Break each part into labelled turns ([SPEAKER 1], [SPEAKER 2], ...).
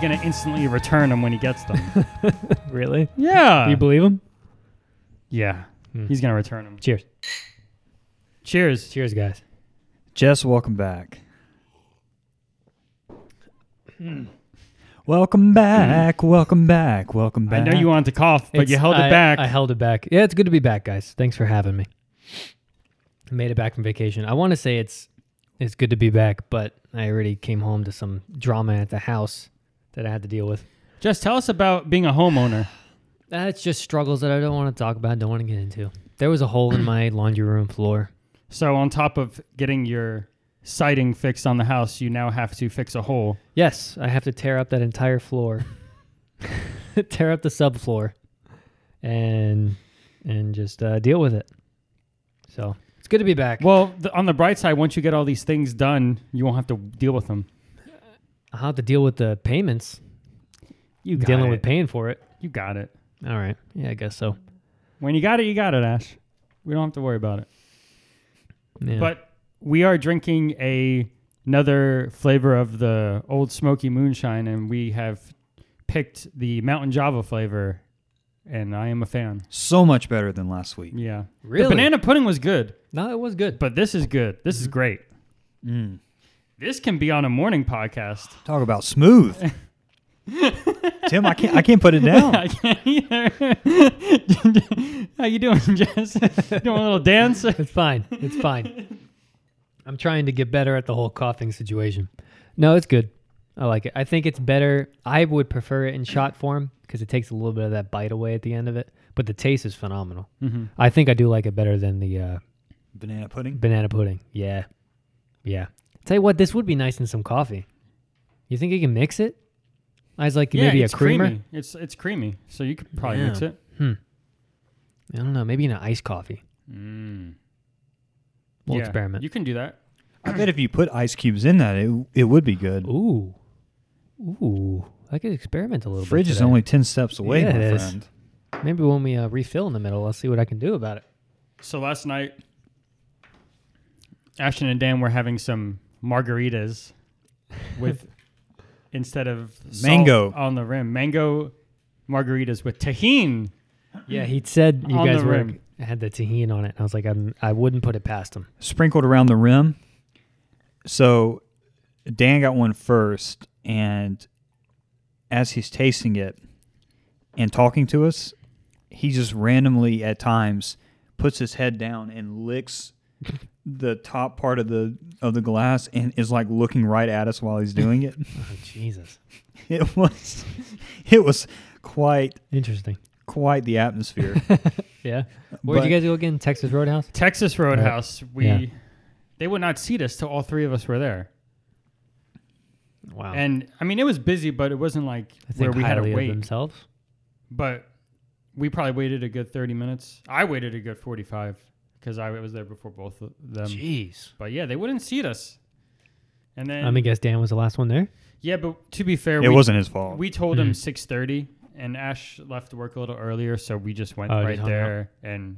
[SPEAKER 1] going to instantly return them when he gets them.
[SPEAKER 2] Really?
[SPEAKER 1] yeah.
[SPEAKER 2] Do you believe him?
[SPEAKER 1] yeah.
[SPEAKER 2] Hmm.
[SPEAKER 1] He's going to return them.
[SPEAKER 2] Cheers.
[SPEAKER 1] Cheers.
[SPEAKER 2] Cheers, guys.
[SPEAKER 3] Jess, welcome back. Welcome back. Welcome back. Welcome
[SPEAKER 1] I
[SPEAKER 3] back.
[SPEAKER 1] know you wanted to cough, but you
[SPEAKER 2] It's-
[SPEAKER 1] held it
[SPEAKER 2] I-
[SPEAKER 1] back.
[SPEAKER 2] I held it back. Yeah, it's good to be back, guys. Thanks for having me. I made it back from vacation. I want to say it's it's good to be back, but I already came home to some drama at the house that I had to deal with.
[SPEAKER 1] Just tell us about being a homeowner.
[SPEAKER 2] That's just struggles that I don't want to talk about, don't want to get into. There was a hole in my laundry room floor.
[SPEAKER 1] So on top of getting your siding fixed on the house, you now have to fix a hole.
[SPEAKER 2] Yes, I have to tear up that entire floor. tear up the subfloor and and just uh, deal with it. So, it's good to be back.
[SPEAKER 1] Well, the, on the bright side, once you get all these things done, you won't have to deal with them.
[SPEAKER 2] I'll have to deal with the payments.
[SPEAKER 1] You got
[SPEAKER 2] dealing
[SPEAKER 1] it.
[SPEAKER 2] with paying for it.
[SPEAKER 1] You got it.
[SPEAKER 2] All right. Yeah, I guess so.
[SPEAKER 1] When you got it, you got it, Ash. We don't have to worry about it.
[SPEAKER 2] Yeah.
[SPEAKER 1] But we are drinking a another flavor of the old smoky moonshine, and we have picked the mountain java flavor, and I am a fan.
[SPEAKER 3] so much better than last week.
[SPEAKER 1] Yeah,
[SPEAKER 2] really,
[SPEAKER 1] the banana pudding was good,
[SPEAKER 2] No, it was good.
[SPEAKER 1] but this is good. This
[SPEAKER 2] Mm-hmm.
[SPEAKER 1] is great.
[SPEAKER 3] Mm.
[SPEAKER 1] This can be on a morning podcast.
[SPEAKER 3] Talk about smooth. Tim, I can't I can't put it down.
[SPEAKER 1] I can't either. How you doing, Jess? doing a little dance?
[SPEAKER 2] It's fine. It's fine. I'm trying to get better at the whole coughing situation. No, it's good. I like it. I think it's better. I would prefer it in shot form because it takes a little bit of that bite away at the end of it. But the taste is phenomenal.
[SPEAKER 1] Mm-hmm.
[SPEAKER 2] I think I do like it better than the uh,
[SPEAKER 3] Banana pudding.
[SPEAKER 2] banana pudding. Yeah, yeah. Tell you what, this would be nice in some coffee. You think you can mix it? I was like maybe a
[SPEAKER 1] it's
[SPEAKER 2] creamer.
[SPEAKER 1] Creamy. It's it's creamy, so you could probably
[SPEAKER 2] Yeah.
[SPEAKER 1] mix it.
[SPEAKER 2] I don't know. Maybe in an iced coffee.
[SPEAKER 1] Mm.
[SPEAKER 2] We'll
[SPEAKER 1] Yeah,
[SPEAKER 2] experiment.
[SPEAKER 1] You can do that.
[SPEAKER 3] I bet if you put ice cubes in that, it it would be good.
[SPEAKER 2] Ooh. Ooh. I could experiment a little
[SPEAKER 3] Fridge
[SPEAKER 2] bit.
[SPEAKER 3] is
[SPEAKER 2] today.
[SPEAKER 3] only ten steps away,
[SPEAKER 2] Yeah,
[SPEAKER 3] my
[SPEAKER 2] it is.
[SPEAKER 3] friend.
[SPEAKER 2] Maybe when we uh, refill in the middle, I'll see what I can do about it.
[SPEAKER 1] So last night, Ashton and Dan were having some margaritas with instead of salt
[SPEAKER 3] Mango.
[SPEAKER 1] on the rim, mango margaritas with tahine.
[SPEAKER 2] Yeah, he said you
[SPEAKER 1] On
[SPEAKER 2] guys
[SPEAKER 1] the
[SPEAKER 2] were,
[SPEAKER 1] rim.
[SPEAKER 2] had the tahini on it. And I was like, I'm, I wouldn't put it past him.
[SPEAKER 3] Sprinkled around the rim. So Dan got one first, and as he's tasting it and talking to us, he just randomly at times puts his head down and licks the top part of the of the glass and is like looking right at us while he's doing it.
[SPEAKER 2] Oh, Jesus.
[SPEAKER 3] it was it was quite
[SPEAKER 2] Interesting.
[SPEAKER 3] quite the atmosphere.
[SPEAKER 2] Yeah. Where'd
[SPEAKER 3] But-
[SPEAKER 2] you guys go again? Texas Roadhouse?
[SPEAKER 1] Texas Roadhouse. We
[SPEAKER 2] Yeah.
[SPEAKER 1] they would not seat us till all three of us were there,
[SPEAKER 2] Wow.
[SPEAKER 1] and I mean it was busy, but it wasn't like
[SPEAKER 2] Oh. I think
[SPEAKER 1] where we had to
[SPEAKER 2] highly of
[SPEAKER 1] wait.
[SPEAKER 2] themselves.
[SPEAKER 1] But we probably waited a good thirty minutes. I waited a good forty-five because I was there before both of them.
[SPEAKER 2] Jeez.
[SPEAKER 1] But yeah, they wouldn't seat us. And then
[SPEAKER 2] I'm going to guess Dan was the last one there.
[SPEAKER 1] Yeah, but to be fair, we,
[SPEAKER 3] it wasn't his fault.
[SPEAKER 1] we told him
[SPEAKER 2] Mhm.
[SPEAKER 1] six thirty, and Ash left work a little earlier, so we just went
[SPEAKER 2] Oh, just
[SPEAKER 1] right
[SPEAKER 2] hung out.
[SPEAKER 1] there. And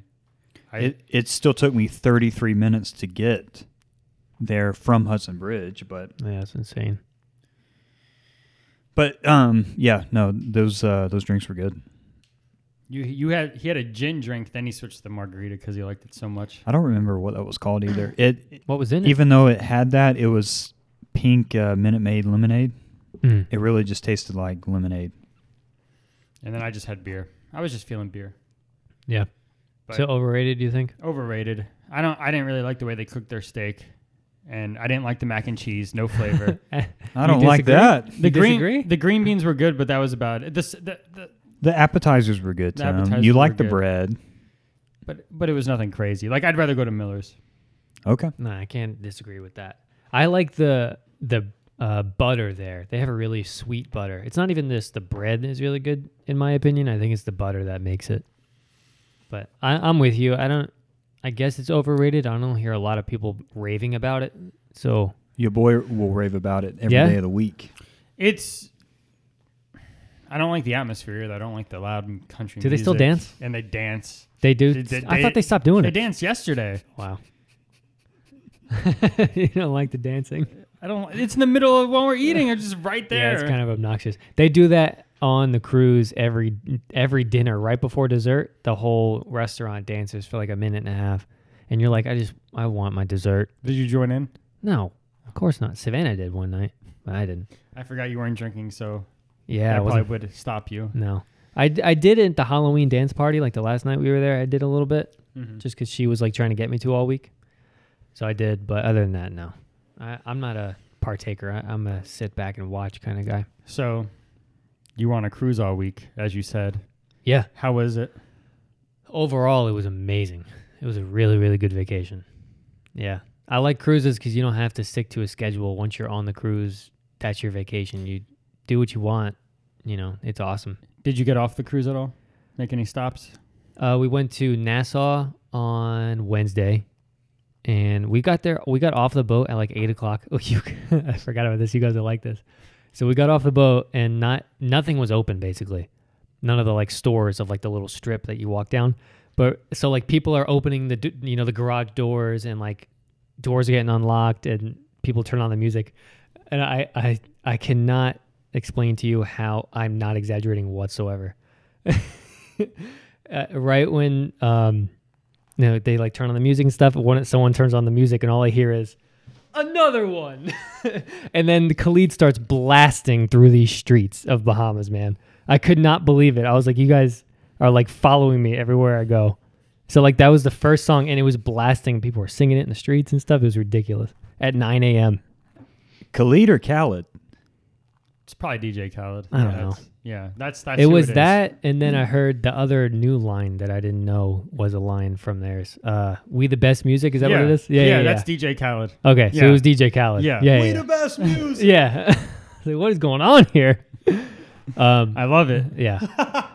[SPEAKER 1] I,
[SPEAKER 3] it, it still took me 33 minutes to get there from Hudson Bridge, but
[SPEAKER 2] Yeah, that's insane.
[SPEAKER 3] but um yeah, no, those uh those drinks were good.
[SPEAKER 1] you you had he had a gin drink, then he switched to the margarita because he liked it so much.
[SPEAKER 3] I don't remember what that was called either. It
[SPEAKER 2] What was in
[SPEAKER 3] even though it had that, it was pink uh, Minute Maid lemonade.
[SPEAKER 2] it? Mm.
[SPEAKER 3] It really just tasted like lemonade.
[SPEAKER 1] And then I just had beer. I was just feeling beer.
[SPEAKER 2] Yeah.
[SPEAKER 1] But-
[SPEAKER 2] So overrated, you think?
[SPEAKER 1] Overrated. I don't. I didn't really like the way they cooked their steak, and I didn't like the mac and cheese. No flavor.
[SPEAKER 3] I
[SPEAKER 2] You
[SPEAKER 3] don't
[SPEAKER 2] disagree?
[SPEAKER 3] like that.
[SPEAKER 1] the green
[SPEAKER 2] disagree?
[SPEAKER 1] the green beans were good, but that was about it. This the, the,
[SPEAKER 3] The appetizers were good,
[SPEAKER 1] The
[SPEAKER 3] Tim.
[SPEAKER 1] appetizers
[SPEAKER 3] You
[SPEAKER 1] were
[SPEAKER 3] liked the
[SPEAKER 1] good.
[SPEAKER 3] bread.
[SPEAKER 1] but but it was nothing crazy. Like I'd rather go to Miller's.
[SPEAKER 3] Okay.
[SPEAKER 2] No, I can't disagree with that. I like the the uh, butter there. They have a really sweet butter. It's not even this. The bread is really good, in my opinion. I think it's the butter that makes it. But I, I'm with you. I don't. I guess it's overrated. I don't hear a lot of people raving about it. So
[SPEAKER 3] Your boy will rave about it every day
[SPEAKER 2] Yeah?
[SPEAKER 3] of the week.
[SPEAKER 1] It's. I don't like the atmosphere. I don't like the loud m- country.
[SPEAKER 2] Do they still
[SPEAKER 1] music.
[SPEAKER 2] dance?
[SPEAKER 1] And they dance.
[SPEAKER 2] they do.
[SPEAKER 1] Did they-
[SPEAKER 2] I thought
[SPEAKER 1] they-
[SPEAKER 2] they stopped doing
[SPEAKER 1] They
[SPEAKER 2] it.
[SPEAKER 1] danced yesterday.
[SPEAKER 2] Wow. you don't like the dancing.
[SPEAKER 1] I don't. It's in the middle of when we're eating. It's just right there.
[SPEAKER 2] Yeah, it's kind of obnoxious. They do that on the cruise every every dinner right before dessert. The whole restaurant dances for like a minute and a half, and you're like, I just I want my dessert.
[SPEAKER 1] Did you join in?
[SPEAKER 2] No, of course not. Savannah did one night, but I didn't.
[SPEAKER 1] I forgot you weren't drinking, so
[SPEAKER 2] Yeah,
[SPEAKER 1] that
[SPEAKER 2] I
[SPEAKER 1] probably
[SPEAKER 2] wasn't.
[SPEAKER 1] would stop you.
[SPEAKER 2] No, I d- I did it at the Halloween dance party. Like the last night we were there, I did a little bit just because she was like trying to get me to all week. So I did, but other than that, no. I, I'm not a partaker. I, I'm a sit back and watch kind of guy.
[SPEAKER 1] So, you were on a cruise all week, as you said.
[SPEAKER 2] Yeah.
[SPEAKER 1] How was it?
[SPEAKER 2] overall it was amazing it was a really really good vacation yeah i like cruises because you don't have to stick to a schedule once you're on the cruise that's your vacation you do what you want you know it's awesome
[SPEAKER 1] Did you get off the cruise at all? Make any stops?
[SPEAKER 2] uh, we went to nassau on wednesday and we got there we got off the boat at like eight o'clock oh you i forgot about this you guys are like this so we got off the boat and not nothing was open basically none of the like stores of like the little strip that you walk down. But so like people are opening the d- you know the garage doors and like doors are getting unlocked and people turn on the music, and I I I cannot explain to you how I'm not exaggerating whatsoever. uh, right when um, you know they like turn on the music and stuff, when someone turns on the music and all I hear is another one. and then Khalid starts blasting through these streets of Bahamas, man. I could not believe it. I was like, you guys are like following me everywhere I go. So like that was the first song and it was blasting. People were singing it in the streets and stuff. It was ridiculous. At 9 a.m.
[SPEAKER 3] Khalid or Khaled?
[SPEAKER 1] It's probably DJ Khaled.
[SPEAKER 2] I don't
[SPEAKER 1] yeah,
[SPEAKER 2] know.
[SPEAKER 1] that's- Yeah, that's that's.
[SPEAKER 2] it
[SPEAKER 1] who
[SPEAKER 2] was
[SPEAKER 1] is.
[SPEAKER 2] that, and then I heard the other new line that I didn't know was a line from theirs. Uh, "We the best music" is that what it is?
[SPEAKER 1] Yeah, that's DJ Khaled.
[SPEAKER 2] okay. So
[SPEAKER 1] yeah.
[SPEAKER 2] it was DJ Khaled.
[SPEAKER 1] Yeah.
[SPEAKER 2] yeah,
[SPEAKER 3] we
[SPEAKER 2] yeah.
[SPEAKER 3] the best music.
[SPEAKER 2] yeah. like, what is going on here? Um,
[SPEAKER 1] I love it.
[SPEAKER 2] yeah.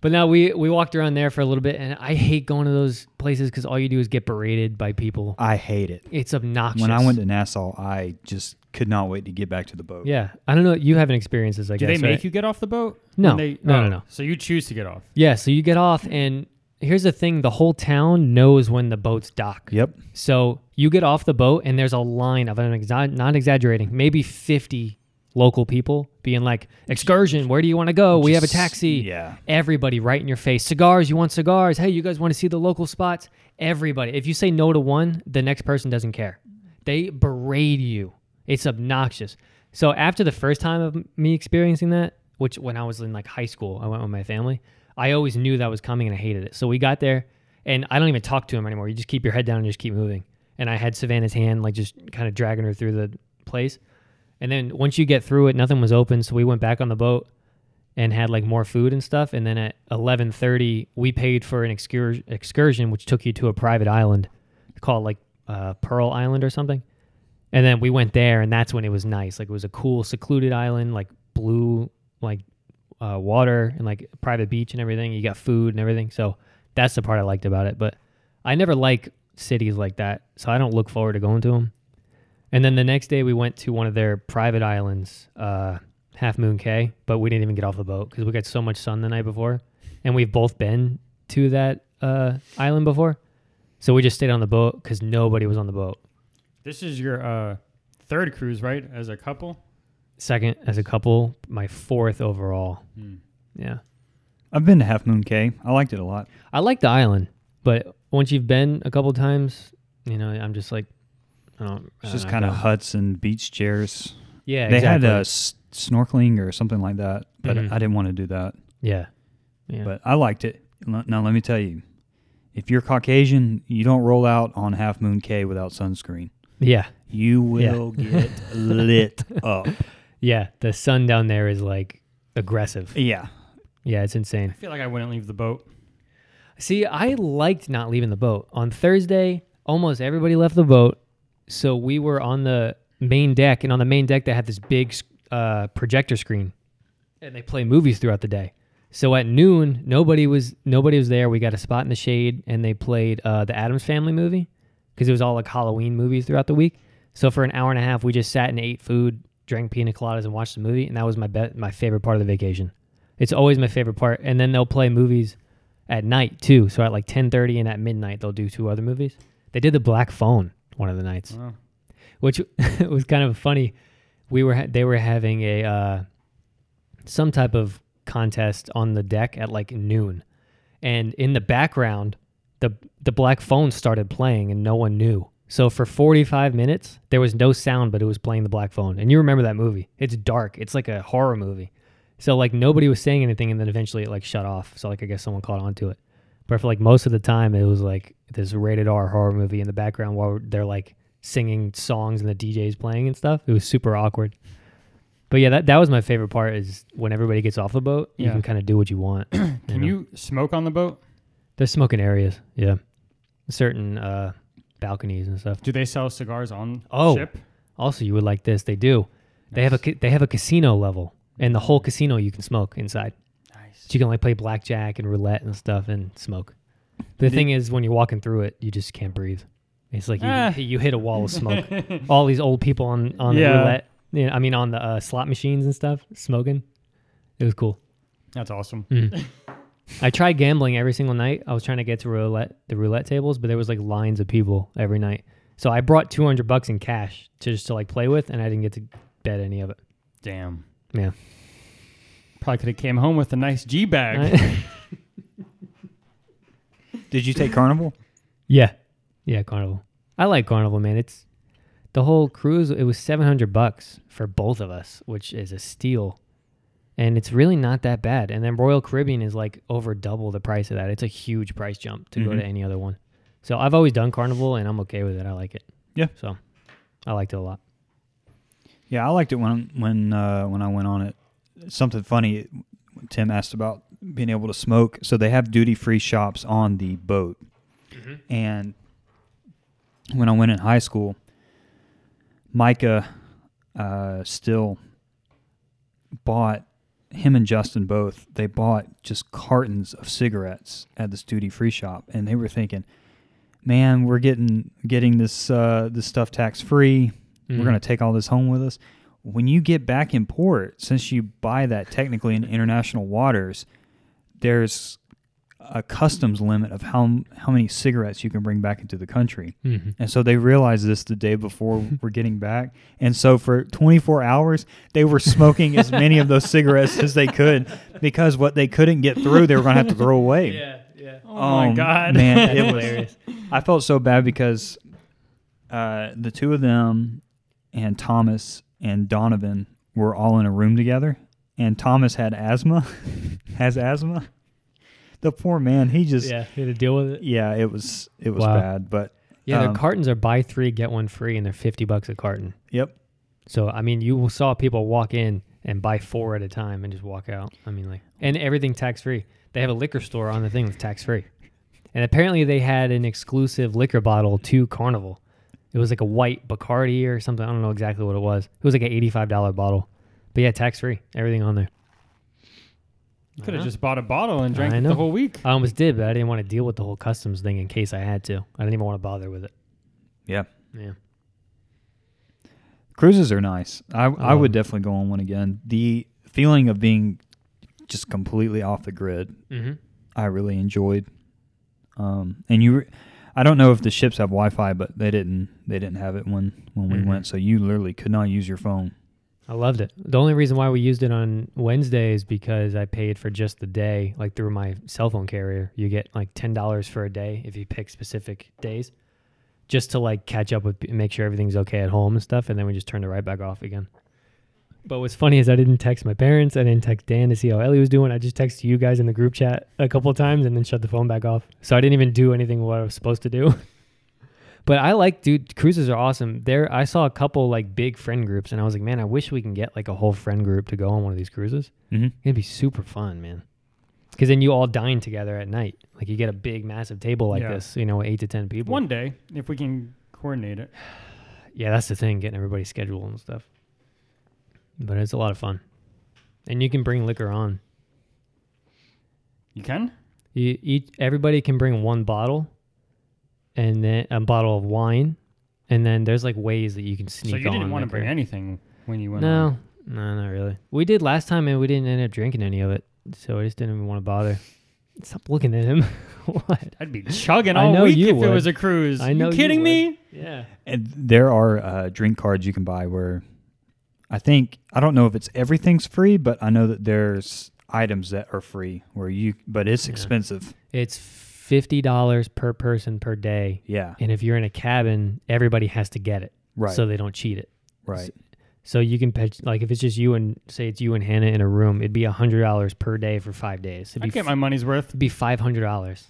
[SPEAKER 2] but now we we walked around there for a little bit, and I hate going to those places because all you do is get berated by people.
[SPEAKER 3] I hate it.
[SPEAKER 2] It's obnoxious.
[SPEAKER 3] When I went to Nassau, I just could not wait to get back to the boat.
[SPEAKER 2] yeah, I don't know. You haven't experienced this, I
[SPEAKER 1] Do
[SPEAKER 2] guess.
[SPEAKER 1] they make
[SPEAKER 2] right?
[SPEAKER 1] you get off the boat?
[SPEAKER 2] No,
[SPEAKER 1] When they-
[SPEAKER 2] no, no,
[SPEAKER 1] oh,
[SPEAKER 2] no.
[SPEAKER 1] So you choose to get off.
[SPEAKER 2] Yeah. So you get off, and here's the thing: the whole town knows when the boats dock.
[SPEAKER 3] Yep.
[SPEAKER 2] So you get off the boat, and there's a line of, I'm exa- not exaggerating, maybe 50 local people being like, excursion, where do you want to go? we have a
[SPEAKER 3] Just-
[SPEAKER 2] taxi.
[SPEAKER 3] yeah.
[SPEAKER 2] Everybody right in your face. Cigars, you want cigars? Hey, you guys want to see the local spots? Everybody. If you say no to one, the next person doesn't care. They berate you. It's obnoxious. So after the first time of m- me experiencing that, which when I was in like high school, I went with my family. I always knew that was coming and I hated it. So we got there and I don't even talk to him anymore. You just keep your head down and just keep moving. And I had Savannah's hand like just kind of dragging her through the place. And then once you get through it, nothing was open, so we went back on the boat and had like more food and stuff. And then at 11:30, we paid for an excur- excursion which took you to a private island called like uh, Pearl Island or something. And then we went there, and that's when it was nice. Like it was a cool, secluded island, like blue, like uh, water and like private beach and everything. You got food and everything. So that's the part I liked about it. But I never like cities like that, so I don't look forward to going to them. And then the next day we went to one of their private islands, uh, Half Moon Cay, but we didn't even get off the boat because we got so much sun the night before, and we've both been to that uh, island before, so we just stayed on the boat because nobody was on the boat.
[SPEAKER 1] This is your uh, third cruise, right? As a couple.
[SPEAKER 2] Second as a couple, my fourth overall.
[SPEAKER 1] Hmm.
[SPEAKER 2] Yeah,
[SPEAKER 3] I've been to Half Moon Cay. I liked it a lot.
[SPEAKER 2] I like the island, but once you've been a couple times, you know, I'm just like, I don't. I
[SPEAKER 3] It's
[SPEAKER 2] don't
[SPEAKER 3] just
[SPEAKER 2] know,
[SPEAKER 3] kind of
[SPEAKER 2] no.
[SPEAKER 3] huts and beach chairs.
[SPEAKER 2] Uh, yeah.
[SPEAKER 3] they
[SPEAKER 2] exactly.
[SPEAKER 3] had uh, s- snorkeling or something like that, but
[SPEAKER 2] Mhm.
[SPEAKER 3] I didn't want to do that.
[SPEAKER 2] yeah, yeah.
[SPEAKER 3] But I liked it. L- Now let me tell you, if you're Caucasian, you don't roll out on Half Moon Cay without sunscreen.
[SPEAKER 2] yeah.
[SPEAKER 3] You
[SPEAKER 2] Yeah.
[SPEAKER 3] will get lit up.
[SPEAKER 2] Yeah, the sun down there is like aggressive.
[SPEAKER 3] Yeah.
[SPEAKER 2] Yeah, it's insane.
[SPEAKER 1] I feel like I wouldn't leave the boat.
[SPEAKER 2] See, I liked not leaving the boat. On Thursday, almost everybody left the boat. So we were on the main deck, and on the main deck, they had this big uh, projector screen, and they play movies throughout the day. So at noon, nobody was nobody was there. We got a spot in the shade, and they played uh, the Adams Family movie because it was all like Halloween movies throughout the week. So for an hour and a half, we just sat and ate food, drank pina coladas, and watched the movie, and that was my be- my favorite part of the vacation. It's always my favorite part. And then they'll play movies at night too. So at like ten thirty and at midnight, they'll do two other movies. They did the Black Phone one of the nights.
[SPEAKER 1] Wow.
[SPEAKER 2] which was kind of funny. We were ha- they were having a uh, some type of contest on the deck at like noon, and in the background, the the black phone started playing, and no one knew. So for 45 minutes, there was no sound, but it was playing the black phone. And you remember that movie? It's dark. It's like a horror movie. So like nobody was saying anything, and then eventually it like shut off. So like I guess someone caught onto it. But for like most of the time, it was like this rated R horror movie in the background while they're like singing songs and the DJ's playing and stuff. It was super awkward. But yeah, that, that was my favorite part is when everybody gets off the boat, you
[SPEAKER 1] Yeah.
[SPEAKER 2] can kind of do what you want. Can
[SPEAKER 1] Can you smoke on the boat?
[SPEAKER 2] There's smoking areas. Yeah. Certain uh, balconies and stuff.
[SPEAKER 1] Do they sell cigars on
[SPEAKER 2] Oh.
[SPEAKER 1] ship?
[SPEAKER 2] Also, you would like this. They do. They have a ca- they have a casino level, and the
[SPEAKER 1] Mm.
[SPEAKER 2] whole casino you can smoke inside.
[SPEAKER 1] Nice.
[SPEAKER 2] So you can like play blackjack and roulette and stuff and smoke. The thing is, when you're walking through it, you just can't breathe. It's like you,
[SPEAKER 1] Ah.
[SPEAKER 2] you hit a wall of smoke. All these old people on on the
[SPEAKER 1] Yeah.
[SPEAKER 2] roulette, yeah, I mean on the uh, slot machines and stuff, smoking. It was cool.
[SPEAKER 1] That's awesome.
[SPEAKER 2] I tried gambling every single night. I was trying to get to roulette the roulette tables, but there was like lines of people every night. So I brought 200 bucks in cash to just to like play with, and I didn't get to bet any of it.
[SPEAKER 1] Damn.
[SPEAKER 2] Yeah.
[SPEAKER 1] Probably could have came home with a nice G bag.
[SPEAKER 3] Did you take Carnival?
[SPEAKER 2] yeah. Yeah, Carnival. I like Carnival, man. It's the whole cruise it was 700 bucks for both of us, which is a steal. And it's really not that bad. And then Royal Caribbean is like over double the price of that. It's a huge price jump to go
[SPEAKER 3] Mhm.
[SPEAKER 2] to any other one. So I've always done Carnival and I'm okay with it. I like it.
[SPEAKER 3] Yeah.
[SPEAKER 2] So I liked it a lot.
[SPEAKER 3] Yeah, I liked it when when uh, when I went on it. Something funny, Tim asked about being able to smoke. So they have duty free shops on the boat, and when I went in high school, Micah uh, still bought him and Justin both. They bought just cartons of cigarettes at this duty free shop, and they were thinking, "Man, we're getting getting this uh, this stuff tax free."
[SPEAKER 2] Mhm.
[SPEAKER 3] we're going to take all this home with us. When you get back in port, since you buy that technically in international waters, there's a customs limit of how how many cigarettes you can bring back into the country.
[SPEAKER 2] Mhm.
[SPEAKER 3] And so they realized this the day before we're getting back. And so for 24 hours, they were smoking as many of those cigarettes as they could because what they couldn't get through, they were going to have to throw away.
[SPEAKER 2] Yeah, yeah.
[SPEAKER 1] oh my god.
[SPEAKER 3] Man,
[SPEAKER 2] That's
[SPEAKER 3] it was
[SPEAKER 2] hilarious.
[SPEAKER 3] I felt so bad because uh, the two of them and Thomas and Donovan were all in a room together, and Thomas had asthma. has asthma. The poor man. He just yeah.
[SPEAKER 2] Yeah, you had to deal with it.
[SPEAKER 3] it was it was
[SPEAKER 2] Wow.
[SPEAKER 3] bad, but
[SPEAKER 2] Yeah,
[SPEAKER 3] Um,
[SPEAKER 2] their cartons are buy three get one free, and they're fifty bucks a carton.
[SPEAKER 3] yep.
[SPEAKER 2] So I mean, you saw people walk in and buy four at a time and just walk out. I mean, like, and everything tax free. They have a liquor store on the thing that's tax free, and apparently they had an exclusive liquor bottle to Carnival. It was like a white Bacardi or something. I don't know exactly what it was. It was like an eighty-five dollar bottle, but yeah, tax free. Everything on there.
[SPEAKER 1] Could have just bought a bottle and drank
[SPEAKER 2] Uh-huh. I
[SPEAKER 1] it
[SPEAKER 2] know. Uh,
[SPEAKER 1] the whole week.
[SPEAKER 2] I almost did, but I didn't want to deal with the whole customs thing in case I had to. I didn't even want to bother with it.
[SPEAKER 3] Yeah.
[SPEAKER 2] Yeah.
[SPEAKER 3] Cruises are nice. I I
[SPEAKER 2] love
[SPEAKER 3] would
[SPEAKER 2] them.
[SPEAKER 3] definitely go on one again. The feeling of being just completely off the grid
[SPEAKER 2] Mm-hmm.
[SPEAKER 3] I really enjoyed. Um, and you, re- I don't know if the ships have Wi-Fi, but they didn't. They didn't have it when when we
[SPEAKER 2] Mhm.
[SPEAKER 3] went, so you literally could not use your phone.
[SPEAKER 2] I loved it. The only reason why we used it on Wednesday is because I paid for just the day, like through my cell phone carrier. You get like ten dollars for a day if you pick specific days, just to like catch up with, make sure everything's okay at home and stuff, and then we just turned it right back off again. But what's funny is I didn't text my parents. I didn't text Dan to see how Ellie was doing. I just texted you guys in the group chat a couple of times and then shut the phone back off. So I didn't even do anything what I was supposed to do. But I like, dude, cruises are awesome. There, I saw a couple like big friend groups, and I was like, man, I wish we can get like a whole friend group to go on one of these cruises.
[SPEAKER 3] Mm-hmm.
[SPEAKER 2] It'd be super fun, man. Because then you all dine together at night. Like you get a big, massive table like
[SPEAKER 1] Yeah.
[SPEAKER 2] this, you know, eight to ten people.
[SPEAKER 1] One day, if we can coordinate it.
[SPEAKER 2] Yeah, that's the thing, getting everybody's schedule and stuff. But it's a lot of fun, and you can bring liquor on.
[SPEAKER 1] You can?
[SPEAKER 2] You each everybody can bring one bottle, and then a bottle of wine, and then there's like ways that you can sneak.
[SPEAKER 1] so you didn't
[SPEAKER 2] on
[SPEAKER 1] want to
[SPEAKER 2] liquor.
[SPEAKER 1] bring anything when you went on.
[SPEAKER 2] No, no, not really. We did last time, and we didn't end up drinking any of it, so I just didn't even want to bother. Stop looking at him. what?
[SPEAKER 1] I'd be chugging
[SPEAKER 2] I
[SPEAKER 1] all
[SPEAKER 2] know
[SPEAKER 1] week
[SPEAKER 2] you
[SPEAKER 1] if it
[SPEAKER 2] would.
[SPEAKER 1] was a cruise.
[SPEAKER 2] I know
[SPEAKER 1] you
[SPEAKER 2] you
[SPEAKER 1] kidding
[SPEAKER 2] would.
[SPEAKER 1] me?
[SPEAKER 2] Yeah.
[SPEAKER 3] And there are uh, drink cards you can buy where I think I don't know if it's everything's free, but I know that there's items that are free where you but it's
[SPEAKER 2] Yeah.
[SPEAKER 3] expensive.
[SPEAKER 2] It's fifty dollars per person per day,
[SPEAKER 3] Yeah.
[SPEAKER 2] and if you're in a cabin, everybody has to get it,
[SPEAKER 3] Right.
[SPEAKER 2] so they don't cheat it.
[SPEAKER 3] right.
[SPEAKER 2] So you can pitch, like if it's just you and say it's you and Hannah in a room, it'd be hundred dollars per day for five days. It'd
[SPEAKER 1] I'd
[SPEAKER 2] be
[SPEAKER 1] get my money's worth.
[SPEAKER 2] it'd be five hundred dollars.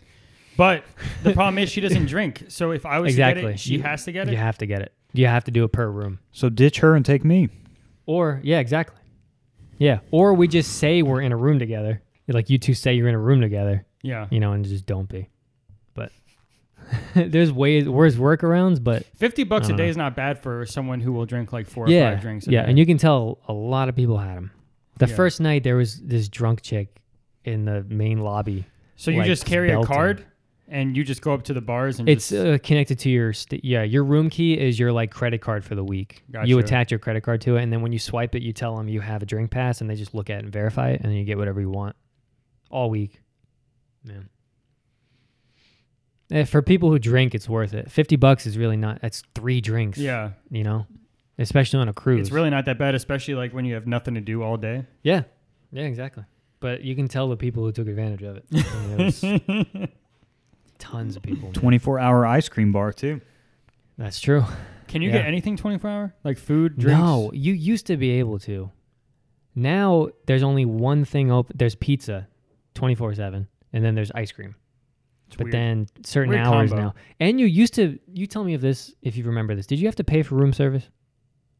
[SPEAKER 1] But the problem is she doesn't drink. So if I was to get
[SPEAKER 2] Exactly.
[SPEAKER 1] it, she
[SPEAKER 2] You-
[SPEAKER 1] has to get it.
[SPEAKER 2] You have to get it. You have to do it per room.
[SPEAKER 3] So ditch her and take me.
[SPEAKER 2] Or yeah, exactly. Yeah. Or we just say we're in a room together. Like you two say you're in a room together,
[SPEAKER 1] Yeah.
[SPEAKER 2] you know, and just don't be. But there's ways, where's workarounds, but
[SPEAKER 1] 50 bucks
[SPEAKER 2] I
[SPEAKER 1] a
[SPEAKER 2] don't
[SPEAKER 1] day
[SPEAKER 2] know.
[SPEAKER 1] is not bad for someone who will drink like four or five drinks a
[SPEAKER 2] Uh-huh. yeah,
[SPEAKER 1] day.
[SPEAKER 2] and you can tell a lot of people had them. The
[SPEAKER 1] Yeah.
[SPEAKER 2] first night there was this drunk chick in the main lobby.
[SPEAKER 1] so you
[SPEAKER 2] like,
[SPEAKER 1] just carry a
[SPEAKER 2] belting.
[SPEAKER 1] card and you just go up to the bars and
[SPEAKER 2] It's
[SPEAKER 1] just,
[SPEAKER 2] uh, connected to your st- yeah. Your room key is your like credit card for the week.
[SPEAKER 1] Gotcha.
[SPEAKER 2] You attach your credit card to it, and then when you swipe it, you tell them you have a drink pass, and they just look at it and verify it, and then you get whatever you want all week. Man, Eh, for people who drink, it's worth it. Fifty bucks is really not. That's three drinks.
[SPEAKER 1] yeah.
[SPEAKER 2] you know, especially on a cruise.
[SPEAKER 1] It's really not that bad, especially like when you have nothing to do all day.
[SPEAKER 2] Yeah. Yeah, exactly. But you can tell the people who took advantage of it. I mean, there was tons of people. man.
[SPEAKER 3] Twenty four hour ice cream bar too.
[SPEAKER 2] That's true.
[SPEAKER 1] Can you
[SPEAKER 2] Yeah.
[SPEAKER 1] get anything 24 hour? Like food, drinks?
[SPEAKER 2] No, you used to be able to. Now there's only one thing open. There's pizza, twenty four seven, and then there's ice cream.
[SPEAKER 1] It's
[SPEAKER 2] but
[SPEAKER 1] weird.
[SPEAKER 2] then certain
[SPEAKER 1] Weird
[SPEAKER 2] hours
[SPEAKER 1] combo.
[SPEAKER 2] now. And you used to. You tell me of this if you remember this. Did you have to pay for room service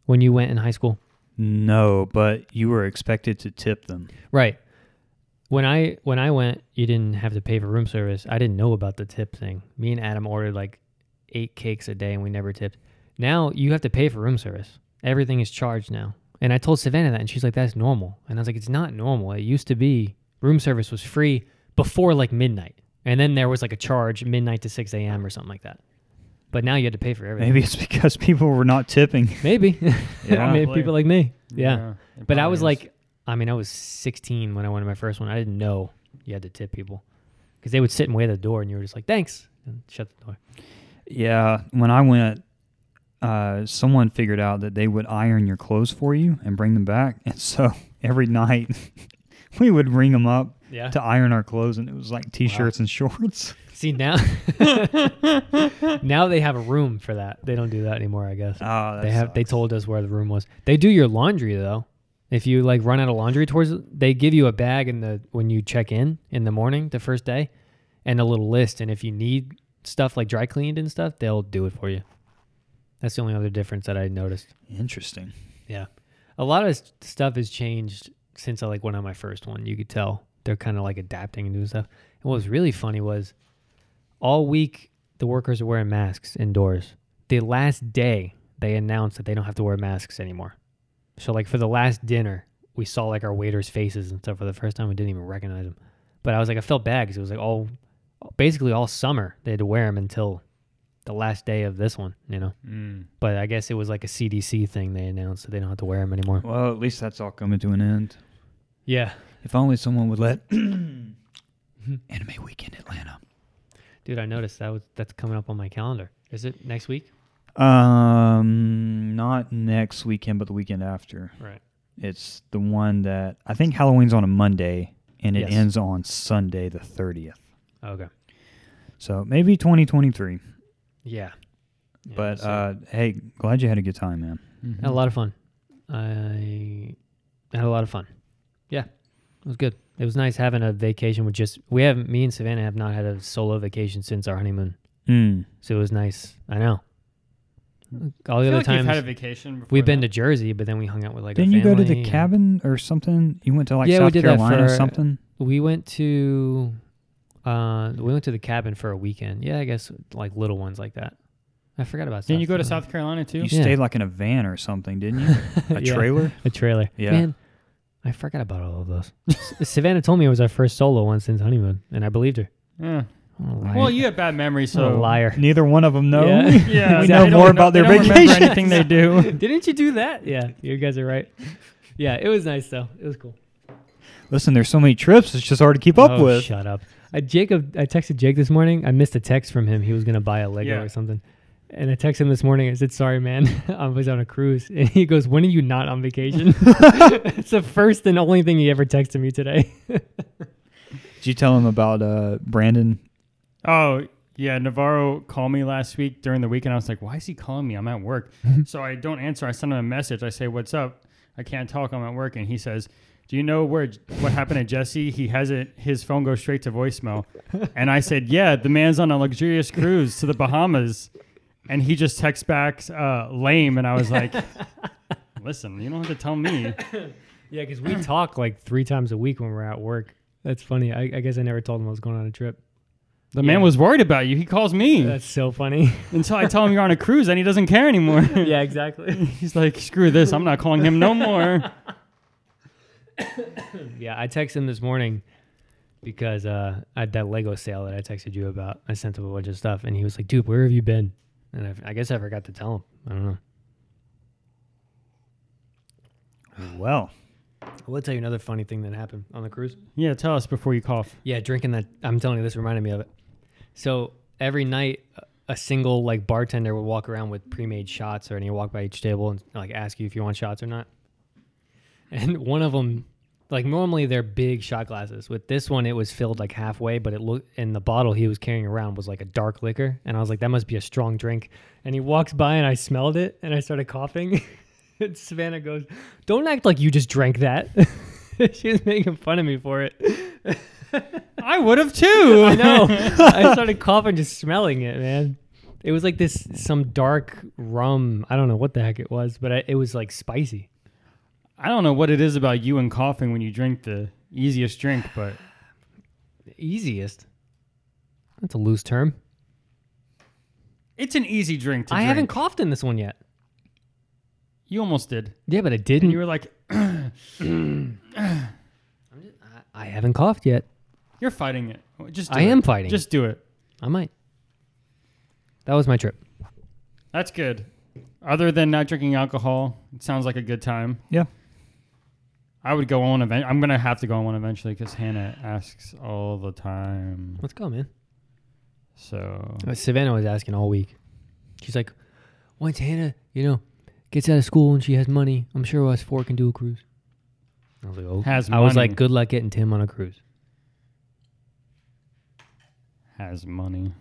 [SPEAKER 2] when you went in high school?
[SPEAKER 3] No, but you were expected to tip them.
[SPEAKER 2] Right. When I when I went, you didn't have to pay for room service. I didn't know about the tip thing. Me and Adam ordered like eight cakes a day and we never tipped. Now you have to pay for room service. Everything is charged now. And I told Savannah that and she's like, That's normal. And I was like, It's not normal. It used to be room service was free before like midnight. And then there was like a charge midnight to six AM or something like that. But now you had to pay for everything.
[SPEAKER 3] Maybe it's because people were not tipping.
[SPEAKER 2] Maybe.
[SPEAKER 3] Yeah.
[SPEAKER 2] Maybe people like me. yeah.
[SPEAKER 1] it
[SPEAKER 2] But I
[SPEAKER 1] probably
[SPEAKER 2] was
[SPEAKER 1] is.
[SPEAKER 2] like, I mean, I was 16 when I went to my first one. I didn't know you had to tip people because they would sit and wait at the door, and you were just like, "Thanks," and shut the door.
[SPEAKER 3] Yeah, when I went, uh, someone figured out that they would iron your clothes for you and bring them back, and so every night we would ring them up
[SPEAKER 2] Yeah.
[SPEAKER 3] to iron our clothes, and it was like t-shirts and shorts.
[SPEAKER 2] See now, now they have a room for that. They don't do that anymore, I guess.
[SPEAKER 3] Oh,
[SPEAKER 2] they have. They told us where the room was. They do your laundry though. If you like run out of laundry towards, they give you a bag in the when you check in in the morning, the first day, and a little list. And if you need stuff like dry cleaned and stuff, they'll do it for you. That's the only other difference that I noticed.
[SPEAKER 3] Interesting.
[SPEAKER 2] Yeah. A lot of s- stuff has changed since I like went on my first one. You could tell they're kind of like adapting and doing stuff. And what was really funny was all week the workers are wearing masks indoors. The last day they announced that they don't have to wear masks anymore. So like for the last dinner, we saw like our waiters' faces and stuff for the first time. We didn't even recognize them. But I was like, I felt bad because it was like all basically all summer they had to wear them until the last day of this one. You know
[SPEAKER 1] Mm.
[SPEAKER 2] but I guess it was like a CDC thing they announced, so they don't have to wear them anymore.
[SPEAKER 3] Well, at least that's all coming to an end.
[SPEAKER 2] Yeah,
[SPEAKER 3] If only someone would let Anime Weekend Atlanta.
[SPEAKER 2] dude, I noticed that was that's coming up on my calendar. Is it next week?
[SPEAKER 3] Um, not next weekend, but the weekend after.
[SPEAKER 2] Right.
[SPEAKER 3] It's the one that I think Halloween's on a Monday and it
[SPEAKER 2] Yes.
[SPEAKER 3] ends on Sunday the 30th.
[SPEAKER 2] Okay.
[SPEAKER 3] So maybe 2023.
[SPEAKER 2] Yeah. Yeah,
[SPEAKER 3] but
[SPEAKER 2] we'll
[SPEAKER 3] uh, hey, glad you had a good time, man.
[SPEAKER 2] see.
[SPEAKER 1] Mm-hmm.
[SPEAKER 2] had a lot of fun. I had a lot of fun. Yeah, it was good. It was nice having a vacation with just we haven't me and Savannah have not had a solo vacation since our honeymoon,
[SPEAKER 3] Mm. so
[SPEAKER 2] so it was nice. I know. All the
[SPEAKER 1] I feel
[SPEAKER 2] other
[SPEAKER 1] like
[SPEAKER 2] times
[SPEAKER 1] you've had a vacation before
[SPEAKER 2] we've been to
[SPEAKER 1] that.
[SPEAKER 2] Jersey, but then we hung out with like. our
[SPEAKER 3] Didn't you go to
[SPEAKER 2] family
[SPEAKER 3] the
[SPEAKER 2] and-
[SPEAKER 3] cabin or something? You went to like
[SPEAKER 2] Yeah, we
[SPEAKER 3] South
[SPEAKER 2] did that
[SPEAKER 3] Carolina or
[SPEAKER 2] for-
[SPEAKER 3] something?
[SPEAKER 2] we went to uh we went to the cabin for a weekend yeah i guess like little ones like that i forgot about
[SPEAKER 1] Didn't you go to South Carolina too?
[SPEAKER 3] You
[SPEAKER 2] Yeah.
[SPEAKER 3] stayed like in a van or something, didn't you? A
[SPEAKER 2] Yeah.
[SPEAKER 3] trailer?
[SPEAKER 2] a trailer
[SPEAKER 3] Yeah.
[SPEAKER 2] man i forgot about all of those S- savannah told me it was our first solo one since honeymoon and i believed her
[SPEAKER 1] Yeah.
[SPEAKER 2] I'm a liar.
[SPEAKER 1] Well, you have bad memories,
[SPEAKER 2] I'm
[SPEAKER 1] so
[SPEAKER 2] a liar
[SPEAKER 3] Neither one of them know.
[SPEAKER 2] Yeah.
[SPEAKER 1] Yeah,
[SPEAKER 3] We
[SPEAKER 1] they
[SPEAKER 3] know
[SPEAKER 1] don't
[SPEAKER 3] more about
[SPEAKER 1] they
[SPEAKER 3] their
[SPEAKER 1] don't remember
[SPEAKER 3] vacation.
[SPEAKER 1] Anything they do.
[SPEAKER 2] didn't you do that yeah you guys are right yeah it was nice though it was cool
[SPEAKER 3] Listen, there's so many trips. It's just hard to keep up
[SPEAKER 2] Oh,
[SPEAKER 3] with.
[SPEAKER 2] shut up I Jacob, I texted Jake this morning. I missed a text from him. He was gonna buy a Lego
[SPEAKER 1] Yeah.
[SPEAKER 2] or something, and I texted him this morning. I said, "Sorry, man, I was on a cruise." And he goes, "When are you not on vacation?" it's the first and only thing he ever texted me today.
[SPEAKER 3] Did you tell him about uh, Brandon?
[SPEAKER 1] Oh yeah, Navarro called me last week during the week, and I was like, "Why is he calling me? I'm at work."
[SPEAKER 2] Mm-hmm.
[SPEAKER 1] so I don't answer. I send him a message. I say, "What's up? I can't talk. I'm at work." And he says, "Do you know where what happened to Jesse? He has it. His phone goes straight to voicemail." and I said, "Yeah, the man's on a luxurious cruise to the Bahamas," and he just texts back, uh, "Lame." And I was like. Listen, you don't have to tell me.
[SPEAKER 2] yeah, because we talk like three times a week when we're at work. That's funny. I, I guess I never told him I was going on a trip.
[SPEAKER 1] The man
[SPEAKER 2] Yeah.
[SPEAKER 1] was worried about you. He calls me
[SPEAKER 2] That's so funny.
[SPEAKER 1] until I tell him you're on a cruise and he doesn't care anymore.
[SPEAKER 2] yeah, exactly.
[SPEAKER 1] He's like, screw this. I'm not calling him no more.
[SPEAKER 2] Yeah, I texted him this morning because uh, I had that Lego sale that I texted you about. I sent him a bunch of stuff, and he was like, "Dude, where have you been?" And I, I guess I forgot to tell him. I don't know.
[SPEAKER 3] Well,
[SPEAKER 2] I will tell you another funny thing that happened on the cruise.
[SPEAKER 1] Yeah, tell us before you cough.
[SPEAKER 2] Yeah, drinking that. I'm telling you, this reminded me of it. So every night, a- a single like bartender would walk around with pre-made shots, or and he walk by each table and like ask you if you want shots or not. And one of them, like normally they're big shot glasses. With this one, it was filled like halfway, but it looked and the bottle he was carrying around was like a dark liquor, and I was like, that must be a strong drink. And he walks by, and I smelled it, and I started coughing. and Savannah goes, "Don't act like you just drank that." she was making fun of me for it.
[SPEAKER 1] I would have too.
[SPEAKER 2] I know. I started coughing just smelling it, man. It was like this some dark rum. I don't know what the heck it was, but I, it was like spicy.
[SPEAKER 1] I don't know what it is about you and coughing when you drink the easiest drink, but
[SPEAKER 2] The easiest. That's a loose term.
[SPEAKER 1] it's an easy drink to
[SPEAKER 2] I
[SPEAKER 1] drink.
[SPEAKER 2] haven't coughed in this one yet.
[SPEAKER 1] You almost did.
[SPEAKER 2] Yeah, but it
[SPEAKER 1] And
[SPEAKER 2] didn't.
[SPEAKER 1] you were like,
[SPEAKER 2] I haven't coughed yet.
[SPEAKER 1] you're fighting it. Just do
[SPEAKER 2] I
[SPEAKER 1] it.
[SPEAKER 2] am fighting.
[SPEAKER 1] Just do it.
[SPEAKER 2] I might. That was my trip.
[SPEAKER 1] That's good. Other than not drinking alcohol, it sounds like a good time.
[SPEAKER 3] yeah.
[SPEAKER 1] I would go on event. I'm gonna have to go on one eventually because Hannah asks all the time.
[SPEAKER 2] Let's go, man.
[SPEAKER 1] So
[SPEAKER 2] Uh, Savannah was asking all week. She's like, once Hannah, you know, gets out of school and she has money, I'm sure us four can do a cruise. I was like, oh.
[SPEAKER 1] Has
[SPEAKER 2] I was
[SPEAKER 1] money.
[SPEAKER 2] like, good luck getting Tim on a cruise.
[SPEAKER 1] has money.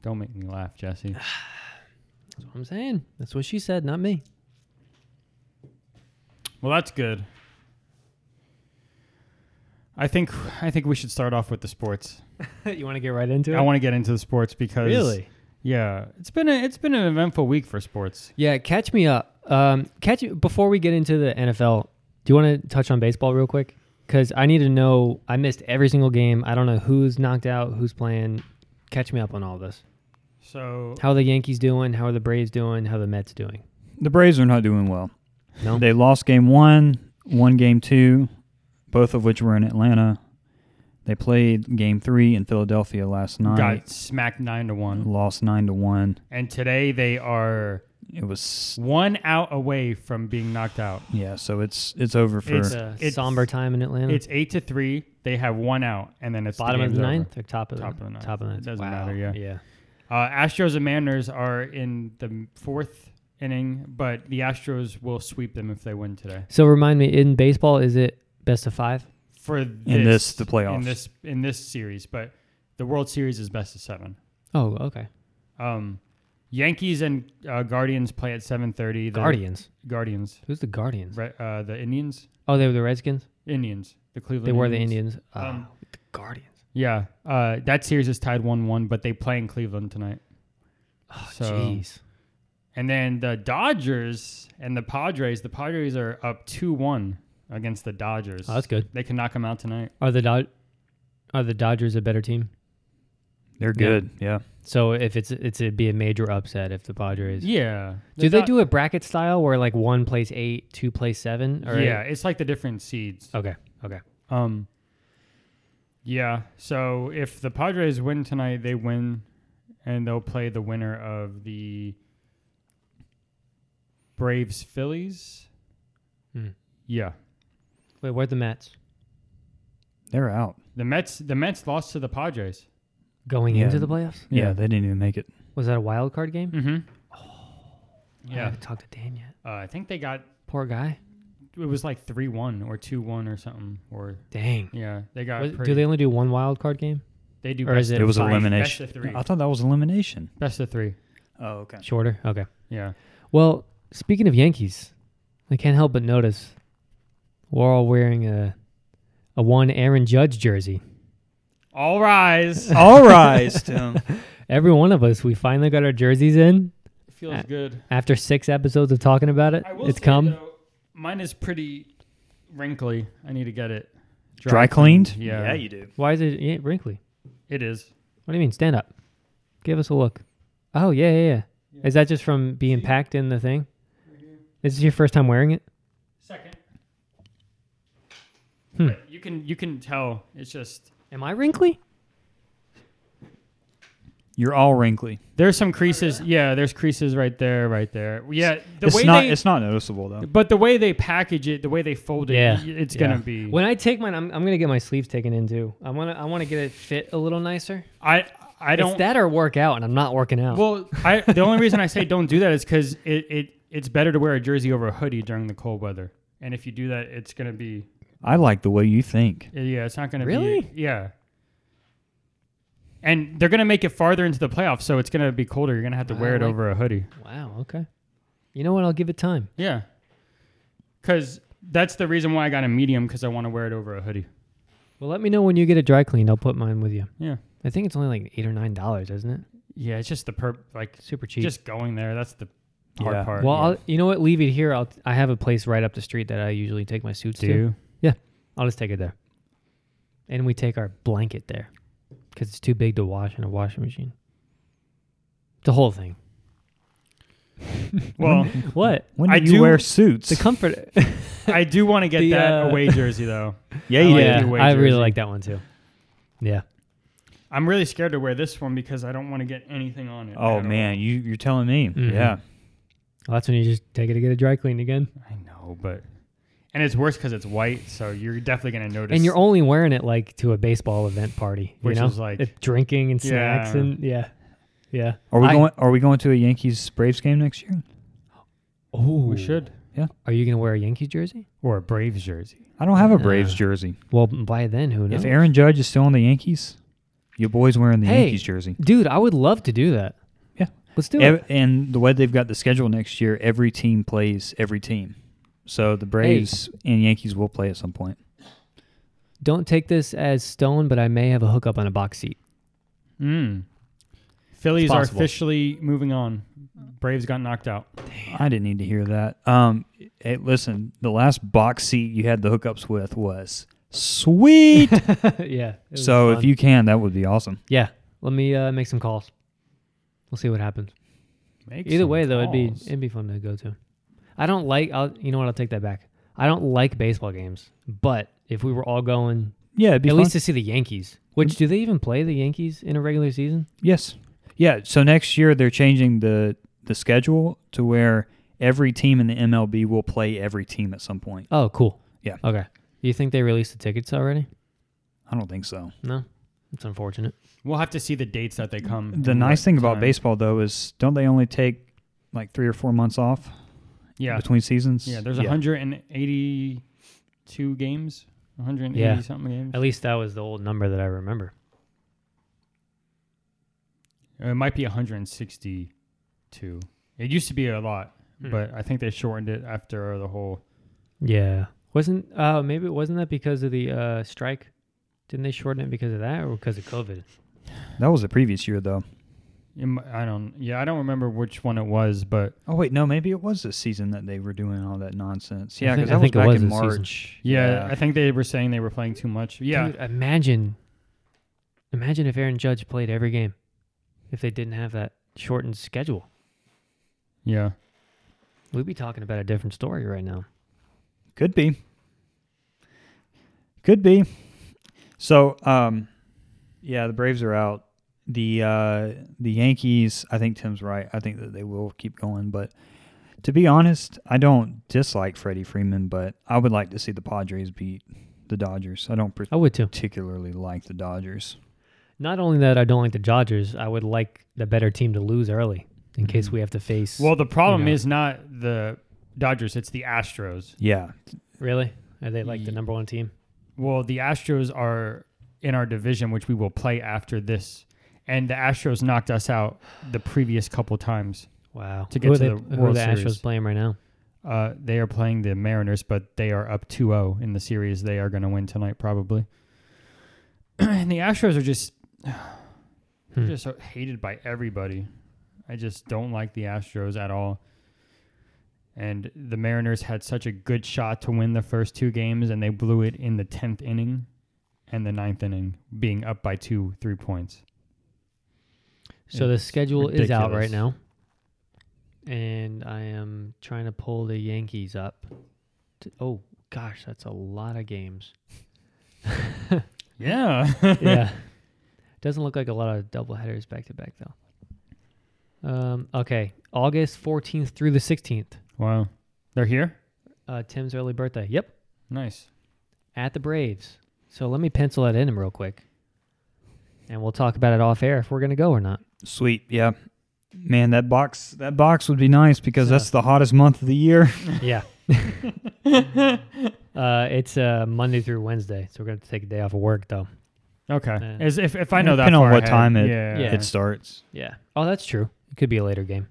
[SPEAKER 1] Don't make me laugh, Jesse.
[SPEAKER 2] That's what I'm saying. That's what she said, not me.
[SPEAKER 1] Well, that's good. I think I think we should start off with the sports.
[SPEAKER 2] you want to get right into it?
[SPEAKER 1] I want to get into the sports because
[SPEAKER 2] really.
[SPEAKER 1] yeah, it's been a, it's been an eventful week for sports.
[SPEAKER 2] Yeah, catch me up. Um, catch before we get into the NFL. Do you want to touch on baseball real quick? Because I need to know. I missed every single game. I don't know who's knocked out, who's playing. Catch me up on all this.
[SPEAKER 1] So
[SPEAKER 2] How are the Yankees doing? How are the Braves doing? How are the Mets doing?
[SPEAKER 3] The Braves are not doing well.
[SPEAKER 2] No.
[SPEAKER 3] They lost game one, won game two, both of which were in Atlanta. They played game three in Philadelphia last night.
[SPEAKER 1] got smacked nine to one,
[SPEAKER 3] Lost nine to one.
[SPEAKER 1] and today they are
[SPEAKER 3] It was
[SPEAKER 1] one out away from being knocked out.
[SPEAKER 3] yeah. So it's it's over for
[SPEAKER 1] It's,
[SPEAKER 2] It's a
[SPEAKER 1] It's-
[SPEAKER 2] somber time in Atlanta.
[SPEAKER 1] It's eight to three. They have one out, and then it's
[SPEAKER 2] bottom of
[SPEAKER 1] game's
[SPEAKER 2] the
[SPEAKER 1] over.
[SPEAKER 2] ninth or top of the
[SPEAKER 1] Top of the ninth.
[SPEAKER 2] Top of the ninth.
[SPEAKER 1] It doesn't
[SPEAKER 2] Wow.
[SPEAKER 1] matter, yeah.
[SPEAKER 2] Yeah.
[SPEAKER 1] Uh, Astros and Mariners are in the fourth inning, but the Astros will sweep them if they win today.
[SPEAKER 2] So remind me, in baseball, is it best of five?
[SPEAKER 1] for this,
[SPEAKER 3] this, the playoffs.
[SPEAKER 1] in this in this series, but the World Series is best of seven.
[SPEAKER 2] Oh, okay.
[SPEAKER 1] Um, Yankees and uh, Guardians play at seven thirty.
[SPEAKER 2] Guardians.
[SPEAKER 1] Guardians,
[SPEAKER 2] Who's the Guardians?
[SPEAKER 1] Re- uh, the Indians,
[SPEAKER 2] Oh, they were the Redskins.
[SPEAKER 1] Indians, the Cleveland.
[SPEAKER 2] They were the Indians. Ah,
[SPEAKER 1] Um,
[SPEAKER 2] the Guardians.
[SPEAKER 1] Yeah, uh, that series is tied one one, but they play in Cleveland tonight.
[SPEAKER 2] Oh,
[SPEAKER 1] so-
[SPEAKER 2] jeez.
[SPEAKER 1] And then the Dodgers and the Padres. The Padres are up two one against the Dodgers.
[SPEAKER 2] Oh, that's good.
[SPEAKER 1] They can knock them out tonight.
[SPEAKER 2] Are the Dod- are the Dodgers a better team?
[SPEAKER 3] they're good. Yeah.
[SPEAKER 2] So if it's it's it'd be a major upset if the Padres.
[SPEAKER 1] Yeah.
[SPEAKER 2] Do they
[SPEAKER 1] Dod-
[SPEAKER 2] do a bracket style where like one plays eight, two plays seven? Or
[SPEAKER 1] Yeah, it's like the different seeds.
[SPEAKER 2] Okay. Okay.
[SPEAKER 1] Um. Yeah. So if the Padres win tonight, they win, and they'll play the winner of the Braves Phillies.
[SPEAKER 2] Hmm.
[SPEAKER 1] Yeah,
[SPEAKER 2] Wait, where are the Mets?
[SPEAKER 3] They're out.
[SPEAKER 1] The Mets the Mets lost to the Padres.
[SPEAKER 2] Going
[SPEAKER 3] Yeah.
[SPEAKER 2] into the playoffs?
[SPEAKER 3] Yeah,
[SPEAKER 1] Yeah.
[SPEAKER 3] they didn't even make it.
[SPEAKER 2] Was that a wild card game?
[SPEAKER 1] Mm-hmm.
[SPEAKER 2] I
[SPEAKER 1] Yeah.
[SPEAKER 2] haven't talked to Dan yet.
[SPEAKER 1] Uh, I think they got
[SPEAKER 2] Poor guy.
[SPEAKER 1] it was like three one or two one or something or
[SPEAKER 2] Dang.
[SPEAKER 1] yeah they got
[SPEAKER 2] Was-
[SPEAKER 1] pretty,
[SPEAKER 2] do they only do one wild card game?
[SPEAKER 1] they do
[SPEAKER 2] or
[SPEAKER 1] best
[SPEAKER 2] is
[SPEAKER 1] of
[SPEAKER 2] It
[SPEAKER 3] It was
[SPEAKER 1] five,
[SPEAKER 3] elimination.
[SPEAKER 1] best of three
[SPEAKER 3] I thought that was elimination.
[SPEAKER 1] best of three
[SPEAKER 3] Oh, okay.
[SPEAKER 2] Shorter? Okay.
[SPEAKER 1] yeah
[SPEAKER 2] Well, speaking of Yankees, I can't help but notice we're all wearing a a one Aaron Judge jersey.
[SPEAKER 1] all rise
[SPEAKER 3] All rise, Tim.
[SPEAKER 2] Every one of us, we finally got our jerseys in
[SPEAKER 1] feels
[SPEAKER 2] Uh,
[SPEAKER 1] good
[SPEAKER 2] after six episodes of talking about it.
[SPEAKER 1] I will
[SPEAKER 2] It's
[SPEAKER 1] say,
[SPEAKER 2] come.
[SPEAKER 1] though, mine is pretty wrinkly I need to get it
[SPEAKER 3] Dry cleaned?
[SPEAKER 1] yeah
[SPEAKER 3] do.
[SPEAKER 2] Why is it yeah, wrinkly?
[SPEAKER 1] it is
[SPEAKER 2] What do you mean? Stand up. Give us a look. Oh yeah, yeah, yeah. Is that just from being packed in the thing? Is this your first time wearing it?
[SPEAKER 1] second
[SPEAKER 2] Hmm.
[SPEAKER 1] But you can you can tell it's just
[SPEAKER 2] Am I wrinkly?
[SPEAKER 3] You're all wrinkly.
[SPEAKER 1] there's some creases yeah there's creases right there right there yeah the
[SPEAKER 3] it's
[SPEAKER 1] way
[SPEAKER 3] not.
[SPEAKER 1] they,
[SPEAKER 3] it's not noticeable though.
[SPEAKER 1] but the way they package it the way they fold it
[SPEAKER 2] Yeah.
[SPEAKER 1] y- it's
[SPEAKER 2] Yeah.
[SPEAKER 1] gonna be
[SPEAKER 2] When I take mine, I'm, I'm gonna get my sleeves taken in too. I wanna I wanna get it fit a little nicer.
[SPEAKER 1] I I
[SPEAKER 2] It's
[SPEAKER 1] don't
[SPEAKER 2] that or work out, and I'm not working out.
[SPEAKER 1] Well, I the only reason I say don't do that is because it, it it's better to wear a jersey over a hoodie during the cold weather. And if you do that, it's gonna be
[SPEAKER 3] I like the way you think.
[SPEAKER 1] Uh, yeah, it's not gonna
[SPEAKER 2] Really?
[SPEAKER 1] be yeah. And they're gonna make it farther into the playoffs, so it's gonna be colder. You're gonna have to wear
[SPEAKER 2] I
[SPEAKER 1] it
[SPEAKER 2] like-
[SPEAKER 1] over a hoodie.
[SPEAKER 2] wow. Okay. You know what? I'll give it time.
[SPEAKER 1] Yeah, because that's the reason why I got a medium because I want to wear it over a hoodie.
[SPEAKER 2] Well, let me know when you get it dry cleaned. I'll put mine with you.
[SPEAKER 1] Yeah,
[SPEAKER 2] I think it's only like eight or nine dollars, isn't it?
[SPEAKER 1] yeah, it's just the perp like
[SPEAKER 2] Super cheap.
[SPEAKER 1] just going there. That's the hard
[SPEAKER 3] Yeah.
[SPEAKER 1] part.
[SPEAKER 2] well, I'll, you know what? Leave it here. I'll, I have a place right up the street that I usually take my suits
[SPEAKER 1] do
[SPEAKER 2] to. I'll just take it there. And we take our blanket there because it's too big to wash in a washing machine. The whole thing.
[SPEAKER 1] well.
[SPEAKER 2] What?
[SPEAKER 3] When do
[SPEAKER 1] I
[SPEAKER 3] you
[SPEAKER 1] do-
[SPEAKER 3] wear suits?
[SPEAKER 2] The comfort.
[SPEAKER 1] I do want to get
[SPEAKER 2] The,
[SPEAKER 1] that
[SPEAKER 2] uh,
[SPEAKER 1] away jersey though.
[SPEAKER 3] yeah,
[SPEAKER 1] I
[SPEAKER 3] you
[SPEAKER 1] like
[SPEAKER 3] did.
[SPEAKER 1] the away
[SPEAKER 2] Oh, I really
[SPEAKER 1] jersey.
[SPEAKER 2] like that one too. Yeah.
[SPEAKER 1] I'm really scared to wear this one because I don't want to get anything on it. at
[SPEAKER 3] Oh
[SPEAKER 1] all.
[SPEAKER 3] man, you you're telling me.
[SPEAKER 2] Mhm.
[SPEAKER 3] Yeah.
[SPEAKER 2] Well, that's when you just take it to get it dry cleaned again.
[SPEAKER 1] I know, but and it's worse because it's white, so you're definitely gonna notice.
[SPEAKER 2] and you're only wearing it like to a baseball event party, you
[SPEAKER 1] Which
[SPEAKER 2] know?
[SPEAKER 1] is like-
[SPEAKER 2] It- drinking and snacks
[SPEAKER 1] Yeah.
[SPEAKER 2] and yeah, yeah.
[SPEAKER 3] Are we
[SPEAKER 2] I-
[SPEAKER 3] going? Are we going to a Yankees Braves game next year?
[SPEAKER 2] Oh,
[SPEAKER 1] we should
[SPEAKER 2] Are you gonna wear a Yankees jersey?
[SPEAKER 1] or a Braves jersey.
[SPEAKER 3] I don't have a
[SPEAKER 2] Yeah.
[SPEAKER 3] Braves jersey.
[SPEAKER 2] Well, by then, who knows?
[SPEAKER 3] If Aaron Judge is still on the Yankees, your boy's wearing the
[SPEAKER 2] Hey.
[SPEAKER 3] Yankees jersey.
[SPEAKER 2] Dude, I would love to do that.
[SPEAKER 3] Yeah.
[SPEAKER 2] let's do it.
[SPEAKER 3] Ev- and the way they've got the schedule next year, every team plays every team. So the Braves and Yankees will play at some point.
[SPEAKER 2] Don't take this as stone, but I may have a hookup on a box seat.
[SPEAKER 1] Mm. Phillies are
[SPEAKER 2] possible.
[SPEAKER 1] officially moving on. Braves got knocked out.
[SPEAKER 3] I didn't need to hear that. Um, hey, listen, the last box seat you had the hookups with was sweet.
[SPEAKER 2] yeah.
[SPEAKER 3] so if you can, that would be awesome.
[SPEAKER 2] yeah, let me uh, make some calls. We'll see what happens.
[SPEAKER 1] Make
[SPEAKER 2] Either
[SPEAKER 1] some
[SPEAKER 2] way, though, it'd be
[SPEAKER 1] calls.
[SPEAKER 2] it'd be fun to go to. I don't like. I'll, you know what? I'll take that back. I don't like baseball games, but if we were all going,
[SPEAKER 3] Yeah, it'd be
[SPEAKER 2] at
[SPEAKER 3] fun.
[SPEAKER 2] least to see the Yankees. Which do they even play the Yankees in a regular season?
[SPEAKER 3] Yes. Yeah. So next year they're changing the the schedule to where every team in the MLB will play every team at some point.
[SPEAKER 2] Oh, cool.
[SPEAKER 3] Yeah.
[SPEAKER 2] Okay. You think they released the tickets already?
[SPEAKER 3] I don't think so.
[SPEAKER 2] No. It's unfortunate.
[SPEAKER 1] we'll have to see the dates that they come.
[SPEAKER 2] Mm-hmm.
[SPEAKER 3] The
[SPEAKER 1] and
[SPEAKER 3] nice
[SPEAKER 1] what
[SPEAKER 3] thing about
[SPEAKER 1] time.
[SPEAKER 3] baseball though is don't they only take like three or four months off
[SPEAKER 1] yeah,
[SPEAKER 3] between seasons?
[SPEAKER 1] yeah. There's 182 games, 180
[SPEAKER 2] Yeah.
[SPEAKER 1] something games.
[SPEAKER 2] At least that was the old number that I remember.
[SPEAKER 1] It might be 162. It used to be a lot,
[SPEAKER 2] Hmm.
[SPEAKER 1] but I think they shortened it after the whole.
[SPEAKER 2] Yeah. Wasn't uh maybe it wasn't that because of the uh strike? Didn't they shorten it because of that or because of COVID?
[SPEAKER 3] That was the previous year though.
[SPEAKER 1] it mi- I don't. Yeah, I don't remember which one it was, but
[SPEAKER 3] Oh wait, no, maybe it was this season that they were doing all that nonsense.
[SPEAKER 2] I
[SPEAKER 3] Yeah,
[SPEAKER 2] think-
[SPEAKER 3] because
[SPEAKER 2] I
[SPEAKER 3] that was
[SPEAKER 2] think it
[SPEAKER 3] back
[SPEAKER 2] was
[SPEAKER 3] in
[SPEAKER 2] this season.
[SPEAKER 3] March.
[SPEAKER 1] yeah, I think they were saying they were playing too much. Yeah,
[SPEAKER 2] Dude, imagine imagine if Aaron Judge played every game. If they didn't have that shortened schedule.
[SPEAKER 1] yeah.
[SPEAKER 2] We'd be talking about a different story right now.
[SPEAKER 3] Could be. Could be. So, um, yeah, the Braves are out. The uh, the Yankees. I think Tim's right. I think that they will keep going. But to be honest, I don't dislike Freddie Freeman, but I would like to see the Padres beat the Dodgers. I don't
[SPEAKER 2] I would too.
[SPEAKER 3] particularly like the Dodgers.
[SPEAKER 2] Not only that, I don't like the Dodgers. I would like the better team to lose early in case we have to face.
[SPEAKER 1] Well, the problem
[SPEAKER 2] You know.
[SPEAKER 1] is not the Dodgers; it's the Astros.
[SPEAKER 3] Yeah,
[SPEAKER 2] really, are they like the number one team?
[SPEAKER 1] Well, the Astros are in our division, which we will play after this. And the Astros knocked us out the previous couple times.
[SPEAKER 2] Wow.
[SPEAKER 1] To
[SPEAKER 2] Who
[SPEAKER 1] get
[SPEAKER 2] are
[SPEAKER 1] to
[SPEAKER 2] they-
[SPEAKER 1] the
[SPEAKER 2] who are
[SPEAKER 1] World
[SPEAKER 2] the
[SPEAKER 1] Series.
[SPEAKER 2] Astros playing right now?
[SPEAKER 1] Uh, they are playing the Mariners, but they are up 2-0 in the series. They are going to win tonight, probably. and the Astros are just they're
[SPEAKER 2] Hmm.
[SPEAKER 1] just so hated by everybody. I just don't like the Astros at all. And the Mariners had such a good shot to win the first two games, and they blew it in the tenth inning and the ninth inning, being up by two, three points.
[SPEAKER 2] So the schedule is out right
[SPEAKER 1] ridiculous.
[SPEAKER 2] now. And I am trying to pull the Yankees up. T- Oh, gosh, that's a lot of games.
[SPEAKER 1] Yeah,
[SPEAKER 2] yeah. Doesn't look like a lot of doubleheaders back to back, though. Um, okay. August 14th through the 16th.
[SPEAKER 1] wow, they're here.
[SPEAKER 2] Uh, Tim's early birthday. Yep.
[SPEAKER 1] Nice.
[SPEAKER 2] At the Braves. So let me pencil that in real quick. And we'll talk about it off air if we're going to go or not.
[SPEAKER 3] sweet. Yeah, man, that box that box would be nice because
[SPEAKER 2] Yeah.
[SPEAKER 3] that's the hottest month of the year.
[SPEAKER 2] Yeah. uh, it's uh, Monday through Wednesday, so we're gonna have to take a day off of work though.
[SPEAKER 1] Okay,
[SPEAKER 2] Yeah.
[SPEAKER 1] As if if I know that
[SPEAKER 3] Depending on
[SPEAKER 1] far
[SPEAKER 3] what
[SPEAKER 1] ahead,
[SPEAKER 3] time it-
[SPEAKER 1] yeah.
[SPEAKER 2] Yeah.
[SPEAKER 3] It starts.
[SPEAKER 2] Yeah. Oh, that's true. It could be a later game.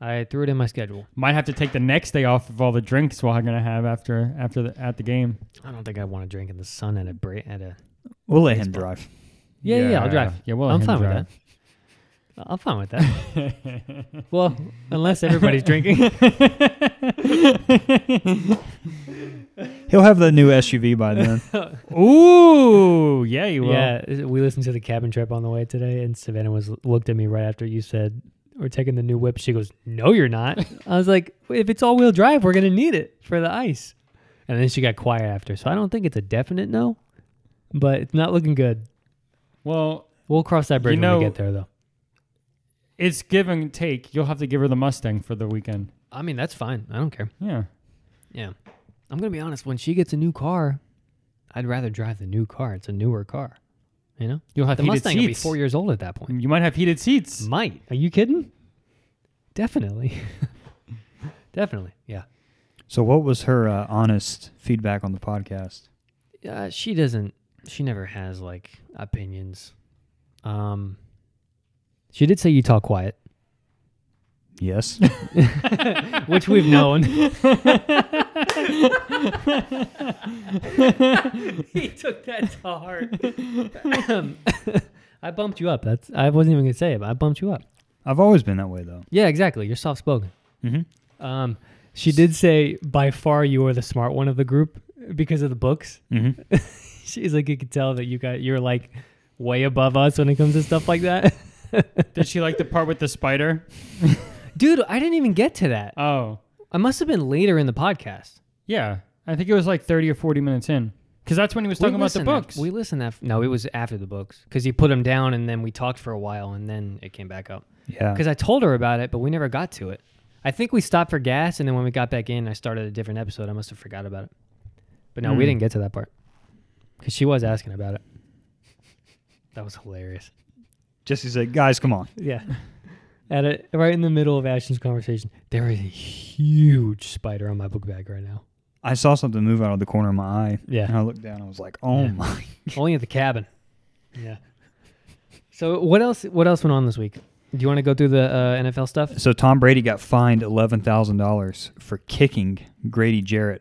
[SPEAKER 2] I threw it in my schedule.
[SPEAKER 1] Might have to take the next day off of all the drinks we're gonna have after after the at the game.
[SPEAKER 2] I don't think I want to drink in the sun at a bra- at a.
[SPEAKER 3] We'll let him
[SPEAKER 2] Baseball.
[SPEAKER 3] drive.
[SPEAKER 2] Yeah, yeah, I'll drive.
[SPEAKER 1] Yeah, well,
[SPEAKER 2] I'm fine with that. I'm fine with that. well, unless everybody's drinking.
[SPEAKER 3] He'll have the new SUV by then.
[SPEAKER 1] that. Ooh, yeah, you will.
[SPEAKER 2] yeah, we listened to the cabin trip on the way today, and Savannah was looked at me right after you said we're taking the new whip. She goes, "No, you're not." I was like, "If it's all wheel drive, we're gonna need it for the ice." And then she got quiet after, so I don't think it's a definite no, but it's not looking good.
[SPEAKER 1] Well,
[SPEAKER 2] We'll cross that bridge when
[SPEAKER 1] know-
[SPEAKER 2] we get there, though.
[SPEAKER 1] it's give and take. You'll have to give her the Mustang for the weekend.
[SPEAKER 2] I mean, that's fine. I don't care.
[SPEAKER 1] Yeah.
[SPEAKER 2] Yeah, I'm gonna be honest. When she gets a new car, I'd rather drive the new car. It's a newer car, you know.
[SPEAKER 1] You'll have
[SPEAKER 2] The
[SPEAKER 1] heated
[SPEAKER 2] Mustang will be
[SPEAKER 1] seats.
[SPEAKER 2] four years old at that point.
[SPEAKER 1] you might have heated seats.
[SPEAKER 2] Might. Are you kidding? Definitely. Definitely. Yeah.
[SPEAKER 3] so, what was her uh, honest feedback on the podcast?
[SPEAKER 2] Uh, she doesn't. She never has like opinions. Um. She did say you talk quiet,
[SPEAKER 3] Yes.
[SPEAKER 2] which we've known. he took that to heart. I bumped you up. That's. I wasn't even gonna say it, but I bumped you up.
[SPEAKER 3] I've always been that way though.
[SPEAKER 2] Yeah, exactly. You're soft spoken.
[SPEAKER 3] Mm-hmm.
[SPEAKER 2] Um, she did say by far you are the smart one of the group because of the books.
[SPEAKER 3] Mm-hmm.
[SPEAKER 2] She's like, you could tell that you got you're like way above us when it comes to stuff like that.
[SPEAKER 1] Did she like the part with the spider?
[SPEAKER 2] Dude, I didn't even get to that.
[SPEAKER 1] Oh,
[SPEAKER 2] I must have been later in the podcast.
[SPEAKER 1] yeah. I think it was like thirty or forty minutes in, because that's when he was talking about the
[SPEAKER 2] listened af-
[SPEAKER 1] books.
[SPEAKER 2] we listened after. No, it was after the books because you put them down and then we talked for a while and then it came back up.
[SPEAKER 3] Yeah.
[SPEAKER 2] Because I told her about it, but we never got to it. I think we stopped for gas and then when we got back in, I started a different episode. I must have forgot about it. But no, we
[SPEAKER 1] Hmm.
[SPEAKER 2] didn't get to that part because she was asking about it. That was hilarious.
[SPEAKER 3] Jesse said, "Guys, come on."
[SPEAKER 2] Yeah. At it right in the middle of Ashton's conversation, there is a huge spider on my book bag right now.
[SPEAKER 3] I saw something move out of the corner of my eye.
[SPEAKER 2] Yeah.
[SPEAKER 3] And I looked down. I was like, "Oh
[SPEAKER 2] Yeah.
[SPEAKER 3] my!"
[SPEAKER 2] Only at the cabin. Yeah. So what else? What else went on this week? Do you want to go through the uh, NFL stuff?
[SPEAKER 3] So Tom Brady got fined eleven thousand dollars for kicking Grady Jarrett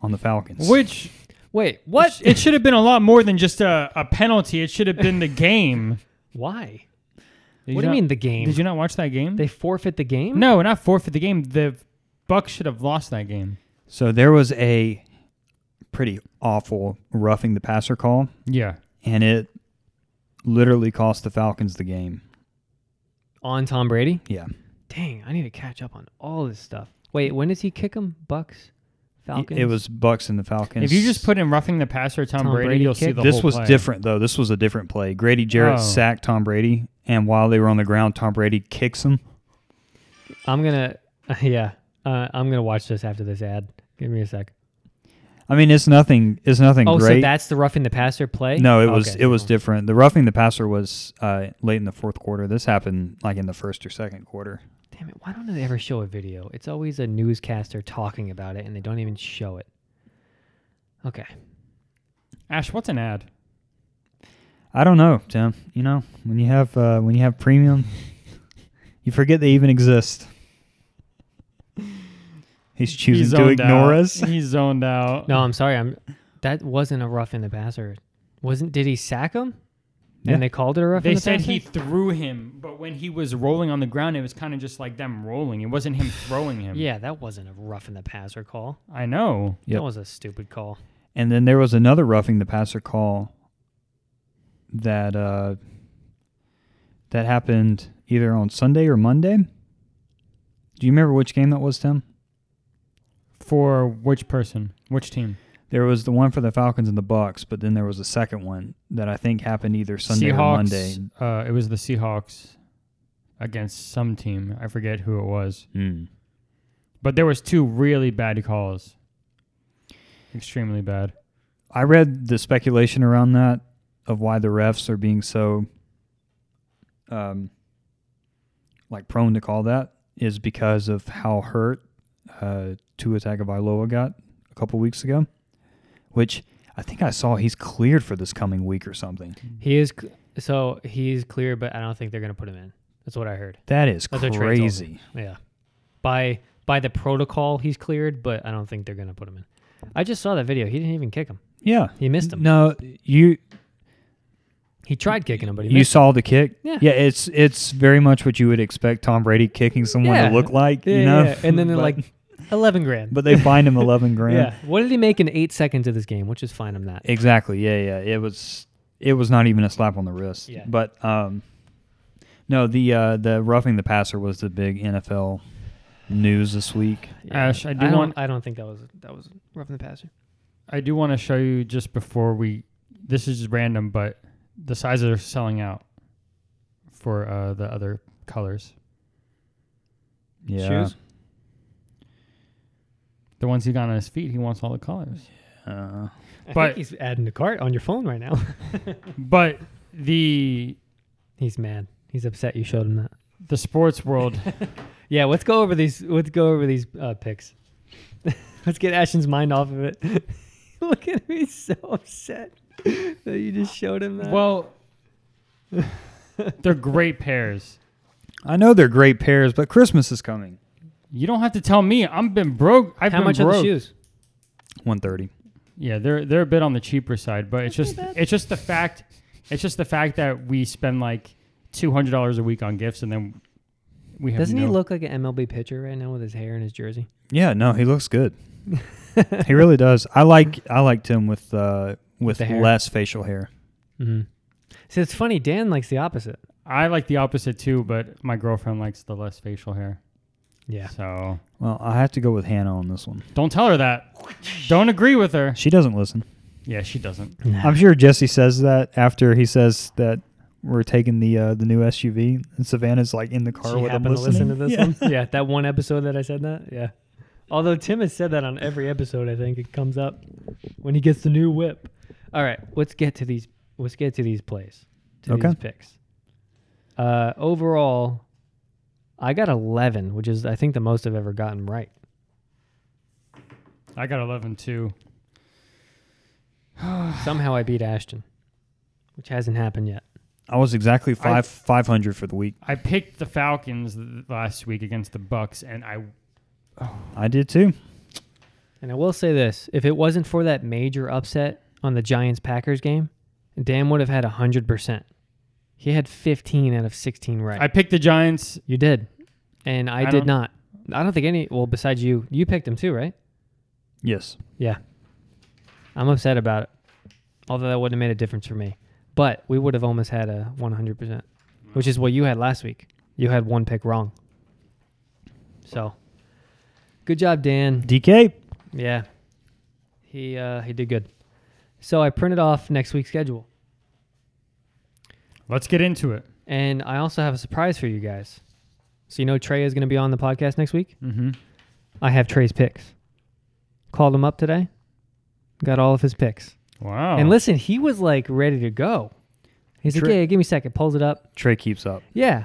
[SPEAKER 3] on the Falcons.
[SPEAKER 1] Which
[SPEAKER 2] Wait, what?
[SPEAKER 1] It should have been a lot more than just a, a penalty. It should have been the game.
[SPEAKER 2] Why?
[SPEAKER 1] Did
[SPEAKER 2] what do you
[SPEAKER 1] not-
[SPEAKER 2] mean the game?
[SPEAKER 1] Did you not watch that game?
[SPEAKER 2] they forfeit the game?
[SPEAKER 1] no, not forfeit the game. The Bucks should have lost that game.
[SPEAKER 3] So there was a pretty awful roughing the passer call,
[SPEAKER 1] Yeah.
[SPEAKER 3] and it literally cost the Falcons the game.
[SPEAKER 2] On Tom Brady?
[SPEAKER 3] Yeah.
[SPEAKER 2] Dang, I need to catch up on all this stuff. Wait, when does he kick him? Bucks, Falcons.
[SPEAKER 3] It was Bucks and the Falcons.
[SPEAKER 1] If you just put in roughing the passer Tom,
[SPEAKER 2] Tom
[SPEAKER 1] Brady,
[SPEAKER 2] Brady
[SPEAKER 1] you'll see
[SPEAKER 2] kicked?
[SPEAKER 1] the
[SPEAKER 3] this
[SPEAKER 1] whole
[SPEAKER 3] was
[SPEAKER 1] play.
[SPEAKER 3] different though. This was a different play. Grady Jarrett
[SPEAKER 1] Oh.
[SPEAKER 3] sacked Tom Brady, and while they were on the ground, Tom Brady kicks him.
[SPEAKER 2] I'm gonna. yeah. Uh, I'm gonna watch this after this ad. Give me a sec.
[SPEAKER 3] I mean, it's nothing. It's nothing
[SPEAKER 2] Oh,
[SPEAKER 3] great.
[SPEAKER 2] so that's the roughing the passer play?
[SPEAKER 3] no, it was
[SPEAKER 2] Okay.
[SPEAKER 3] it was different. The roughing the passer was uh, late in the fourth quarter. This happened like in the first or second quarter.
[SPEAKER 2] Damn it! Why don't they ever show a video? It's always a newscaster talking about it, and they don't even show it. Okay.
[SPEAKER 1] Ash, what's an ad?
[SPEAKER 3] I don't know, Tim. You know, when you have uh, when you have premium, you forget they even exist. He's choosing
[SPEAKER 1] He's
[SPEAKER 3] to
[SPEAKER 1] zoned
[SPEAKER 3] ignore
[SPEAKER 1] out.
[SPEAKER 3] us.
[SPEAKER 1] He's zoned out.
[SPEAKER 2] No, I'm sorry. I'm. That wasn't a rough in the passer. Wasn't? Did he sack him?
[SPEAKER 3] Yeah.
[SPEAKER 2] And they called it a rough in
[SPEAKER 1] They
[SPEAKER 2] the
[SPEAKER 1] said
[SPEAKER 2] passer?
[SPEAKER 1] he threw him, but when he was rolling on the ground, it was kind of just like them rolling. It wasn't him throwing him.
[SPEAKER 2] Yeah, that wasn't a rough in the passer call.
[SPEAKER 1] I know.
[SPEAKER 3] Yep.
[SPEAKER 2] That was a stupid call.
[SPEAKER 3] And then there was another roughing the passer call that uh, that happened either on Sunday or Monday. Do you remember which game that was, Tim?
[SPEAKER 1] For which person? Which team?
[SPEAKER 3] There was the one for the Falcons and the Bucks, but then there was a second one that I think happened either Sunday
[SPEAKER 1] Seahawks.
[SPEAKER 3] or Monday.
[SPEAKER 1] Uh, it was the Seahawks against some team. I forget who it was, but there was two really bad calls. Extremely bad.
[SPEAKER 3] I read the speculation around that of why the refs are being so um, like prone to call that is because of how hurt uh, Tua Tagovailoa got a couple weeks ago, which I think I saw he's cleared for this coming week or something.
[SPEAKER 2] He is c- so he's clear, but I don't think they're gonna put him in. That's what I heard.
[SPEAKER 3] That is
[SPEAKER 2] That's what Trey told me.
[SPEAKER 3] crazy.
[SPEAKER 2] Yeah. By by the protocol, he's cleared, but I don't think they're gonna put him in. I just saw that video. He didn't even kick him.
[SPEAKER 3] Yeah.
[SPEAKER 2] He missed him.
[SPEAKER 3] No, you
[SPEAKER 2] He tried kicking him, but he
[SPEAKER 3] you
[SPEAKER 2] missed.
[SPEAKER 3] saw the kick.
[SPEAKER 2] Yeah.
[SPEAKER 3] yeah, it's it's very much what you would expect Tom Brady kicking someone
[SPEAKER 2] Yeah.
[SPEAKER 3] to look like.
[SPEAKER 2] Yeah,
[SPEAKER 3] you know,
[SPEAKER 2] yeah. And then they're
[SPEAKER 3] But-
[SPEAKER 2] like, eleven grand.
[SPEAKER 3] but they fined him eleven grand.
[SPEAKER 2] yeah. What did he make in eight seconds of this game? Which is fine. I'm not.
[SPEAKER 3] Exactly. Yeah, yeah. It was it was not even a slap on the wrist.
[SPEAKER 2] Yeah.
[SPEAKER 3] But um no, the uh the roughing the passer was the big NFL news this week.
[SPEAKER 1] Ash, I do
[SPEAKER 2] don't,
[SPEAKER 1] want-
[SPEAKER 2] I don't think that was that was rough in the passer.
[SPEAKER 1] I do want to show you just before we. This is just random, but the sizes are selling out for uh, the other colors.
[SPEAKER 3] Yeah.
[SPEAKER 2] Shoes?
[SPEAKER 1] The ones he got on his feet, he wants all the colors.
[SPEAKER 3] Uh,
[SPEAKER 2] I
[SPEAKER 1] But-
[SPEAKER 2] think he's adding a cart on your phone right now.
[SPEAKER 1] But the
[SPEAKER 2] he's mad. He's upset. You showed him that.
[SPEAKER 1] the sports world,
[SPEAKER 2] Yeah. Let's go over these. Let's go over these uh, picks. let's get Ashton's mind off of it. Look at him. He's so upset that you just showed him that.
[SPEAKER 1] well, they're great pairs.
[SPEAKER 3] I know they're great pairs, but Christmas is coming.
[SPEAKER 1] You don't have to tell me. I've been broke. I've
[SPEAKER 2] how
[SPEAKER 1] been
[SPEAKER 2] much
[SPEAKER 1] broke.
[SPEAKER 2] are the shoes?
[SPEAKER 3] One thirty.
[SPEAKER 1] Yeah, they're they're a bit on the cheaper side, but it's
[SPEAKER 2] That's
[SPEAKER 1] just
[SPEAKER 2] not bad.
[SPEAKER 1] it's just the fact it's just the fact that we spend like two hundred dollars a week on gifts, and then we have
[SPEAKER 2] Doesn't he
[SPEAKER 1] no-
[SPEAKER 2] look like an MLB pitcher right now with his hair and his jersey?
[SPEAKER 3] Yeah, no, he looks good. he really does. I like I liked him with uh with
[SPEAKER 2] The hair.
[SPEAKER 3] less facial hair.
[SPEAKER 2] Mm-hmm. See, it's funny. Dan likes the opposite.
[SPEAKER 1] I like the opposite too, but my girlfriend likes the less facial hair.
[SPEAKER 2] Yeah.
[SPEAKER 1] So
[SPEAKER 3] Well, I have to go with Hannah on this one.
[SPEAKER 1] don't tell her that. Don't agree with her.
[SPEAKER 3] She doesn't listen.
[SPEAKER 1] Yeah, she doesn't.
[SPEAKER 3] I'm sure Jesse says that after he says that we're taking the uh, the new SUV and Savannah's like in the car
[SPEAKER 2] She
[SPEAKER 3] with him
[SPEAKER 2] happened to listen
[SPEAKER 3] listening.
[SPEAKER 2] to this
[SPEAKER 3] yeah.
[SPEAKER 2] one. Yeah, that one episode that I said that. Yeah. Although Tim has said that on every episode, I think it comes up when he gets the new whip. All right, let's get to these. Let's get to these plays. To
[SPEAKER 3] Okay.
[SPEAKER 2] These picks. Uh, overall, I got eleven, which is I think the most I've ever gotten right.
[SPEAKER 1] I got eleven too.
[SPEAKER 2] Somehow I beat Ashton, which hasn't happened yet.
[SPEAKER 3] I was exactly five five hundred for the week.
[SPEAKER 1] I picked the Falcons th- last week against the Bucks, and I
[SPEAKER 3] I did too.
[SPEAKER 2] And I will say this: if it wasn't for that major upset on the Giants Packers game, Dan would have had hundred percent. He had fifteen out of sixteen right.
[SPEAKER 1] I picked the Giants.
[SPEAKER 2] you did, and I,
[SPEAKER 1] I
[SPEAKER 2] did
[SPEAKER 1] don't-
[SPEAKER 2] not. I don't think any. Well, besides you, you picked him too, right?
[SPEAKER 3] Yes.
[SPEAKER 2] Yeah. I'm upset about it. Although that wouldn't have made a difference for me, but we would have almost had a one hundred percent, which is what you had last week. You had one pick wrong. So, good job, Dan.
[SPEAKER 3] DK.
[SPEAKER 2] Yeah. He uh, he did good. So I printed off next week's schedule.
[SPEAKER 1] Let's get into it.
[SPEAKER 2] And I also have a surprise for you guys. So you know Trey is going to be on the podcast next week?
[SPEAKER 1] Mm-hmm.
[SPEAKER 2] I have Trey's picks. Called him up today. Got all of his picks.
[SPEAKER 3] Oh.
[SPEAKER 1] Wow.
[SPEAKER 2] And listen, he was like ready to go. He's
[SPEAKER 3] Tri-
[SPEAKER 2] like, yeah, give me a second. Pulls it up.
[SPEAKER 3] Trey keeps up.
[SPEAKER 2] Yeah.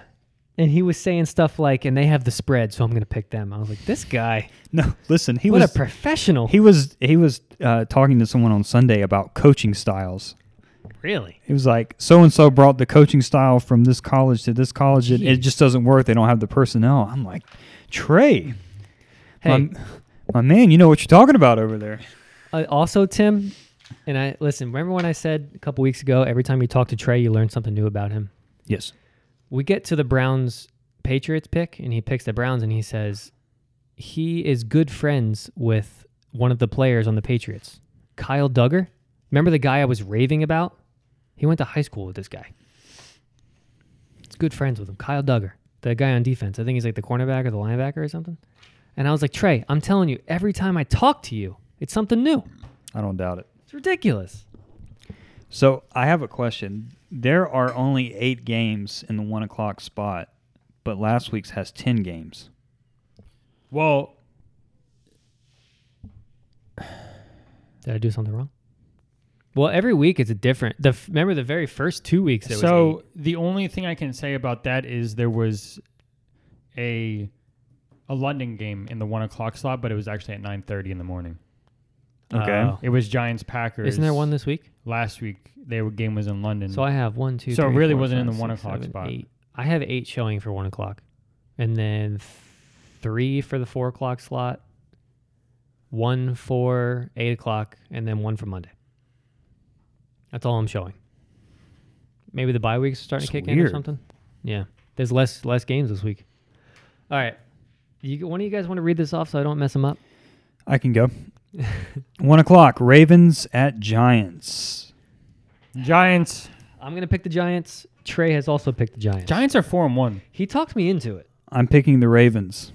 [SPEAKER 2] And he was saying stuff like, and they have the spread, so I'm going to pick them. I was like, this guy,
[SPEAKER 3] No, listen, he
[SPEAKER 2] what
[SPEAKER 3] was
[SPEAKER 2] a professional.
[SPEAKER 3] he was he was uh, talking to someone on Sunday about coaching styles.
[SPEAKER 2] really?
[SPEAKER 3] He was like, so and so brought the coaching style from this college to this college, and it
[SPEAKER 2] Jeez.
[SPEAKER 3] just doesn't work. They don't have the personnel. I'm like, Trey,
[SPEAKER 2] Hey,
[SPEAKER 3] my, my man, you know what you're talking about over there.
[SPEAKER 2] Uh, also, Tim, and I listen. Remember when I said a couple weeks ago, every time you talk to Trey, you learn something new about him.
[SPEAKER 3] Yes.
[SPEAKER 2] We get to the Browns Patriots pick, and he picks the Browns, and he says he is good friends with one of the players on the Patriots, Kyle Duggar. Remember the guy I was raving about? He went to high school with this guy. He's good friends with him, Kyle Duggar, the guy on defense. I think he's like the cornerback or the linebacker or something. And I was like, Trey, I'm telling you, every time I talk to you, it's something new.
[SPEAKER 3] I don't doubt it.
[SPEAKER 2] It's ridiculous.
[SPEAKER 3] So I have a question. There are only eight games in the one o'clock spot, but last week's has ten games.
[SPEAKER 1] well,
[SPEAKER 2] Did I do something wrong? Well, every week it's a different. The f- remember the very first two weeks. There was
[SPEAKER 1] so
[SPEAKER 2] eight.
[SPEAKER 1] the only thing I can say about that is there was a a London game in the one o'clock slot, but it was actually at nine thirty in the morning. Uh,
[SPEAKER 3] Okay.
[SPEAKER 2] Oh.
[SPEAKER 1] It was Giants Packers.
[SPEAKER 2] isn't there one this week?
[SPEAKER 1] last week? Their game was in London.
[SPEAKER 2] So I have one, two.
[SPEAKER 1] So it
[SPEAKER 2] three,
[SPEAKER 1] really
[SPEAKER 2] four,
[SPEAKER 1] wasn't in
[SPEAKER 2] five,
[SPEAKER 1] the one
[SPEAKER 2] six,
[SPEAKER 1] o'clock
[SPEAKER 2] seven,
[SPEAKER 1] spot.
[SPEAKER 2] eight. I have eight showing for one o'clock, and then th- three for the four o'clock slot, one for eight o'clock, and then one for Monday. That's all I'm showing. Maybe the bye weeks are starting
[SPEAKER 3] It's
[SPEAKER 2] to kick in or
[SPEAKER 3] weird.
[SPEAKER 2] something. Yeah, there's less less games this week. All right, you, one of you guys want to read this off so I don't mess them up.
[SPEAKER 3] I can go. one o'clock, Ravens at Giants.
[SPEAKER 1] Giants.
[SPEAKER 2] I'm gonna pick the Giants. Trey has also picked the Giants.
[SPEAKER 1] Giants are four and one.
[SPEAKER 2] He talked me into it.
[SPEAKER 3] I'm picking the Ravens.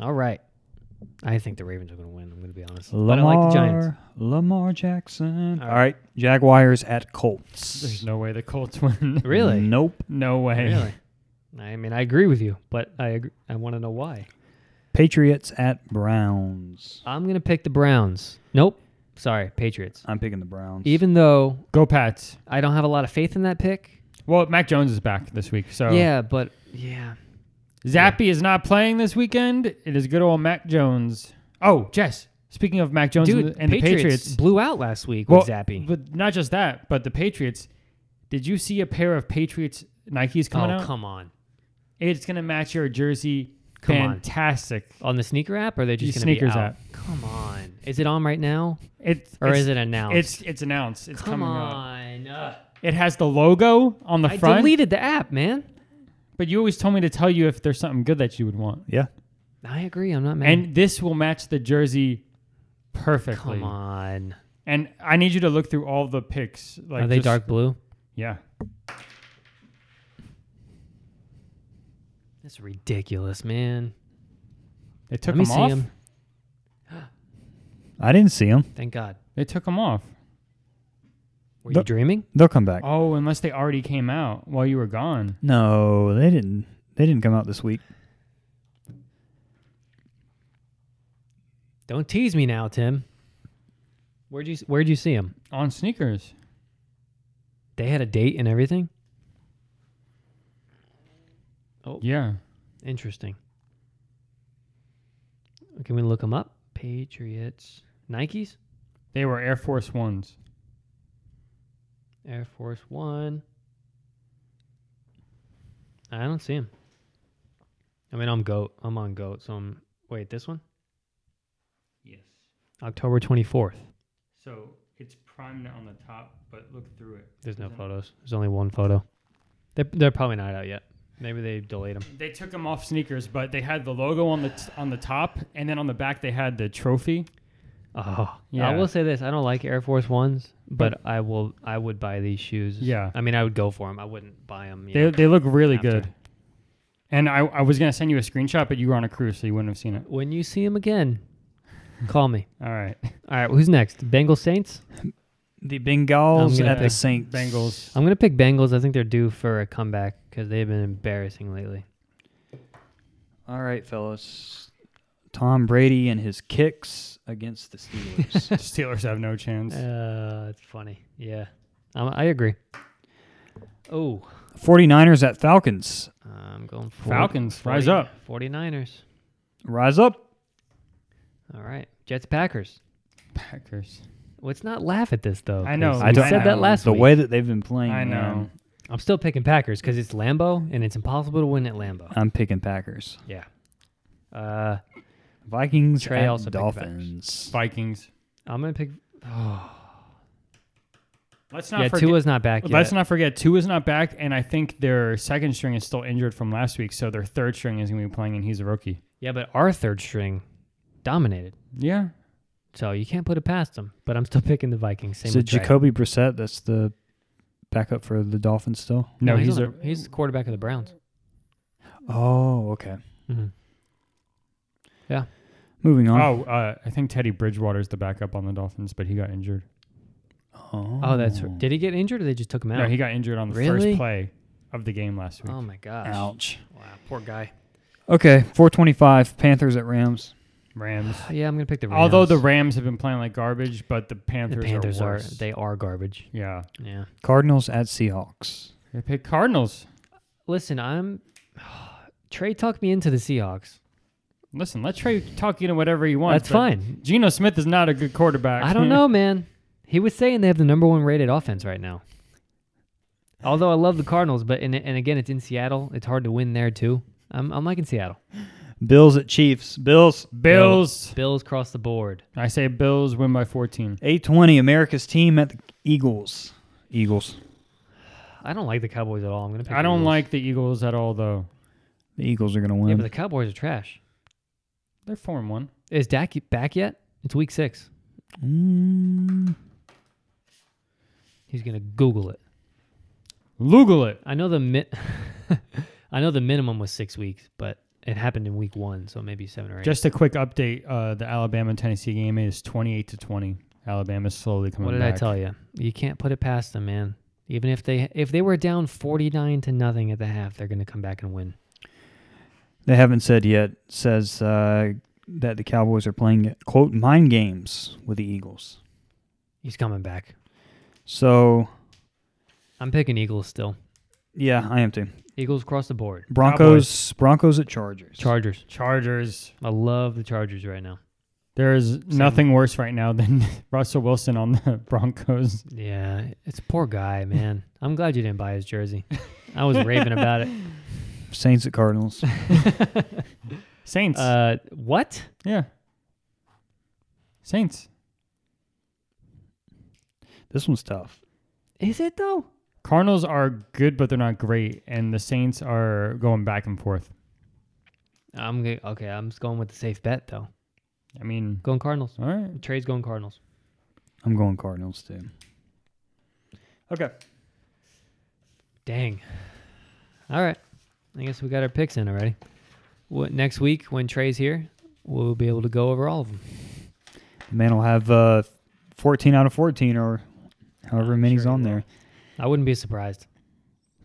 [SPEAKER 2] All right. I think the Ravens are going to win. I'm going to be honest. But I like the Giants.
[SPEAKER 3] Lamar Jackson.
[SPEAKER 2] All
[SPEAKER 3] All
[SPEAKER 2] right.
[SPEAKER 3] right. Jaguars at Colts.
[SPEAKER 1] There's no way the Colts win.
[SPEAKER 2] Really?
[SPEAKER 3] Nope.
[SPEAKER 1] no way.
[SPEAKER 2] Really? I mean, I agree with you, but I agree. I want to know why.
[SPEAKER 3] Patriots at Browns.
[SPEAKER 2] I'm going to pick the Browns. Nope. Sorry, Patriots.
[SPEAKER 3] I'm picking the Browns.
[SPEAKER 2] Even though
[SPEAKER 1] Go Pats.
[SPEAKER 2] I don't have a lot of faith in that pick.
[SPEAKER 1] Well, Mac Jones is back this week, so
[SPEAKER 2] Yeah, but yeah.
[SPEAKER 1] Zappy is not playing this weekend. It is good old Mac Jones. Oh, Jess. Speaking of Mac Jones
[SPEAKER 2] Dude,
[SPEAKER 1] and, the, and
[SPEAKER 2] Patriots
[SPEAKER 1] the Patriots,
[SPEAKER 2] blew out last week with Zappy.
[SPEAKER 1] But not just that, but the Patriots. Did you see a pair of Patriots Nikes coming
[SPEAKER 2] oh,
[SPEAKER 1] out?
[SPEAKER 2] come on.
[SPEAKER 1] It's gonna match your jersey.
[SPEAKER 2] Come on.
[SPEAKER 1] Fantastic.
[SPEAKER 2] On the sneaker app, or are they just
[SPEAKER 1] The
[SPEAKER 2] going to be
[SPEAKER 1] sneakers
[SPEAKER 2] out? Come on. Is it on right now?
[SPEAKER 1] It's
[SPEAKER 2] Or
[SPEAKER 1] it's-
[SPEAKER 2] is it announced?
[SPEAKER 1] It's it's announced. It's
[SPEAKER 2] come
[SPEAKER 1] coming out.
[SPEAKER 2] on. Ugh.
[SPEAKER 1] It has the logo on the
[SPEAKER 2] I
[SPEAKER 1] front.
[SPEAKER 2] deleted the app, man.
[SPEAKER 1] But you always told me to tell you if there's something good that you would want.
[SPEAKER 3] yeah.
[SPEAKER 2] I agree. I'm not mad.
[SPEAKER 1] And this will match the jersey perfectly.
[SPEAKER 2] Come on.
[SPEAKER 1] And I need you to look through all the picks. Like
[SPEAKER 2] Are they
[SPEAKER 1] just-
[SPEAKER 2] dark blue?
[SPEAKER 1] Yeah.
[SPEAKER 2] That's ridiculous, man.
[SPEAKER 1] They took
[SPEAKER 2] Let me
[SPEAKER 1] them
[SPEAKER 2] see
[SPEAKER 1] off.
[SPEAKER 2] him.
[SPEAKER 3] I didn't see them.
[SPEAKER 2] Thank God.
[SPEAKER 1] They took them off.
[SPEAKER 2] Were you
[SPEAKER 3] The-
[SPEAKER 2] dreaming?
[SPEAKER 3] They'll come back.
[SPEAKER 1] Oh, unless they already came out while you were gone.
[SPEAKER 3] No, they didn't. They didn't come out this week.
[SPEAKER 2] Don't tease me now, Tim. Where'd you Where'd you see him?
[SPEAKER 1] On sneakers.
[SPEAKER 2] They had a date and everything.
[SPEAKER 1] Yeah.
[SPEAKER 2] Interesting. Can we look them up? Patriots, Nikes,
[SPEAKER 1] They were Air Force Ones.
[SPEAKER 2] Air Force One. I don't see him. I mean, I'm goat. I'm on goat. So I'm. Wait, this one?
[SPEAKER 1] Yes.
[SPEAKER 2] October 24th.
[SPEAKER 1] So it's prominent on the top, but look through it.
[SPEAKER 2] There's no
[SPEAKER 1] Isn't-
[SPEAKER 2] photos. There's only one photo. They're, they're probably not out yet. Maybe they delayed them.
[SPEAKER 1] They took them off sneakers, but they had the logo on the t- on the top, and then on the back they had the trophy.
[SPEAKER 2] Oh, yeah. I
[SPEAKER 1] Yeah.
[SPEAKER 2] will say this: I don't like Air Force Ones, but I will. I would buy these shoes.
[SPEAKER 1] Yeah.
[SPEAKER 2] I mean, I would go for them. I wouldn't buy them.
[SPEAKER 1] They, they look really
[SPEAKER 2] After.
[SPEAKER 1] good. And I, I was gonna send you a screenshot, but you were on a cruise, so you wouldn't have seen it.
[SPEAKER 2] when you see them again, call me.
[SPEAKER 1] All right.
[SPEAKER 2] All right. Who's next? Bengals Saints.
[SPEAKER 3] The Bengals
[SPEAKER 2] I'm gonna
[SPEAKER 3] at the
[SPEAKER 2] pick
[SPEAKER 3] Saints.
[SPEAKER 1] Bengals.
[SPEAKER 2] I'm gonna pick Bengals. I think they're due for a comeback because they've been embarrassing lately.
[SPEAKER 3] All right, fellas. Tom Brady and his kicks against the Steelers.
[SPEAKER 1] Steelers have no chance.
[SPEAKER 2] Uh, it's funny. Yeah, um, I agree. Oh,
[SPEAKER 3] 49ers at Falcons.
[SPEAKER 2] I'm going for
[SPEAKER 1] Falcons, rise up.
[SPEAKER 2] 49ers.
[SPEAKER 3] Rise up.
[SPEAKER 2] All right, Jets Packers.
[SPEAKER 1] Packers.
[SPEAKER 2] Let's not laugh at this though.
[SPEAKER 1] I know.
[SPEAKER 2] 'cause
[SPEAKER 1] I
[SPEAKER 2] we
[SPEAKER 1] don't-
[SPEAKER 2] said
[SPEAKER 1] I
[SPEAKER 2] that
[SPEAKER 1] know.
[SPEAKER 2] last
[SPEAKER 3] The
[SPEAKER 2] week.
[SPEAKER 3] way that they've been playing.
[SPEAKER 1] I know.
[SPEAKER 3] man,
[SPEAKER 2] I'm still picking Packers because it's Lambeau and it's impossible to win at
[SPEAKER 1] Uh,
[SPEAKER 2] Lambeau.
[SPEAKER 3] I'm picking Packers.
[SPEAKER 2] Yeah. Uh,
[SPEAKER 3] Vikings
[SPEAKER 2] Trey
[SPEAKER 3] at
[SPEAKER 2] also picked
[SPEAKER 3] Dolphins.
[SPEAKER 1] Vikings.
[SPEAKER 2] I'm gonna pick. Oh,
[SPEAKER 1] Let's not
[SPEAKER 2] yeah,
[SPEAKER 1] forget.
[SPEAKER 2] Tua's not back yet.
[SPEAKER 1] Let's not forget two is not back, and I think their second string is still injured from last week, so their third string is going to be playing, and he's a rookie.
[SPEAKER 2] yeah, but our third string dominated,
[SPEAKER 1] Yeah,
[SPEAKER 2] so you can't put it past them. But I'm still picking the Vikings. Same
[SPEAKER 3] so
[SPEAKER 2] with Trey.
[SPEAKER 3] Jacoby Brissett, that's the backup for the Dolphins still.
[SPEAKER 1] no, he's,
[SPEAKER 2] on
[SPEAKER 1] a
[SPEAKER 2] the- he's the quarterback of the Browns.
[SPEAKER 3] Oh, okay.
[SPEAKER 2] Mm-hmm.
[SPEAKER 3] Moving on.
[SPEAKER 1] oh, uh, I think Teddy Bridgewater's the backup on the Dolphins, but he got injured.
[SPEAKER 3] Oh,
[SPEAKER 2] Oh, that's did he get injured or they just took him out?
[SPEAKER 1] No, he got injured on the
[SPEAKER 2] Really?
[SPEAKER 1] first play of the game last week.
[SPEAKER 2] oh my gosh!
[SPEAKER 3] ouch.
[SPEAKER 2] Wow, poor guy.
[SPEAKER 3] Okay, 425 Panthers at Rams.
[SPEAKER 1] Rams.
[SPEAKER 2] Yeah, I'm gonna pick the Rams.
[SPEAKER 1] Although the Rams have been playing like garbage, but the
[SPEAKER 2] the
[SPEAKER 1] Panthers,
[SPEAKER 2] Panthers
[SPEAKER 1] are
[SPEAKER 2] are,
[SPEAKER 1] worse.
[SPEAKER 2] they are garbage.
[SPEAKER 1] yeah,
[SPEAKER 2] Yeah.
[SPEAKER 3] Cardinals at Seahawks.
[SPEAKER 1] they picked Cardinals.
[SPEAKER 2] Listen, I'm Trey talked me into the Seahawks.
[SPEAKER 1] Listen, let Trey talk you know whatever he wants.
[SPEAKER 2] That's
[SPEAKER 1] but
[SPEAKER 2] fine.
[SPEAKER 1] Geno Smith is not a good quarterback.
[SPEAKER 2] I don't know, man. He was saying they have the number one rated offense right now. Although I love the Cardinals, but and, and again, it's in Seattle. It's hard to win there too. I'm, I'm liking Seattle.
[SPEAKER 3] Bills at Chiefs. Bills.
[SPEAKER 1] Bills.
[SPEAKER 2] Bills cross the board.
[SPEAKER 1] I say Bills win by 14.
[SPEAKER 3] 820 America's team at the Eagles. Eagles.
[SPEAKER 2] I don't like the Cowboys at all. I'm gonna. Pick
[SPEAKER 1] I
[SPEAKER 2] the
[SPEAKER 1] don't
[SPEAKER 2] Eagles.
[SPEAKER 1] like the Eagles at all, though.
[SPEAKER 3] The Eagles are going to win.
[SPEAKER 2] Yeah, but the Cowboys are trash.
[SPEAKER 1] They're four and one.
[SPEAKER 2] Is Dak back yet? It's week six.
[SPEAKER 3] Mm,
[SPEAKER 2] He's gonna Google it.
[SPEAKER 1] Google it.
[SPEAKER 2] I know the mi- I know the minimum was six weeks, but it happened in week one, so maybe seven or eight.
[SPEAKER 1] Just a quick update: uh, the Alabama Tennessee game is twenty-eight to twenty. Alabama's slowly coming.
[SPEAKER 2] what did
[SPEAKER 1] back.
[SPEAKER 2] I tell you? You can't put it past them, man. Even if they if they were down forty nine to nothing at the half, they're gonna come back and win.
[SPEAKER 3] they haven't said yet. Says uh, that the Cowboys are playing, quote, mind games with the Eagles.
[SPEAKER 2] He's coming back.
[SPEAKER 3] So,
[SPEAKER 2] I'm picking Eagles still.
[SPEAKER 3] yeah, I am too.
[SPEAKER 2] Eagles cross the board.
[SPEAKER 3] Broncos. Broncos at Chargers.
[SPEAKER 2] Chargers.
[SPEAKER 1] Chargers.
[SPEAKER 2] I love the Chargers right now.
[SPEAKER 1] There is nothing worse right now than Russell Wilson on the Broncos.
[SPEAKER 2] Yeah, it's a poor guy, man. I'm glad you didn't buy his jersey. I was raving about it.
[SPEAKER 3] Saints at Cardinals.
[SPEAKER 1] Saints.
[SPEAKER 2] Uh, what?
[SPEAKER 1] yeah. Saints.
[SPEAKER 3] this one's tough.
[SPEAKER 2] Is it though?
[SPEAKER 1] Cardinals are good, but they're not great, and the Saints are going back and forth.
[SPEAKER 2] I'm g- okay. I'm just going with the safe bet though.
[SPEAKER 1] I mean,
[SPEAKER 2] Going Cardinals.
[SPEAKER 1] all right.
[SPEAKER 2] Trey's going Cardinals.
[SPEAKER 3] I'm going Cardinals too. Okay.
[SPEAKER 2] Dang. All right. I guess we got our picks in already. What next week when Trey's here, we'll be able to go over all of them.
[SPEAKER 3] The man will have uh, 14 out of 14 or however
[SPEAKER 2] I'm
[SPEAKER 3] many's
[SPEAKER 2] sure he
[SPEAKER 3] on
[SPEAKER 2] will.
[SPEAKER 3] there.
[SPEAKER 2] I wouldn't be surprised.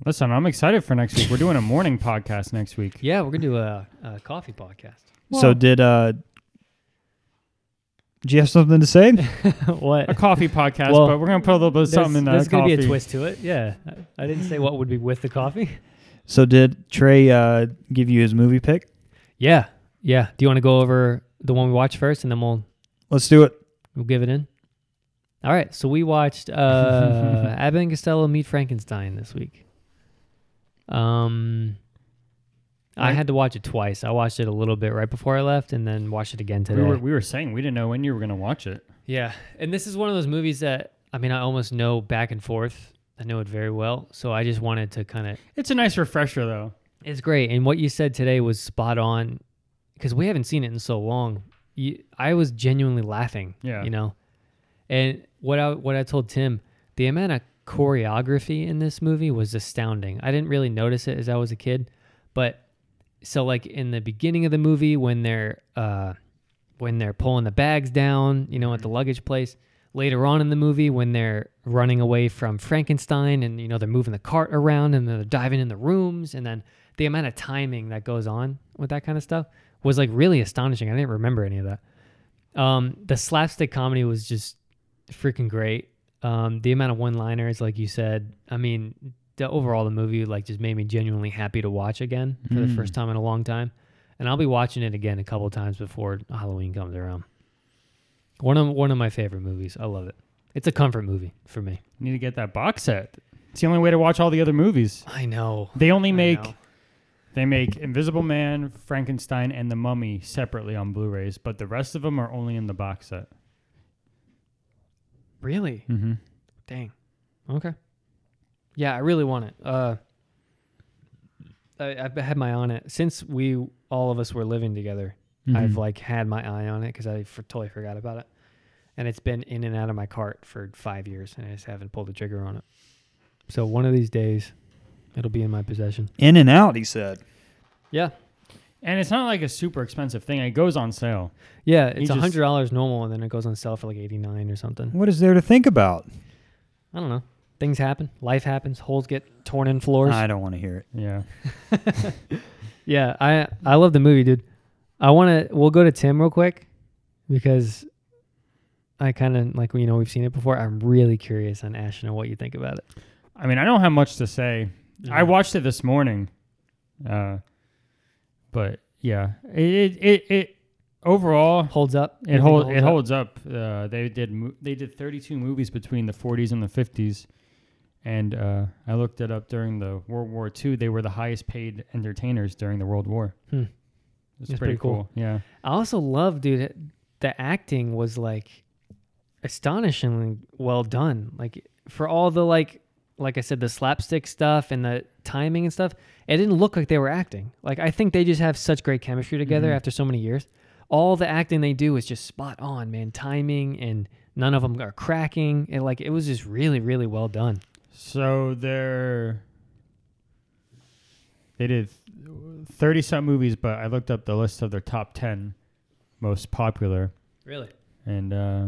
[SPEAKER 1] Listen, I'm excited for next week. We're doing a morning podcast next week.
[SPEAKER 2] Yeah, we're gonna do a, a coffee podcast.
[SPEAKER 3] so did uh do you have something to say?
[SPEAKER 2] what?
[SPEAKER 1] a coffee podcast,
[SPEAKER 2] Well,
[SPEAKER 1] but we're gonna put a little bit of something in that
[SPEAKER 2] there's gonna
[SPEAKER 1] coffee.
[SPEAKER 2] be a twist to it. Yeah, I, I didn't say what would be with the coffee.
[SPEAKER 3] so did Trey uh give you his movie pick?
[SPEAKER 2] Yeah, yeah. Do you want to go over the one we watched first, and then we'll
[SPEAKER 3] Let's do it.
[SPEAKER 2] We'll give it in. All right. So we watched uh, Abbott and Costello Meet Frankenstein this week. Um, I
[SPEAKER 1] Right.
[SPEAKER 2] had to watch it twice. I watched it a little bit right before I left, and then watched it again today.
[SPEAKER 1] We were, we were saying we didn't know when you were gonna watch it.
[SPEAKER 2] yeah, and this is one of those movies that I mean, I almost know back and forth. I know it very well, so I just wanted to kind of.
[SPEAKER 1] It's a nice refresher, though.
[SPEAKER 2] It's great, and what you said today was spot on, because we haven't seen it in so long. You, I was genuinely laughing
[SPEAKER 1] Yeah.
[SPEAKER 2] you know and what i what i told tim the amount of choreography in this movie was astounding i didn't really notice it as i was a kid but so like in the beginning of the movie when they're uh when they're pulling the bags down you know at the luggage place later on in the movie when they're running away from frankenstein and you know they're moving the cart around and they're diving in the rooms and then the amount of timing that goes on with that kind of stuff was like really astonishing. I didn't remember any of that. Um, the slapstick comedy was just freaking great. Um, the amount of one-liners, like you said, I mean, the overall the movie like just made me genuinely happy to watch again for the
[SPEAKER 3] Mm.
[SPEAKER 2] first time in a long time, and I'll be watching it again a couple times before Halloween comes around. One of one of my favorite movies. I love it. It's a comfort movie for me.
[SPEAKER 1] Need to get that box set. It's the only way to watch all the other movies.
[SPEAKER 2] I know.
[SPEAKER 1] They only
[SPEAKER 2] I
[SPEAKER 1] make
[SPEAKER 2] know.
[SPEAKER 1] they make Invisible Man, Frankenstein, and The Mummy separately on Blu-rays, but the rest of them are only in the box set.
[SPEAKER 2] Really?
[SPEAKER 1] Mm-hmm.
[SPEAKER 2] Dang. Okay. Yeah, I really want it. Uh, I, I've had my eye on it since we all of us were living together.
[SPEAKER 3] Mm-hmm.
[SPEAKER 2] I've like had my eye on it because I for, totally forgot about it, and it's been in and out of my cart for five years, and I just haven't pulled the trigger on it. So one of these days, it'll be in my possession.
[SPEAKER 3] In and out, he said.
[SPEAKER 2] Yeah,
[SPEAKER 1] And it's not like a super expensive thing. It goes on sale.
[SPEAKER 2] yeah.
[SPEAKER 1] You
[SPEAKER 2] It's a
[SPEAKER 1] just-
[SPEAKER 2] hundred dollars normal, and then it goes on sale for like eighty nine or something.
[SPEAKER 3] What is there to think about?
[SPEAKER 2] I don't know. Things happen. Life happens. Holes get torn in floors.
[SPEAKER 3] I don't want to hear it.
[SPEAKER 1] Yeah.
[SPEAKER 2] Yeah, I I love the movie, dude. I want to. We'll go to Tim real quick because I kind of like you know we've seen it before. I'm really curious on Ashton and what you think about it.
[SPEAKER 1] I mean, I don't have much to say. I watched it this morning, uh, but yeah, it it it, it overall
[SPEAKER 2] holds up. You
[SPEAKER 1] it
[SPEAKER 2] think
[SPEAKER 1] hold, it
[SPEAKER 2] up?
[SPEAKER 1] holds up. Uh, they did mo- they did 32 movies between the 40s and the 50s, and uh, I looked it up during the World War II. They were the highest paid entertainers during the World War.
[SPEAKER 2] Hmm.
[SPEAKER 1] It's
[SPEAKER 2] That's
[SPEAKER 1] pretty,
[SPEAKER 2] pretty cool.
[SPEAKER 1] cool. Yeah,
[SPEAKER 2] I also love, dude. The acting was like astonishingly well done. Like for all the like, like I said, the slapstick stuff and the timing and stuff. It didn't look like they were acting. Like I think they just have such great chemistry together
[SPEAKER 1] Mhm.
[SPEAKER 2] after so many years. All the acting they do is just spot on, man. Timing and none of them are cracking. And like it was just really, really well done.
[SPEAKER 1] so they're they did 30 some movies, but I looked up the list of their top 10 most popular.
[SPEAKER 2] Really.
[SPEAKER 1] And uh,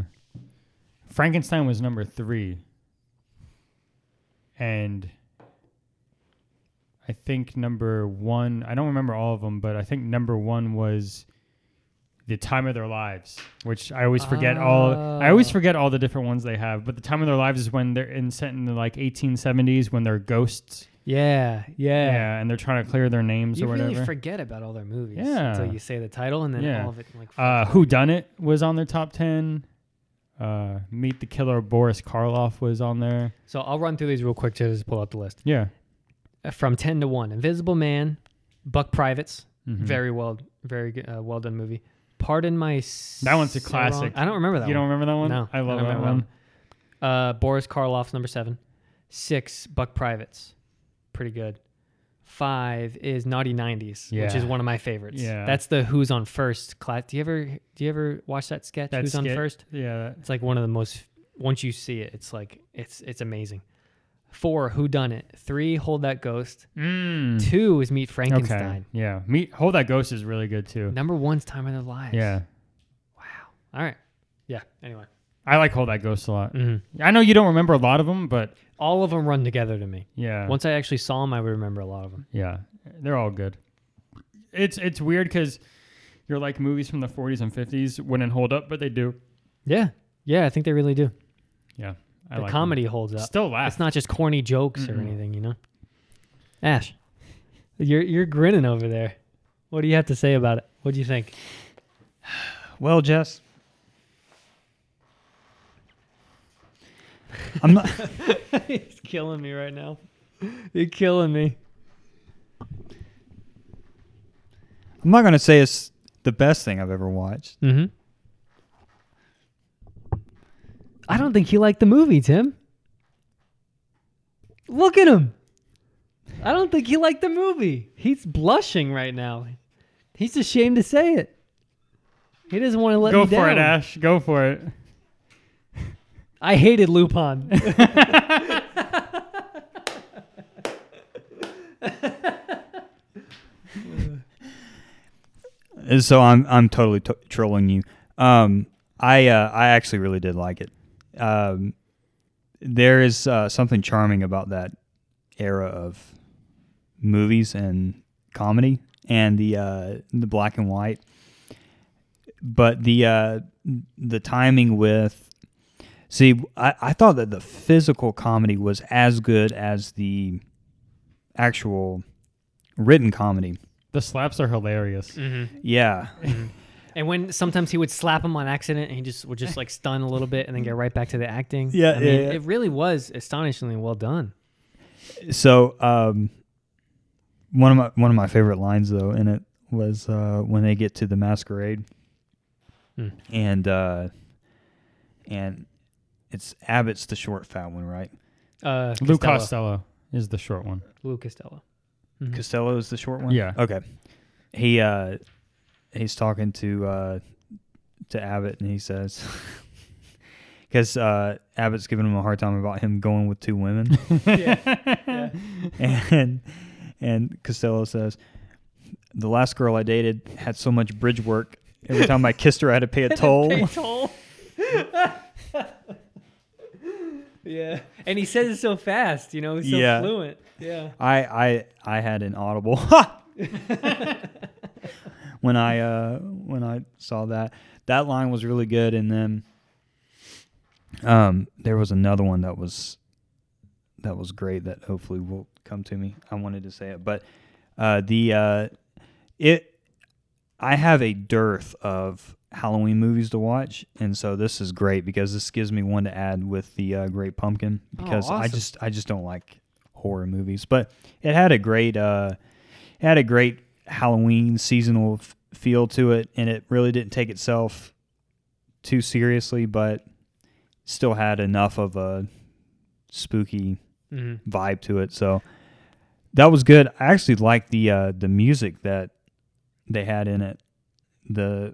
[SPEAKER 1] Frankenstein was number three. And I think number one, I don't remember all of them, but I think number one was The Time of Their Lives, which I always forget all. I always
[SPEAKER 2] Oh.
[SPEAKER 1] forget all the different ones they have, but The Time of Their Lives is when they're in set in the like 1870s when they're ghosts.
[SPEAKER 2] Yeah. Yeah.
[SPEAKER 1] Yeah, and they're trying to clear their names
[SPEAKER 2] You
[SPEAKER 1] or whatever.
[SPEAKER 2] really forget about all their movies
[SPEAKER 1] Yeah.
[SPEAKER 2] until you say the title, and then
[SPEAKER 1] Yeah.
[SPEAKER 2] all of it like
[SPEAKER 1] Uh, Who Done It was on their top ten. Uh, Meet the Killer Boris Karloff was on there.
[SPEAKER 2] So I'll run through these real quick to just pull out the list.
[SPEAKER 1] Yeah,
[SPEAKER 2] Uh, From 10 to 1, Invisible Man, Buck Privates,
[SPEAKER 1] Mhm.
[SPEAKER 2] very well very good, uh, well done movie. Pardon My S-
[SPEAKER 1] That one's a
[SPEAKER 2] Sarong-
[SPEAKER 1] classic.
[SPEAKER 2] I don't remember that
[SPEAKER 1] You don't
[SPEAKER 2] one.
[SPEAKER 1] remember that one?
[SPEAKER 2] No,
[SPEAKER 1] I love
[SPEAKER 2] don't
[SPEAKER 1] that
[SPEAKER 2] remember
[SPEAKER 1] one.
[SPEAKER 2] one. Uh, Boris Karloff's number 7. 6, Buck Privates. Pretty good. 5 is Naughty 90s, which
[SPEAKER 1] Yeah.
[SPEAKER 2] is one of my favorites.
[SPEAKER 1] Yeah.
[SPEAKER 2] That's the Who's on First class. Do you ever do you ever watch that sketch
[SPEAKER 1] That
[SPEAKER 2] Who's on
[SPEAKER 1] skit-
[SPEAKER 2] First?
[SPEAKER 1] Yeah,
[SPEAKER 2] It's like one of the most. Once you see it, it's like it's it's amazing. Four, Who Done It? Three, Hold That Ghost.
[SPEAKER 1] mm.
[SPEAKER 2] Two is Meet
[SPEAKER 1] okay.
[SPEAKER 2] Frankenstein.
[SPEAKER 1] Yeah, Meet Hold That Ghost is really good too.
[SPEAKER 2] Number one's Time of Their Lives.
[SPEAKER 1] Yeah,
[SPEAKER 2] Wow. All right. Yeah. Anyway,
[SPEAKER 1] I like Hold That Ghost a lot.
[SPEAKER 2] Mhm.
[SPEAKER 1] I know you don't remember a lot of them, but
[SPEAKER 2] all of them run together to me.
[SPEAKER 1] yeah,
[SPEAKER 2] Once I actually saw them, I would remember a lot of them.
[SPEAKER 1] yeah, they're all good. It's it's weird because you're like movies from the 40s and 50s wouldn't hold up, but they do.
[SPEAKER 2] Yeah. Yeah. I think they really do.
[SPEAKER 1] Yeah, I
[SPEAKER 2] the
[SPEAKER 1] like 'em.
[SPEAKER 2] comedy holds up.
[SPEAKER 1] still laugh.
[SPEAKER 2] It's not just corny jokes or
[SPEAKER 1] Mm-mm.
[SPEAKER 2] anything, you know. Ash, you're you're grinning over there. What do you have to say about it? What do you think?
[SPEAKER 3] Well, Jess, I'm not.
[SPEAKER 2] He's killing me right now. You're killing me.
[SPEAKER 3] I'm not going to say it's the best thing I've ever watched.
[SPEAKER 2] Mm-hmm. I don't think he liked the movie, Tim. Look at him. I don't think he liked the movie. He's blushing right now. He's ashamed to say it. He doesn't want to let
[SPEAKER 1] Go
[SPEAKER 2] me
[SPEAKER 1] for
[SPEAKER 2] down.
[SPEAKER 1] it, Ash. Go for it.
[SPEAKER 2] I hated Lupin.
[SPEAKER 3] And So I'm I'm totally t- trolling you. Um, I uh, I actually really did like it. Um, there is uh, something charming about that era of movies and comedy and the uh, the black and white. But the uh, the timing with see, I, I thought that the physical comedy was as good as the actual written comedy.
[SPEAKER 1] The slaps are hilarious.
[SPEAKER 3] Yeah,
[SPEAKER 2] Mm-hmm. And when sometimes he would slap him on accident, and he just would just like stun a little bit, and then get right back to the acting.
[SPEAKER 3] Yeah,
[SPEAKER 2] I
[SPEAKER 3] yeah,
[SPEAKER 2] mean,
[SPEAKER 3] yeah.
[SPEAKER 2] it really was astonishingly well done.
[SPEAKER 3] So um, one of my one of my favorite lines though in it was uh, when they get to the masquerade,
[SPEAKER 2] Hmm.
[SPEAKER 3] and uh, and it's Abbott's the short fat one, right?
[SPEAKER 2] Uh,
[SPEAKER 1] Lou
[SPEAKER 2] Costello.
[SPEAKER 1] Costello is the short one.
[SPEAKER 2] Lou Costello.
[SPEAKER 3] Costello is the short one.
[SPEAKER 1] Yeah.
[SPEAKER 3] Okay. He uh, he's talking to uh, to Abbott, and he says. Because uh, Abbott's giving him a hard time about him going with two women. and and Costello says, "The last girl I dated had so much bridge work. Every time I kissed her, I had to pay a toll."
[SPEAKER 2] yeah, and he says it so fast. You know, he's so
[SPEAKER 3] Yeah.
[SPEAKER 2] fluent. Yeah.
[SPEAKER 3] I I I had an audible when I uh, when I saw that. That line was really good, and then um, there was another one that was that was great that hopefully will come to me. I wanted to say it, but uh, the uh, it I have a dearth of Halloween movies to watch, and so this is great because this gives me one to add with the uh, Great Pumpkin because I
[SPEAKER 2] awesome.
[SPEAKER 3] just I just don't like horror movies, but it had a great uh, it had a great Halloween seasonal f- feel to it, and it really didn't take itself too seriously, but still had enough of a spooky
[SPEAKER 2] hmm
[SPEAKER 3] vibe to it. So that was good. I actually liked the uh, the music that they had in it, the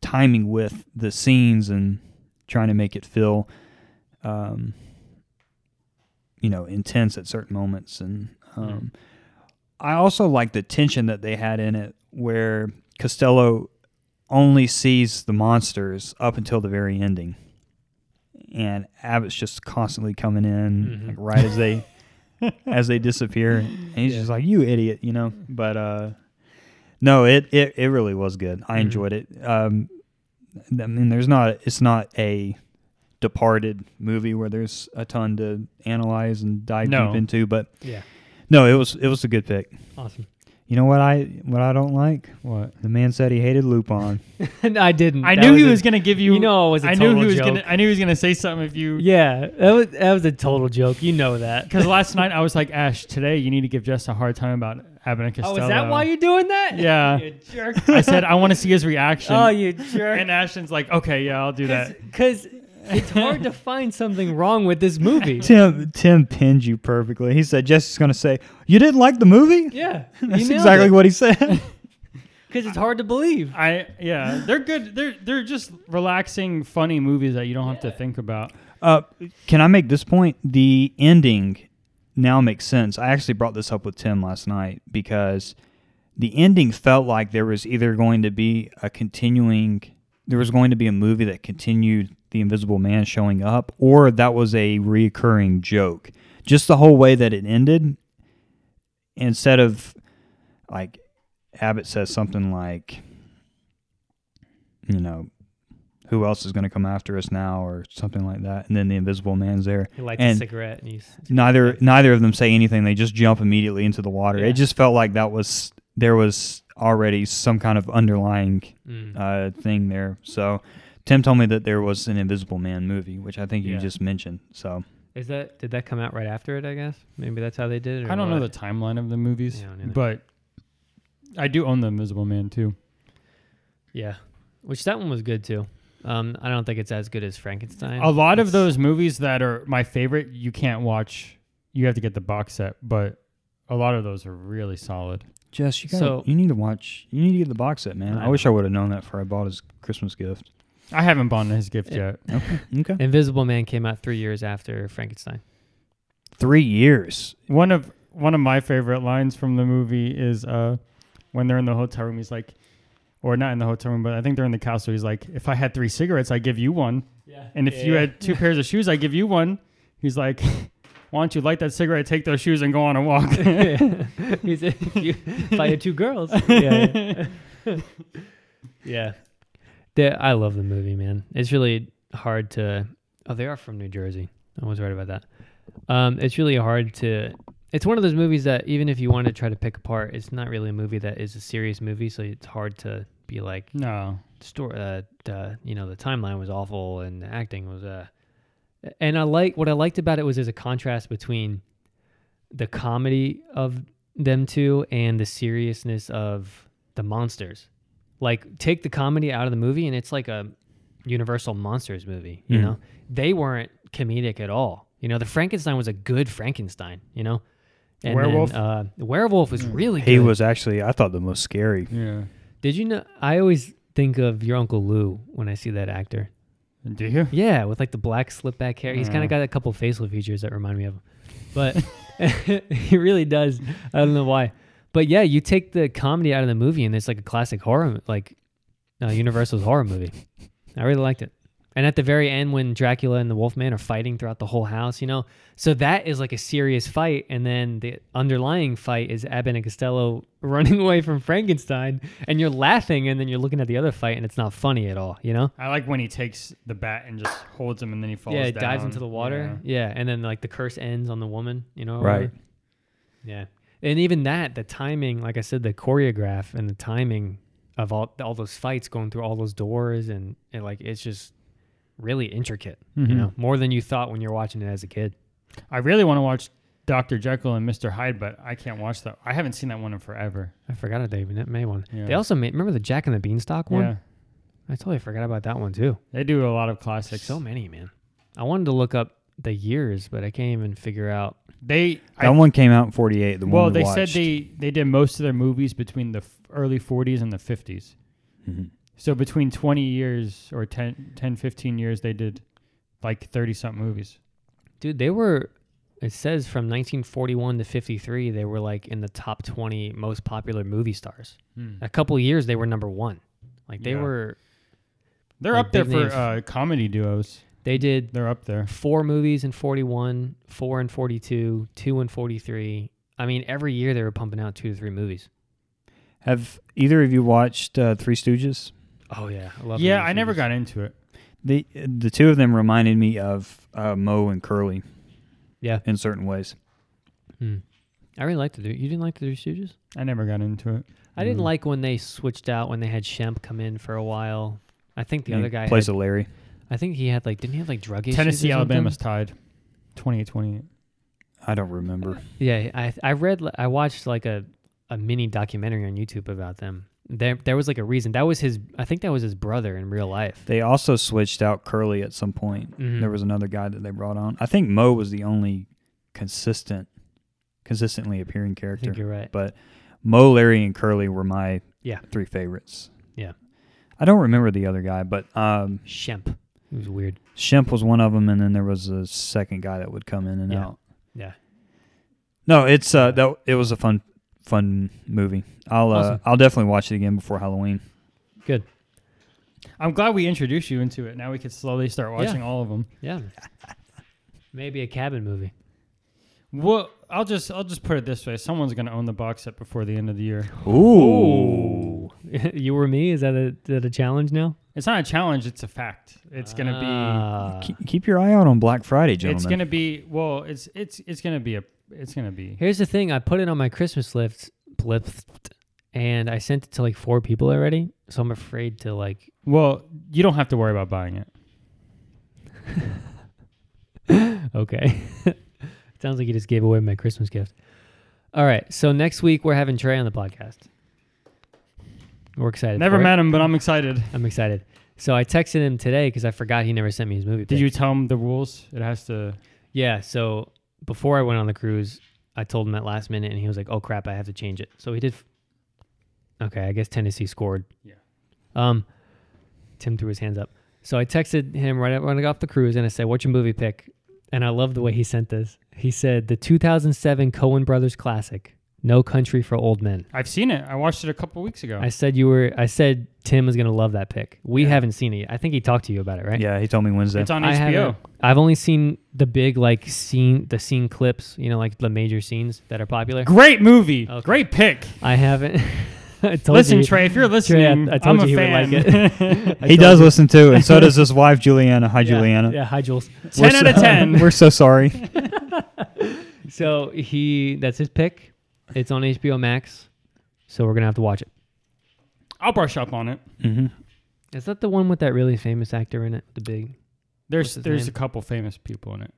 [SPEAKER 3] timing with the scenes and trying to make it feel, um, you know, intense at certain moments. And um, I also like the tension that they had in it, where Costello only sees the monsters up until the very ending. And Abbott's just constantly coming in
[SPEAKER 2] Mhm.
[SPEAKER 3] like, right as they as they disappear, and he's just like, "You idiot," you know. But uh, no, it, it it really was good. I
[SPEAKER 2] Mhm.
[SPEAKER 3] enjoyed it. Um, I mean, there's not it's not a departed movie where there's a ton to analyze and dive
[SPEAKER 1] No.
[SPEAKER 3] deep into, but
[SPEAKER 2] Yeah.
[SPEAKER 3] no, it was it was a good pick.
[SPEAKER 2] Awesome.
[SPEAKER 3] You know what I what I don't like?
[SPEAKER 1] What?
[SPEAKER 3] The man said he hated Lupin.
[SPEAKER 2] And I didn't.
[SPEAKER 1] I
[SPEAKER 2] That
[SPEAKER 1] knew he
[SPEAKER 2] a-
[SPEAKER 1] was gonna give you.
[SPEAKER 2] You know, it was a
[SPEAKER 1] I knew
[SPEAKER 2] total
[SPEAKER 1] he was
[SPEAKER 2] joke.
[SPEAKER 1] gonna. I knew he was gonna say something if you.
[SPEAKER 2] Yeah, that was that was a total joke. You know that.
[SPEAKER 1] Because last night I was like, Ash, today you need to give Jess a hard time about Abbott and
[SPEAKER 2] Oh,
[SPEAKER 1] Costello.
[SPEAKER 2] is that why you're doing that?
[SPEAKER 1] Yeah.
[SPEAKER 2] you jerk.
[SPEAKER 1] I said I want to see his reaction.
[SPEAKER 2] oh, you jerk.
[SPEAKER 1] and Ashton's like, okay, yeah, I'll do that.
[SPEAKER 2] Because it's hard to find something wrong with this movie.
[SPEAKER 3] Tim Tim pinned you perfectly. He said Jesse's gonna say you didn't like the movie.
[SPEAKER 2] Yeah,
[SPEAKER 3] That's exactly what he said.
[SPEAKER 2] Because it's hard to believe.
[SPEAKER 1] I yeah, they're good. They're they're just relaxing, funny movies that you don't have to think about.
[SPEAKER 3] Uh, can I make this point? The ending now makes sense. I actually brought this up with Tim last night because the ending felt like there was either going to be a continuing, there was going to be a movie that continued the Invisible Man showing up, or that was a reoccurring joke. Just the whole way that it ended, instead of like Abbott says something like, you know, who else is going to come after us now or something like that and then the invisible man's there
[SPEAKER 2] He lights
[SPEAKER 3] and
[SPEAKER 2] a cigarette and he's
[SPEAKER 3] neither neither of them say anything they just jump immediately into the water
[SPEAKER 2] Yeah.
[SPEAKER 3] it just felt like that was there was already some kind of underlying
[SPEAKER 2] Mm.
[SPEAKER 3] uh, thing there so tim told me that there was an invisible man movie which i think you
[SPEAKER 1] Yeah.
[SPEAKER 3] just mentioned so
[SPEAKER 2] Is that did that come out right after it? I guess maybe that's how they did it. or
[SPEAKER 1] I don't know
[SPEAKER 2] what?
[SPEAKER 1] the timeline of the movies,
[SPEAKER 2] Yeah, I don't either.
[SPEAKER 1] but I do own the Invisible Man too.
[SPEAKER 2] Yeah, which that one was good too. Um, I don't think it's as good as Frankenstein.
[SPEAKER 1] A lot of
[SPEAKER 2] It's-
[SPEAKER 1] those movies that are my favorite, you can't watch. You have to get the box set, but a lot of those are really solid.
[SPEAKER 3] jess you
[SPEAKER 2] gotta- So-
[SPEAKER 3] you need to watch you need to get the box set man
[SPEAKER 2] I
[SPEAKER 3] i, wish i would have known that before i bought his christmas gift
[SPEAKER 1] I haven't bought his gift
[SPEAKER 2] Yeah.
[SPEAKER 1] yet.
[SPEAKER 3] okay
[SPEAKER 2] Invisible Man came out three years after Frankenstein.
[SPEAKER 3] three years
[SPEAKER 1] One of one of my favorite lines from the movie is uh, when they're in the hotel room. He's like, or not in the hotel room, but I think they're in the castle. He's like, if I had three cigarettes, I give you one,
[SPEAKER 2] Yeah.
[SPEAKER 1] and if you had two pairs of shoes, I give you one. He's like, why don't you light that cigarette, take those shoes, and go on a walk?
[SPEAKER 2] he said, you, if I had two girls. Yeah. Yeah. yeah. They- I love the movie, man. It's really hard to. Oh, they are from New Jersey. I was right about that. Um, it's really hard to. It's one of those movies that even if you want to try to pick apart, it's not really a movie that is a serious movie. So it's hard to be like,
[SPEAKER 1] no.
[SPEAKER 2] story uh, uh you know the timeline was awful and the acting was uh and i like what i liked about it was there's a contrast between the comedy of them two and the seriousness of the monsters like take the comedy out of the movie and it's like a universal monsters movie you
[SPEAKER 3] Mm.
[SPEAKER 2] know they weren't comedic at all you know the frankenstein was a good frankenstein you know and then,
[SPEAKER 1] Werewolf?
[SPEAKER 2] uh, the werewolf was really
[SPEAKER 3] He
[SPEAKER 2] good.
[SPEAKER 3] was actually, I thought, the most scary.
[SPEAKER 1] Yeah.
[SPEAKER 2] Did you know? I always think of your Uncle Lou when I see that actor.
[SPEAKER 1] Do you?
[SPEAKER 2] Yeah, with like the black slip back hair. He's kind
[SPEAKER 1] Yeah.
[SPEAKER 2] of got a couple facial features that remind me of him. But he really does. I don't know why. But yeah, you take the comedy out of the movie and it's like a classic horror, mo- like uh, Universal's horror movie. I really liked it. And at the very end, when Dracula and the Wolfman are fighting throughout the whole house, you know, so that is like a serious fight. And then the underlying fight is Abbott and Costello running away from Frankenstein, and you're laughing, and then you're looking at the other fight, and it's not funny at all, you know?
[SPEAKER 1] I like when he takes the bat and just holds him, and then he falls.
[SPEAKER 2] yeah, it
[SPEAKER 1] down.
[SPEAKER 2] dives into the water.
[SPEAKER 1] Yeah.
[SPEAKER 2] Yeah. and then like the curse ends on the woman, you know? or
[SPEAKER 3] Right.
[SPEAKER 2] whatever. Yeah, and even that, the timing, like I said, the choreograph and the timing of all all those fights going through all those doors, and, and like it's just really intricate, you
[SPEAKER 1] Mhm.
[SPEAKER 2] know, more than you thought when you're watching it as a kid.
[SPEAKER 1] I really want to watch Doctor Jekyll and Mister Hyde, but I can't watch that. I haven't seen that one in forever.
[SPEAKER 2] I forgot that they even made one.
[SPEAKER 1] Yeah.
[SPEAKER 2] They also made remember the Jack and the Beanstalk one.
[SPEAKER 1] Yeah,
[SPEAKER 2] I totally forgot about that one too.
[SPEAKER 1] they do a lot of classics.
[SPEAKER 2] So many, man. I wanted to look up the years, but I can't even figure out.
[SPEAKER 1] they
[SPEAKER 3] That
[SPEAKER 1] I,
[SPEAKER 3] one came out in 48, the
[SPEAKER 1] well,
[SPEAKER 3] one we
[SPEAKER 1] they said
[SPEAKER 3] watched.
[SPEAKER 1] they they did most of their movies between the f- early 40s and the 50s.
[SPEAKER 3] Mhm.
[SPEAKER 1] So between 20 years or 10, 10 15 years, they did like 30 something movies.
[SPEAKER 2] Dude, they were. It says from 1941 to 53, they were like in the top 20 most popular movie stars. A couple years, they were number one. Like they
[SPEAKER 1] Yeah.
[SPEAKER 2] were.
[SPEAKER 1] They're
[SPEAKER 2] Like
[SPEAKER 1] up there
[SPEAKER 2] big
[SPEAKER 1] for
[SPEAKER 2] names.
[SPEAKER 1] uh, comedy duos.
[SPEAKER 2] They did
[SPEAKER 1] They're up there.
[SPEAKER 2] four movies in 41, four in 42, two in 43. I mean, every year they were pumping out two to three movies.
[SPEAKER 3] Have either of you watched uh, Three Stooges?
[SPEAKER 2] Oh yeah, I love.
[SPEAKER 1] yeah,
[SPEAKER 2] movies
[SPEAKER 1] I never
[SPEAKER 2] movies.
[SPEAKER 1] got into it.
[SPEAKER 3] The the two of them reminded me of uh, Moe and Curly.
[SPEAKER 2] Yeah.
[SPEAKER 3] in certain ways.
[SPEAKER 2] Hmm. I really liked the. You didn't like the Three Stooges?
[SPEAKER 1] I never got into it.
[SPEAKER 2] I didn't
[SPEAKER 3] Mm.
[SPEAKER 2] like when they switched out when they had Shemp come in for a while. I think the
[SPEAKER 3] He
[SPEAKER 2] other guy.
[SPEAKER 3] plays
[SPEAKER 2] had,
[SPEAKER 3] a Larry.
[SPEAKER 2] I think he had like didn't he have like drug issues? or
[SPEAKER 1] Tennessee,
[SPEAKER 2] something?
[SPEAKER 1] Alabama's tied 28 28.
[SPEAKER 3] I don't remember.
[SPEAKER 2] Yeah, I I read I watched like a, a mini documentary on YouTube about them. There there was like a reason. That was his I think that was his brother in real life.
[SPEAKER 3] They also switched out Curly at some point.
[SPEAKER 2] Mhm.
[SPEAKER 3] There was another guy that they brought on. I think Moe was the only consistent, consistently appearing
[SPEAKER 2] I think
[SPEAKER 3] character.
[SPEAKER 2] you're right.
[SPEAKER 3] But Moe, Larry, and Curly were my
[SPEAKER 2] Yeah.
[SPEAKER 3] three favorites.
[SPEAKER 2] Yeah.
[SPEAKER 3] I don't remember the other guy, but um,
[SPEAKER 2] Shemp. It was weird.
[SPEAKER 3] Shemp was one of them, and then there was a second guy that would come in and
[SPEAKER 2] Yeah.
[SPEAKER 3] out.
[SPEAKER 2] Yeah.
[SPEAKER 3] No, it's uh, that it was a fun, fun movie. I'll uh,
[SPEAKER 2] Awesome.
[SPEAKER 3] I'll definitely watch it again before Halloween.
[SPEAKER 2] Good.
[SPEAKER 1] I'm glad we introduced you into it. Now we could slowly start watching all of them.
[SPEAKER 2] Yeah. Maybe a cabin movie.
[SPEAKER 1] Well, I'll just I'll just put it this way: someone's going to own the box set before the end of the year.
[SPEAKER 3] Ooh.
[SPEAKER 2] you or me? Is that a is that a challenge now?
[SPEAKER 1] It's not a challenge; it's a fact. It's going to be.
[SPEAKER 2] Ah.
[SPEAKER 3] Keep, keep your eye out on Black Friday, gentlemen.
[SPEAKER 1] It's going to be. Well, it's it's it's going to be a. It's going to be.
[SPEAKER 2] Here's the thing. I put it on my Christmas list, list, and I sent it to like four people already. So I'm afraid to like
[SPEAKER 1] Well, you don't have to worry about buying it.
[SPEAKER 2] Okay. Sounds like you just gave away my Christmas gift. All right. So next week we're having Trey on the podcast. We're excited.
[SPEAKER 1] Never
[SPEAKER 2] for it.
[SPEAKER 1] met him, but I'm excited.
[SPEAKER 2] I'm excited. So I texted him today because I forgot he never sent me his movie.
[SPEAKER 1] Did
[SPEAKER 2] pick.
[SPEAKER 1] you tell him the rules? It has to.
[SPEAKER 2] Yeah. So before I went on the cruise, I told him at last minute, and he was like, "Oh crap, I have to change it." So he did. F- okay, I guess Tennessee scored.
[SPEAKER 1] Yeah.
[SPEAKER 2] Um, Tim threw his hands up. So I texted him right when I got off the cruise, and I said, "What's your movie pick?" And I love the way he sent this. He said, "The 2007 Cohen Brothers classic, No Country for Old Men.
[SPEAKER 1] I've seen it. I watched it a couple weeks ago.
[SPEAKER 2] I said you were. I said Tim was gonna love that pick. We
[SPEAKER 1] Oh. Yeah.
[SPEAKER 2] haven't seen it. yet. I think he talked to you about it, right?
[SPEAKER 3] Yeah, he told me Wednesday.
[SPEAKER 1] it's on
[SPEAKER 2] I
[SPEAKER 1] HBO.
[SPEAKER 2] haven't- I've only seen the big like scene, the scene clips. You know, like the major scenes that are popular.
[SPEAKER 1] Great movie.
[SPEAKER 2] Okay.
[SPEAKER 1] Great pick.
[SPEAKER 2] I haven't. I told
[SPEAKER 1] Listen,
[SPEAKER 2] you,
[SPEAKER 1] Trey, if you're
[SPEAKER 2] Trey, I-
[SPEAKER 1] listening,
[SPEAKER 2] I, told
[SPEAKER 1] am
[SPEAKER 2] you
[SPEAKER 1] a fan.
[SPEAKER 2] he would like it. I
[SPEAKER 3] he
[SPEAKER 2] told
[SPEAKER 3] does
[SPEAKER 2] you.
[SPEAKER 3] listen too, and so does his wife Juliana. Hi,
[SPEAKER 2] Yeah,
[SPEAKER 3] Juliana.
[SPEAKER 2] Yeah, hi Jules.
[SPEAKER 3] We're
[SPEAKER 1] 10 out of
[SPEAKER 3] so-
[SPEAKER 1] 10.
[SPEAKER 3] We're so sorry.
[SPEAKER 2] So he, that's his pick. It's on HBO Max, so we're gonna have to watch it.
[SPEAKER 1] I'll brush up on it.
[SPEAKER 3] Mm-hmm.
[SPEAKER 2] Is that the one with that really famous actor in it? The big.
[SPEAKER 1] There's
[SPEAKER 2] his
[SPEAKER 1] there's
[SPEAKER 2] name?
[SPEAKER 1] a couple famous people in it,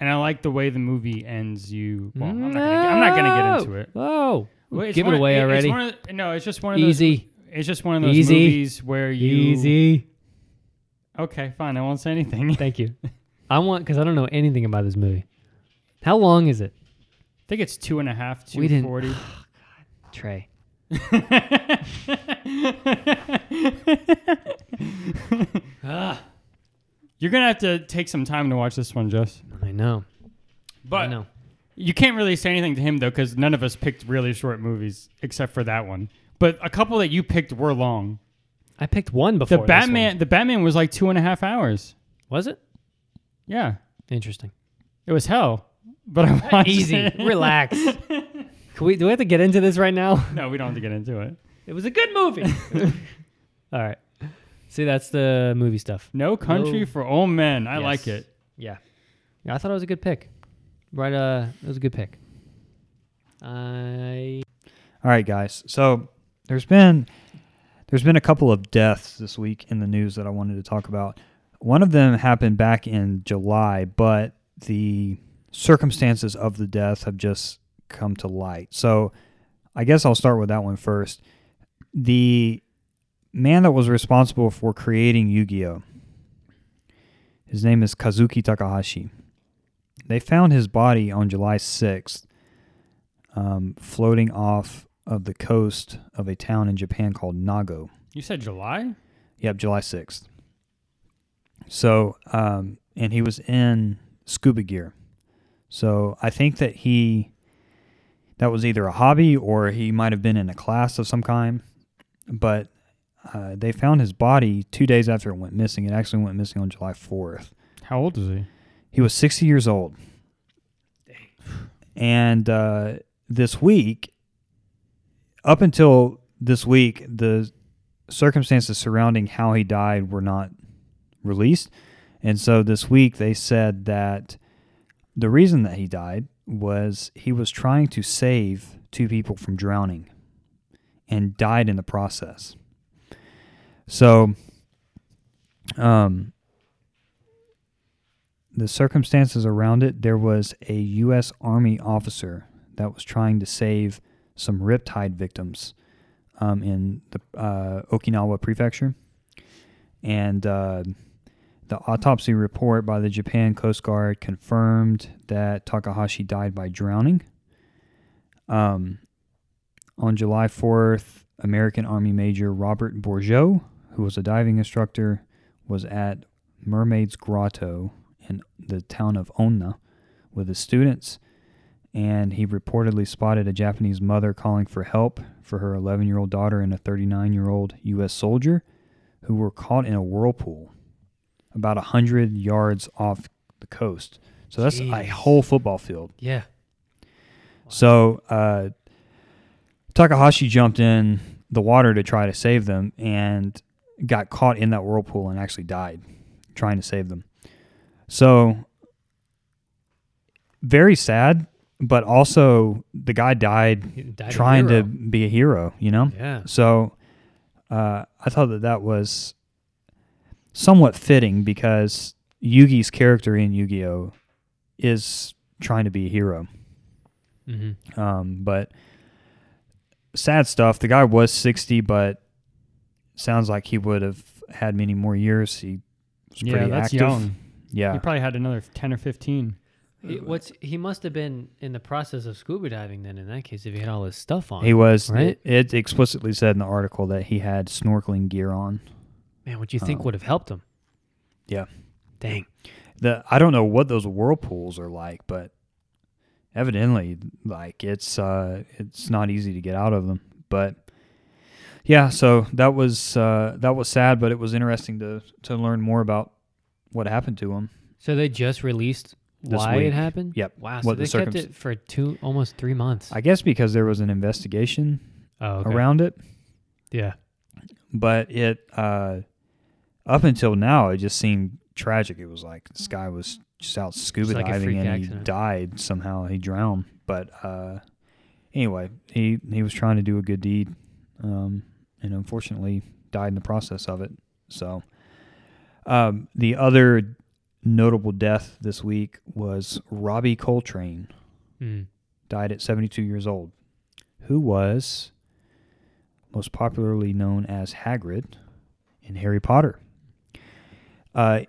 [SPEAKER 1] and I like the way the movie ends. You, well, I'm, not gonna, I'm not gonna get into it.
[SPEAKER 2] Oh,
[SPEAKER 1] Well, it's
[SPEAKER 2] give
[SPEAKER 1] one-
[SPEAKER 2] it away
[SPEAKER 1] it's
[SPEAKER 2] already.
[SPEAKER 1] one of the- no, it's just one of those.
[SPEAKER 2] Easy,
[SPEAKER 1] It's just one of those
[SPEAKER 2] Easy.
[SPEAKER 1] movies where you.
[SPEAKER 2] easy.
[SPEAKER 1] Okay, fine. I won't say anything. I
[SPEAKER 2] Thank you. I want because I don't know anything about this movie. How long is it,
[SPEAKER 1] think it's two and a half,
[SPEAKER 2] We
[SPEAKER 1] two
[SPEAKER 2] didn't-
[SPEAKER 1] forty.
[SPEAKER 2] Trey?
[SPEAKER 1] You're gonna have to take some time to watch this one, Jess.
[SPEAKER 2] I know. I
[SPEAKER 1] But
[SPEAKER 2] know.
[SPEAKER 1] You can't really say anything to him though, because none of us picked really short movies except for that one. But a couple that you picked were long.
[SPEAKER 2] I picked one
[SPEAKER 1] The
[SPEAKER 2] before. this
[SPEAKER 1] Batman,
[SPEAKER 2] one.
[SPEAKER 1] the Batman was like two and a half hours.
[SPEAKER 2] was it
[SPEAKER 1] Yeah,
[SPEAKER 2] interesting?
[SPEAKER 1] it was hell. But I watched
[SPEAKER 2] Easy,
[SPEAKER 1] it.
[SPEAKER 2] relax. Can we? Do we have to get into this right now?
[SPEAKER 1] No, we don't have to get into it.
[SPEAKER 2] It was a good movie. All right. See, that's the movie stuff.
[SPEAKER 1] No Country
[SPEAKER 2] No.
[SPEAKER 1] for Old Men. I
[SPEAKER 2] Yes.
[SPEAKER 1] like it.
[SPEAKER 2] Yeah. Yeah, I thought it was a good pick. Right. Uh, it was a good pick. I.
[SPEAKER 3] All right, guys. So there's been there's been a couple of deaths this week in the news that I wanted to talk about. One of them happened back in July, but the circumstances of the death have just come to light. So I guess I'll start with that one first. The man that was responsible for creating Yu-Gi-Oh. His name is Kazuki Takahashi. They found his body on July 6th um, floating off of the coast of a town in Japan called Nago.
[SPEAKER 1] You said July?
[SPEAKER 3] Yep, July 6th. So, um, and he was in scuba gear. So I think that he, that was either a hobby or he might have been in a class of some kind. But uh, they found his body two days after it went missing. It actually went missing on July 4th.
[SPEAKER 1] How old is he?
[SPEAKER 3] He was 60 years old. And uh, this week, up until this week, the circumstances surrounding how he died were not released. And so this week, they said that the reason that he died was he was trying to save two people from drowning and died in the process. So, um, the circumstances around it, there was a U.S. Army officer that was trying to save some riptide victims um, in the uh, Okinawa prefecture. And uh, the autopsy report by the Japan Coast Guard confirmed that Takahashi died by drowning. Um, on July 4th, American Army Major Robert Bourgeau, who was a diving instructor, was at Mermaid's Grotto in the town of Onna with his students, and he reportedly spotted a Japanese mother calling for help for her 11 year old daughter and a 39 year old U.S. soldier who were caught in a whirlpool about 100 yards off the coast. So that's
[SPEAKER 2] Jeez.
[SPEAKER 3] a whole football field.
[SPEAKER 2] Yeah.
[SPEAKER 3] So uh, Takahashi jumped in the water to try to save them and got caught in that whirlpool and actually died trying to save them. So very sad, but also the guy died
[SPEAKER 2] He died a
[SPEAKER 3] trying to
[SPEAKER 2] hero.
[SPEAKER 3] be a hero, you know?
[SPEAKER 2] Yeah.
[SPEAKER 3] So uh, I thought that that was somewhat fitting because Yugi's character in Yu Gi Oh! is trying to be a hero.
[SPEAKER 2] Mm-hmm.
[SPEAKER 3] Um, but sad stuff. The guy was 60, but sounds like he would have had many more years. He was
[SPEAKER 1] Yeah,
[SPEAKER 3] pretty
[SPEAKER 1] that's
[SPEAKER 3] active.
[SPEAKER 1] young.
[SPEAKER 3] Yeah.
[SPEAKER 1] He probably had another 10 or 15.
[SPEAKER 2] He, what's he must have been in the process of scuba diving then in that case if he had all his stuff on.
[SPEAKER 3] He was.
[SPEAKER 2] Right?
[SPEAKER 3] It explicitly said in the article that he had snorkeling gear on.
[SPEAKER 2] Man, what do you think
[SPEAKER 3] Oh.
[SPEAKER 2] would have helped him?
[SPEAKER 3] Yeah.
[SPEAKER 2] Dang.
[SPEAKER 3] The I don't know what those whirlpools are like, but evidently like it's uh it's not easy to get out of them but yeah so that was uh that was sad but it was interesting to to learn more about what happened to him
[SPEAKER 2] So they just released
[SPEAKER 3] This
[SPEAKER 2] why
[SPEAKER 3] week.
[SPEAKER 2] it happened.
[SPEAKER 3] Yep.
[SPEAKER 2] Wow. So
[SPEAKER 3] What
[SPEAKER 2] they
[SPEAKER 3] the
[SPEAKER 2] kept
[SPEAKER 3] circumst-
[SPEAKER 2] it for two, almost three months.
[SPEAKER 3] i guess because there was an investigation
[SPEAKER 2] oh, okay.
[SPEAKER 3] around it
[SPEAKER 2] Yeah.
[SPEAKER 3] but it uh up until now it just seemed tragic it was like this guy was just out scuba
[SPEAKER 2] like a freak
[SPEAKER 3] diving and
[SPEAKER 2] accident.
[SPEAKER 3] he died somehow he drowned but uh anyway he he was trying to do a good deed um and unfortunately died in the process of it so um the other notable death this week was robbie coltrane
[SPEAKER 2] Mm.
[SPEAKER 3] died at 72 years old, who was most popularly known as Hagrid in Harry Potter. Uh,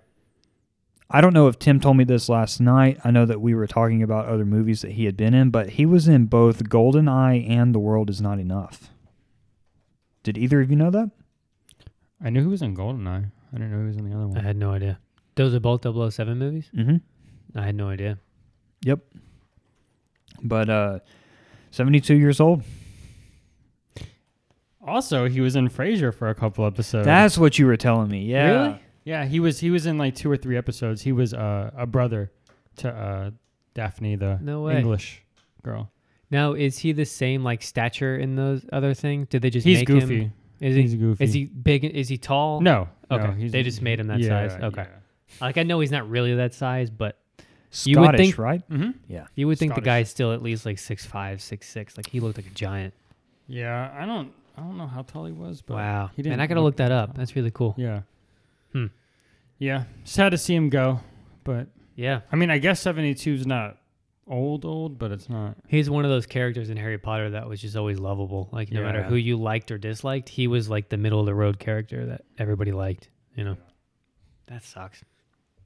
[SPEAKER 3] I don't know if Tim told me this last night. I know that we were talking about other movies that he had been in, but he was in both GoldenEye and The World Is Not Enough. Did either of you know that?
[SPEAKER 1] I knew he was in Goldeneye. I didn't know he was in the other
[SPEAKER 2] I
[SPEAKER 1] one.
[SPEAKER 2] had no idea. Those are both 007 movies.
[SPEAKER 3] Mm-hmm.
[SPEAKER 2] I had no idea.
[SPEAKER 3] Yep. But uh, 72 years old.
[SPEAKER 1] Also, he was in Frasier for a couple episodes.
[SPEAKER 3] That's what you were telling me. Yeah.
[SPEAKER 2] Uh, Really?
[SPEAKER 1] yeah. He was he was in like two or three episodes. He was uh, a brother to uh, Daphne, the
[SPEAKER 2] No way.
[SPEAKER 1] English girl.
[SPEAKER 2] Now, is he the same like stature in those other things? Did they just
[SPEAKER 1] He's
[SPEAKER 2] make
[SPEAKER 1] goofy.
[SPEAKER 2] him? Is he?
[SPEAKER 1] he's goofy.
[SPEAKER 2] Is he big? Is he tall?
[SPEAKER 1] No.
[SPEAKER 2] Okay.
[SPEAKER 1] no, he's-
[SPEAKER 2] they just made him that
[SPEAKER 1] Yeah,
[SPEAKER 2] size. Okay. Like I know he's not really that size, but
[SPEAKER 3] Scottish,
[SPEAKER 2] You would think-
[SPEAKER 3] right?
[SPEAKER 1] Yeah.
[SPEAKER 2] Mm-hmm.
[SPEAKER 1] hmm
[SPEAKER 2] you would think the
[SPEAKER 1] Scottish.
[SPEAKER 2] guy's still at least like six five, six six. Like he looked like a giant.
[SPEAKER 1] Yeah. I don't. I don't know how tall he was, but
[SPEAKER 2] wow.
[SPEAKER 1] he
[SPEAKER 2] Man,
[SPEAKER 1] didn't
[SPEAKER 2] I gotta
[SPEAKER 1] look
[SPEAKER 2] look that up. That's really cool.
[SPEAKER 1] Yeah.
[SPEAKER 2] Hmm.
[SPEAKER 1] Yeah. Sad to see him go, but
[SPEAKER 2] Yeah.
[SPEAKER 1] I mean, I guess 72 is not old, old, but it's not.
[SPEAKER 2] He's one of those characters in Harry Potter that was just always lovable. Like no matter
[SPEAKER 1] Yeah.
[SPEAKER 2] who you liked or disliked, he was like the middle of the road character that everybody liked, you know. That sucks.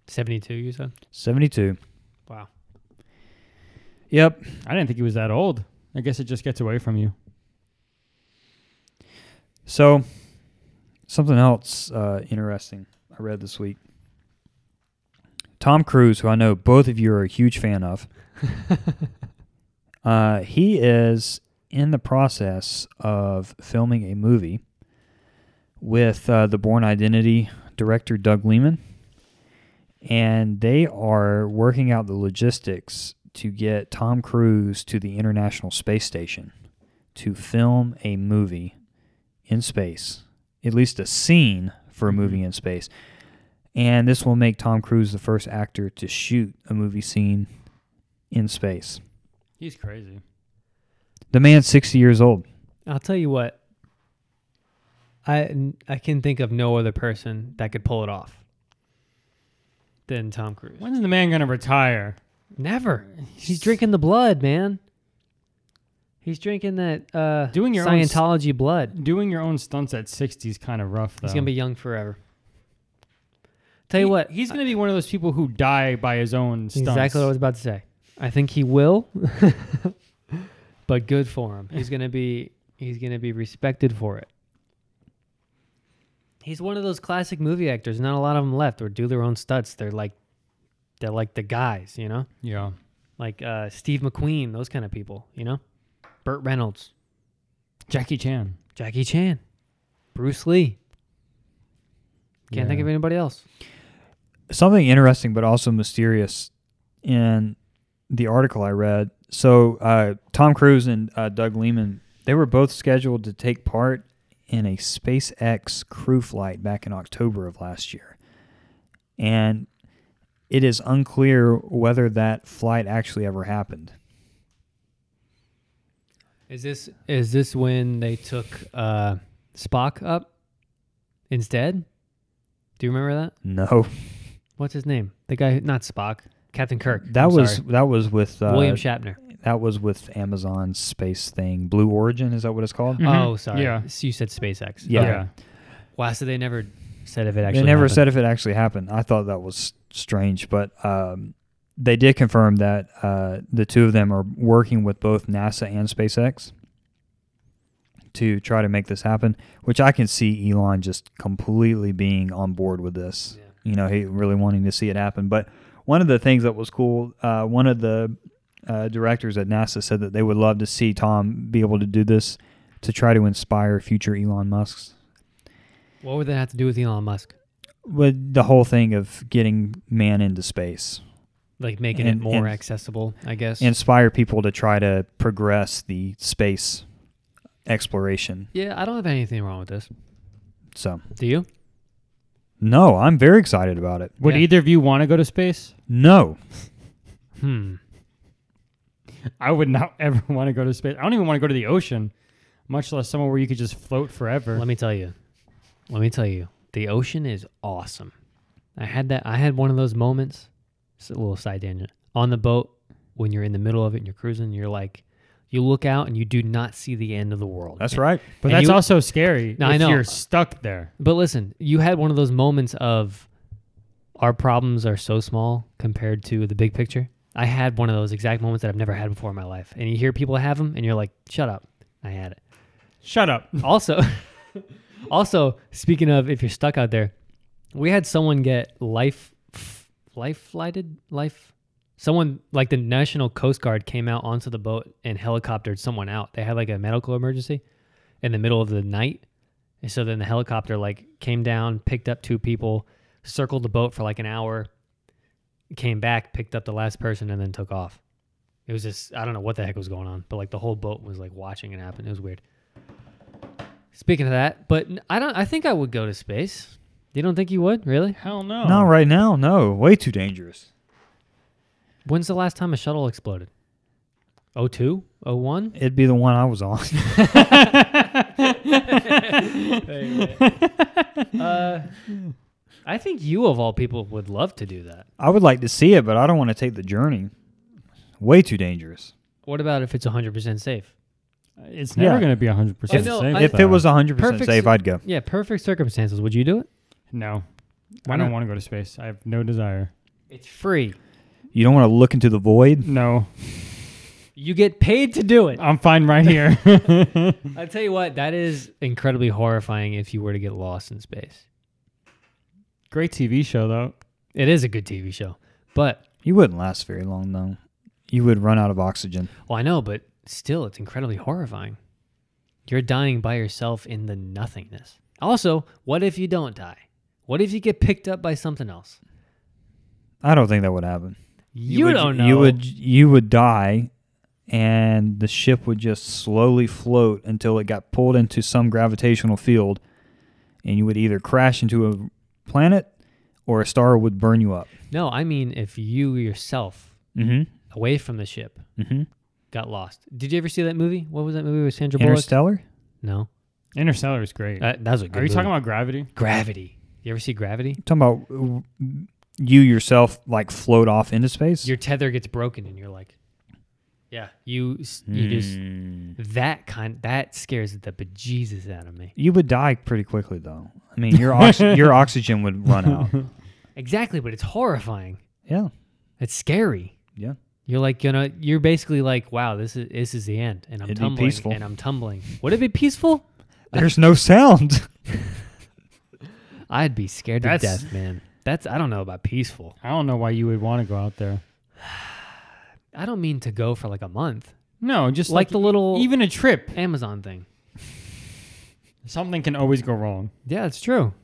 [SPEAKER 2] Seventy two, you said?
[SPEAKER 3] 72.
[SPEAKER 2] Wow.
[SPEAKER 3] Yep.
[SPEAKER 1] I didn't think he was that old. I guess it just gets away from you.
[SPEAKER 3] So, something else uh, interesting I read this week. Tom Cruise, who I know both of you are a huge fan of, uh, he is in the process of filming a movie with uh, the Born Identity director Doug Lehman. And they are working out the logistics to get Tom Cruise to the International Space Station to film a movie in space, at least a scene for a movie in space. And this will make Tom Cruise the first actor to shoot a movie scene in space.
[SPEAKER 1] He's crazy.
[SPEAKER 3] The man's 60 years old.
[SPEAKER 2] I'll tell you what. I I can think of no other person that could pull it off than Tom Cruise.
[SPEAKER 1] When's the man going to retire?
[SPEAKER 2] Never. He's drinking the blood, man. He's drinking that uh,
[SPEAKER 1] Doing your own s-
[SPEAKER 2] Scientology blood.
[SPEAKER 1] Doing your own stunts at 60 is kind of rough, though.
[SPEAKER 2] He's gonna be young forever. Tell you
[SPEAKER 1] He-
[SPEAKER 2] what,
[SPEAKER 1] He's going to be one of those people who die by his own
[SPEAKER 2] that's
[SPEAKER 1] stunts.
[SPEAKER 2] exactly what I was about to say. I think he will, but good for him. He's gonna be he's gonna be respected for it. He's one of those classic movie actors. Not a lot of them left or do their own stunts. They're like they're like the guys, you know.
[SPEAKER 1] Yeah.
[SPEAKER 2] like uh, Steve McQueen, those kind of people, you know? Burt Reynolds,
[SPEAKER 1] Jackie Chan.
[SPEAKER 2] Jackie Chan, Bruce Lee. Can't think
[SPEAKER 1] Yeah.
[SPEAKER 2] of anybody else.
[SPEAKER 3] Something interesting but also mysterious in the article I read. So, uh, Tom Cruise and uh, Doug Lehman, they were both scheduled to take part in a SpaceX crew flight back in October of last year. And it is unclear whether that flight actually ever happened.
[SPEAKER 2] Is this is this when they took uh, Spock up instead? Do you remember that?
[SPEAKER 3] No.
[SPEAKER 2] What's his name? The guy, who- not Spock, Captain Kirk.
[SPEAKER 3] That
[SPEAKER 2] I'm
[SPEAKER 3] was
[SPEAKER 2] sorry.
[SPEAKER 3] that was with uh,
[SPEAKER 2] William Shatner.
[SPEAKER 3] that was with Amazon's space thing. Blue Origin is that what it's called?
[SPEAKER 1] Mhm.
[SPEAKER 2] Oh, sorry.
[SPEAKER 1] Yeah.
[SPEAKER 2] So you said SpaceX.
[SPEAKER 3] Yeah.
[SPEAKER 2] Okay. Wow. So they never said if it actually.
[SPEAKER 3] they never
[SPEAKER 2] happened.
[SPEAKER 3] said if it actually happened. I thought that was strange, but um, they did confirm that uh, the two of them are working with both NASA and SpaceX to try to make this happen. Which I can see Elon just completely being on board with this.
[SPEAKER 2] Yeah.
[SPEAKER 3] You know, he really wanting to see it happen. But one of the things that was cool, uh, one of the uh, directors at NASA said that they would love to see Tom be able to do this to try to inspire future Elon Musk's.
[SPEAKER 2] What would that have to do with Elon Musk?
[SPEAKER 3] With the whole thing of getting man into space,
[SPEAKER 2] Like making
[SPEAKER 3] And-
[SPEAKER 2] it more
[SPEAKER 3] and-
[SPEAKER 2] accessible, I guess.
[SPEAKER 3] inspire people to try to progress the space exploration.
[SPEAKER 2] yeah, I don't have anything wrong with this.
[SPEAKER 3] So,
[SPEAKER 2] Do you?
[SPEAKER 3] no, I'm very excited about it.
[SPEAKER 1] Would
[SPEAKER 2] Yeah.
[SPEAKER 1] either of you want to go to space?
[SPEAKER 3] No,
[SPEAKER 2] Hmm.
[SPEAKER 1] I would not ever want to go to space. I don't even want to go to the ocean, much less somewhere where you could just float forever.
[SPEAKER 2] Let me tell you. Let me tell you. The ocean is awesome. I had that. I had one of those moments. It's a little side tangent on the boat when you're in the middle of it and you're cruising. You're like, you look out and you do not see the end of the world.
[SPEAKER 3] that's right.
[SPEAKER 1] but
[SPEAKER 2] And
[SPEAKER 1] that's
[SPEAKER 2] you-
[SPEAKER 1] also scary.
[SPEAKER 2] No, I
[SPEAKER 1] if
[SPEAKER 2] know.
[SPEAKER 1] You're stuck there.
[SPEAKER 2] But listen, you had one of those moments of our problems are so small compared to the big picture. I had one of those exact moments that I've never had before in my life. And you hear people have them and you're like, shut up. I had it.
[SPEAKER 1] Shut up.
[SPEAKER 2] Also, also speaking of if you're stuck out there, we had someone get life, f- life flighted, life. Someone like the National Coast Guard came out onto the boat and helicoptered someone out. They had like a medical emergency in the middle of the night, and so then the helicopter like came down, picked up two people, circled the boat for like an hour, came back, picked up the last person, and then took off. It was just I don't know what the heck was going on, but like the whole boat was like watching it happen. It was weird. Speaking of that, but n- I don't. I think I would go to space. You don't think you would, really?
[SPEAKER 1] Hell no.
[SPEAKER 3] Not right now. No, way too dangerous.
[SPEAKER 2] When's the last time a shuttle exploded? 02? 01?
[SPEAKER 3] It'd be the one I was on.
[SPEAKER 2] Uh, I think you, of all people, would love to do that.
[SPEAKER 3] I would like to see it, but I don't want to take the journey. Way too dangerous.
[SPEAKER 2] What about if it's 100% safe?
[SPEAKER 1] It's never
[SPEAKER 3] Yeah.
[SPEAKER 1] going to be 100%
[SPEAKER 2] I know,
[SPEAKER 1] safe.
[SPEAKER 2] I-
[SPEAKER 3] If it
[SPEAKER 1] though.
[SPEAKER 3] was 100%
[SPEAKER 2] Perfect
[SPEAKER 3] safe,
[SPEAKER 2] si-
[SPEAKER 3] I'd go.
[SPEAKER 2] Yeah, perfect circumstances. Would you do it?
[SPEAKER 1] No.
[SPEAKER 2] Why
[SPEAKER 1] I don't
[SPEAKER 2] not?
[SPEAKER 1] want to go to space. I have no desire.
[SPEAKER 2] It's free.
[SPEAKER 3] You don't want to look into the void?
[SPEAKER 1] No.
[SPEAKER 2] You get paid to do it.
[SPEAKER 1] I'm fine right here.
[SPEAKER 2] I tell you what, that is incredibly horrifying if you were to get lost in space.
[SPEAKER 1] Great TV show, though.
[SPEAKER 2] It is a good TV show, but
[SPEAKER 3] You wouldn't last very long, though. You would run out of oxygen.
[SPEAKER 2] Well, I know, but still, it's incredibly horrifying. You're dying by yourself in the nothingness. Also, what if you don't die? What if you get picked up by something else?
[SPEAKER 3] I don't think that would happen.
[SPEAKER 2] You,
[SPEAKER 3] would,
[SPEAKER 2] don't know.
[SPEAKER 3] You would you would die, and the ship would just slowly float until it got pulled into some gravitational field, and you would either crash into a planet or a star would burn you up.
[SPEAKER 2] No, I mean, if you yourself,
[SPEAKER 3] Mm-hmm.
[SPEAKER 2] away from the ship,
[SPEAKER 3] Mm-hmm.
[SPEAKER 2] got lost. Did you ever see that movie? What was that movie with Sandra Bullock?
[SPEAKER 3] Interstellar.
[SPEAKER 2] No,
[SPEAKER 1] Interstellar is great.
[SPEAKER 2] that, that was a good.
[SPEAKER 1] Are you
[SPEAKER 2] movie.
[SPEAKER 1] talking about gravity?
[SPEAKER 2] Gravity? You ever see Gravity?
[SPEAKER 3] talking about uh, you yourself like float off into space.
[SPEAKER 2] Your tether gets broken, and you're like, yeah, you s- you just
[SPEAKER 3] Hmm.
[SPEAKER 2] that kind that scares the bejesus out of me.
[SPEAKER 3] You would die pretty quickly, though. I mean, your ox- your oxygen would run out.
[SPEAKER 2] Exactly, but it's horrifying.
[SPEAKER 3] Yeah,
[SPEAKER 2] It's scary.
[SPEAKER 3] yeah.
[SPEAKER 2] You're like you know you're basically like wow this is this is the end and I'm
[SPEAKER 3] It'd be
[SPEAKER 2] tumbling
[SPEAKER 3] peaceful.
[SPEAKER 2] and I'm tumbling. Would it be peaceful?
[SPEAKER 3] There's no sound.
[SPEAKER 2] I'd be scared to
[SPEAKER 1] That's-
[SPEAKER 2] death, man. That's I don't know about peaceful.
[SPEAKER 1] I don't know why you would want to go out there.
[SPEAKER 2] I don't mean to go for like a month.
[SPEAKER 1] No, just
[SPEAKER 2] Like
[SPEAKER 1] like,
[SPEAKER 2] the little-
[SPEAKER 1] even a trip.
[SPEAKER 2] Amazon thing.
[SPEAKER 1] Something can always go wrong.
[SPEAKER 2] Yeah, it's true.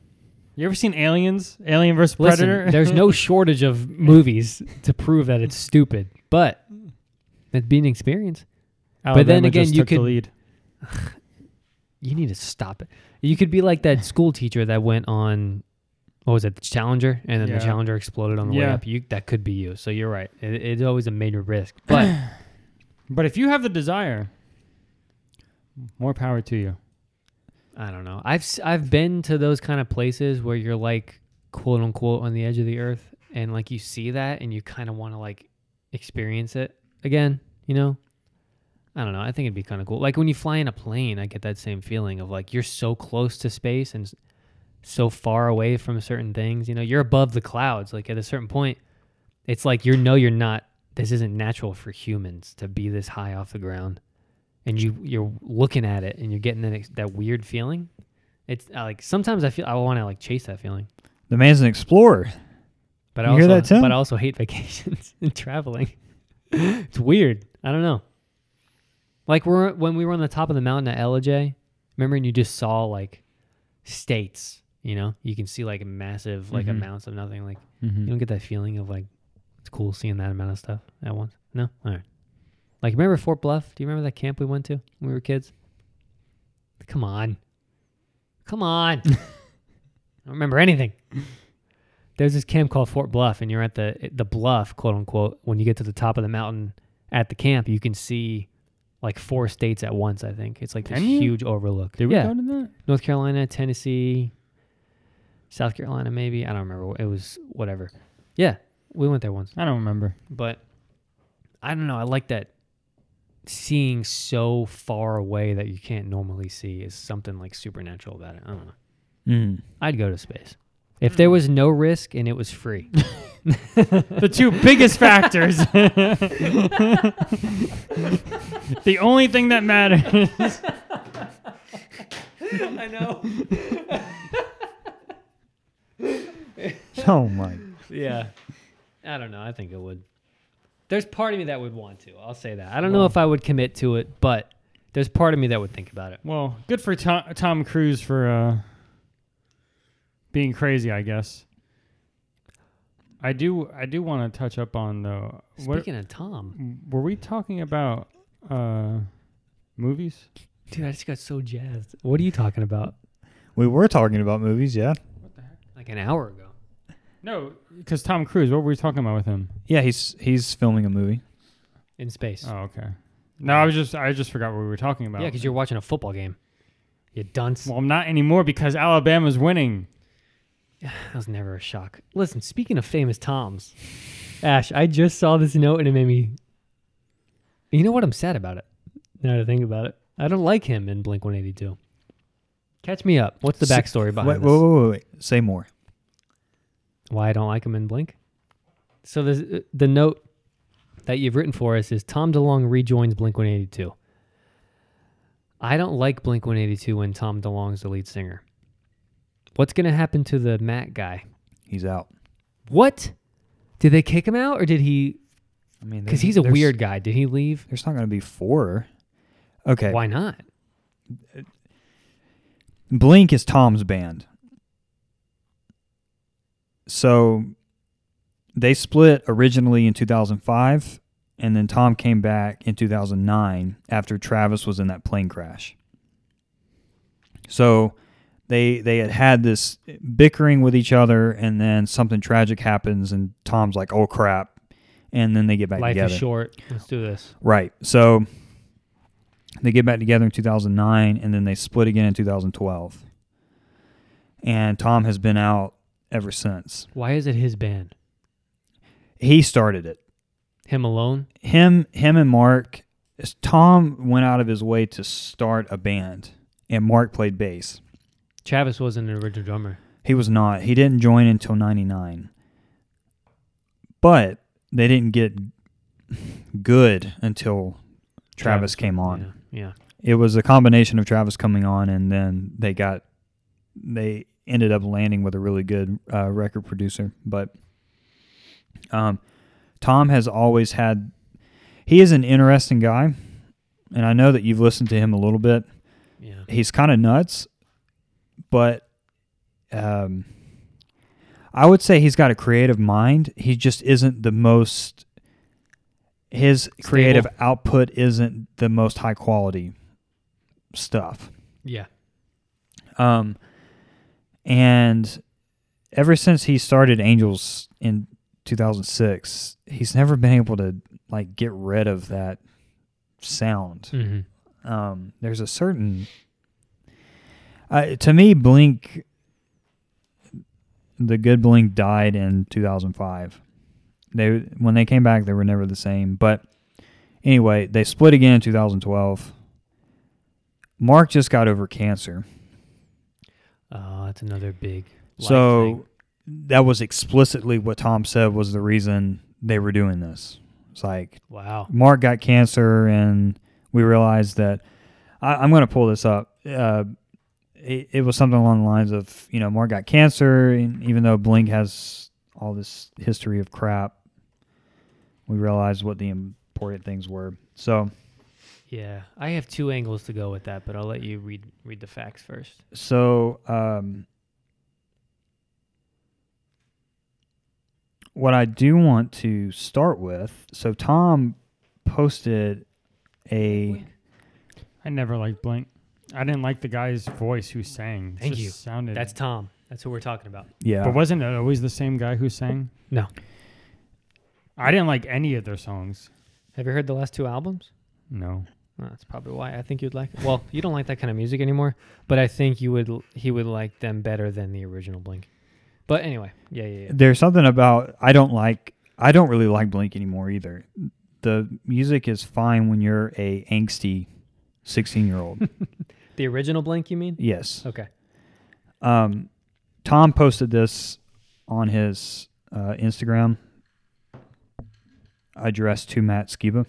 [SPEAKER 1] You ever seen Aliens? Alien versus
[SPEAKER 2] Listen,
[SPEAKER 1] Predator?
[SPEAKER 2] there's no shortage of movies to prove that it's stupid, but that'd be an experience.
[SPEAKER 1] Alabama
[SPEAKER 2] then again,
[SPEAKER 1] just
[SPEAKER 2] you
[SPEAKER 1] took the
[SPEAKER 2] could-
[SPEAKER 1] lead.
[SPEAKER 2] You need to stop it. You could be like that school teacher that went on what was it, the Challenger, and then
[SPEAKER 1] Yeah.
[SPEAKER 2] the Challenger exploded on the way
[SPEAKER 1] Yeah.
[SPEAKER 2] up. You that could be you. So you're right. It, it's always a major risk, but.
[SPEAKER 1] But if you have the desire, more power to you.
[SPEAKER 2] I don't know. I've s- I've been to those kind of places where you're like quote unquote on the edge of the earth, and like you see that, and you kind of want to like experience it again. You know, I don't know. I think it'd be kind of cool. Like when you fly in a plane, I get that same feeling of like you're so close to space and s- so far away from certain things. You know, you're above the clouds. Like at a certain point, it's like you know you're not. This isn't natural for humans to be this high off the ground and you you're looking at it and you're getting that ex- that weird feeling. It's uh, like sometimes I feel I want to like chase that feeling,
[SPEAKER 3] The man's an explorer.
[SPEAKER 2] but I
[SPEAKER 3] You
[SPEAKER 2] also
[SPEAKER 3] hear that, Tim?
[SPEAKER 2] but I also hate vacations and traveling. It's weird. I don't know. Like we're when we were on the top of the mountain at LJ, remember and you just saw like states, you know? You can see like massive like
[SPEAKER 1] Mhm.
[SPEAKER 2] amounts of nothing. Like you
[SPEAKER 3] Mm-hmm.
[SPEAKER 2] don't get that feeling of like it's cool seeing that amount of stuff at once. No? All right. Like remember Fort Bluff? Do you remember that camp we went to when we were kids? Come on. Come on. I don't remember anything. There's this camp called Fort Bluff and you're at the the bluff, quote unquote. When you get to the top of the mountain at the camp, you can see like four states at once, I think. It's like this
[SPEAKER 1] Can you?
[SPEAKER 2] huge overlook.
[SPEAKER 1] Did we
[SPEAKER 2] yeah.
[SPEAKER 1] go to that?
[SPEAKER 2] North Carolina, Tennessee, South Carolina, maybe. I don't remember. It was whatever. Yeah, we went there once.
[SPEAKER 1] I don't remember.
[SPEAKER 2] But I don't know. I like that seeing so far away that you can't normally see is something like supernatural about it. I don't know.
[SPEAKER 3] Mm.
[SPEAKER 2] I'd go to space. If there was no risk and it was free,
[SPEAKER 1] The two biggest factors. the only thing that matters.
[SPEAKER 2] I know.
[SPEAKER 3] Oh my.
[SPEAKER 2] yeah. I don't know. I think it would. There's part of me that would want to. I'll say that. I don't know if I would commit to it, but there's part of me that would think about it.
[SPEAKER 1] Well, good for Tom, Tom Cruise for uh, being crazy, I guess. I do. I do want to touch up on though. what-
[SPEAKER 2] Speaking of Tom,
[SPEAKER 1] were we talking about uh, movies?
[SPEAKER 2] dude, I just got so jazzed. What are you talking about?
[SPEAKER 3] We were talking about movies, yeah.
[SPEAKER 2] Like an hour ago.
[SPEAKER 1] No, because Tom Cruise. What were we talking about with him?
[SPEAKER 3] Yeah, he's he's filming a movie.
[SPEAKER 2] In space. Yeah,
[SPEAKER 1] Oh, okay. No, I was just. I just forgot what we were talking about.
[SPEAKER 2] yeah, because you're watching a football game. You dunce.
[SPEAKER 1] Well, I'm not anymore because Alabama's winning.
[SPEAKER 2] that was never a shock. Listen, speaking of famous Toms, Ash, I just saw this note and it made me. You know what? I'm sad about it. Now that I think about it, I don't like him in Blink 182. Catch me up. What's the
[SPEAKER 3] So-
[SPEAKER 2] backstory behind
[SPEAKER 3] Wait,
[SPEAKER 2] this?
[SPEAKER 3] whoa, whoa, whoa, wait. Say more.
[SPEAKER 2] why I don't like him in Blink. So the the note that you've written for us is Tom DeLong rejoins Blink 182. I don't like Blink 182 when Tom DeLong's the lead singer. What's going to happen to the Matt guy?
[SPEAKER 3] He's out.
[SPEAKER 2] What? Did they kick him out or did he
[SPEAKER 3] I mean,
[SPEAKER 2] cuz
[SPEAKER 3] there's-
[SPEAKER 2] he's a
[SPEAKER 3] there's-
[SPEAKER 2] weird guy. Did he leave?
[SPEAKER 3] There's not going to be four. Okay.
[SPEAKER 2] Why not?
[SPEAKER 3] Blink is Tom's band. So they split originally in 2005, and then Tom came back in 2009 after Travis was in that plane crash. So they they had had this bickering with each other, and then something tragic happens, and Tom's like, "Oh crap!" And then they get back
[SPEAKER 2] Life
[SPEAKER 3] together.
[SPEAKER 2] is short. Let's do this.
[SPEAKER 3] Right. So they get back together in 2009 and then they split again in 2012. And Tom has been out ever since.
[SPEAKER 2] Why is it his band?
[SPEAKER 3] He started it.
[SPEAKER 2] Him alone?
[SPEAKER 3] Him him and Mark Tom went out of his way to start a band and Mark played bass.
[SPEAKER 2] Travis wasn't an original drummer.
[SPEAKER 3] He was not. He didn't join until 99. But they didn't get good until Travis, came on.
[SPEAKER 2] Yeah. yeah.
[SPEAKER 3] it was a combination of Travis coming on, and then they got they ended up landing with a really good uh, record producer. But um, Tom has always had he is an interesting guy, and I know that you've listened to him a little bit.
[SPEAKER 2] Yeah.
[SPEAKER 3] He's kind of nuts, but um, I would say he's got a creative mind. He just isn't the most his creative output isn't the most high quality stuff.
[SPEAKER 2] Yeah.
[SPEAKER 3] Um, and ever since he started Angels in 2006, he's never been able to like get rid of that sound
[SPEAKER 2] Mhm.
[SPEAKER 3] um, there's a certain uh, to me blink the good blink died in 2005 they when they came back they were never the same but anyway they split again in 2012 mark just got over cancer
[SPEAKER 2] Oh, that's another big. life thing.
[SPEAKER 3] so that was explicitly what tom said was the reason they were doing this it's like
[SPEAKER 2] wow,
[SPEAKER 3] Mark got cancer, and we realized that I, I'm going to pull this up. Uh, it, it was something along the lines of, you know, Mark got cancer, and even though Blink has all this history of crap, we realized what the important things were. So,
[SPEAKER 2] Yeah, I have two angles to go with that, but I'll let you read read the facts first.
[SPEAKER 3] so um, what I do want to start with. So Tom posted a.
[SPEAKER 1] I never liked Blink. I didn't like the guy's voice who sang. It
[SPEAKER 2] Thank
[SPEAKER 1] just
[SPEAKER 2] you.
[SPEAKER 1] Sounded.
[SPEAKER 2] That's Tom. That's who we're talking about.
[SPEAKER 3] Yeah.
[SPEAKER 1] But wasn't it always the same guy who sang?
[SPEAKER 2] No.
[SPEAKER 1] I didn't like any of their songs.
[SPEAKER 2] Have you heard the last two albums?
[SPEAKER 1] No.
[SPEAKER 2] Well, that's probably why I think you'd like. Well, you don't like that kind of music anymore, but I think you would. He would like them better than the original Blink. But anyway, yeah, yeah, yeah.
[SPEAKER 3] there's something about I don't like I don't really like Blink anymore either. The music is fine when you're a angsty 16 year old.
[SPEAKER 2] The original Blink, you mean?
[SPEAKER 3] yes.
[SPEAKER 2] Okay.
[SPEAKER 3] Um, Tom posted this on his uh, Instagram addressed to Matt Skiba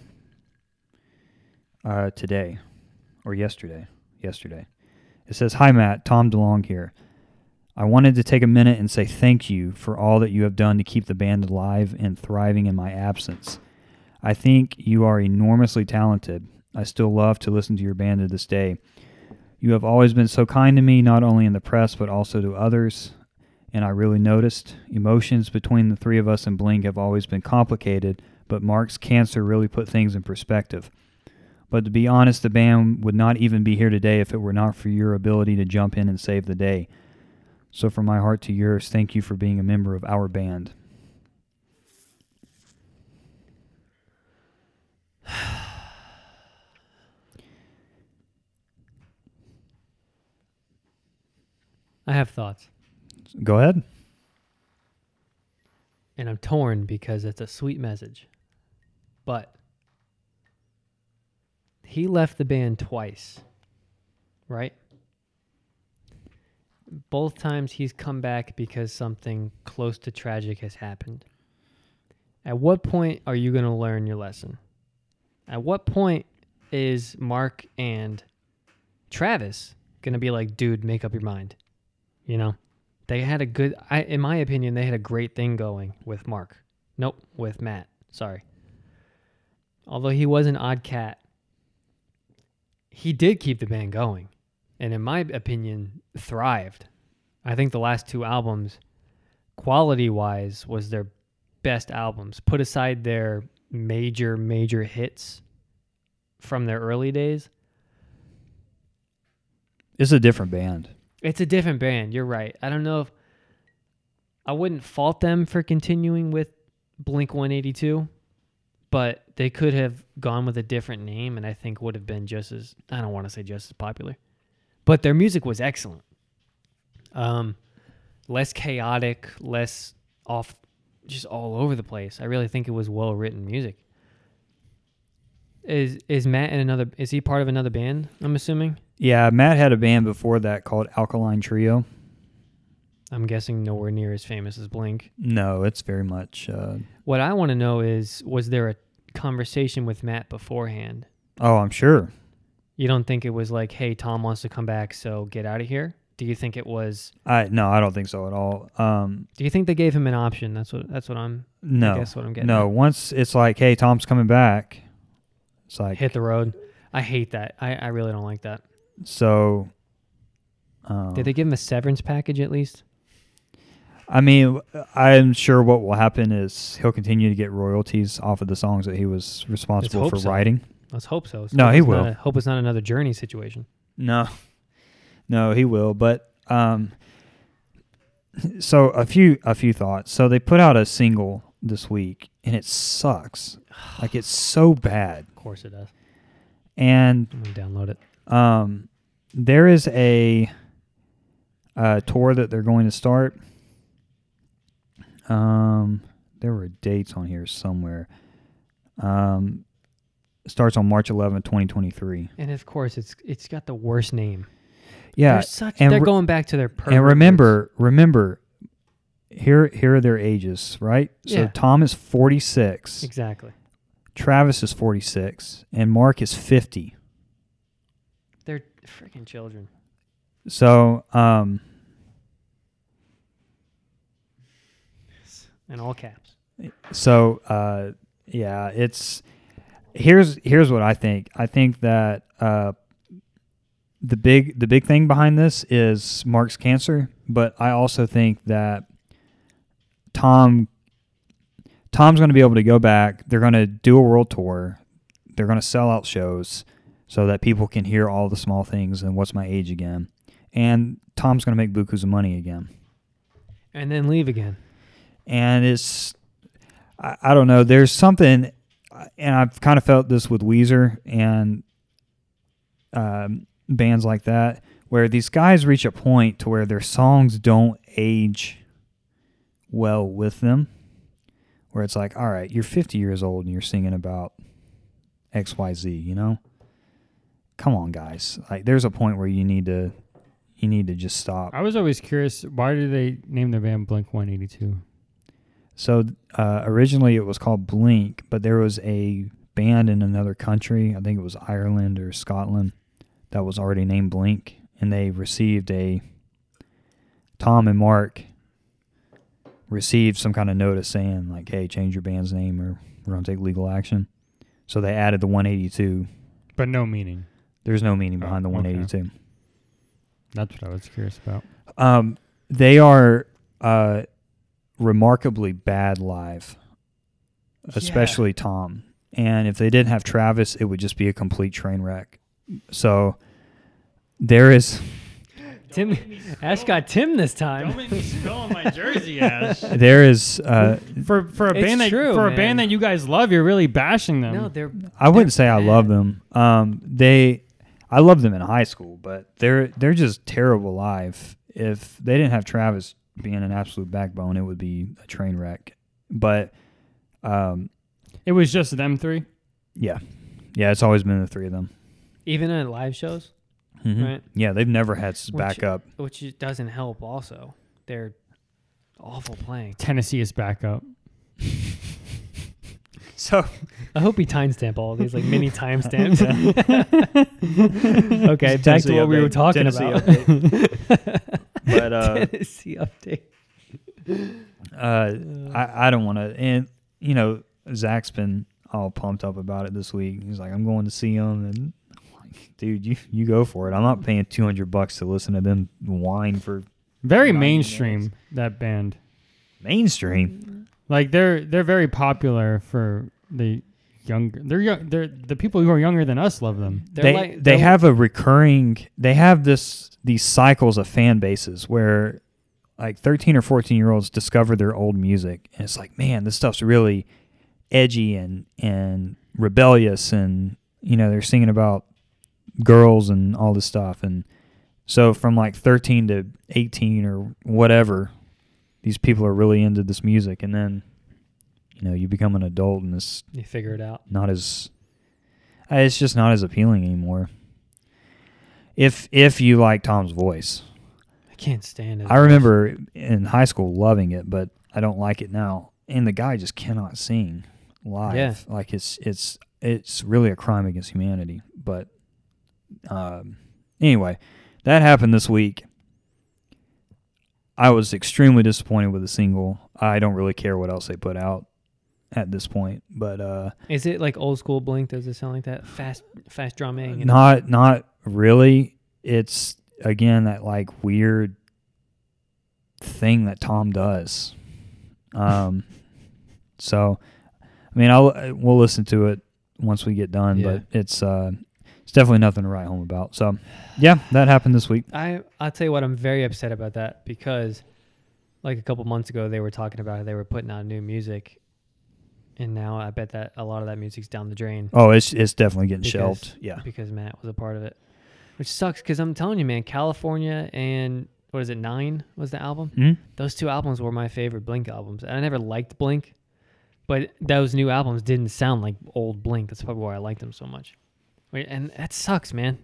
[SPEAKER 3] uh, today or yesterday. Yesterday. It says, Hi, Matt. Tom DeLong here. I wanted to take a minute and say thank you for all that you have done to keep the band alive and thriving in my absence. I think you are enormously talented. I still love to listen to your band to this day. You have always been so kind to me, not only in the press, but also to others. And I really noticed emotions between the three of us and Blink have always been complicated, but Mark's cancer really put things in perspective. But to be honest, the band would not even be here today if it were not for your ability to jump in and save the day. So, from my heart to yours, thank you for being a member of our band.
[SPEAKER 2] I have thoughts,
[SPEAKER 3] Go ahead.
[SPEAKER 2] and I'm torn because it's a sweet message, but he left the band twice, right? Both times he's come back because something close to tragic has happened. At what point are you going to learn your lesson? At what point is Mark and Travis going to be like, dude, make up your mind? You know, they had a good, I, in my opinion, they had a great thing going with Mark. Nope, with Matt. Sorry. Although he was an odd cat, he did keep the band going. And in my opinion, thrived. I think the last two albums, quality wise, was their best albums. Put aside their major, major hits from their early days,
[SPEAKER 3] It's a different band.
[SPEAKER 2] It's a different band. You're right. I don't know if I wouldn't fault them for continuing with Blink 182, but they could have gone with a different name and I think would have been just as I don't want to say just as popular. But their music was excellent. Um less chaotic, less off just all over the place. I really think it was well written music. Is is Matt in another is he part of another band, I'm assuming?
[SPEAKER 3] Yeah, Matt had a band before that called Alkaline Trio.
[SPEAKER 2] I'm guessing nowhere near as famous as Blink.
[SPEAKER 3] No, it's very much. Uh,
[SPEAKER 2] What I want to know is was there a conversation with Matt beforehand?
[SPEAKER 3] oh, I'm sure.
[SPEAKER 2] You don't think it was like, "Hey, Tom wants to come back, so get out of here"? Do you think it was
[SPEAKER 3] I no, I don't think so at all. Um,
[SPEAKER 2] Do you think they gave him an option? That's what that's what I'm
[SPEAKER 3] No,
[SPEAKER 2] guess what I'm getting
[SPEAKER 3] No, once it's like, hey, Tom's coming back. It's like
[SPEAKER 2] hit the road. I hate that. I, I really don't like that.
[SPEAKER 3] so. Um,
[SPEAKER 2] Did they give him a severance package at least?
[SPEAKER 3] I mean, I'm sure what will happen is he'll continue to get royalties off of the songs that he was responsible
[SPEAKER 2] hope
[SPEAKER 3] for
[SPEAKER 2] so.
[SPEAKER 3] writing.
[SPEAKER 2] Let's hope so.
[SPEAKER 3] No,
[SPEAKER 2] hope
[SPEAKER 3] he
[SPEAKER 2] it's not
[SPEAKER 3] will.
[SPEAKER 2] a- hope it's not another journey situation.
[SPEAKER 3] No, no, he will. But um, so a few a few thoughts. So they put out a single this week, and it sucks. like it's so bad,
[SPEAKER 2] Of course it does.
[SPEAKER 3] and
[SPEAKER 2] I'm gonna download it.
[SPEAKER 3] Um, there is a, uh tour that they're going to start. Um, there were dates on here somewhere. Um, starts on March 11, 2023.
[SPEAKER 2] And of course, it's it's got the worst name.
[SPEAKER 3] Yeah,
[SPEAKER 2] they're such.
[SPEAKER 3] and
[SPEAKER 2] they're
[SPEAKER 3] re-
[SPEAKER 2] going back to their. pervert
[SPEAKER 3] and
[SPEAKER 2] roots.
[SPEAKER 3] remember, remember, here here are their ages, right? So
[SPEAKER 2] Yeah.
[SPEAKER 3] Tom is 46,
[SPEAKER 2] exactly.
[SPEAKER 3] Travis is 46, and Mark is 50.
[SPEAKER 2] They're freaking children.
[SPEAKER 3] So, um,
[SPEAKER 2] In all caps.
[SPEAKER 3] So uh, yeah, it's here's here's what I think. I think that uh, the big the big thing behind this is Mark's cancer, but I also think that Tom Tom's going to be able to go back. They're going to do a world tour. They're going to sell out shows so that people can hear all the small things and what's my age again. And Tom's going to make bukus of money again.
[SPEAKER 2] and then leave again.
[SPEAKER 3] And it's I, I don't know. There's something, and I've kind of felt this with Weezer and um, bands like that, where these guys reach a point to where their songs don't age well with them. Where it's like, all right, you're 50 years old and you're singing about X, Y, Z. You know, come on, guys. Like, there's a point where you need to, you need to just stop.
[SPEAKER 1] I was always curious why did they name their band Blink 182?
[SPEAKER 3] So uh, originally it was called Blink, but there was a band in another country, I think it was Ireland or Scotland, that was already named Blink, and they received a Tom and Mark received some kind of notice saying like, "Hey, change your band's name, or we're gonna take legal action." So they added the 182.
[SPEAKER 1] But no meaning.
[SPEAKER 3] There's no meaning behind the
[SPEAKER 1] Oh, okay.
[SPEAKER 3] 182.
[SPEAKER 1] That's what I was curious about.
[SPEAKER 3] Um, they are uh, remarkably bad live, especially Tom. And if they didn't have Travis, it would just be a complete train wreck. So there is
[SPEAKER 2] Tim, Ash got Tim this time.
[SPEAKER 1] make me spill on my jersey, Ash.
[SPEAKER 3] there is uh,
[SPEAKER 1] For for a
[SPEAKER 2] It's
[SPEAKER 1] band that
[SPEAKER 2] true,
[SPEAKER 1] for a
[SPEAKER 2] man.
[SPEAKER 1] band that you guys love, you're really bashing them.
[SPEAKER 2] No, they're
[SPEAKER 3] I wouldn't say I
[SPEAKER 2] bad.
[SPEAKER 3] love them. Um, they I loved them in high school, but they're they're just terrible live. If they didn't have Travis being an absolute backbone, it would be a train wreck. But um,
[SPEAKER 1] it was just them three.
[SPEAKER 3] yeah, yeah, it's always been the three of them.
[SPEAKER 2] even at live shows,
[SPEAKER 3] Mhm.
[SPEAKER 2] right?
[SPEAKER 3] Yeah, they've never had s-
[SPEAKER 2] Which-
[SPEAKER 3] backup.
[SPEAKER 2] Which it doesn't help. Also, they're awful playing.
[SPEAKER 1] Tennessee is back up.
[SPEAKER 3] So
[SPEAKER 2] I hope we timestamp all these like mini timestamps. okay, back to
[SPEAKER 3] Tennessee
[SPEAKER 2] what we were
[SPEAKER 3] update.
[SPEAKER 2] talking
[SPEAKER 3] Tennessee
[SPEAKER 2] about.
[SPEAKER 3] but uh,
[SPEAKER 2] Tennessee update.
[SPEAKER 3] uh, I, I don't want to. And you know, Zach's been all pumped up about it this week. He's like, I'm going to see him, and I'm like, dude, you you go for it. I'm not paying 200 bucks to listen to them whine for
[SPEAKER 1] Very
[SPEAKER 3] Nine
[SPEAKER 1] mainstream
[SPEAKER 3] minutes.
[SPEAKER 1] that band.
[SPEAKER 3] mainstream.
[SPEAKER 1] Like they're they're very popular for the younger. They're young. They're the people who are younger than us love them.
[SPEAKER 2] They're
[SPEAKER 3] they
[SPEAKER 2] like-
[SPEAKER 3] they
[SPEAKER 2] they're-
[SPEAKER 3] have a recurring. They have this these cycles of fan bases where like 13 or 14 year olds discover their old music and it's like man this stuff's really edgy and and rebellious and you know they're singing about girls and all this stuff and so from like 13 to 18 or whatever these people are really into this music and then you know you become an adult and it's
[SPEAKER 2] you figure it out.
[SPEAKER 3] not as uh, it's just not as appealing anymore if if you like tom's voice
[SPEAKER 2] I can't stand it.
[SPEAKER 3] i remember in high school loving it but i don't like it now and the guy just cannot sing live
[SPEAKER 2] Yeah.
[SPEAKER 3] like it's it's it's really a crime against humanity but um anyway that happened this week i was extremely disappointed with the single i don't really care what else they put out at this point but uh
[SPEAKER 2] Is it like old school Blink? Does it sound like that fast, fast drumming? and-
[SPEAKER 3] not not really it's again that like weird thing that tom does um so i mean i'll uh, we'll listen to it once we get done
[SPEAKER 2] Yeah.
[SPEAKER 3] but it's uh it's definitely nothing to write home about so yeah that happened this week
[SPEAKER 2] I I'll tell you what, I'm very upset about that because, like a couple months ago, they were talking about how they were putting out new music, and now I bet that a lot of that music's down the drain
[SPEAKER 3] oh it's it's definitely getting
[SPEAKER 2] Because-
[SPEAKER 3] shelved yeah
[SPEAKER 2] because Matt was a part of it, which sucks. Because I'm telling you, man, California and what is it, Nine was the album.
[SPEAKER 3] Hmm?
[SPEAKER 2] Those two albums were my favorite Blink albums, and I never liked Blink, but those new albums didn't sound like old Blink. That's probably why I liked them so much. Wait, and that sucks, man.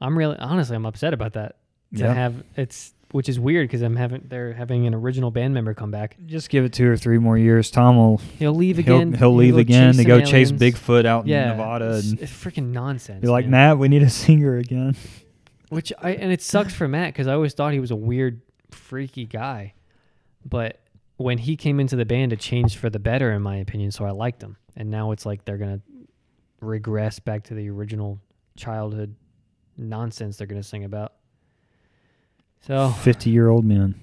[SPEAKER 2] I'm really honestly, I'm upset about that to
[SPEAKER 3] yeah
[SPEAKER 2] have it's which is weird because I'm having they're having an original band member come back.
[SPEAKER 3] just give it two or three more years tom will
[SPEAKER 2] He'll leave
[SPEAKER 3] he'll,
[SPEAKER 2] again.
[SPEAKER 3] he'll leave
[SPEAKER 2] go
[SPEAKER 3] again to
[SPEAKER 2] some
[SPEAKER 3] go chase
[SPEAKER 2] aliens.
[SPEAKER 3] bigfoot out
[SPEAKER 2] yeah,
[SPEAKER 3] in nevada
[SPEAKER 2] It's,
[SPEAKER 3] and
[SPEAKER 2] it's freaking nonsense.
[SPEAKER 3] be like
[SPEAKER 2] man.
[SPEAKER 3] matt we need a singer again
[SPEAKER 2] which I and it sucks for Matt because I always thought he was a weird, freaky guy, but when he came into the band, it changed for the better, in my opinion. So I liked him, and now it's like they're gonna regress back to the original childhood nonsense they're gonna sing about. So
[SPEAKER 3] Fifty-year-old men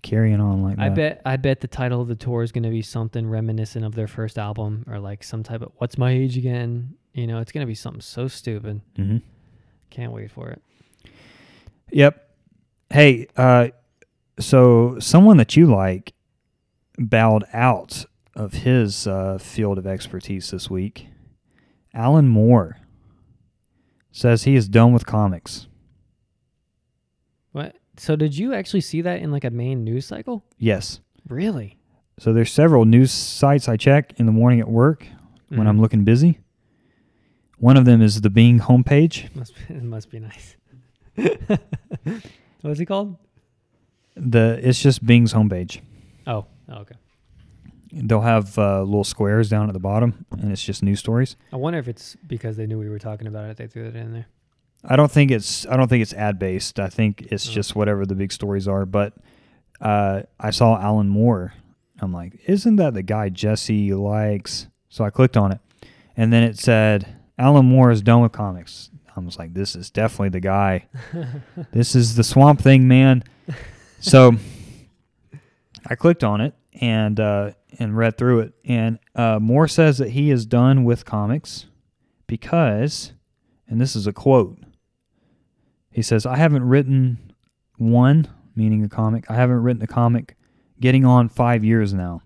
[SPEAKER 3] carrying on like
[SPEAKER 2] Oh. I
[SPEAKER 3] that.
[SPEAKER 2] bet I bet the title of the tour is going to be something reminiscent of their first album or like some type of "What's My Age Again." You know, it's going to be something so stupid.
[SPEAKER 3] Mm-hmm.
[SPEAKER 2] Can't wait for it.
[SPEAKER 3] Yep. Hey, uh, so someone that you like bowed out of his uh, field of expertise this week. Alan Moore says he is done with comics.
[SPEAKER 2] What? So did you actually see that in like a main news cycle?
[SPEAKER 3] Yes.
[SPEAKER 2] Really?
[SPEAKER 3] So there's several news sites I check in the morning at work
[SPEAKER 2] Hmm.
[SPEAKER 3] when
[SPEAKER 2] Mm-hmm.
[SPEAKER 3] I'm looking busy. One of them is the Bing homepage.
[SPEAKER 2] must be, it must be nice. What's he called?
[SPEAKER 3] The it's just Bing's homepage.
[SPEAKER 2] Oh, oh, okay.
[SPEAKER 3] They'll have uh, little squares down at the bottom, and it's just news stories.
[SPEAKER 2] I wonder if it's because they knew we were talking about it, they threw it in there.
[SPEAKER 3] I don't think it's I don't think it's ad based. I think it's
[SPEAKER 2] Oh.
[SPEAKER 3] just whatever the big stories are. But uh, I saw Alan Moore. I'm like, isn't that the guy Jesse likes? So I clicked on it, and then it said Alan Moore is done with comics. I was like, this is definitely the guy. this is the Swamp Thing man. So I clicked on it and uh, and read through it. And uh, Moore says that he is done with comics because, and this is a quote. He says, I haven't written one, meaning a comic. I haven't written a comic getting on five years now.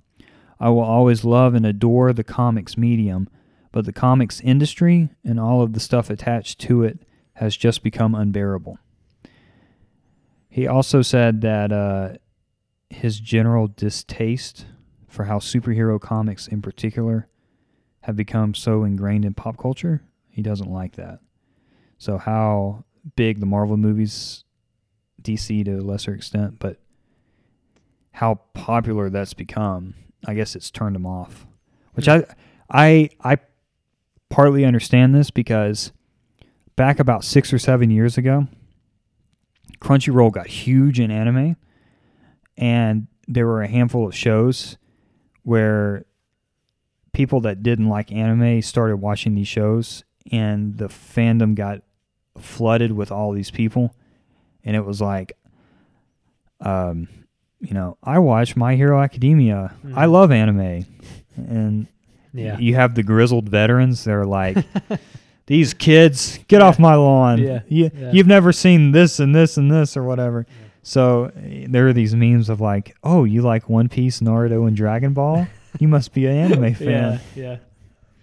[SPEAKER 3] I will always love and adore the comics medium, but the comics industry and all of the stuff attached to it has just become unbearable. He also said that uh, his general distaste for how superhero comics in particular have become so ingrained in pop culture, he doesn't like that. So, how big the Marvel movies, DC to a lesser extent, but how popular that's become, I guess it's turned him off. Which I I I partly understand this because back about six or seven years ago, Crunchyroll got huge in anime, and there were a handful of shows where people that didn't like anime started watching these shows, and the fandom got flooded with all these people and it was like um you know i watch my hero academia i
[SPEAKER 2] Mhm.
[SPEAKER 3] love anime and
[SPEAKER 2] Yeah.
[SPEAKER 3] you have the grizzled veterans they're like these kids get off my lawn
[SPEAKER 2] Yeah.
[SPEAKER 3] You,
[SPEAKER 2] Yeah.
[SPEAKER 3] you've never seen this and this and this or whatever
[SPEAKER 2] Yeah.
[SPEAKER 3] so eh, there are these memes of like oh you like one piece naruto and dragon ball you must be an anime fan
[SPEAKER 2] Yeah. Yeah.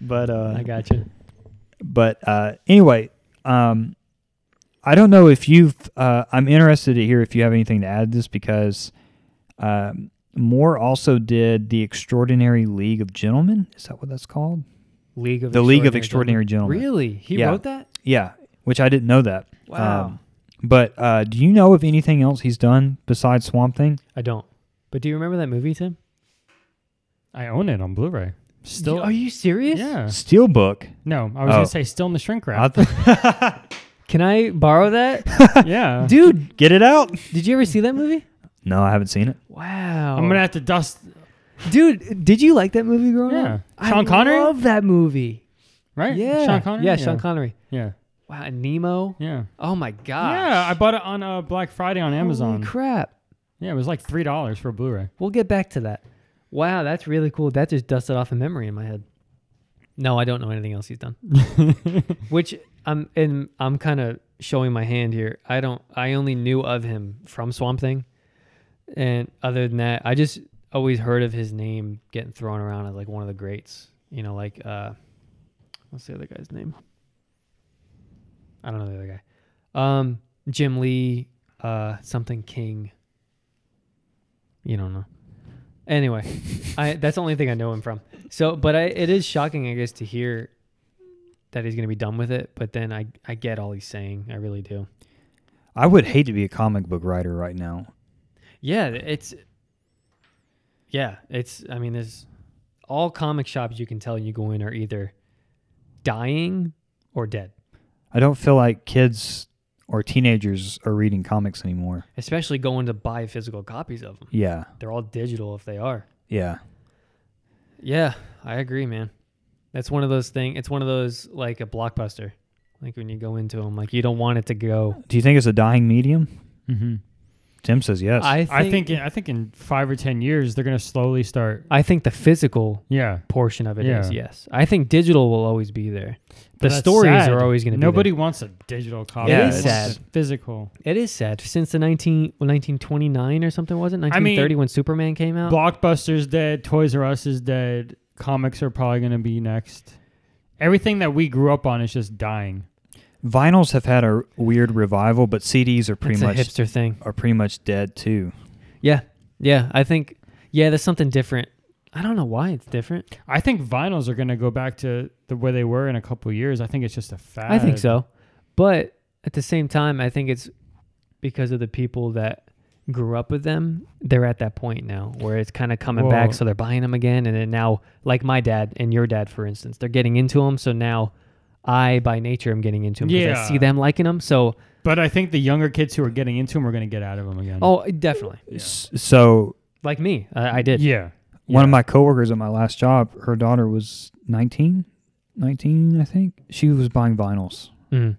[SPEAKER 3] but uh
[SPEAKER 2] I got you.
[SPEAKER 3] but uh, anyway, um, I don't know if you've. Uh, I'm interested to hear if you have anything to add to this because um, Moore also did the Extraordinary League of Gentlemen. Is that what that's called?
[SPEAKER 2] League of
[SPEAKER 3] The League of Extraordinary Gentlemen.
[SPEAKER 2] Really? He
[SPEAKER 3] Yeah.
[SPEAKER 2] wrote that?
[SPEAKER 3] Yeah, which I didn't know that.
[SPEAKER 2] Wow.
[SPEAKER 3] Um, but uh, do you know of anything else he's done besides Swamp Thing?
[SPEAKER 2] I don't. But do you remember that movie, Tim?
[SPEAKER 1] I own it on Blu-ray. Still,
[SPEAKER 2] Are you serious?
[SPEAKER 1] yeah.
[SPEAKER 3] Steelbook.
[SPEAKER 1] No, I was
[SPEAKER 3] Oh.
[SPEAKER 1] gonna say still in the shrink
[SPEAKER 3] I
[SPEAKER 1] wrap.
[SPEAKER 3] th-
[SPEAKER 2] Can I borrow that?
[SPEAKER 1] yeah,
[SPEAKER 2] Dude,
[SPEAKER 3] Get it out.
[SPEAKER 2] did you ever see that movie?
[SPEAKER 3] No, I haven't seen it.
[SPEAKER 2] Wow.
[SPEAKER 1] I'm gonna have to dust.
[SPEAKER 2] Dude, did you like that movie growing
[SPEAKER 1] Yeah.
[SPEAKER 2] up?
[SPEAKER 1] Sean
[SPEAKER 2] I
[SPEAKER 1] Connery?
[SPEAKER 2] love that movie.
[SPEAKER 1] Right?
[SPEAKER 2] Yeah.
[SPEAKER 1] Sean Connery.
[SPEAKER 2] Yeah, Sean Connery.
[SPEAKER 1] Yeah.
[SPEAKER 2] Wow, and Nemo.
[SPEAKER 1] Yeah.
[SPEAKER 2] Oh my gosh.
[SPEAKER 1] Yeah, I bought it on uh, Black Friday on Amazon.
[SPEAKER 2] Holy crap.
[SPEAKER 1] yeah, it was like three dollars for a Blu-ray.
[SPEAKER 2] We'll get back to that. Wow, that's really cool. That just dusted off a memory in my head. No, I don't know anything else he's done. Which I'm and I'm kind of showing my hand here. I don't. I only knew of him from Swamp Thing, and other than that, I just always heard of his name getting thrown around as like one of the greats. You know, like uh, what's the other guy's name? I don't know the other guy. Um, Jim Lee, uh, something King. You don't know. Anyway, I that's the only thing I know him from. So, but I, it is shocking, I guess, to hear that he's going to be done with it. But then I, I get all he's saying. I really do.
[SPEAKER 3] I would hate to be a comic book writer right now.
[SPEAKER 2] Yeah, it's. Yeah, it's. I mean, there's all comic shops you can tell you go in are either dying or dead.
[SPEAKER 3] I don't feel like kids or teenagers are reading comics anymore.
[SPEAKER 2] especially going to buy physical copies of them.
[SPEAKER 3] Yeah,
[SPEAKER 2] They're all digital if they are.
[SPEAKER 3] yeah,
[SPEAKER 2] Yeah, I agree, man. That's one of those thing. It's one of those like a blockbuster. Like when you go into them, like you don't want it to go.
[SPEAKER 3] Do you think it's a dying medium?
[SPEAKER 2] Mm-hmm.
[SPEAKER 3] Tim says yes.
[SPEAKER 2] I think,
[SPEAKER 1] I think in, I think in five or ten years they're gonna slowly start.
[SPEAKER 2] I think the physical
[SPEAKER 1] Yeah,
[SPEAKER 2] portion of it is
[SPEAKER 1] Yeah.
[SPEAKER 2] yes. I think digital will always be there.
[SPEAKER 1] But
[SPEAKER 2] The
[SPEAKER 1] that's
[SPEAKER 2] stories
[SPEAKER 1] sad.
[SPEAKER 2] are always going to be
[SPEAKER 1] Nobody wants a digital copy.
[SPEAKER 3] It
[SPEAKER 1] They
[SPEAKER 3] is
[SPEAKER 1] want
[SPEAKER 2] sad.
[SPEAKER 1] Physical.
[SPEAKER 2] There. It is sad since the 19 well, 1929 or something was it
[SPEAKER 1] I mean,
[SPEAKER 2] 1930 when Superman came out.
[SPEAKER 1] Blockbuster's dead. Toys R Us is dead. Comics are probably gonna be next. Everything that we grew up on is just dying.
[SPEAKER 3] Vinyls have had a weird revival, but CDs are pretty
[SPEAKER 2] It's
[SPEAKER 3] much
[SPEAKER 2] a hipster thing.
[SPEAKER 3] are pretty much dead too.
[SPEAKER 2] Yeah, yeah. I think yeah, there's something different. I don't know why it's different.
[SPEAKER 1] I think vinyls are gonna go back to the way they were in a couple of years. I think it's just a fad.
[SPEAKER 2] I think so. But at the same time, I think it's because of the people that grew up with them. They're at that point now where it's kind of coming
[SPEAKER 1] Well-
[SPEAKER 2] back. So they're buying them again. And then now, like my dad and your dad, for instance, they're getting into them. So now I, by nature, am getting into them because
[SPEAKER 1] Yeah.
[SPEAKER 2] I see them liking them. So,
[SPEAKER 1] But I think the younger kids who are getting into them are gonna get out of them again.
[SPEAKER 2] oh, definitely.
[SPEAKER 3] S- so
[SPEAKER 2] Like me, I, I did.
[SPEAKER 1] yeah.
[SPEAKER 3] one of my coworkers at my last job, her daughter was 19, 19, I think. She was buying vinyls,
[SPEAKER 2] Mhm.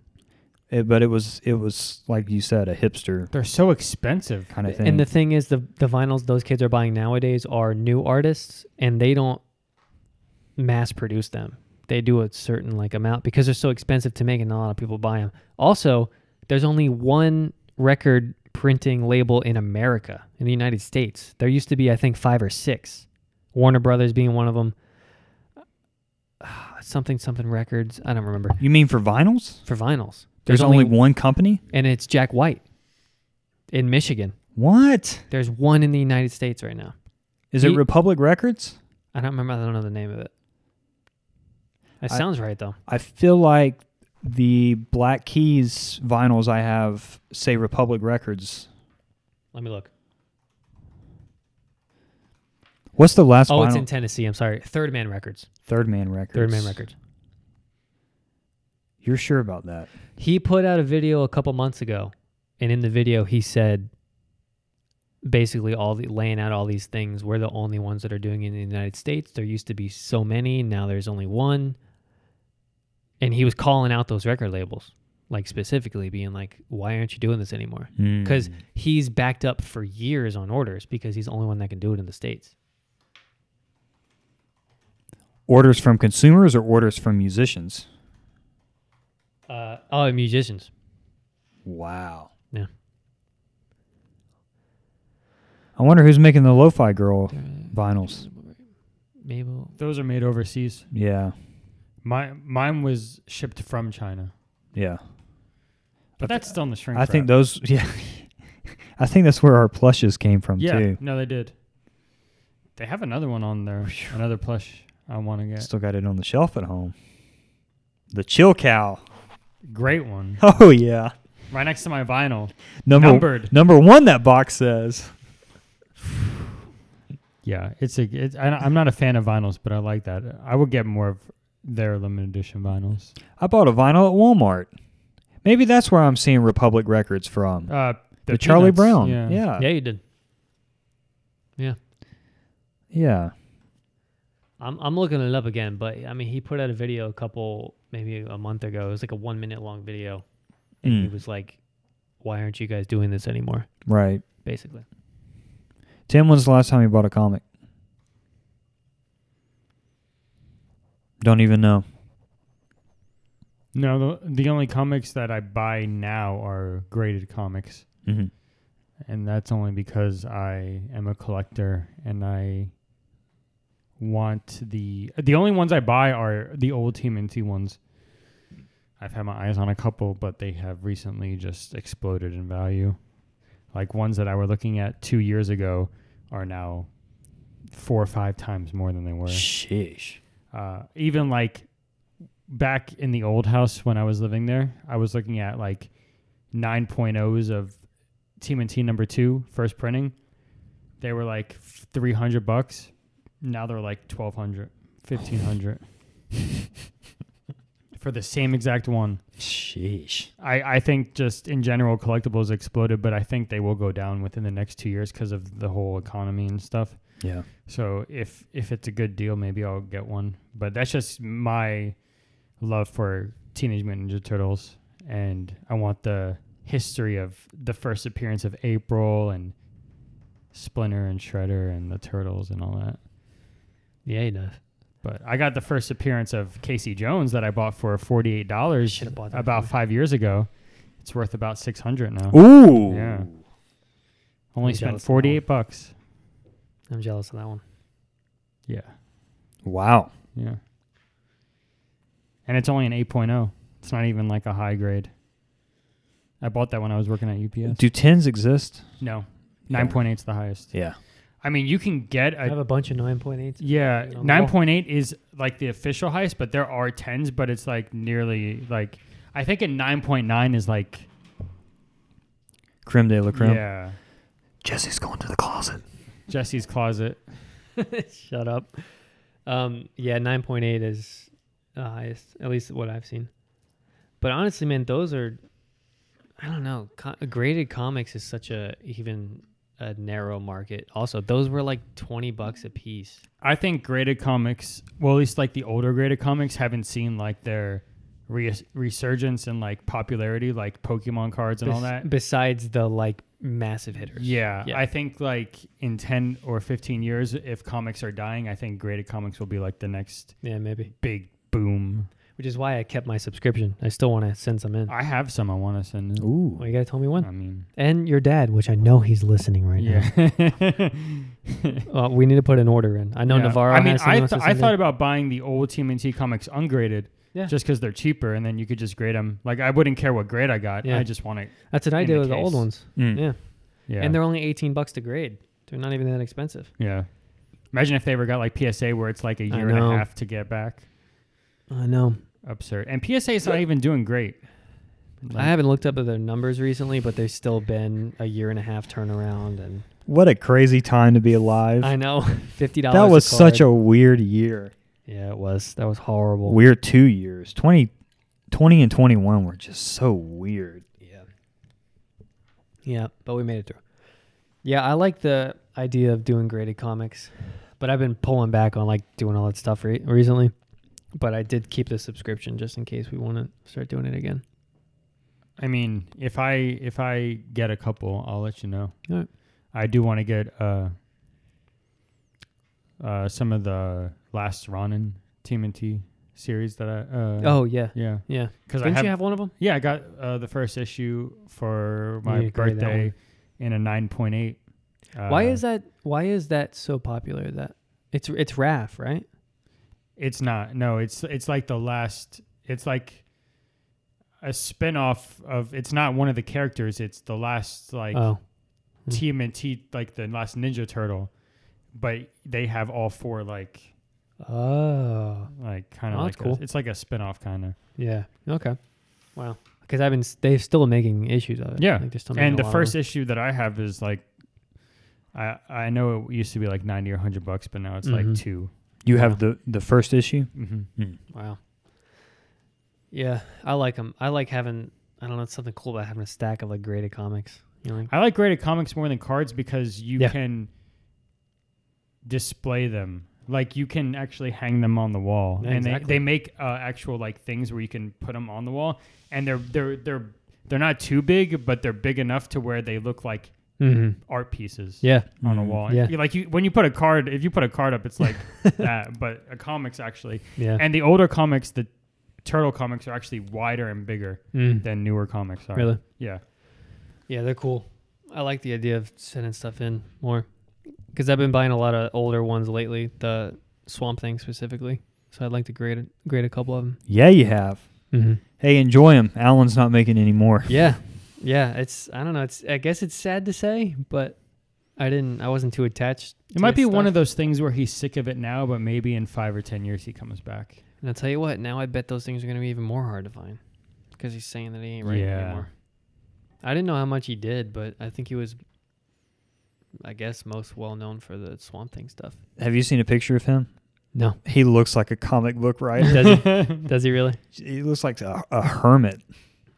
[SPEAKER 3] It- but it was it was like you said, a hipster
[SPEAKER 1] They're so expensive.
[SPEAKER 3] kind of thing.
[SPEAKER 2] And the thing is, the, the vinyls those kids are buying nowadays are new artists and they don't mass produce them. They do a certain like amount because they're so expensive to make and not a lot of people buy them. Also, there's only one record printing label in America, in the United States. There used to be, I think, five or six. Warner Brothers being one of them. Something, something records. I don't remember.
[SPEAKER 3] you mean for vinyls?
[SPEAKER 2] For vinyls.
[SPEAKER 3] There's, only one company.
[SPEAKER 2] and it's Jack White in Michigan.
[SPEAKER 3] What
[SPEAKER 2] There's one in the United States right now.
[SPEAKER 3] is
[SPEAKER 2] He-
[SPEAKER 3] it? Republic Records.
[SPEAKER 2] I don't remember. I don't know the name of it. That
[SPEAKER 3] I-
[SPEAKER 2] sounds right though.
[SPEAKER 3] I feel like the Black Keys vinyls I have say Republic Records.
[SPEAKER 2] Let me look.
[SPEAKER 3] What's the last
[SPEAKER 2] oh,
[SPEAKER 3] vinyl?
[SPEAKER 2] it's in Tennessee. I'm sorry. Third Man Records.
[SPEAKER 3] Third Man Records.
[SPEAKER 2] Third Man Records.
[SPEAKER 3] You're sure about that?
[SPEAKER 2] He put out a video a couple months ago, and in the video he said basically all the laying out all these things. We're the only ones that are doing it in the United States. There used to be so many. Now there's only one. And he was calling out those record labels, like specifically being like, "Why aren't you doing this anymore?"
[SPEAKER 3] Hmm.
[SPEAKER 2] because he's backed up for years on orders because he's the only one that can do it in the states.
[SPEAKER 3] orders from consumers or orders from musicians.
[SPEAKER 2] Uh, oh, and musicians.
[SPEAKER 3] Wow.
[SPEAKER 2] Yeah.
[SPEAKER 3] I wonder who's making the Lo-Fi Girl vinyls.
[SPEAKER 2] Mabel.
[SPEAKER 1] Those are made overseas.
[SPEAKER 3] Yeah.
[SPEAKER 1] My mine was shipped from China,
[SPEAKER 3] Yeah.
[SPEAKER 1] but that's still in the shrink.
[SPEAKER 3] I think
[SPEAKER 1] wrap.
[SPEAKER 3] those yeah. I think that's where our plushes came from
[SPEAKER 1] Yeah,
[SPEAKER 3] too.
[SPEAKER 1] no, they did. They have another one on there. Another plush I want to get.
[SPEAKER 3] Still got it on the shelf at home. The Chill Cow.
[SPEAKER 1] Great one,
[SPEAKER 3] Oh yeah.
[SPEAKER 1] right next to my vinyl.
[SPEAKER 3] Number
[SPEAKER 1] Numbered.
[SPEAKER 3] number 1 that box says.
[SPEAKER 1] Yeah, it's a. It's, I, I'm not a fan of vinyls, but I like that. I would get more of their limited edition vinyls.
[SPEAKER 3] I bought a vinyl at Walmart. Maybe that's where I'm seeing Republic Records from.
[SPEAKER 1] Uh,
[SPEAKER 3] the Charlie
[SPEAKER 1] Peanuts,
[SPEAKER 3] Brown.
[SPEAKER 1] Yeah.
[SPEAKER 3] Yeah.
[SPEAKER 2] yeah, you did.
[SPEAKER 3] yeah.
[SPEAKER 2] I'm I'm looking it up again, but I mean, he put out a video a couple, maybe a month ago. It was like a one minute long video, and he
[SPEAKER 3] Mm.
[SPEAKER 2] was like, "Why aren't you guys doing this anymore?"
[SPEAKER 3] Right.
[SPEAKER 2] Basically.
[SPEAKER 3] Tim, when's the last time you bought a comic? Don't even know.
[SPEAKER 1] No, the, the only comics that I buy now are graded comics.
[SPEAKER 3] Mm-hmm.
[SPEAKER 1] and that's only because I am a collector and I want the the only ones I buy are the old Team NT ones. I've had my eyes on a couple, but they have recently just exploded in value. Like ones that I were looking at two years ago are now four or five times more than they were
[SPEAKER 3] Sheesh.
[SPEAKER 1] uh, even like back in the old house when I was living there, I was looking at like 9.0s of TMNT number two first printing. They were like 300 bucks. Now they're like 1200, 1500 for the same exact one.
[SPEAKER 2] Sheesh.
[SPEAKER 1] I, I think just in general collectibles exploded, but I think they will go down within the next two years because of the whole economy and stuff.
[SPEAKER 3] Yeah.
[SPEAKER 1] So if if it's a good deal, maybe I'll get one. But that's just my love for Teenage Mutant Ninja Turtles, and I want the history of the first appearance of April and Splinter and Shredder and the Turtles and all that.
[SPEAKER 2] Yeah, enough.
[SPEAKER 1] But I got the first appearance of Casey Jones that I bought for forty eight dollars
[SPEAKER 2] Should've bought that
[SPEAKER 1] about
[SPEAKER 2] too.
[SPEAKER 1] five years ago. It's worth about six hundred now.
[SPEAKER 3] Ooh.
[SPEAKER 1] Yeah. Only
[SPEAKER 2] I'm
[SPEAKER 1] spent
[SPEAKER 2] jealous of that one.
[SPEAKER 1] forty eight bucks.
[SPEAKER 2] I'm jealous of that one.
[SPEAKER 1] Yeah.
[SPEAKER 3] Wow.
[SPEAKER 1] Yeah. And it's only an 8.0. It's not even like a high grade. I bought that when I was working at UPS.
[SPEAKER 3] Do tens exist?
[SPEAKER 1] No. 9.8 is the highest.
[SPEAKER 3] Yeah.
[SPEAKER 1] I mean, you can get
[SPEAKER 2] I have
[SPEAKER 1] a
[SPEAKER 2] a bunch of 9.8s.
[SPEAKER 1] yeah,
[SPEAKER 2] you know,
[SPEAKER 1] 9.8 is like the official highest, but there are 10s, but it's like nearly like I think a 9.9 is like
[SPEAKER 3] Creme de la creme.
[SPEAKER 1] yeah,
[SPEAKER 3] Jesse's going to the closet.
[SPEAKER 1] Jesse's closet.
[SPEAKER 2] Shut up. Um, yeah, 9.8 is the highest, at least what I've seen. But honestly, man, those are, I don't know, co- graded comics is such a even a narrow market. Also, those were like 20 bucks a piece.
[SPEAKER 1] I think graded comics, well, at least like the older graded comics, haven't seen like their reas resurgence and like popularity, like Pokemon cards and all
[SPEAKER 2] Bes-
[SPEAKER 1] that.
[SPEAKER 2] Besides the like massive hitters.
[SPEAKER 1] Yeah,
[SPEAKER 2] Yeah.
[SPEAKER 1] I think like in 10 or 15 years, if comics are dying, I think graded comics will be like the next
[SPEAKER 2] Yeah, maybe.
[SPEAKER 1] big boom.
[SPEAKER 2] Which is why I kept my subscription. I still want to send some in.
[SPEAKER 1] I have some I want to send. in.
[SPEAKER 3] Ooh.
[SPEAKER 2] Well, you got to tell me when.
[SPEAKER 1] I mean,
[SPEAKER 2] And your dad, which I know he's listening right
[SPEAKER 1] yeah.
[SPEAKER 2] now. Uh, we need to put an order in. I know
[SPEAKER 1] Yeah.
[SPEAKER 2] Navarro
[SPEAKER 1] I mean,
[SPEAKER 2] has something
[SPEAKER 1] I,
[SPEAKER 2] else
[SPEAKER 1] th-
[SPEAKER 2] to
[SPEAKER 1] I
[SPEAKER 2] send
[SPEAKER 1] thought
[SPEAKER 2] in.
[SPEAKER 1] about buying the old TMNT comics ungraded
[SPEAKER 2] Yeah.
[SPEAKER 1] just because they're cheaper and then you could just grade them. Like, I wouldn't care what grade I got.
[SPEAKER 2] Yeah.
[SPEAKER 1] I just want it.
[SPEAKER 2] That's what I
[SPEAKER 1] in
[SPEAKER 2] did
[SPEAKER 1] the
[SPEAKER 2] with the old
[SPEAKER 1] case. Hmm.
[SPEAKER 2] ones.
[SPEAKER 3] Mm.
[SPEAKER 2] Yeah.
[SPEAKER 1] Yeah.
[SPEAKER 2] And they're only 18 bucks to grade. They're not even that expensive.
[SPEAKER 1] Yeah. Imagine if they ever got like PSA where it's like a
[SPEAKER 2] I
[SPEAKER 1] year and
[SPEAKER 2] know.
[SPEAKER 1] a half to get back.
[SPEAKER 2] I know.
[SPEAKER 1] Absurd. And PSA is not even doing great.
[SPEAKER 2] I haven't looked up at their numbers recently, but they've still been a year and a half turnaround. And
[SPEAKER 3] What a crazy time to be alive.
[SPEAKER 2] I know fifty dollars.
[SPEAKER 3] that was such a weird year.
[SPEAKER 2] yeah. It was that was horrible.
[SPEAKER 3] Weird two years. 20, 20 and 21 were just so weird.
[SPEAKER 2] Yeah. Yeah, but we made it through. Yeah, I like the idea of doing graded comics, but I've been pulling back on like doing all that stuff re- recently. But I did keep the subscription just in case we want to start doing it again.
[SPEAKER 1] I mean, if I if I get a couple, I'll let you know.
[SPEAKER 2] All right.
[SPEAKER 1] I do want to get uh uh some of the last Ronin TMNT series that I uh
[SPEAKER 2] Oh yeah,
[SPEAKER 1] yeah.
[SPEAKER 2] yeah.
[SPEAKER 1] Cuz I
[SPEAKER 2] Didn't
[SPEAKER 1] have,
[SPEAKER 2] you have one of them?
[SPEAKER 1] Yeah, I got uh the first issue for
[SPEAKER 2] You
[SPEAKER 1] my
[SPEAKER 2] need to grade that
[SPEAKER 1] birthday in a 9.8. Uh,
[SPEAKER 2] why is that? Why is that so popular? That it's it's Raph, right?
[SPEAKER 1] It's not. No, it's it's like the last. It's like a spin-off of. It's not one of the characters. It's the last like
[SPEAKER 2] oh,
[SPEAKER 1] TMNT, like the last Ninja Turtle, but they have all four like
[SPEAKER 2] oh,
[SPEAKER 1] like kind of
[SPEAKER 2] Oh,
[SPEAKER 1] like
[SPEAKER 2] that's
[SPEAKER 1] a-
[SPEAKER 2] cool.
[SPEAKER 1] it's like a spin-off kind of.
[SPEAKER 2] yeah. Okay, wow. Because I've been s- they're still making issues of it.
[SPEAKER 1] Yeah.
[SPEAKER 2] Like, they're still making
[SPEAKER 1] And
[SPEAKER 2] a
[SPEAKER 1] the
[SPEAKER 2] lot of
[SPEAKER 1] first
[SPEAKER 2] them.
[SPEAKER 1] issue that I have is like. I, I know it used to be like 90 or 100 bucks, but now it's
[SPEAKER 2] Mhm.
[SPEAKER 1] like 2
[SPEAKER 3] You
[SPEAKER 2] Wow.
[SPEAKER 3] have the, the first issue?
[SPEAKER 1] Mm-hmm.
[SPEAKER 3] Hmm.
[SPEAKER 2] Wow. Yeah, I like them. I like having. I don't know. It's something cool about having a stack of like graded comics. You know, like,
[SPEAKER 1] I like graded comics more than cards because you
[SPEAKER 2] Yeah.
[SPEAKER 1] can display them. Like you can actually hang them on the wall,
[SPEAKER 2] Yeah,
[SPEAKER 1] and
[SPEAKER 2] exactly.
[SPEAKER 1] they, they make uh, actual like things where you can put them on the wall, and they're they're they're they're not too big, but they're big enough to where they look like
[SPEAKER 2] mm-hmm.
[SPEAKER 1] art pieces
[SPEAKER 2] Yeah,
[SPEAKER 1] on a
[SPEAKER 3] Mhm.
[SPEAKER 1] wall.
[SPEAKER 2] Yeah.
[SPEAKER 1] You- Like you, when you put a card, if you put a card up, it's like that. But a comics actually,
[SPEAKER 2] yeah.
[SPEAKER 1] and the older comics, the turtle comics are actually wider and bigger
[SPEAKER 2] Mm.
[SPEAKER 1] than newer comics are.
[SPEAKER 2] Really?
[SPEAKER 1] Yeah.
[SPEAKER 2] Yeah, they're cool. I like the idea of sending stuff in more because I've been buying a lot of older ones lately. The Swamp Thing specifically. So I'd like to grade a, grade a couple of them.
[SPEAKER 3] Yeah, you have.
[SPEAKER 2] Mm-hmm.
[SPEAKER 3] Hey, enjoy them. Alan's not making any more.
[SPEAKER 2] Yeah, yeah. It's I don't know. It's I guess it's sad to say, but I didn't. I wasn't too attached.
[SPEAKER 1] It might be one of those things where he's sick of it now, but maybe in five or ten years he comes back.
[SPEAKER 2] And I'll tell you what. Now I bet those things are going to be even more hard to find because he's saying that he ain't writing
[SPEAKER 1] Yeah.
[SPEAKER 2] anymore. I didn't know how much he did, but I think he was, I guess, most well known for the Swamp Thing stuff.
[SPEAKER 3] Have you seen a picture of him?
[SPEAKER 2] No.
[SPEAKER 3] He looks like a comic book writer.
[SPEAKER 2] Does he? Does he really?
[SPEAKER 3] he looks like a, a hermit.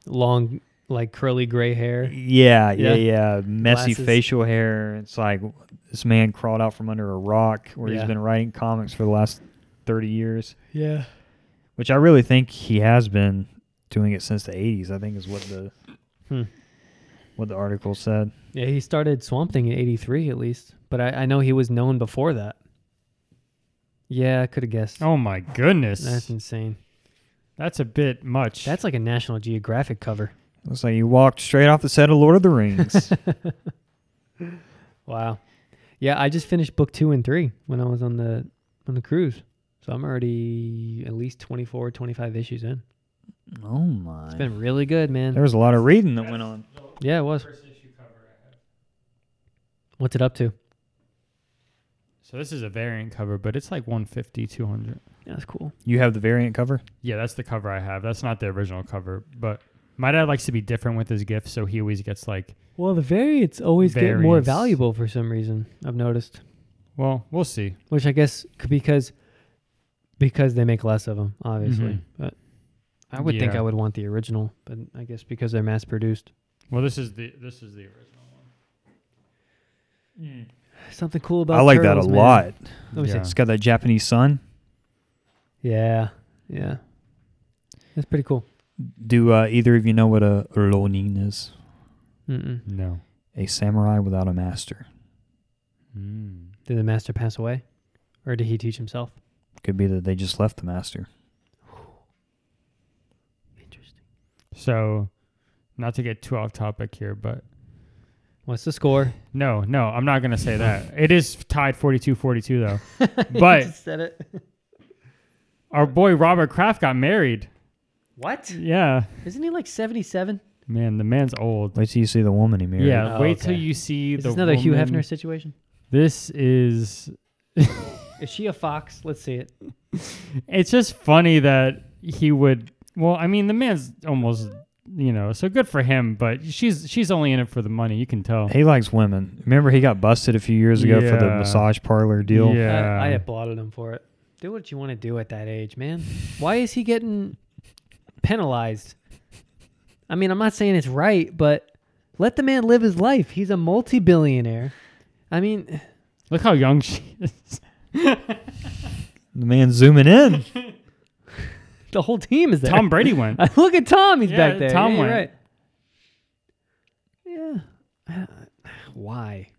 [SPEAKER 2] Long, like curly gray hair.
[SPEAKER 3] Yeah, yeah,
[SPEAKER 2] Yeah.
[SPEAKER 3] yeah. Messy
[SPEAKER 2] Glasses.
[SPEAKER 3] facial hair. It's like this man crawled out from under a rock where
[SPEAKER 2] Yeah.
[SPEAKER 3] he's been writing comics for the last 30 years,
[SPEAKER 2] Yeah.
[SPEAKER 3] which I really think he has been doing it since the 80s, I think is what the
[SPEAKER 2] Hmm.
[SPEAKER 3] what the article said.
[SPEAKER 2] Yeah, he started Swamp Thing in '83 at least, but I, I know he was known before that. Yeah, I could have guessed.
[SPEAKER 1] Oh my goodness,
[SPEAKER 2] That's
[SPEAKER 1] that's,
[SPEAKER 2] insane.
[SPEAKER 1] a bit much.
[SPEAKER 2] That's like a National Geographic cover.
[SPEAKER 3] Looks like he walked straight off the set of Lord of the Rings.
[SPEAKER 2] Wow. Yeah, I just finished book two and three when I was on the on the cruise, so I'm already at least 24, 25 issues in.
[SPEAKER 3] oh my.
[SPEAKER 2] It's been really good,
[SPEAKER 3] There
[SPEAKER 2] man.
[SPEAKER 3] was a lot of reading that went on.
[SPEAKER 2] Yeah, it was. What's it up to?
[SPEAKER 1] so this is a variant cover, but it's like 150, 200.
[SPEAKER 2] Yeah, that's cool.
[SPEAKER 3] You have the variant cover?
[SPEAKER 1] Yeah, that's the cover I have. That's not the original cover, but my dad likes to be different with his gifts, so he always gets like,
[SPEAKER 2] Well, the variants always get more
[SPEAKER 1] Variants.
[SPEAKER 2] valuable for some reason. I've noticed.
[SPEAKER 1] well, we'll see.
[SPEAKER 2] which I guess c- because because they make less of them, obviously.
[SPEAKER 1] Mhm.
[SPEAKER 3] Mm-hmm.
[SPEAKER 2] But I would think
[SPEAKER 1] Yeah.
[SPEAKER 2] I would want the original, but I guess because they're mass produced,
[SPEAKER 1] Well, this is the this is the original one.
[SPEAKER 2] something cool about.
[SPEAKER 3] I like that a
[SPEAKER 2] Turtles, man.
[SPEAKER 3] lot.
[SPEAKER 2] Let me see.
[SPEAKER 1] Yeah.
[SPEAKER 3] It's got that Japanese sun.
[SPEAKER 2] Yeah, yeah, that's pretty cool.
[SPEAKER 3] Do uh, either of you know what a ronin is?
[SPEAKER 2] Mm-mm.
[SPEAKER 1] No.
[SPEAKER 3] A samurai without a master.
[SPEAKER 1] Mm.
[SPEAKER 2] Did the master pass away, or did he teach himself?
[SPEAKER 3] Could be that they just left the master.
[SPEAKER 2] Interesting.
[SPEAKER 1] So, not to get too off topic here, but
[SPEAKER 2] What's the score?
[SPEAKER 1] no, no, I'm not gonna say that. It is tied 42-42 though. but
[SPEAKER 2] said it.
[SPEAKER 1] our boy Robert Kraft got married.
[SPEAKER 2] What?
[SPEAKER 1] Yeah,
[SPEAKER 2] Isn't he like seventy-seven?
[SPEAKER 1] man, the man's old.
[SPEAKER 3] Wait till you see the woman he married.
[SPEAKER 1] Yeah,
[SPEAKER 2] Oh,
[SPEAKER 1] wait till
[SPEAKER 2] okay.
[SPEAKER 1] you see
[SPEAKER 2] Is
[SPEAKER 1] the
[SPEAKER 2] this another Hugh
[SPEAKER 1] woman-
[SPEAKER 2] Hefner situation?
[SPEAKER 1] This is
[SPEAKER 2] Is she a fox? Let's see it.
[SPEAKER 1] it's just funny that he would well i mean the man's almost you know so good for him but she's she's only in it for the money you can tell
[SPEAKER 3] He likes women. Remember, he got busted a few years ago for the
[SPEAKER 1] Yeah.
[SPEAKER 3] massage parlor deal.
[SPEAKER 1] yeah
[SPEAKER 2] Uh, I, I applauded him for it. Do what you want to do at that age, man. Why is he getting penalized? I mean, I'm not saying it's right, but let the man live his life. He's a multi-billionaire. I mean,
[SPEAKER 1] look how young she is
[SPEAKER 3] The man zooming in.
[SPEAKER 2] the whole team is there.
[SPEAKER 1] tom brady went
[SPEAKER 2] Look at Tom. He's
[SPEAKER 1] Yeah,
[SPEAKER 2] back there.
[SPEAKER 1] Tom
[SPEAKER 2] yeah, you're
[SPEAKER 1] went.
[SPEAKER 2] right. Yeah. Why?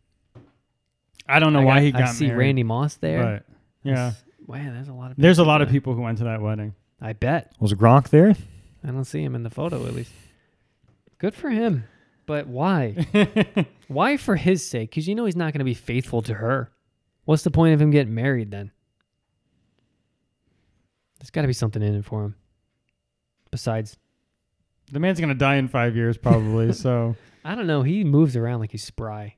[SPEAKER 1] i don't know
[SPEAKER 2] I
[SPEAKER 1] why
[SPEAKER 2] got-
[SPEAKER 1] he got
[SPEAKER 2] I see
[SPEAKER 1] married
[SPEAKER 2] Randy Moss there.
[SPEAKER 1] but yeah
[SPEAKER 2] That's- Wow, there's a lot of.
[SPEAKER 1] there's a lot of people who went to that wedding
[SPEAKER 2] I bet.
[SPEAKER 3] Was Gronk there?
[SPEAKER 2] I don't see him in the photo at least. Good for him. But why? why for his sake? Because you know he's not going to be faithful to her. What's the point of him getting married then? There's got to be something in it for him. Besides,
[SPEAKER 1] the man's gonna die in five years probably so
[SPEAKER 2] I don't know. He moves around like he's spry.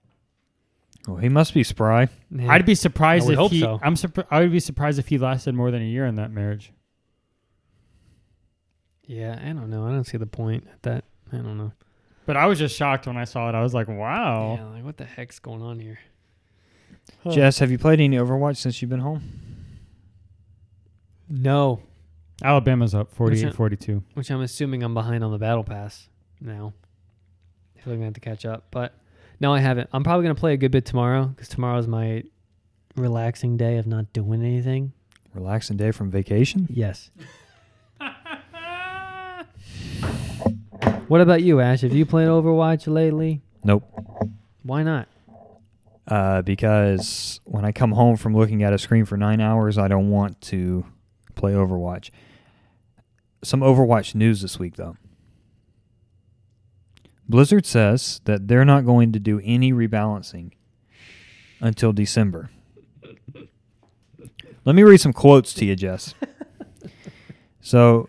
[SPEAKER 3] Oh, he must be spry.
[SPEAKER 2] Man,
[SPEAKER 1] i'd be surprised
[SPEAKER 2] I would
[SPEAKER 1] if
[SPEAKER 2] hope
[SPEAKER 1] he
[SPEAKER 2] so.
[SPEAKER 1] i'm surpri- i would be surprised if he lasted more than a year in that marriage
[SPEAKER 2] yeah, I don't know. I don't see the point at that. I don't know.
[SPEAKER 1] but i was just shocked when i saw it i was like wow
[SPEAKER 2] Yeah, like what the heck's going on here? Huh.
[SPEAKER 3] Jess, have you played any Overwatch since you've been home?
[SPEAKER 2] No,
[SPEAKER 1] alabama's up 48
[SPEAKER 2] Listen.
[SPEAKER 1] 42
[SPEAKER 2] which I'm assuming I'm behind on the battle pass now. I feel like I have to catch up, but no, I haven't. I'm probably gonna play a good bit tomorrow because tomorrow's my relaxing day of not doing anything.
[SPEAKER 3] Relaxing day from vacation?
[SPEAKER 2] Yes. what about you, Ash? Have you played Overwatch lately?
[SPEAKER 3] Nope.
[SPEAKER 2] Why not?
[SPEAKER 3] Uh, because when I come home from looking at a screen for nine hours, I don't want to play Overwatch. Some Overwatch news this week, though. Blizzard says that they're not going to do any rebalancing until December. Let me read some quotes to you, Jess. So,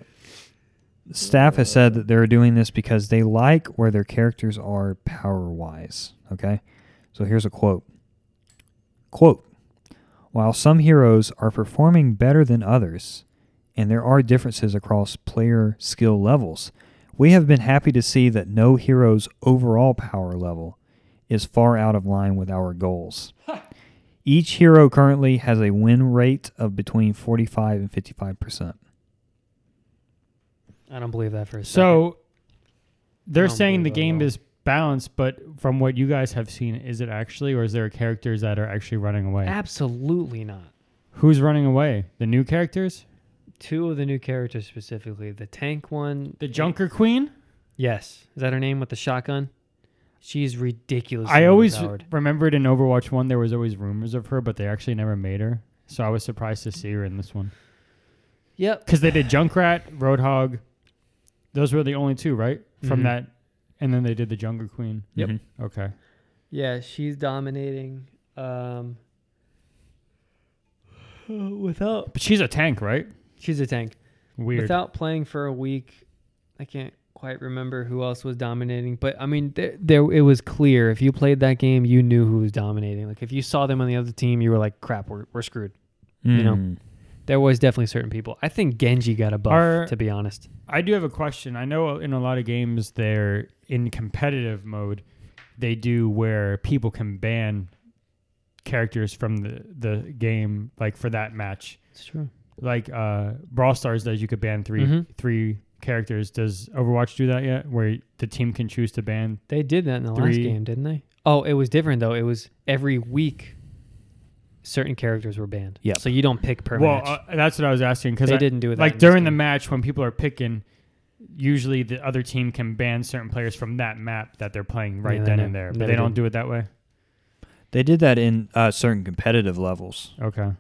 [SPEAKER 3] staff has said that they're doing this because they like where their characters are power wise. Okay? So, here's a quote Quote While some heroes are performing better than others, and there are differences across player skill levels, we have been happy to see that no hero's overall power level is far out of line with our goals. Each hero currently has a win rate of between 45 and 55%.
[SPEAKER 2] I don't believe that for a second.
[SPEAKER 1] So
[SPEAKER 2] I
[SPEAKER 1] they're
[SPEAKER 2] don't
[SPEAKER 1] saying the
[SPEAKER 2] believe that at
[SPEAKER 1] game
[SPEAKER 2] all.
[SPEAKER 1] is balanced, but from what you guys have seen, is it actually, or is there characters that are actually running away?
[SPEAKER 2] Uh, absolutely not.
[SPEAKER 1] Who's running away? The new characters?
[SPEAKER 2] Two of the new characters specifically, the tank one,
[SPEAKER 1] The Junker Queen?
[SPEAKER 2] Yes, is that her name with the shotgun? She's ridiculous.
[SPEAKER 1] I always remembered in Overwatch 1 there was always rumors of her, but they actually never made her. So I was surprised to see her in this one.
[SPEAKER 2] Yep.
[SPEAKER 1] Because they did Junkrat, Roadhog. Those were the only two, right? From
[SPEAKER 2] Mhm.
[SPEAKER 1] that. And then they did the Junker Queen.
[SPEAKER 2] Yep.
[SPEAKER 3] Mhm.
[SPEAKER 1] Okay.
[SPEAKER 2] Yeah, she's dominating. Um, without
[SPEAKER 1] But she's a tank, right?
[SPEAKER 2] she's a tank.
[SPEAKER 1] Weird.
[SPEAKER 2] Without playing for a week, I can't quite remember who else was dominating. But I mean, there, there it was clear. If you played that game, you knew who was dominating. Like if you saw them on the other team, you were like, "Crap, we're we're screwed." You know.
[SPEAKER 3] Mm.
[SPEAKER 2] There was definitely certain people. I think Genji got a buff.
[SPEAKER 1] Are-
[SPEAKER 2] to be honest,
[SPEAKER 1] I do have a question. I know in a lot of games they're in competitive mode. They do where people can ban characters from the, the game, like for that match.
[SPEAKER 2] it's true.
[SPEAKER 1] like uh Brawl Stars does you could ban 3
[SPEAKER 2] Mhm.
[SPEAKER 1] three characters. Does Overwatch do that yet? Where the team can choose to ban
[SPEAKER 2] They did that in the last
[SPEAKER 1] Three.
[SPEAKER 2] game, didn't they? Oh, it was different though. It was every week, certain characters were banned.
[SPEAKER 3] Yep.
[SPEAKER 2] So you don't pick per
[SPEAKER 1] Well,
[SPEAKER 2] match.
[SPEAKER 1] uh, that's what I was asking because
[SPEAKER 2] they didn't do it.
[SPEAKER 1] like during the match when people are picking usually the other team can ban certain players from that map that they're playing right
[SPEAKER 2] they
[SPEAKER 1] then
[SPEAKER 2] ne-
[SPEAKER 1] and there. But
[SPEAKER 2] never
[SPEAKER 1] they don't
[SPEAKER 2] did.
[SPEAKER 1] do it that way.
[SPEAKER 3] They did that in uh, certain competitive levels.
[SPEAKER 1] Okay.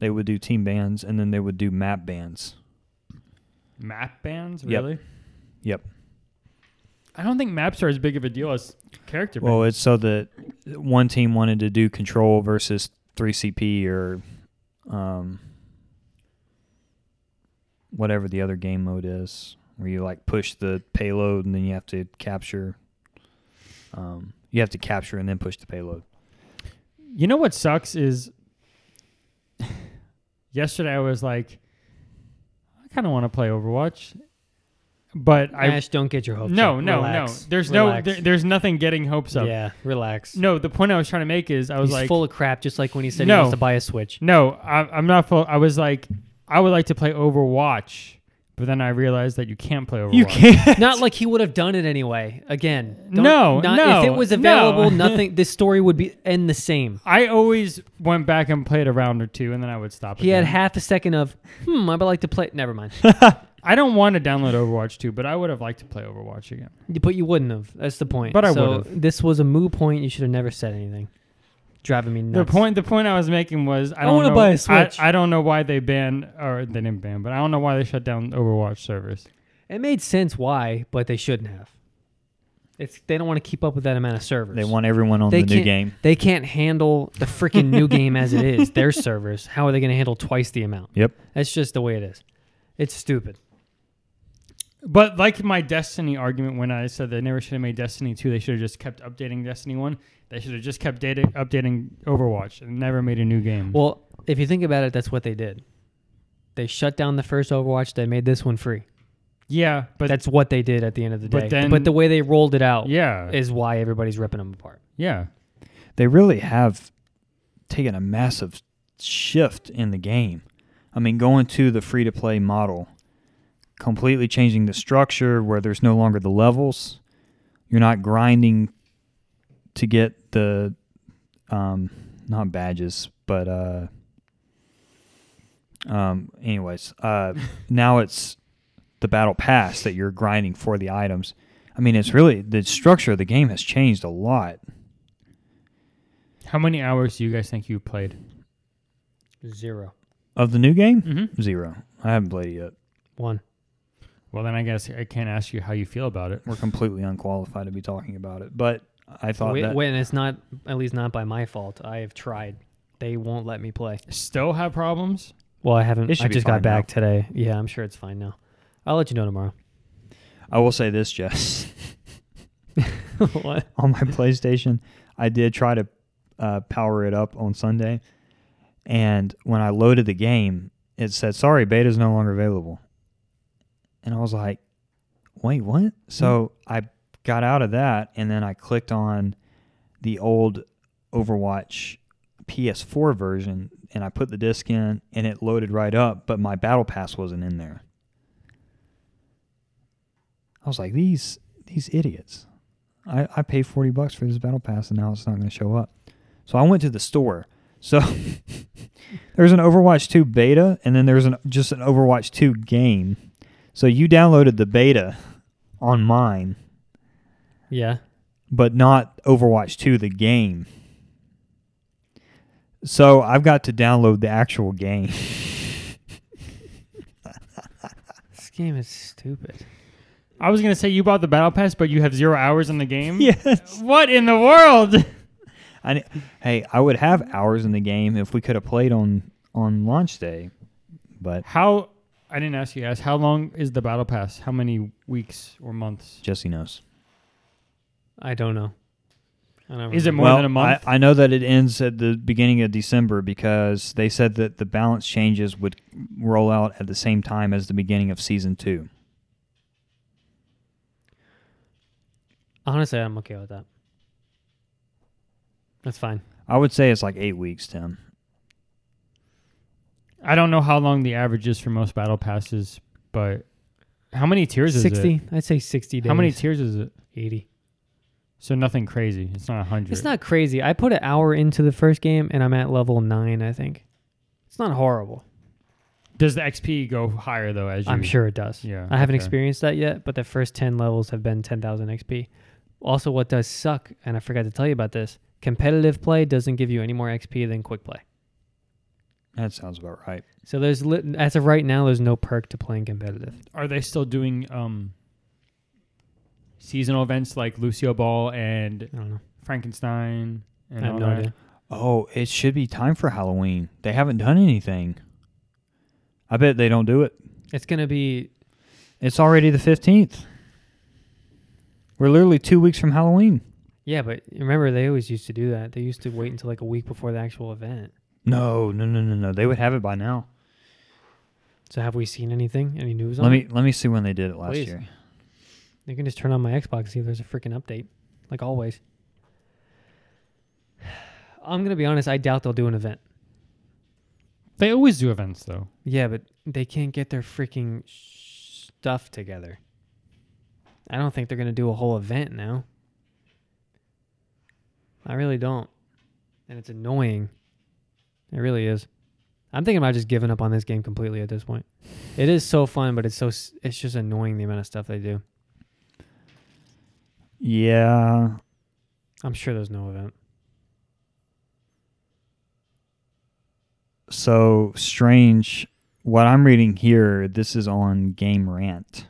[SPEAKER 3] They would do team bans and then they would do map bans.
[SPEAKER 1] Map bans,
[SPEAKER 3] Yep.
[SPEAKER 1] really?
[SPEAKER 3] Yep.
[SPEAKER 1] I don't think maps are as big of a deal as character
[SPEAKER 3] Well,
[SPEAKER 1] bans.
[SPEAKER 3] it's so that one team wanted to do control versus 3CP or um, whatever the other game mode is, where you like push the payload and then you have to capture. Um, you have to capture and then push the payload.
[SPEAKER 1] You know what sucks is yesterday I was like, I kind of want to play Overwatch, but I
[SPEAKER 2] Ash, don't get your hopes
[SPEAKER 1] no
[SPEAKER 2] up.
[SPEAKER 1] no
[SPEAKER 2] Relax.
[SPEAKER 1] no. There's
[SPEAKER 2] Relax.
[SPEAKER 1] no there, there's nothing getting hopes up.
[SPEAKER 2] yeah, relax.
[SPEAKER 1] No, the point I was trying to make is I was
[SPEAKER 2] He's
[SPEAKER 1] like,
[SPEAKER 2] full of crap, just like when he said he
[SPEAKER 1] No.
[SPEAKER 2] wants to buy a Switch.
[SPEAKER 1] no, I, I'm not full. I was like, I would like to play Overwatch, but then I realized that you can't play Overwatch.
[SPEAKER 3] can't.
[SPEAKER 2] not like he would have done it anyway. Again, don't-
[SPEAKER 1] No,
[SPEAKER 2] not,
[SPEAKER 1] no,
[SPEAKER 2] If it was
[SPEAKER 1] no.
[SPEAKER 2] available, nothing. This story would be end the same.
[SPEAKER 1] I always went back and played a round or two, and then I would stop.
[SPEAKER 2] He had
[SPEAKER 1] again.
[SPEAKER 2] half a second of, hmm, I would like to play. Never mind.
[SPEAKER 1] I don't want to download Overwatch 2, but I would have liked to play Overwatch again.
[SPEAKER 2] But you wouldn't have. That's the point.
[SPEAKER 1] But I
[SPEAKER 2] so
[SPEAKER 1] would've.
[SPEAKER 2] This was a moo point. You should have never said anything. Driving me nuts.
[SPEAKER 1] The point the point I was making was I,
[SPEAKER 2] I
[SPEAKER 1] don't
[SPEAKER 2] wanna
[SPEAKER 1] know,
[SPEAKER 2] buy a Switch.
[SPEAKER 1] I, I don't know why they banned or they didn't ban, but I don't know why they shut down Overwatch servers.
[SPEAKER 2] It made sense why, but they shouldn't have. It's they don't want to keep up with that amount of servers.
[SPEAKER 3] They want everyone on
[SPEAKER 2] They
[SPEAKER 3] the new
[SPEAKER 2] can't-
[SPEAKER 3] game.
[SPEAKER 2] They can't handle the freaking new game as it is. Their servers. How are they going to handle twice the amount?
[SPEAKER 3] Yep.
[SPEAKER 2] That's just the way it is. It's stupid.
[SPEAKER 1] But like my Destiny argument when I said they never should have made Destiny 2, they should have just kept updating Destiny 1. They should have just kept dating, updating Overwatch and never made a new game.
[SPEAKER 2] Well, if you think about it, that's what they did. They shut down the first Overwatch. They made this one free.
[SPEAKER 1] yeah, but
[SPEAKER 2] that's what they did at the end of the day.
[SPEAKER 1] But then-
[SPEAKER 2] but the way they rolled it out
[SPEAKER 1] yeah.
[SPEAKER 2] is why everybody's ripping them apart.
[SPEAKER 1] yeah.
[SPEAKER 3] They really have taken a massive shift in the game. I mean, going to the free to play model, completely changing the structure where there's no longer the levels. You're not grinding to get the, um, not badges, but, uh, um, anyways, uh, now it's the battle pass that you're grinding for the items. I mean, it's really the structure of the game has changed a lot.
[SPEAKER 1] How many hours do you guys think you played?
[SPEAKER 2] Zero.
[SPEAKER 3] Of the new game?
[SPEAKER 1] Mm-hmm.
[SPEAKER 3] Zero. I haven't played it yet.
[SPEAKER 2] One.
[SPEAKER 1] Well, then I guess I can't ask you how you feel about it.
[SPEAKER 3] We're completely unqualified to be talking about it, but I thought
[SPEAKER 2] Wait,
[SPEAKER 3] that
[SPEAKER 2] wait, and it's not at least not by my fault. I have tried. They won't let me play.
[SPEAKER 1] Still have problems?
[SPEAKER 2] Well, I haven't.
[SPEAKER 3] It should
[SPEAKER 2] I
[SPEAKER 3] be
[SPEAKER 2] just got
[SPEAKER 3] fine now.
[SPEAKER 2] back today. Yeah, I'm sure it's fine now. I'll let you know tomorrow.
[SPEAKER 3] I will say this, Jess.
[SPEAKER 2] what?
[SPEAKER 3] on my PlayStation, I did try to uh, power it up on Sunday, and when I loaded the game, it said, "Sorry, beta is no longer available," and I was like, "Wait, what?" So I got out of that, and then I clicked on the old Overwatch PS4 version, and I put the disc in, and it loaded right up, but my Battle Pass wasn't in there. I was like, these these idiots. I, I paid 40 bucks for this Battle Pass, and now it's not going to show up. So I went to the store. So there's an Overwatch 2 beta, and then there's an just an Overwatch 2 game. So you downloaded the beta on mine,
[SPEAKER 2] Yeah.
[SPEAKER 3] but not Overwatch 2, the game. So I've got to download the actual game.
[SPEAKER 2] This game is stupid.
[SPEAKER 1] I was gonna say you bought the battle pass, but you have zero hours in the game.
[SPEAKER 3] yes.
[SPEAKER 1] What in the world?
[SPEAKER 3] I, ne- hey, I would have hours in the game if we could have played on on launch day, but
[SPEAKER 1] How? I didn't ask you guys. How long is the battle pass? How many weeks or months?
[SPEAKER 3] Jesse knows.
[SPEAKER 2] I don't know. I don't
[SPEAKER 1] Is it
[SPEAKER 2] remember.
[SPEAKER 1] more than a month?
[SPEAKER 3] I, I know that it ends at the beginning of December because they said that the balance changes would roll out at the same time as the beginning of season two.
[SPEAKER 2] Honestly, I'm okay with that. That's fine.
[SPEAKER 3] I would say it's like eight weeks, Tim.
[SPEAKER 1] I don't know how long the average is for most battle passes, but how many tiers is
[SPEAKER 2] Sixty. I'd say sixty
[SPEAKER 1] it?
[SPEAKER 2] days.
[SPEAKER 1] How many tiers is it?
[SPEAKER 2] Eighty.
[SPEAKER 1] So nothing crazy. It's not a hundred.
[SPEAKER 2] It's not crazy. I put an hour into the first game and I'm at level nine. I think. It's not horrible.
[SPEAKER 1] Does the XP go higher though? As you,
[SPEAKER 2] I'm sure it does.
[SPEAKER 1] Yeah,
[SPEAKER 2] I haven't
[SPEAKER 1] okay.
[SPEAKER 2] experienced that yet, but the first 10 levels have been 10,000 XP. Also, what does suck, and I forgot to tell you about this competitive play doesn't give you any more XP than quick play.
[SPEAKER 3] That sounds about right.
[SPEAKER 2] So, there's lit- as of right now, there's no perk to playing competitive.
[SPEAKER 1] Are they still doing um, seasonal events like Lucio Ball and
[SPEAKER 2] I don't know.
[SPEAKER 1] Frankenstein? And
[SPEAKER 2] I have
[SPEAKER 1] all
[SPEAKER 2] no
[SPEAKER 1] that?
[SPEAKER 2] idea.
[SPEAKER 3] Oh, it should be time for Halloween. They haven't done anything. I bet they don't do it.
[SPEAKER 2] It's going to be,
[SPEAKER 3] It's already the 15th. We're literally two weeks from Halloween.
[SPEAKER 2] yeah, but remember, they always used to do that. They used to wait until like a week before the actual event.
[SPEAKER 3] No, no, no, no, no. They would have it by now.
[SPEAKER 2] So, have we seen anything? Any news
[SPEAKER 3] Let
[SPEAKER 2] on
[SPEAKER 3] me
[SPEAKER 2] it?
[SPEAKER 3] let me see when they did it last
[SPEAKER 2] Please.
[SPEAKER 3] year.
[SPEAKER 2] You can just turn on my Xbox and see if there's a freaking update, like always. I'm going to be honest, I doubt they'll do an event.
[SPEAKER 1] They always do events though.
[SPEAKER 2] Yeah, but they can't get their freaking stuff together. I don't think they're going to do a whole event now. I really don't. And it's annoying. It really is. I'm thinking about just giving up on this game completely at this point. It is so fun, but it's so s- it's just annoying the amount of stuff they do.
[SPEAKER 3] Yeah,
[SPEAKER 2] I'm sure there's no event.
[SPEAKER 3] so strange what i'm reading here this is on game rant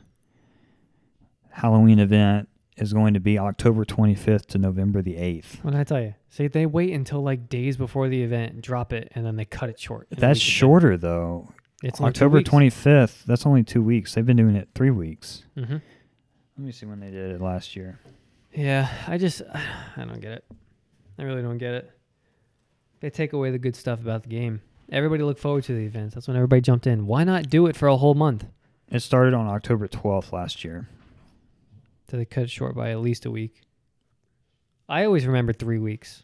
[SPEAKER 3] halloween event is going to be october 25th to november the 8th
[SPEAKER 2] What did I tell you? See, they wait until like days before the event, drop it, and then they cut it short. in a
[SPEAKER 3] that's
[SPEAKER 2] week again.
[SPEAKER 3] shorter though
[SPEAKER 2] It's
[SPEAKER 3] october 25th that's only two weeks they've been doing it three weeks
[SPEAKER 2] Mm-hmm.
[SPEAKER 3] let me see when they did it last year
[SPEAKER 2] Yeah, I just I don't get it. I really don't get it. They take away the good stuff about the game. Everybody looked forward to the events. That's when everybody jumped in. Why not do it for a whole month?
[SPEAKER 3] it started on october 12th last year
[SPEAKER 2] So they cut it short by at least a week. I always remember three weeks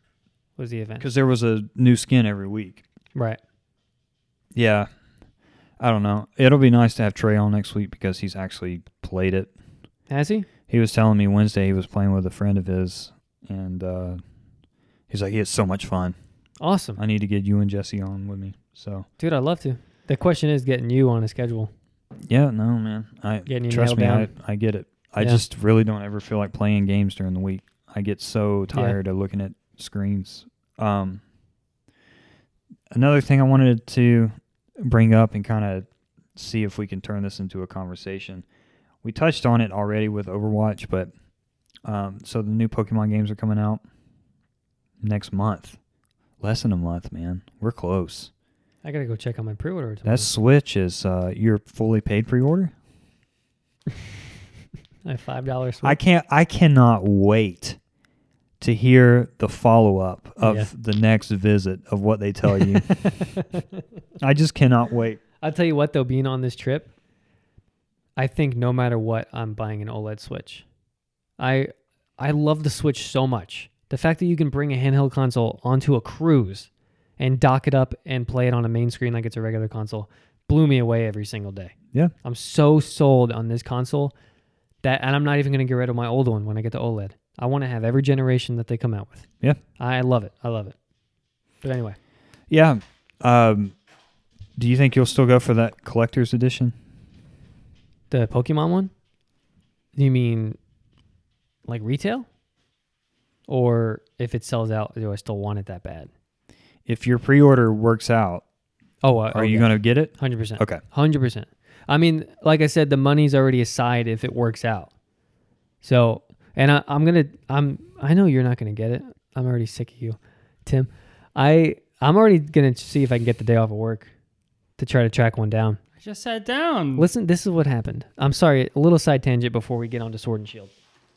[SPEAKER 2] was the event.
[SPEAKER 3] because there was a new skin every week
[SPEAKER 2] Right.
[SPEAKER 3] yeah i don't know it'll be nice to have trey on next week because he's actually played it
[SPEAKER 2] Has he?
[SPEAKER 3] he was telling me Wednesday he was playing with a friend of his, and uh, he's like, "It's so much fun.
[SPEAKER 2] Awesome.
[SPEAKER 3] I need to get you and Jesse on with me." So
[SPEAKER 2] Dude, I'd love to. The question is getting you on a schedule.
[SPEAKER 3] yeah, no man, I
[SPEAKER 2] Getting you
[SPEAKER 3] trust
[SPEAKER 2] nailed
[SPEAKER 3] me, I,
[SPEAKER 2] down.
[SPEAKER 3] I get it. I
[SPEAKER 2] Yeah.
[SPEAKER 3] just really don't ever feel like playing games during the week. I get so tired of looking at screens. Um, another thing I wanted to bring up and kind of see if we can turn this into a conversation. We touched on it already with Overwatch, but um, so the new Pokemon games are coming out next month. Less than a month, man. We're close.
[SPEAKER 2] I gotta go check on my pre order
[SPEAKER 3] That
[SPEAKER 2] tomorrow.
[SPEAKER 3] Switch is uh, your fully paid pre-order.
[SPEAKER 2] I have five dollars
[SPEAKER 3] I can't. I cannot wait to hear the follow up of
[SPEAKER 2] Yeah.
[SPEAKER 3] the next visit of what they tell you. I just cannot wait.
[SPEAKER 2] I'll tell you what though, being on this trip, I think no matter what, I'm buying an OLED Switch. I I love the Switch so much. The fact that you can bring a handheld console onto a cruise and dock it up and play it on a main screen like it's a regular console blew me away every single day.
[SPEAKER 3] Yeah.
[SPEAKER 2] I'm so sold on this console that, and I'm not even going to get rid of my old one when I get the OLED. I want to have every generation that they come out with.
[SPEAKER 3] Yeah.
[SPEAKER 2] I love it. I love it. But anyway,
[SPEAKER 3] Yeah. Um, do you think you'll still go for that collector's edition?
[SPEAKER 2] the Pokemon one? You mean like retail? Or if it sells out, do I still want it that bad?
[SPEAKER 3] If your pre-order works out,
[SPEAKER 2] Oh, uh,
[SPEAKER 3] are you going to get it?
[SPEAKER 2] Hundred percent.
[SPEAKER 3] Okay.
[SPEAKER 2] Hundred percent. I mean, like I said, the money's already aside if it works out. So, and I, I'm gonna, I'm, I know you're not gonna get it. I'm already sick of you, Tim. I, I'm already gonna see if I can get the day off of work to try to track one down.
[SPEAKER 1] I just sat down.
[SPEAKER 2] Listen, this is what happened. I'm sorry, a little side tangent before we get on to Sword and Shield.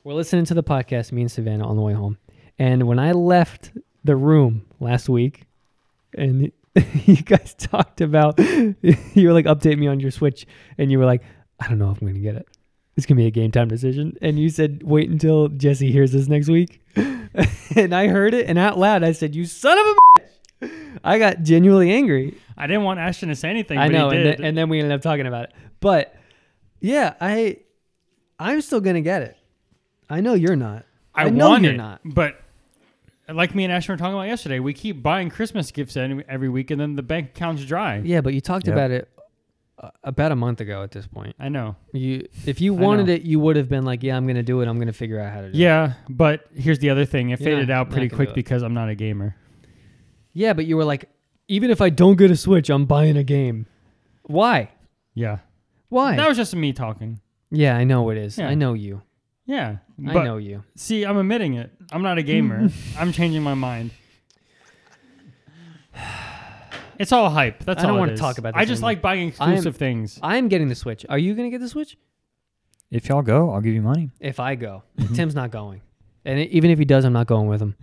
[SPEAKER 2] We're listening to the podcast, me and Savannah, on the way home. And when I left the room last week, and you guys talked about, you were like, update me on your Switch. And you were like, I don't know if I'm going to get it. It's going to be a game time decision. And you said, wait until Jesse hears this next week. and I heard it, and out loud, I said, You son of a bitch. I got genuinely angry.
[SPEAKER 1] I didn't want Ashton to say anything.
[SPEAKER 2] I
[SPEAKER 1] but
[SPEAKER 2] know,
[SPEAKER 1] He
[SPEAKER 2] and,
[SPEAKER 1] did.
[SPEAKER 2] th- and then we ended up talking about it. But yeah, I I'm still gonna get it. I know you're not.
[SPEAKER 1] I,
[SPEAKER 2] know
[SPEAKER 1] want
[SPEAKER 2] you're
[SPEAKER 1] it,
[SPEAKER 2] not.
[SPEAKER 1] But like me and Ashton were talking about yesterday, we keep buying Christmas gifts any- every week, and then the bank account's dry.
[SPEAKER 2] Yeah, but you talked
[SPEAKER 3] Yep.
[SPEAKER 2] about it uh, about a month ago. At this point,
[SPEAKER 1] I know.
[SPEAKER 2] you if you
[SPEAKER 1] I
[SPEAKER 2] wanted
[SPEAKER 1] know.
[SPEAKER 2] it, you would have been like, yeah, I'm gonna do it. I'm gonna figure out how to do it.
[SPEAKER 1] Yeah, but here's the other thing: it
[SPEAKER 2] You're
[SPEAKER 1] faded
[SPEAKER 2] not-
[SPEAKER 1] out
[SPEAKER 2] not
[SPEAKER 1] pretty
[SPEAKER 2] gonna do
[SPEAKER 1] quick
[SPEAKER 2] it.
[SPEAKER 1] because I'm not a gamer.
[SPEAKER 2] Yeah, but you were like, even if I don't get a Switch, I'm buying a game. Why?
[SPEAKER 1] Yeah,
[SPEAKER 2] Why?
[SPEAKER 1] that was just me talking.
[SPEAKER 2] yeah, I know it is.
[SPEAKER 1] Yeah.
[SPEAKER 2] I know you.
[SPEAKER 1] Yeah, but
[SPEAKER 2] I know you.
[SPEAKER 1] see, I'm admitting it. I'm not a gamer. I'm changing my mind. It's all hype. That's
[SPEAKER 2] I don't
[SPEAKER 1] all it
[SPEAKER 2] wanna
[SPEAKER 1] is.
[SPEAKER 2] talk about
[SPEAKER 1] I
[SPEAKER 2] this
[SPEAKER 1] just
[SPEAKER 2] anymore.
[SPEAKER 1] like buying
[SPEAKER 2] I am-
[SPEAKER 1] exclusive things.
[SPEAKER 2] I'm getting the Switch. Are you gonna get the Switch?
[SPEAKER 3] If y'all go, I'll give you money.
[SPEAKER 2] If I go,
[SPEAKER 1] Mm-hmm.
[SPEAKER 2] Tim's not going, and i- even if he does, I'm not going with him.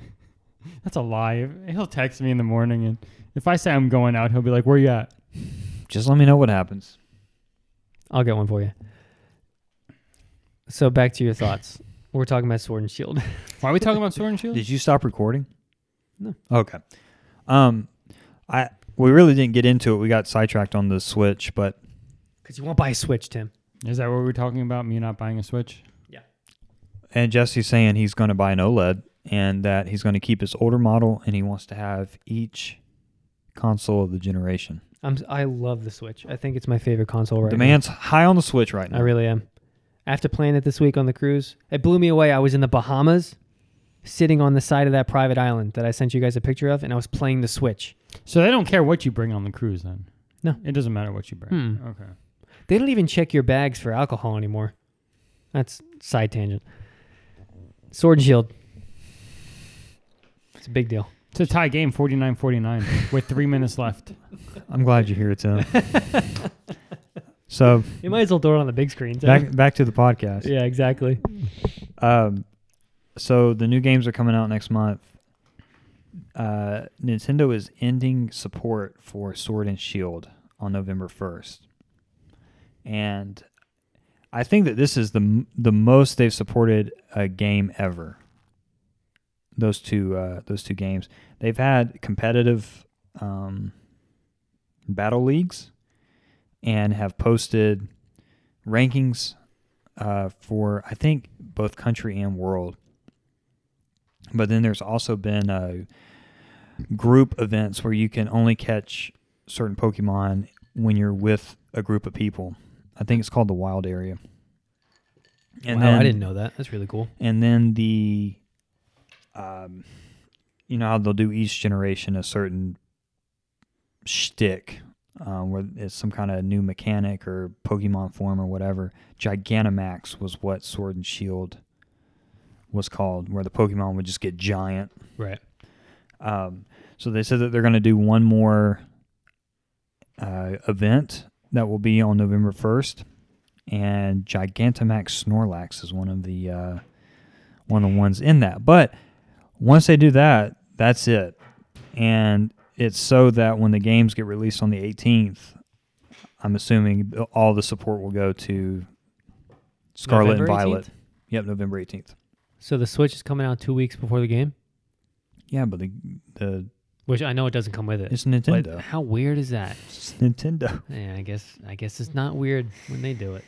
[SPEAKER 1] That's a lie. He'll text me in the morning, and if I say I'm going out, he'll be like, "Where you at?"
[SPEAKER 3] Just let me know what happens.
[SPEAKER 2] I'll get one for you. So back to your thoughts. We're talking about Sword and Shield.
[SPEAKER 1] Why are we talking about Sword and Shield?
[SPEAKER 3] Did you stop recording?
[SPEAKER 2] No.
[SPEAKER 3] Okay. Um, I we really didn't get into it. We got sidetracked on the Switch, but
[SPEAKER 2] Because you won't buy a Switch, Tim.
[SPEAKER 1] Is that what we were talking about? Me not buying a Switch?
[SPEAKER 3] and Jesse's saying he's going to buy an OLED and that he's going to keep his older model and he wants to have each console of the generation.
[SPEAKER 2] I'm, s- I love the Switch. I think it's my favorite console right
[SPEAKER 3] Demand's high on the Switch right
[SPEAKER 2] now.
[SPEAKER 3] now.
[SPEAKER 2] I really am. After playing it this week on the cruise, it blew me away. I was in the Bahamas, sitting on the side of that private island that I sent you guys a picture of, and I was playing the Switch.
[SPEAKER 1] So they don't care what you bring on the cruise, then?
[SPEAKER 2] No.
[SPEAKER 1] it doesn't matter what you bring.
[SPEAKER 2] Hmm.
[SPEAKER 1] Okay.
[SPEAKER 2] They don't even check your bags for alcohol anymore. That's side tangent. Sword and Shield. It's a big deal.
[SPEAKER 1] It's a tie game, 49-49, with three minutes left.
[SPEAKER 3] I'm glad you're here, Tim. so
[SPEAKER 2] You might as well throw it on the big screen. Tim.
[SPEAKER 3] back back to the podcast.
[SPEAKER 2] yeah, exactly.
[SPEAKER 3] Um, so the new games are coming out next month. Uh, Nintendo is ending support for Sword and Shield on November first, and I think that this is the m- the most they've supported a game ever. Those two uh, those two games they've had competitive um, battle leagues, and have posted rankings uh, for I think both country and world. But then there's also been uh, group events where you can only catch certain Pokemon when you're with a group of people. I think it's called the wild area. And
[SPEAKER 2] wow,
[SPEAKER 3] then,
[SPEAKER 2] I didn't know that. That's really cool.
[SPEAKER 3] and then the, um, you know how they'll do each generation a certain shtick, um, where it's some kind of new mechanic or Pokemon form or whatever. Gigantamax was what Sword and Shield was called, where the Pokemon would just get giant.
[SPEAKER 2] Right.
[SPEAKER 3] Um, so they said that they're going to do one more uh, event that will be on November 1st, and Gigantamax Snorlax is one of the uh, one of the ones in that. But once they do that, that's it, and it's so that when the games get released on the 18th, I'm assuming all the support will go to Scarlet
[SPEAKER 2] November
[SPEAKER 3] and Violet.
[SPEAKER 2] 18th?
[SPEAKER 3] Yep, November 18th.
[SPEAKER 2] So the Switch is coming out two weeks before the game.
[SPEAKER 3] Yeah, but the the
[SPEAKER 2] which I know it doesn't come with it.
[SPEAKER 3] It's
[SPEAKER 2] but
[SPEAKER 3] Nintendo.
[SPEAKER 2] how weird is that?
[SPEAKER 3] It's Nintendo.
[SPEAKER 2] Yeah, I guess I guess it's not weird when they do it.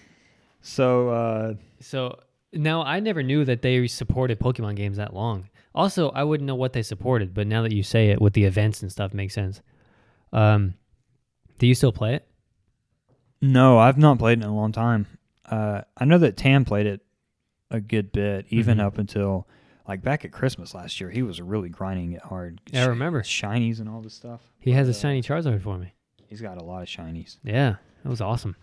[SPEAKER 3] So uh,
[SPEAKER 2] So now I never knew that they supported Pokemon games that long. Also, I wouldn't know what they supported, but now that you say it with the events and stuff makes sense. Um, do you still play it?
[SPEAKER 3] no, I've not played it in a long time. Uh, I know that Tam played it a good bit, even
[SPEAKER 2] Mhm.
[SPEAKER 3] up until like back at Christmas last year. He was really grinding it hard.
[SPEAKER 2] Yeah, I remember.
[SPEAKER 3] shinies and all this stuff.
[SPEAKER 2] He has a
[SPEAKER 3] But, uh,
[SPEAKER 2] shiny Charizard for me.
[SPEAKER 3] He's got a lot of shinies.
[SPEAKER 2] Yeah, that was awesome.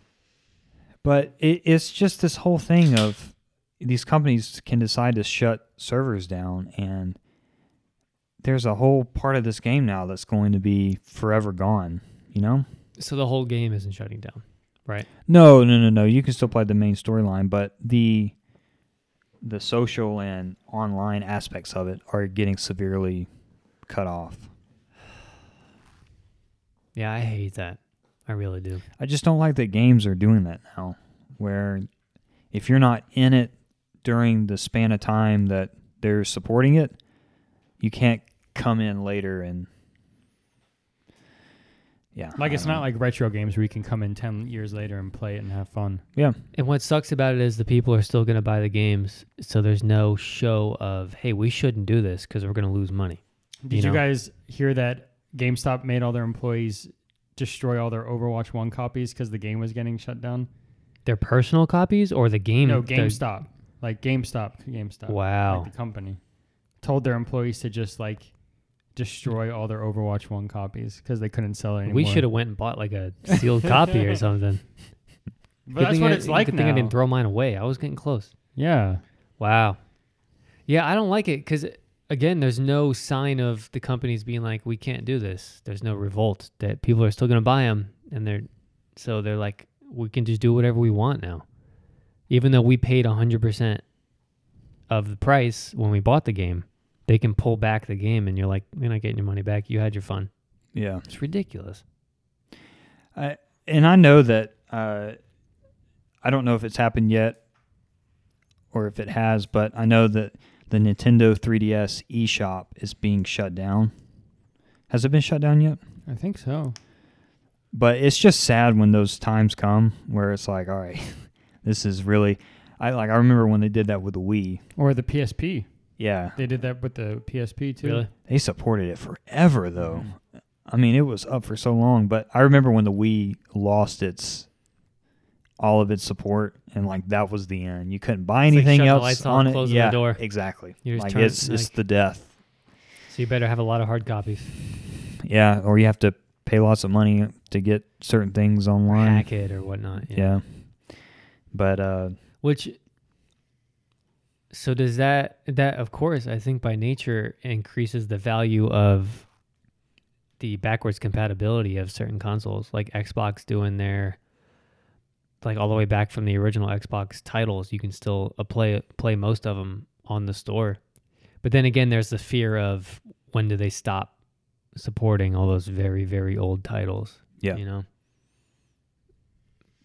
[SPEAKER 3] But it, it's just this whole thing of these companies can decide to shut servers down, and there's a whole part of this game now that's going to be forever gone. You know?
[SPEAKER 2] So the whole game isn't shutting down, right?
[SPEAKER 3] No, no, no, no. You can still play the main storyline, but the the social and online aspects of it are getting severely cut off.
[SPEAKER 2] Yeah, I hate that. I really do.
[SPEAKER 3] I just don't like that games are doing that now, where if you're not in it during the span of time that they're supporting it, you can't come in later and yeah.
[SPEAKER 1] Like
[SPEAKER 3] I
[SPEAKER 1] it's
[SPEAKER 3] don't
[SPEAKER 1] not
[SPEAKER 3] know.
[SPEAKER 1] like retro games where you can come in ten years later and play it and have fun.
[SPEAKER 3] yeah.
[SPEAKER 2] And what sucks about it is the people are still going to buy the games, so there's no show of hey, we shouldn't do this because we're going to lose money.
[SPEAKER 1] Did
[SPEAKER 2] You
[SPEAKER 1] you,
[SPEAKER 2] know?
[SPEAKER 1] guys hear that GameStop made all their employees destroy all their Overwatch One copies because the game was getting shut down?
[SPEAKER 2] Their personal copies or the game?
[SPEAKER 1] No,
[SPEAKER 2] the-
[SPEAKER 1] GameStop, like GameStop, GameStop.
[SPEAKER 2] Wow.
[SPEAKER 1] like the company told their employees to just like destroy all their Overwatch One copies because they couldn't sell it anymore.
[SPEAKER 2] We should have went and bought like a sealed copy or something.
[SPEAKER 1] But
[SPEAKER 2] Good
[SPEAKER 1] that's
[SPEAKER 2] thing
[SPEAKER 1] what
[SPEAKER 2] I-
[SPEAKER 1] it's like
[SPEAKER 2] good thing I
[SPEAKER 1] now.
[SPEAKER 2] didn't throw mine away. I was getting close.
[SPEAKER 1] yeah,
[SPEAKER 2] Wow. Yeah, I don't like it because again, there's no sign of the companies being like, we can't do this. There's no revolt that people are still going to buy them, and they're so they're like, we can just do whatever we want now, even though we paid hundred percent of the price when we bought the game. They can pull back the game, and you're like, you're not getting your money back. You had your fun.
[SPEAKER 3] Yeah.
[SPEAKER 2] It's ridiculous.
[SPEAKER 3] I, and I know that uh, I don't know if it's happened yet or if it has, but I know that the Nintendo 3DS eShop is being shut down. Has it been shut down yet?
[SPEAKER 1] I think so.
[SPEAKER 3] But it's just sad when those times come where it's like, all right, this is really. I like. I remember when they did that with the Wii.
[SPEAKER 1] Or the PSP.
[SPEAKER 3] Yeah,
[SPEAKER 1] They did that with the PSP too.
[SPEAKER 2] Really?
[SPEAKER 3] they supported it forever though.
[SPEAKER 2] Mm-hmm.
[SPEAKER 3] I mean, it was up for so long, but I remember when the Wii lost its all of its support, and like that was the end. You couldn't buy
[SPEAKER 2] It's like
[SPEAKER 3] anything
[SPEAKER 2] shut the
[SPEAKER 3] else
[SPEAKER 2] lights off,
[SPEAKER 3] on it.
[SPEAKER 2] closing the
[SPEAKER 3] yeah,
[SPEAKER 2] door.
[SPEAKER 3] exactly.
[SPEAKER 2] You're just
[SPEAKER 3] Like
[SPEAKER 2] turned-
[SPEAKER 3] it's it's
[SPEAKER 2] like-
[SPEAKER 3] the death.
[SPEAKER 2] So you better have a lot of hard copies.
[SPEAKER 3] Yeah, or you have to pay lots of money to get certain things
[SPEAKER 2] Or
[SPEAKER 3] online.
[SPEAKER 2] hack it or whatnot.
[SPEAKER 3] yeah. but uh,
[SPEAKER 2] Which so does that that of course I think by nature increases the value of the backwards compatibility of certain consoles like Xbox doing their like all the way back from the original Xbox titles you can still uh, play play most of them on the store. But then again there's the fear of when do they stop supporting all those very very old titles
[SPEAKER 3] yeah,
[SPEAKER 2] you know.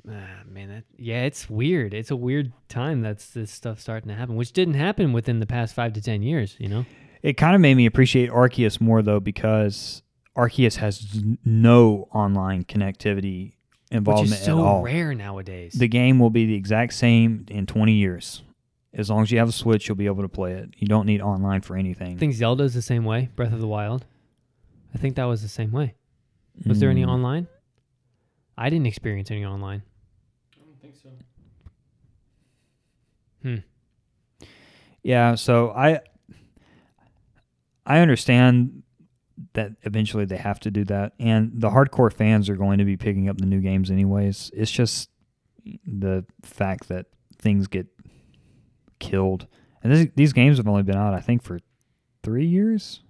[SPEAKER 2] Ah, man, that, yeah, it's weird. It's a weird time that's this stuff starting to happen, which didn't happen within the past five to ten years. You know,
[SPEAKER 3] it kind of made me appreciate Arceus more though because Arceus has n- no online connectivity
[SPEAKER 2] which
[SPEAKER 3] involvement
[SPEAKER 2] is so
[SPEAKER 3] at all.
[SPEAKER 2] rare nowadays.
[SPEAKER 3] the game will be the exact same in 20 years. As long as you have a Switch, you'll be able to play it. You don't need online for anything.
[SPEAKER 2] I think Zelda's the same way. Breath of the Wild. I think that was the same way. Was there any
[SPEAKER 3] Mm,
[SPEAKER 2] online? I didn't experience any online.
[SPEAKER 1] I don't think so.
[SPEAKER 3] Yeah, so I I understand that eventually they have to do that and the hardcore fans are going to be picking up the new games anyways. It's just the fact that things get killed. And this, these games have only been out I think for 3 years.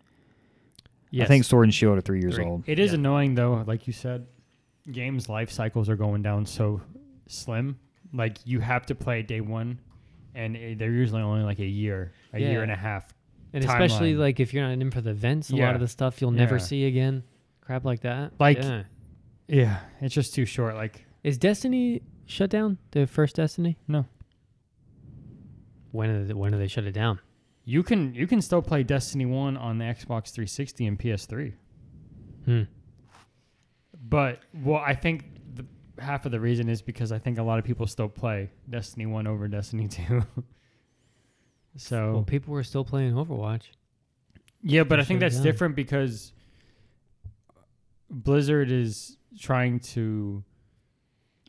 [SPEAKER 3] I
[SPEAKER 2] Yes.
[SPEAKER 3] think Sword and Shield are 3 years
[SPEAKER 2] Three.
[SPEAKER 3] old.
[SPEAKER 1] It is
[SPEAKER 2] Yeah.
[SPEAKER 1] annoying though, like you said, games life cycles are going down so slim. Like you have to play day one, and it- they're usually only like a year, a
[SPEAKER 2] Yeah.
[SPEAKER 1] year and a half.
[SPEAKER 2] and especially
[SPEAKER 1] timeline.
[SPEAKER 2] like if you're not in for the events, a lot
[SPEAKER 1] Yeah.
[SPEAKER 2] of the stuff you'll never
[SPEAKER 1] Yeah.
[SPEAKER 2] see again. Crap like that.
[SPEAKER 1] Like-
[SPEAKER 2] Yeah.
[SPEAKER 1] Yeah, it's just too short. Like
[SPEAKER 2] Is Destiny shut down? The first Destiny?
[SPEAKER 1] No.
[SPEAKER 2] When are they, when do they shut it down?
[SPEAKER 1] You can you can still play Destiny One on the Xbox 360 and PS3.
[SPEAKER 2] Hmm.
[SPEAKER 1] But well, I think the, half of the reason is because I think a lot of people still play Destiny One over Destiny Two. so
[SPEAKER 2] Well, people were still playing Overwatch.
[SPEAKER 1] yeah, but I
[SPEAKER 2] They
[SPEAKER 1] think
[SPEAKER 2] should
[SPEAKER 1] that's
[SPEAKER 2] have.
[SPEAKER 1] different because Blizzard is trying to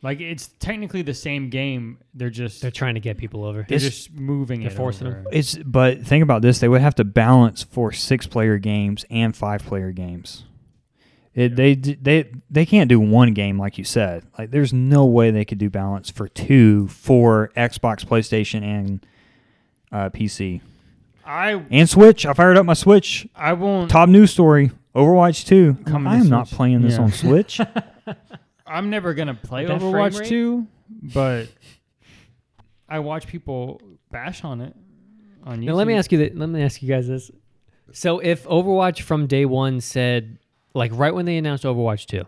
[SPEAKER 1] like it's technically the same game. They're just
[SPEAKER 2] They're trying to get people over.
[SPEAKER 1] they're
[SPEAKER 3] This-
[SPEAKER 1] just moving
[SPEAKER 2] they're
[SPEAKER 1] it
[SPEAKER 2] forcing
[SPEAKER 1] over.
[SPEAKER 3] It's but think about this: they would have to balance for six-player games and five-player games. It, They d- they they can't do one game like you said. Like there's no way they could do balance for two for Xbox, PlayStation, and uh, PC
[SPEAKER 1] I
[SPEAKER 3] and Switch. I fired up my Switch.
[SPEAKER 1] I won't.
[SPEAKER 3] Top news story: Overwatch Two.
[SPEAKER 1] Coming to
[SPEAKER 3] I am not
[SPEAKER 1] Switch.
[SPEAKER 3] playing this
[SPEAKER 1] Yeah.
[SPEAKER 3] on Switch.
[SPEAKER 1] I'm never gonna play
[SPEAKER 2] That frame
[SPEAKER 1] Overwatch
[SPEAKER 2] rate?
[SPEAKER 1] two, but I watch people bash on it on YouTube.
[SPEAKER 2] Now let me ask you that. Let me ask you guys this. So if Overwatch from day one said, like right when they announced Overwatch two,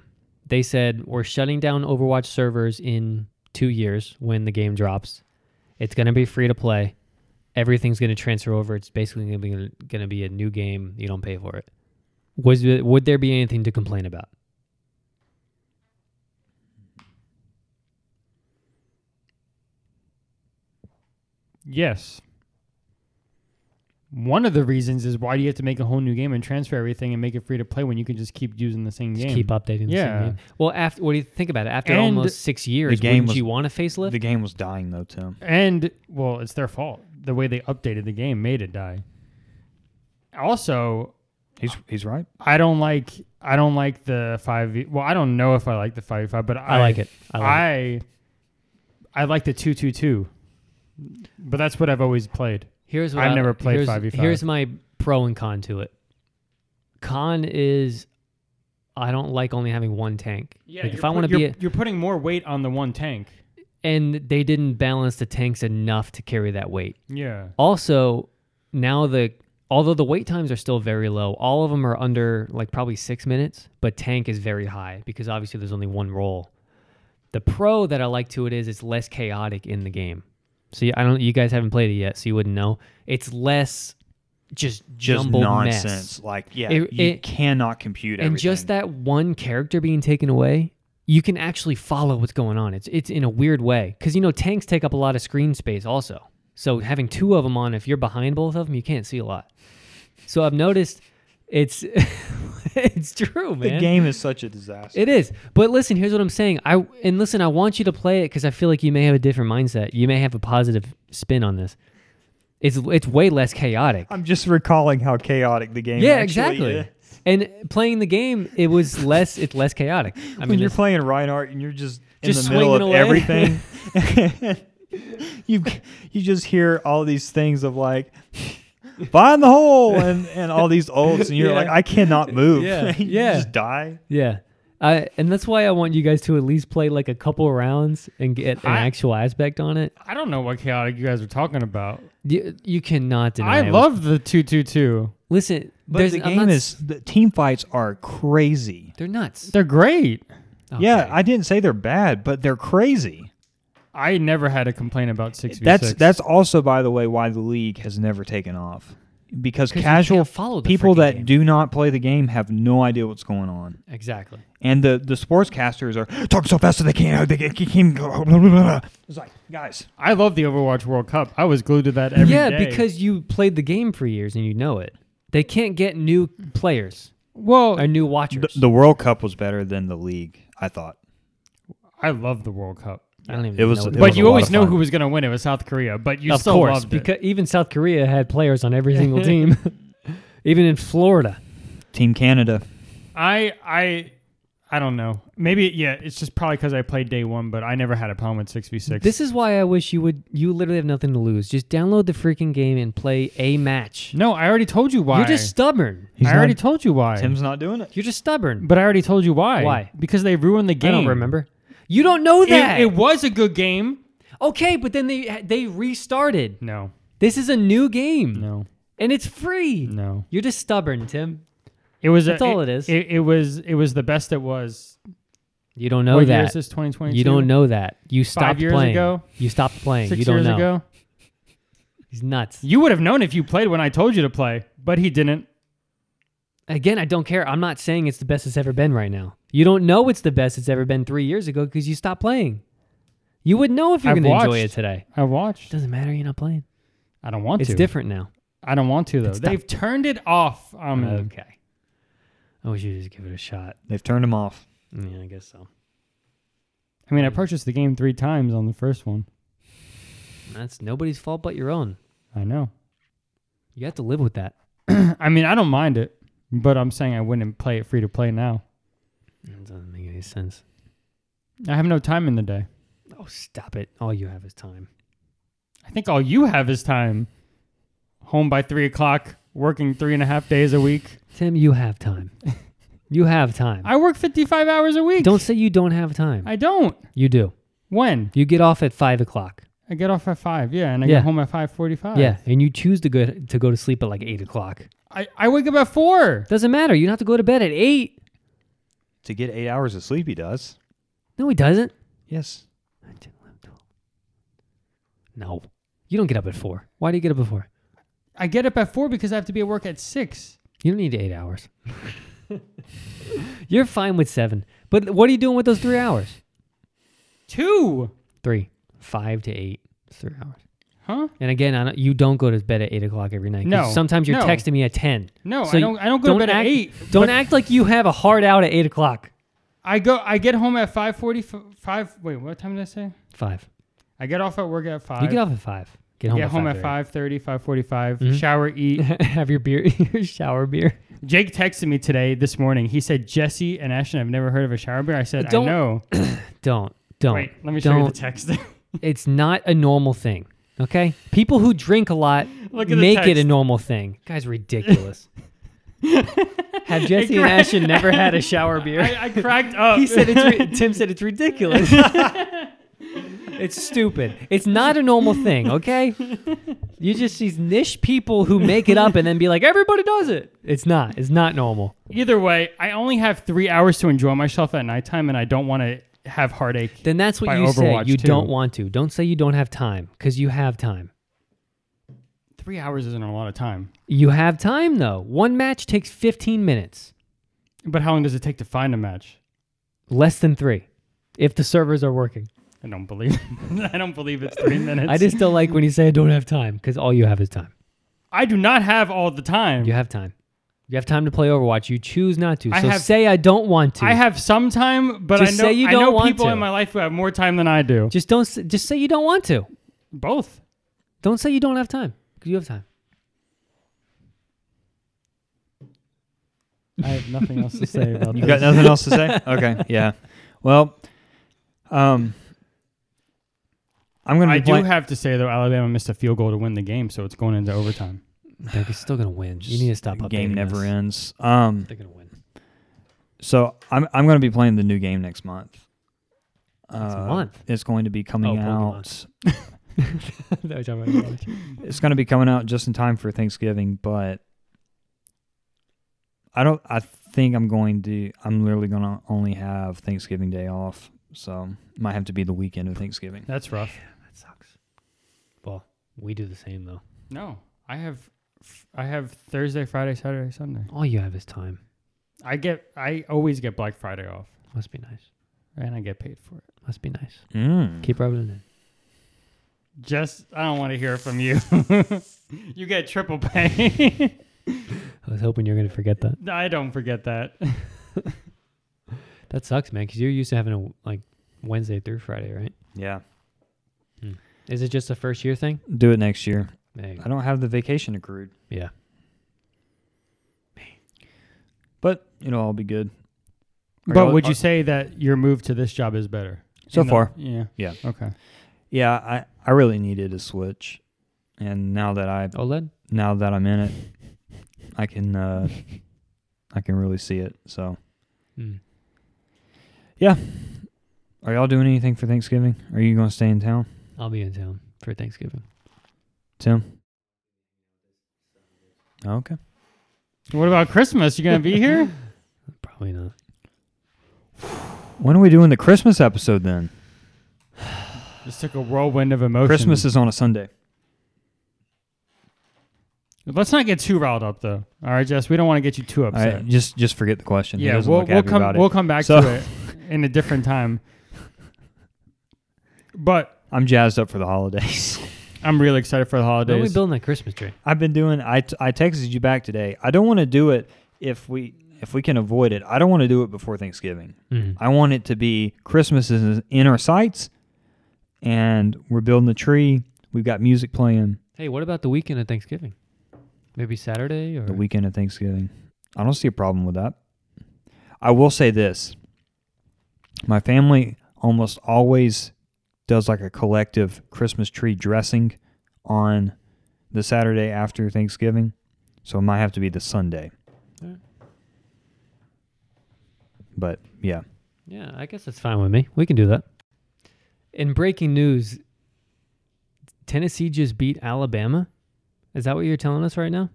[SPEAKER 2] they said we're shutting down Overwatch servers in two years when the game drops. It's gonna be free to play. Everything's gonna transfer over. It's basically gonna be gonna be a new game. You don't pay for it. Was it- would there be anything to complain about?
[SPEAKER 1] Yes. One of the reasons is why do you have to make a whole new game and transfer everything and make it free to play when you can just keep using the same
[SPEAKER 2] Just
[SPEAKER 1] game?
[SPEAKER 2] keep updating. The
[SPEAKER 1] Yeah.
[SPEAKER 2] Same game. Well, after what do you think about it? After
[SPEAKER 1] And
[SPEAKER 2] almost six years,
[SPEAKER 3] game
[SPEAKER 2] wouldn't
[SPEAKER 3] was-
[SPEAKER 2] you want a facelift?
[SPEAKER 3] the game was dying though, Tim.
[SPEAKER 1] And well, it's their fault. The way they updated the game made it die. Also,
[SPEAKER 3] He's he's right.
[SPEAKER 1] I don't like I don't like the five. Well, I don't know if I like the five five, but
[SPEAKER 2] I, like it. I like it.
[SPEAKER 1] I I like the two two two, but that's what I've always played.
[SPEAKER 2] Here's what
[SPEAKER 1] I've
[SPEAKER 2] I-
[SPEAKER 1] never played
[SPEAKER 2] here's-
[SPEAKER 1] 5v5.
[SPEAKER 2] Here's my pro and con to it. Con is I don't like only having one tank. like if I want to be, a,
[SPEAKER 1] you're putting more weight on the one tank.
[SPEAKER 2] and they didn't balance the tanks enough to carry that weight.
[SPEAKER 1] Yeah,
[SPEAKER 2] Also, now the although the wait times are still very low, all of them are under like probably six minutes, but tank is very high because obviously there's only one role. The pro that I like to it is it's less chaotic in the game. So yeah, I don't. You guys haven't played it yet, so you wouldn't know. It's less just
[SPEAKER 3] Just
[SPEAKER 2] jumbled
[SPEAKER 3] nonsense.
[SPEAKER 2] mess.
[SPEAKER 3] Like yeah,
[SPEAKER 2] It-
[SPEAKER 3] you
[SPEAKER 2] it-
[SPEAKER 3] cannot compute.
[SPEAKER 2] and just that one character being taken away you can actually follow what's going on it's it's in a weird way because you know tanks take up a lot of screen space also so having two of them on if you're behind both of them you can't see a lot so i've noticed it's it's true man
[SPEAKER 3] the game is such a disaster.
[SPEAKER 2] it is. But listen, here's what I'm saying. I and listen, I want you to play it because I feel like you may have a different mindset. You may have a positive spin on this. It's it's way less chaotic.
[SPEAKER 3] I'm just recalling how chaotic the game.
[SPEAKER 2] Yeah,
[SPEAKER 3] actually
[SPEAKER 2] exactly.
[SPEAKER 3] is.
[SPEAKER 2] And playing the game, it was less. It's less chaotic. I
[SPEAKER 3] when
[SPEAKER 2] mean,
[SPEAKER 3] you're
[SPEAKER 2] it's-
[SPEAKER 3] playing Reinhardt and you're just in
[SPEAKER 2] Just
[SPEAKER 3] the middle of
[SPEAKER 2] swinging away.
[SPEAKER 3] everything, you you just hear all these things of like find the hole and and all these ults, and you're
[SPEAKER 2] Yeah.
[SPEAKER 3] like, I cannot move.
[SPEAKER 2] Yeah,
[SPEAKER 3] You
[SPEAKER 2] yeah.
[SPEAKER 3] just die.
[SPEAKER 2] yeah. I, and that's why I want you guys to at least play like a couple rounds and get an
[SPEAKER 1] I-
[SPEAKER 2] actual aspect on it.
[SPEAKER 1] I don't know what chaotic you guys are talking about.
[SPEAKER 2] You, you cannot deny.
[SPEAKER 1] I
[SPEAKER 2] it was-
[SPEAKER 1] love the two two two.
[SPEAKER 2] Listen,
[SPEAKER 3] But
[SPEAKER 2] there's,
[SPEAKER 3] the
[SPEAKER 2] I'm
[SPEAKER 3] game
[SPEAKER 2] not
[SPEAKER 3] is
[SPEAKER 2] s-
[SPEAKER 3] the team fights are crazy.
[SPEAKER 2] they're nuts.
[SPEAKER 1] They're great.
[SPEAKER 3] Yeah,
[SPEAKER 2] Okay.
[SPEAKER 3] I didn't say they're bad, but they're crazy.
[SPEAKER 1] I never had a complaint about six v
[SPEAKER 3] That's
[SPEAKER 1] six.
[SPEAKER 3] that's also, by the way, why the league has never taken off because
[SPEAKER 2] 'Cause you
[SPEAKER 3] casual
[SPEAKER 2] can't follow the
[SPEAKER 3] people
[SPEAKER 2] freaking
[SPEAKER 3] that
[SPEAKER 2] game.
[SPEAKER 3] do not play the game have no idea what's going on.
[SPEAKER 2] exactly.
[SPEAKER 3] And the the sportscasters are talking so fast that they can't. They can't. can't- blah, blah, blah, blah. It's like guys,
[SPEAKER 1] I love the Overwatch World Cup. I was glued to that every day.
[SPEAKER 2] yeah, because you played the game for years and you know it. They can't get new players
[SPEAKER 1] well,
[SPEAKER 2] or new
[SPEAKER 3] the,
[SPEAKER 2] watchers.
[SPEAKER 3] the World Cup was better than the league. I thought
[SPEAKER 1] I love the World Cup.
[SPEAKER 2] I don't even
[SPEAKER 3] It was-
[SPEAKER 2] know. what
[SPEAKER 3] it
[SPEAKER 2] they-
[SPEAKER 3] was
[SPEAKER 1] But
[SPEAKER 3] a
[SPEAKER 1] you
[SPEAKER 3] lot
[SPEAKER 1] always
[SPEAKER 3] of
[SPEAKER 1] know
[SPEAKER 3] fun.
[SPEAKER 1] who was going to win. It was South Korea, but you
[SPEAKER 2] of
[SPEAKER 1] still
[SPEAKER 2] course,
[SPEAKER 1] loved it.
[SPEAKER 2] because even South Korea had players on every single team, even in Florida.
[SPEAKER 3] Team Canada.
[SPEAKER 1] I I I don't know. Maybe yeah, it's just probably because I played day one, but I never had a problem with six v six.
[SPEAKER 2] This is why I wish you would. You literally have nothing to lose. Just download the freaking game and play a match.
[SPEAKER 1] no, I already told you why.
[SPEAKER 2] You're just stubborn.
[SPEAKER 3] He's
[SPEAKER 1] I
[SPEAKER 3] not-
[SPEAKER 1] already told you why.
[SPEAKER 3] Tim's not doing it.
[SPEAKER 2] You're just stubborn.
[SPEAKER 1] but I already told you why.
[SPEAKER 2] Why?
[SPEAKER 1] Because they ruined the game.
[SPEAKER 2] I don't remember. You don't know
[SPEAKER 1] It,
[SPEAKER 2] that.
[SPEAKER 1] it was a good game.
[SPEAKER 2] okay, but then they they restarted.
[SPEAKER 1] No,
[SPEAKER 2] This is a new game,
[SPEAKER 1] no,
[SPEAKER 2] and it's free.
[SPEAKER 1] no.
[SPEAKER 2] You're just stubborn, Tim.
[SPEAKER 1] It was.
[SPEAKER 2] That's
[SPEAKER 1] a,
[SPEAKER 2] all it is.
[SPEAKER 1] It, it was. It was the best it was.
[SPEAKER 2] You don't know
[SPEAKER 1] what year
[SPEAKER 2] that.
[SPEAKER 1] is this? Twenty twenty.
[SPEAKER 2] You don't know that. You stopped
[SPEAKER 1] years
[SPEAKER 2] playing.
[SPEAKER 1] ago?
[SPEAKER 2] You stopped playing.
[SPEAKER 1] Six
[SPEAKER 2] you don't
[SPEAKER 1] years
[SPEAKER 2] know.
[SPEAKER 1] ago.
[SPEAKER 2] He's nuts.
[SPEAKER 1] You would have known if you played when I told you to play, but he didn't.
[SPEAKER 2] Again, I don't care. I'm not saying it's the best it's ever been right now. You don't know it's the best it's ever been three years ago because you stopped playing. You would know if you're
[SPEAKER 1] I've
[SPEAKER 2] going to enjoy
[SPEAKER 1] watched.
[SPEAKER 2] it today.
[SPEAKER 1] I watched.
[SPEAKER 2] Doesn't matter. You're not playing.
[SPEAKER 1] I don't want
[SPEAKER 2] It's
[SPEAKER 1] to.
[SPEAKER 2] different now.
[SPEAKER 1] I don't want to though.
[SPEAKER 2] It's not-
[SPEAKER 1] They've turned it off. Um,
[SPEAKER 2] Okay. I wish you just give it a shot.
[SPEAKER 3] They've turned him off.
[SPEAKER 2] Yeah, I guess so.
[SPEAKER 1] I
[SPEAKER 2] Hmm.
[SPEAKER 1] mean, I purchased the game three times on the first one.
[SPEAKER 2] That's nobody's fault but your own.
[SPEAKER 1] I know.
[SPEAKER 2] You have to live with that.
[SPEAKER 1] I mean, I don't mind it, but I'm saying I wouldn't play it free to play now.
[SPEAKER 2] That doesn't make any sense.
[SPEAKER 1] I have no time in the day.
[SPEAKER 2] Oh, stop it. All you have is time.
[SPEAKER 1] I think all you have is time. Home by three o'clock, working three and a half days a week.
[SPEAKER 2] Tim, you have time. you have time.
[SPEAKER 1] I work 55 hours a week.
[SPEAKER 2] don't say you don't have time.
[SPEAKER 1] I don't.
[SPEAKER 2] you do.
[SPEAKER 1] When?
[SPEAKER 2] You get off at five o'clock.
[SPEAKER 1] I get off at five, yeah, and I
[SPEAKER 2] Yeah.
[SPEAKER 1] get home at 5.45.
[SPEAKER 2] Yeah, and you choose to go to go to sleep at like eight o'clock.
[SPEAKER 1] I, I wake up at four.
[SPEAKER 2] Doesn't matter. You don't have to go to bed at eight.
[SPEAKER 3] To get eight hours of sleep, he does.
[SPEAKER 2] No, he doesn't.
[SPEAKER 3] Yes.
[SPEAKER 2] No, you don't get up at four. Why do you get up at four?
[SPEAKER 1] I get up at four because I have to be at work at six.
[SPEAKER 2] You don't need eight hours. You're fine with seven. But what are you doing with those three hours?
[SPEAKER 1] Two.
[SPEAKER 2] Three, five to eight, three hours.
[SPEAKER 1] Huh?
[SPEAKER 2] And again, I don't, you don't go to bed at eight o'clock every night. 'cause
[SPEAKER 1] No,
[SPEAKER 2] Sometimes you're
[SPEAKER 1] no.
[SPEAKER 2] texting me at ten.
[SPEAKER 1] No,
[SPEAKER 2] So
[SPEAKER 1] I
[SPEAKER 2] you-
[SPEAKER 1] don't. I don't go to bed
[SPEAKER 2] act,
[SPEAKER 1] at eight.
[SPEAKER 2] Don't
[SPEAKER 1] but
[SPEAKER 2] act like you have a hard out at eight o'clock.
[SPEAKER 1] I go. I get home at five forty-five. Wait, what time did I say?
[SPEAKER 2] Five.
[SPEAKER 1] I get off at work at five.
[SPEAKER 2] You get off at five. Get home.
[SPEAKER 1] get
[SPEAKER 2] at Mm-hmm.
[SPEAKER 1] home at
[SPEAKER 2] 5:30.
[SPEAKER 1] 5.30 5.45 shower eat
[SPEAKER 2] have your beer, your shower beer.
[SPEAKER 1] jake texted me today this morning he said jesse and ashton have never heard of a shower beer i said
[SPEAKER 2] Don't-
[SPEAKER 1] i know
[SPEAKER 2] Don't, don't.
[SPEAKER 1] wait let me show
[SPEAKER 2] don't.
[SPEAKER 1] you the text
[SPEAKER 2] It's not a normal thing. Okay, people who drink a lot
[SPEAKER 1] Look at the
[SPEAKER 2] make it a
[SPEAKER 1] text.
[SPEAKER 2] normal thing. Guy's ridiculous. have Jesse and
[SPEAKER 1] cra-
[SPEAKER 2] Ashton never had a shower beer?
[SPEAKER 1] I, I cracked up
[SPEAKER 2] he said it's. Ri- Tim said it's ridiculous. it's stupid. It's not a normal thing. Okay, you just these niche people who make it up and then be like, everybody does it. It's not. It's not normal.
[SPEAKER 1] either way i only have three hours to enjoy myself at nighttime and i don't want to have heartache
[SPEAKER 2] Then that's what
[SPEAKER 1] By
[SPEAKER 2] you
[SPEAKER 1] Overwatch,
[SPEAKER 2] say. You
[SPEAKER 1] too.
[SPEAKER 2] don't want to. Don't say you don't have time because you have time.
[SPEAKER 1] three hours isn't a lot of time
[SPEAKER 2] You have time though. One match takes 15 minutes,
[SPEAKER 1] but how long does it take to find a match
[SPEAKER 2] less than three, if the servers are working.
[SPEAKER 1] i don't believe i don't believe it's three minutes
[SPEAKER 2] I just don't like when you say I don't have time because all you have is time.
[SPEAKER 1] i do not have all the time
[SPEAKER 2] You have time. You have time to play Overwatch. You choose not to. So
[SPEAKER 1] I have-
[SPEAKER 2] say I don't want to.
[SPEAKER 1] i have some time but
[SPEAKER 2] Just
[SPEAKER 1] i know
[SPEAKER 2] say you
[SPEAKER 1] i
[SPEAKER 2] don't
[SPEAKER 1] know
[SPEAKER 2] want
[SPEAKER 1] people
[SPEAKER 2] to.
[SPEAKER 1] in my life who have more time than i do
[SPEAKER 2] just don't. s- Just say you don't want to.
[SPEAKER 1] both
[SPEAKER 2] Don't say you don't have time because you have time.
[SPEAKER 1] I have nothing else to say about
[SPEAKER 3] You got nothing else to say? Okay. Yeah. Well, um, I'm going to
[SPEAKER 1] I
[SPEAKER 3] be
[SPEAKER 1] do
[SPEAKER 3] playing.
[SPEAKER 1] have to say though, Alabama missed a field goal to win the game, so it's going into overtime.
[SPEAKER 2] They're still gonna win. You need to stop.
[SPEAKER 3] the game
[SPEAKER 2] updating
[SPEAKER 3] never
[SPEAKER 2] us.
[SPEAKER 3] ends. Um,
[SPEAKER 2] They're gonna win.
[SPEAKER 3] so I'm I'm going to be playing the new game next month.
[SPEAKER 2] Next
[SPEAKER 3] Uh,
[SPEAKER 2] month?
[SPEAKER 3] It's going to be coming
[SPEAKER 2] Oh, Pokemon.
[SPEAKER 3] out.
[SPEAKER 2] That was talking about Overwatch.
[SPEAKER 3] It's going to be coming out just in time for Thanksgiving, but I don't. I think I'm going to. I'm literally going to only have Thanksgiving day off, so might have to be the weekend of Thanksgiving.
[SPEAKER 1] That's rough.
[SPEAKER 2] That sucks. Well, we do the same though.
[SPEAKER 1] No, I have, I have Thursday, Friday, Saturday, Sunday.
[SPEAKER 2] All you have is time.
[SPEAKER 1] I get, I always get Black Friday off,
[SPEAKER 2] Must be nice.
[SPEAKER 1] and I get paid for it.
[SPEAKER 2] Must be nice.
[SPEAKER 3] Mm.
[SPEAKER 2] Keep rubbing it in.
[SPEAKER 1] Just, I don't want to hear from you. you get triple pay.
[SPEAKER 2] I was hoping you were gonna forget that.
[SPEAKER 1] I don't forget that.
[SPEAKER 2] That sucks, man. Because you're used to having a like Wednesday through Friday, right?
[SPEAKER 3] Yeah,
[SPEAKER 2] Is it just a first year thing?
[SPEAKER 3] do it next year.
[SPEAKER 2] There you go.
[SPEAKER 3] I don't have the vacation accrued,
[SPEAKER 2] Yeah.
[SPEAKER 3] but you know I'll be good. Are
[SPEAKER 1] But
[SPEAKER 3] y'all-
[SPEAKER 1] would
[SPEAKER 3] are-
[SPEAKER 1] you say that your move to this job is better
[SPEAKER 3] So
[SPEAKER 1] In the-
[SPEAKER 3] far.
[SPEAKER 1] Yeah.
[SPEAKER 3] Yeah.
[SPEAKER 1] Okay.
[SPEAKER 3] Yeah, I I really needed a Switch, and now that I
[SPEAKER 2] OLED.
[SPEAKER 3] now that I'm in it, I can uh, I can really see it. So
[SPEAKER 2] Mm.
[SPEAKER 3] yeah, are y'all doing anything for Thanksgiving? Are you going to stay in town,
[SPEAKER 2] I'll be in town for Thanksgiving.
[SPEAKER 3] Tim? Okay.
[SPEAKER 1] What about Christmas? You gonna be here?
[SPEAKER 2] Probably not.
[SPEAKER 3] When are we doing the Christmas episode then?
[SPEAKER 1] Just took a whirlwind of emotion.
[SPEAKER 3] Christmas is on a Sunday.
[SPEAKER 1] Let's not get too riled up though. All right, Jess, we don't want to get you too
[SPEAKER 3] All
[SPEAKER 1] upset.
[SPEAKER 3] right, just just forget the question. He
[SPEAKER 1] yeah,
[SPEAKER 3] doesn't
[SPEAKER 1] we'll,
[SPEAKER 3] look
[SPEAKER 1] we'll
[SPEAKER 3] happy
[SPEAKER 1] come
[SPEAKER 3] about it.
[SPEAKER 1] we'll come back
[SPEAKER 3] So-
[SPEAKER 1] to it in a different time. But
[SPEAKER 3] I'm jazzed up for the holidays.
[SPEAKER 1] I'm really excited for the
[SPEAKER 2] When are we
[SPEAKER 1] holidays.
[SPEAKER 2] building that Christmas tree?
[SPEAKER 3] I've been doing. I t- I texted you back today. I don't want to do it if we if we can avoid it. I don't want to do it before Thanksgiving.
[SPEAKER 2] Mhm.
[SPEAKER 3] I want it to be Christmas is in our sights, and we're building the tree. We've got music playing
[SPEAKER 2] Hey, what about the weekend of Thanksgiving? Maybe Saturday or
[SPEAKER 3] the weekend of Thanksgiving. I don't see a problem with that. I will say this: my family almost always does like a collective Christmas tree dressing on the Saturday after Thanksgiving, so it might have to be the Sunday.
[SPEAKER 2] Alright.
[SPEAKER 3] But yeah,
[SPEAKER 2] Yeah, I guess that's fine with me. We can do that. In breaking news, Tennessee just beat Alabama. Is that what you're telling us right now?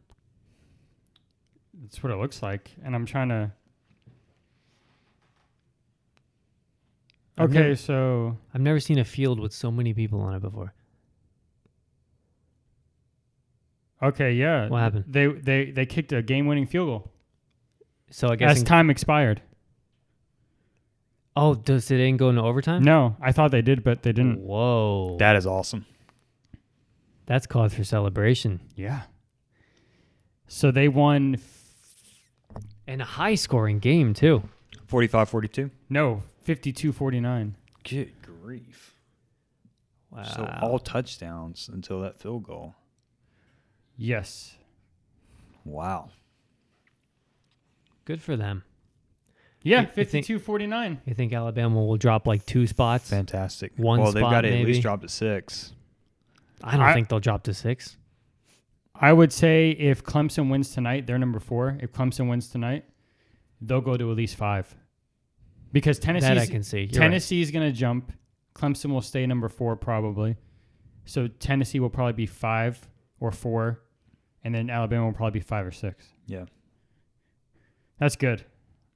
[SPEAKER 1] That's what it looks like, and I'm trying to.
[SPEAKER 2] I've
[SPEAKER 1] Okay,
[SPEAKER 2] never-
[SPEAKER 1] so
[SPEAKER 2] I've never seen a field with so many people on it before.
[SPEAKER 1] okay, yeah.
[SPEAKER 2] What happened?
[SPEAKER 1] They they they kicked a game-winning field goal
[SPEAKER 2] So I guess.
[SPEAKER 1] as time expired.
[SPEAKER 2] oh, does it ain't go into overtime?
[SPEAKER 1] No, I thought they did, but they didn't.
[SPEAKER 2] Whoa.
[SPEAKER 3] that is awesome.
[SPEAKER 2] that's cause for celebration.
[SPEAKER 1] Yeah. So they won.
[SPEAKER 2] And a high scoring game, too.
[SPEAKER 3] 45-42.
[SPEAKER 1] No, 52-49.
[SPEAKER 3] Good grief!
[SPEAKER 2] Wow.
[SPEAKER 3] So all touchdowns until that field goal.
[SPEAKER 1] Yes.
[SPEAKER 3] Wow.
[SPEAKER 2] Good for them.
[SPEAKER 1] Yeah,
[SPEAKER 2] You- you think-
[SPEAKER 1] 52-49.
[SPEAKER 2] You think Alabama will drop like two spots?
[SPEAKER 3] Fantastic.
[SPEAKER 2] One
[SPEAKER 3] well, they've
[SPEAKER 2] spot,
[SPEAKER 3] got to at
[SPEAKER 2] maybe.
[SPEAKER 3] least drop to six.
[SPEAKER 2] I don't
[SPEAKER 1] I-
[SPEAKER 2] think they'll drop to six.
[SPEAKER 1] I would say if Clemson wins tonight, they're number four. If Clemson wins tonight, they'll go to at least five. Because
[SPEAKER 2] That I
[SPEAKER 1] Tennessee's,
[SPEAKER 2] can see. You're right.
[SPEAKER 1] Tennessee's going to jump. Clemson will stay number four probably. So Tennessee will probably be five or four. And then Alabama will probably be five or six.
[SPEAKER 3] Yeah.
[SPEAKER 1] That's good.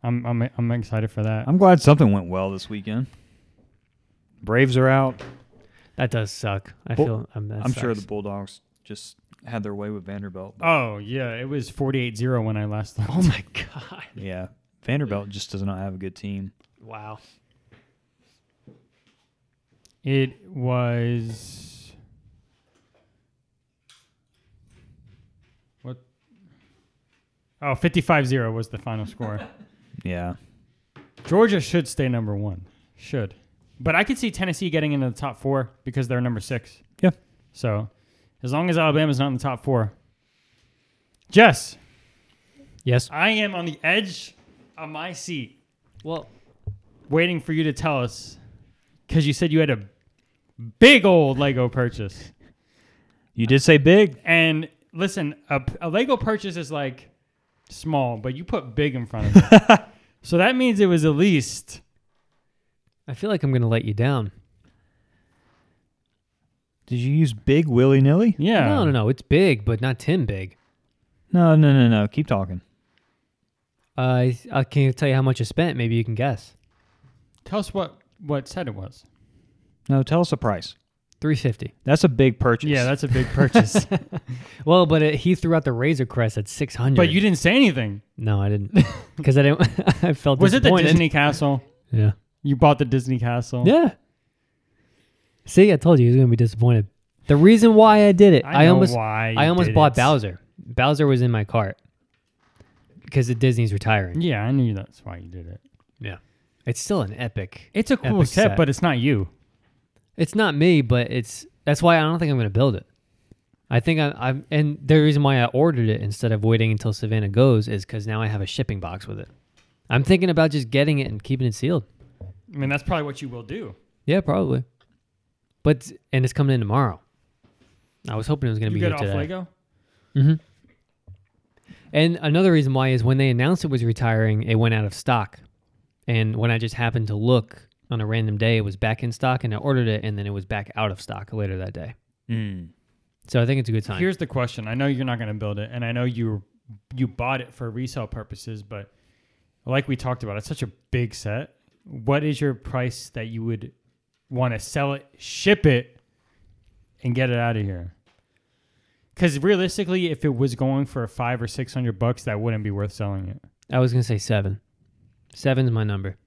[SPEAKER 1] I'm, I'm, I'm excited for that.
[SPEAKER 3] I'm glad something went well this weekend. Braves are out.
[SPEAKER 2] That does suck. I
[SPEAKER 3] Bull-
[SPEAKER 2] feel um, that
[SPEAKER 3] I'm sure the
[SPEAKER 2] sucks.
[SPEAKER 3] Bulldogs just had their way with Vanderbilt.
[SPEAKER 1] Oh, yeah. It was 48-0 when I last looked.
[SPEAKER 2] Oh my god!
[SPEAKER 3] Yeah. Vanderbilt just does not have a good team.
[SPEAKER 2] Wow.
[SPEAKER 1] It was. What? Oh, 55 0 was the final score.
[SPEAKER 3] Yeah.
[SPEAKER 1] Georgia should stay number one. Should. But I could see Tennessee getting into the top four because they're number six.
[SPEAKER 3] Yeah.
[SPEAKER 1] So as long as Alabama's not in the top four. Jess,
[SPEAKER 2] Yes.
[SPEAKER 1] I am on the edge of my seat.
[SPEAKER 2] Well,
[SPEAKER 1] waiting for you to tell us because you said you had a big old Lego purchase.
[SPEAKER 3] You did say big.
[SPEAKER 1] And listen, a, a Lego purchase is like small, but you put big in front of it. so that means it was at least.
[SPEAKER 2] I feel like I'm gonna let you down.
[SPEAKER 3] Did you use big willy nilly?
[SPEAKER 1] Yeah.
[SPEAKER 2] No, no, no. It's big, but not Tim big.
[SPEAKER 3] No, no, no, no. Keep talking.
[SPEAKER 2] Uh, I can't tell you how much I spent. Maybe you can guess.
[SPEAKER 1] Tell us what what set it was.
[SPEAKER 3] No, tell us the price.
[SPEAKER 2] Three fifty.
[SPEAKER 3] That's a big purchase.
[SPEAKER 1] Yeah, that's a big purchase.
[SPEAKER 2] Well, but it, he threw out the Razor Crest at six hundred.
[SPEAKER 1] but you didn't say anything.
[SPEAKER 2] No, I didn't. Because I didn't. I felt
[SPEAKER 1] Was it the
[SPEAKER 2] disappointed.
[SPEAKER 1] Disney Oh. castle?
[SPEAKER 2] Yeah.
[SPEAKER 1] You bought the Disney castle.
[SPEAKER 2] Yeah. See, I told you he was gonna be disappointed. The reason why I did it,
[SPEAKER 1] I,
[SPEAKER 2] I,
[SPEAKER 1] know
[SPEAKER 2] almost
[SPEAKER 1] why
[SPEAKER 2] I
[SPEAKER 1] you
[SPEAKER 2] almost
[SPEAKER 1] did
[SPEAKER 2] bought
[SPEAKER 1] it.
[SPEAKER 2] Bowser. Bowser was in my cart because the Disney's retiring.
[SPEAKER 1] Yeah, I knew that's why you did it.
[SPEAKER 2] Yeah, it's still an epic.
[SPEAKER 1] It's a cool
[SPEAKER 2] Epic
[SPEAKER 1] set,
[SPEAKER 2] set.
[SPEAKER 1] but it's not you.
[SPEAKER 2] It's not me, but it's that's why I don't think I'm going to build it. I think I, I'm, and the reason why I ordered it instead of waiting until Savannah goes is because now I have a shipping box with it. I'm thinking about just getting it and keeping it sealed.
[SPEAKER 1] I mean, that's probably what you will do.
[SPEAKER 2] Yeah, probably. But and it's coming in tomorrow. I was hoping it was going to
[SPEAKER 1] You get
[SPEAKER 2] be here
[SPEAKER 1] off
[SPEAKER 2] today.
[SPEAKER 1] Lego?
[SPEAKER 2] And another reason why is when they announced it was retiring, it went out of stock. And when I just happened to look on a random day, it was back in stock and I ordered it and then it was back out of stock later that day.
[SPEAKER 3] Mm.
[SPEAKER 2] So I think it's a good time.
[SPEAKER 1] Here's the question. I know you're not going to build it, and I know you you bought it for resale purposes, but like we talked about, it's such a big set. What is your price that you would want to sell it, ship it, and get it out of here? Because realistically, if it was going for five or six hundred bucks, that wouldn't be worth selling it.
[SPEAKER 2] I was gonna say seven. Seven's my number,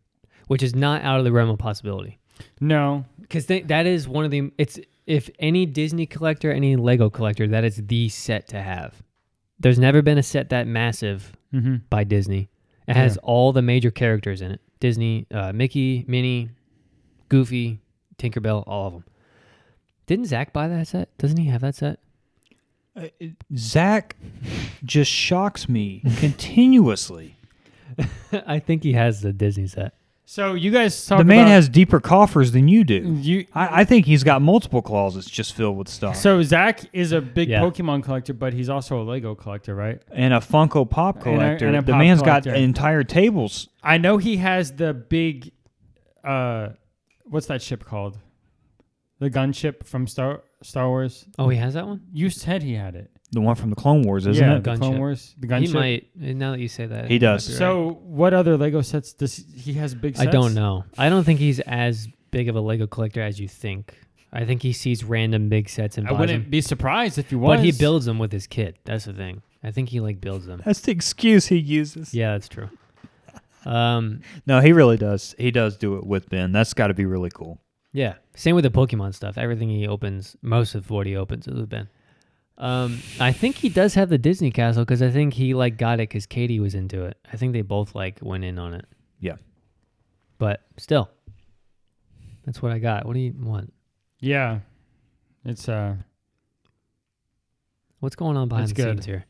[SPEAKER 2] which is not out of the realm of possibility.
[SPEAKER 1] No,
[SPEAKER 2] Because that is one of the. It's if any Disney collector, any Lego collector, that is the set to have. There's never been a set that massive
[SPEAKER 1] mm-hmm.
[SPEAKER 2] by Disney. It has
[SPEAKER 1] Yeah.
[SPEAKER 2] all the major characters in it: Disney, uh, Mickey, Minnie, Goofy, Tinkerbell, all of them. Didn't Zach buy that set? Doesn't he have that set?
[SPEAKER 3] Uh, it- Zach just shocks me continuously.
[SPEAKER 2] I think he has the Disney set.
[SPEAKER 1] So you guys talk.
[SPEAKER 3] The man
[SPEAKER 1] about- Mm.
[SPEAKER 3] has deeper coffers than you do.
[SPEAKER 1] you.
[SPEAKER 3] I, I think he's got multiple closets just filled with stuff.
[SPEAKER 1] So Zach is a big
[SPEAKER 2] Yeah.
[SPEAKER 1] Pokemon collector, but he's also a Lego collector, right?
[SPEAKER 3] and a Funko Pop
[SPEAKER 1] And a- and
[SPEAKER 3] collector.
[SPEAKER 1] a
[SPEAKER 3] the
[SPEAKER 1] pop
[SPEAKER 3] man's got
[SPEAKER 1] collector.
[SPEAKER 3] entire tables.
[SPEAKER 1] I know he has the big, uh, what's that ship called? The gunship from Star Star Wars.
[SPEAKER 2] Oh, he has that one.
[SPEAKER 1] You said he had it.
[SPEAKER 3] The one from the Clone Wars, isn't
[SPEAKER 1] yeah,
[SPEAKER 3] it?
[SPEAKER 1] the Clone
[SPEAKER 2] Gunship.
[SPEAKER 1] Wars. The
[SPEAKER 2] he
[SPEAKER 1] gunship.
[SPEAKER 2] might. eh, Now that you say that,
[SPEAKER 3] He
[SPEAKER 2] might
[SPEAKER 3] does.
[SPEAKER 2] be right.
[SPEAKER 1] So what other Lego sets does he has big?
[SPEAKER 2] I
[SPEAKER 1] Sets?
[SPEAKER 2] don't know. I don't think he's as big of a Lego collector as you think. I think he sees random big sets and
[SPEAKER 1] I
[SPEAKER 2] buys
[SPEAKER 1] wouldn't
[SPEAKER 2] them.
[SPEAKER 1] be surprised if he was.
[SPEAKER 2] But he builds them with his kid. That's the thing. I think he like builds them.
[SPEAKER 3] That's the excuse he uses.
[SPEAKER 2] Yeah, that's true. Um,
[SPEAKER 3] No, he really does. He does do it with Ben. That's got to be really cool.
[SPEAKER 2] yeah. Same with the Pokemon stuff. Everything he opens, most of what he opens is with Ben. Um, I think he does have the Disney castle because I think he like got it because Katie was into it. I think they both like went in on it.
[SPEAKER 3] Yeah.
[SPEAKER 2] But still, that's what I got. What do you want?
[SPEAKER 1] Yeah, it's uh.
[SPEAKER 2] What's going on behind
[SPEAKER 1] That's
[SPEAKER 2] the
[SPEAKER 1] good.
[SPEAKER 2] scenes here?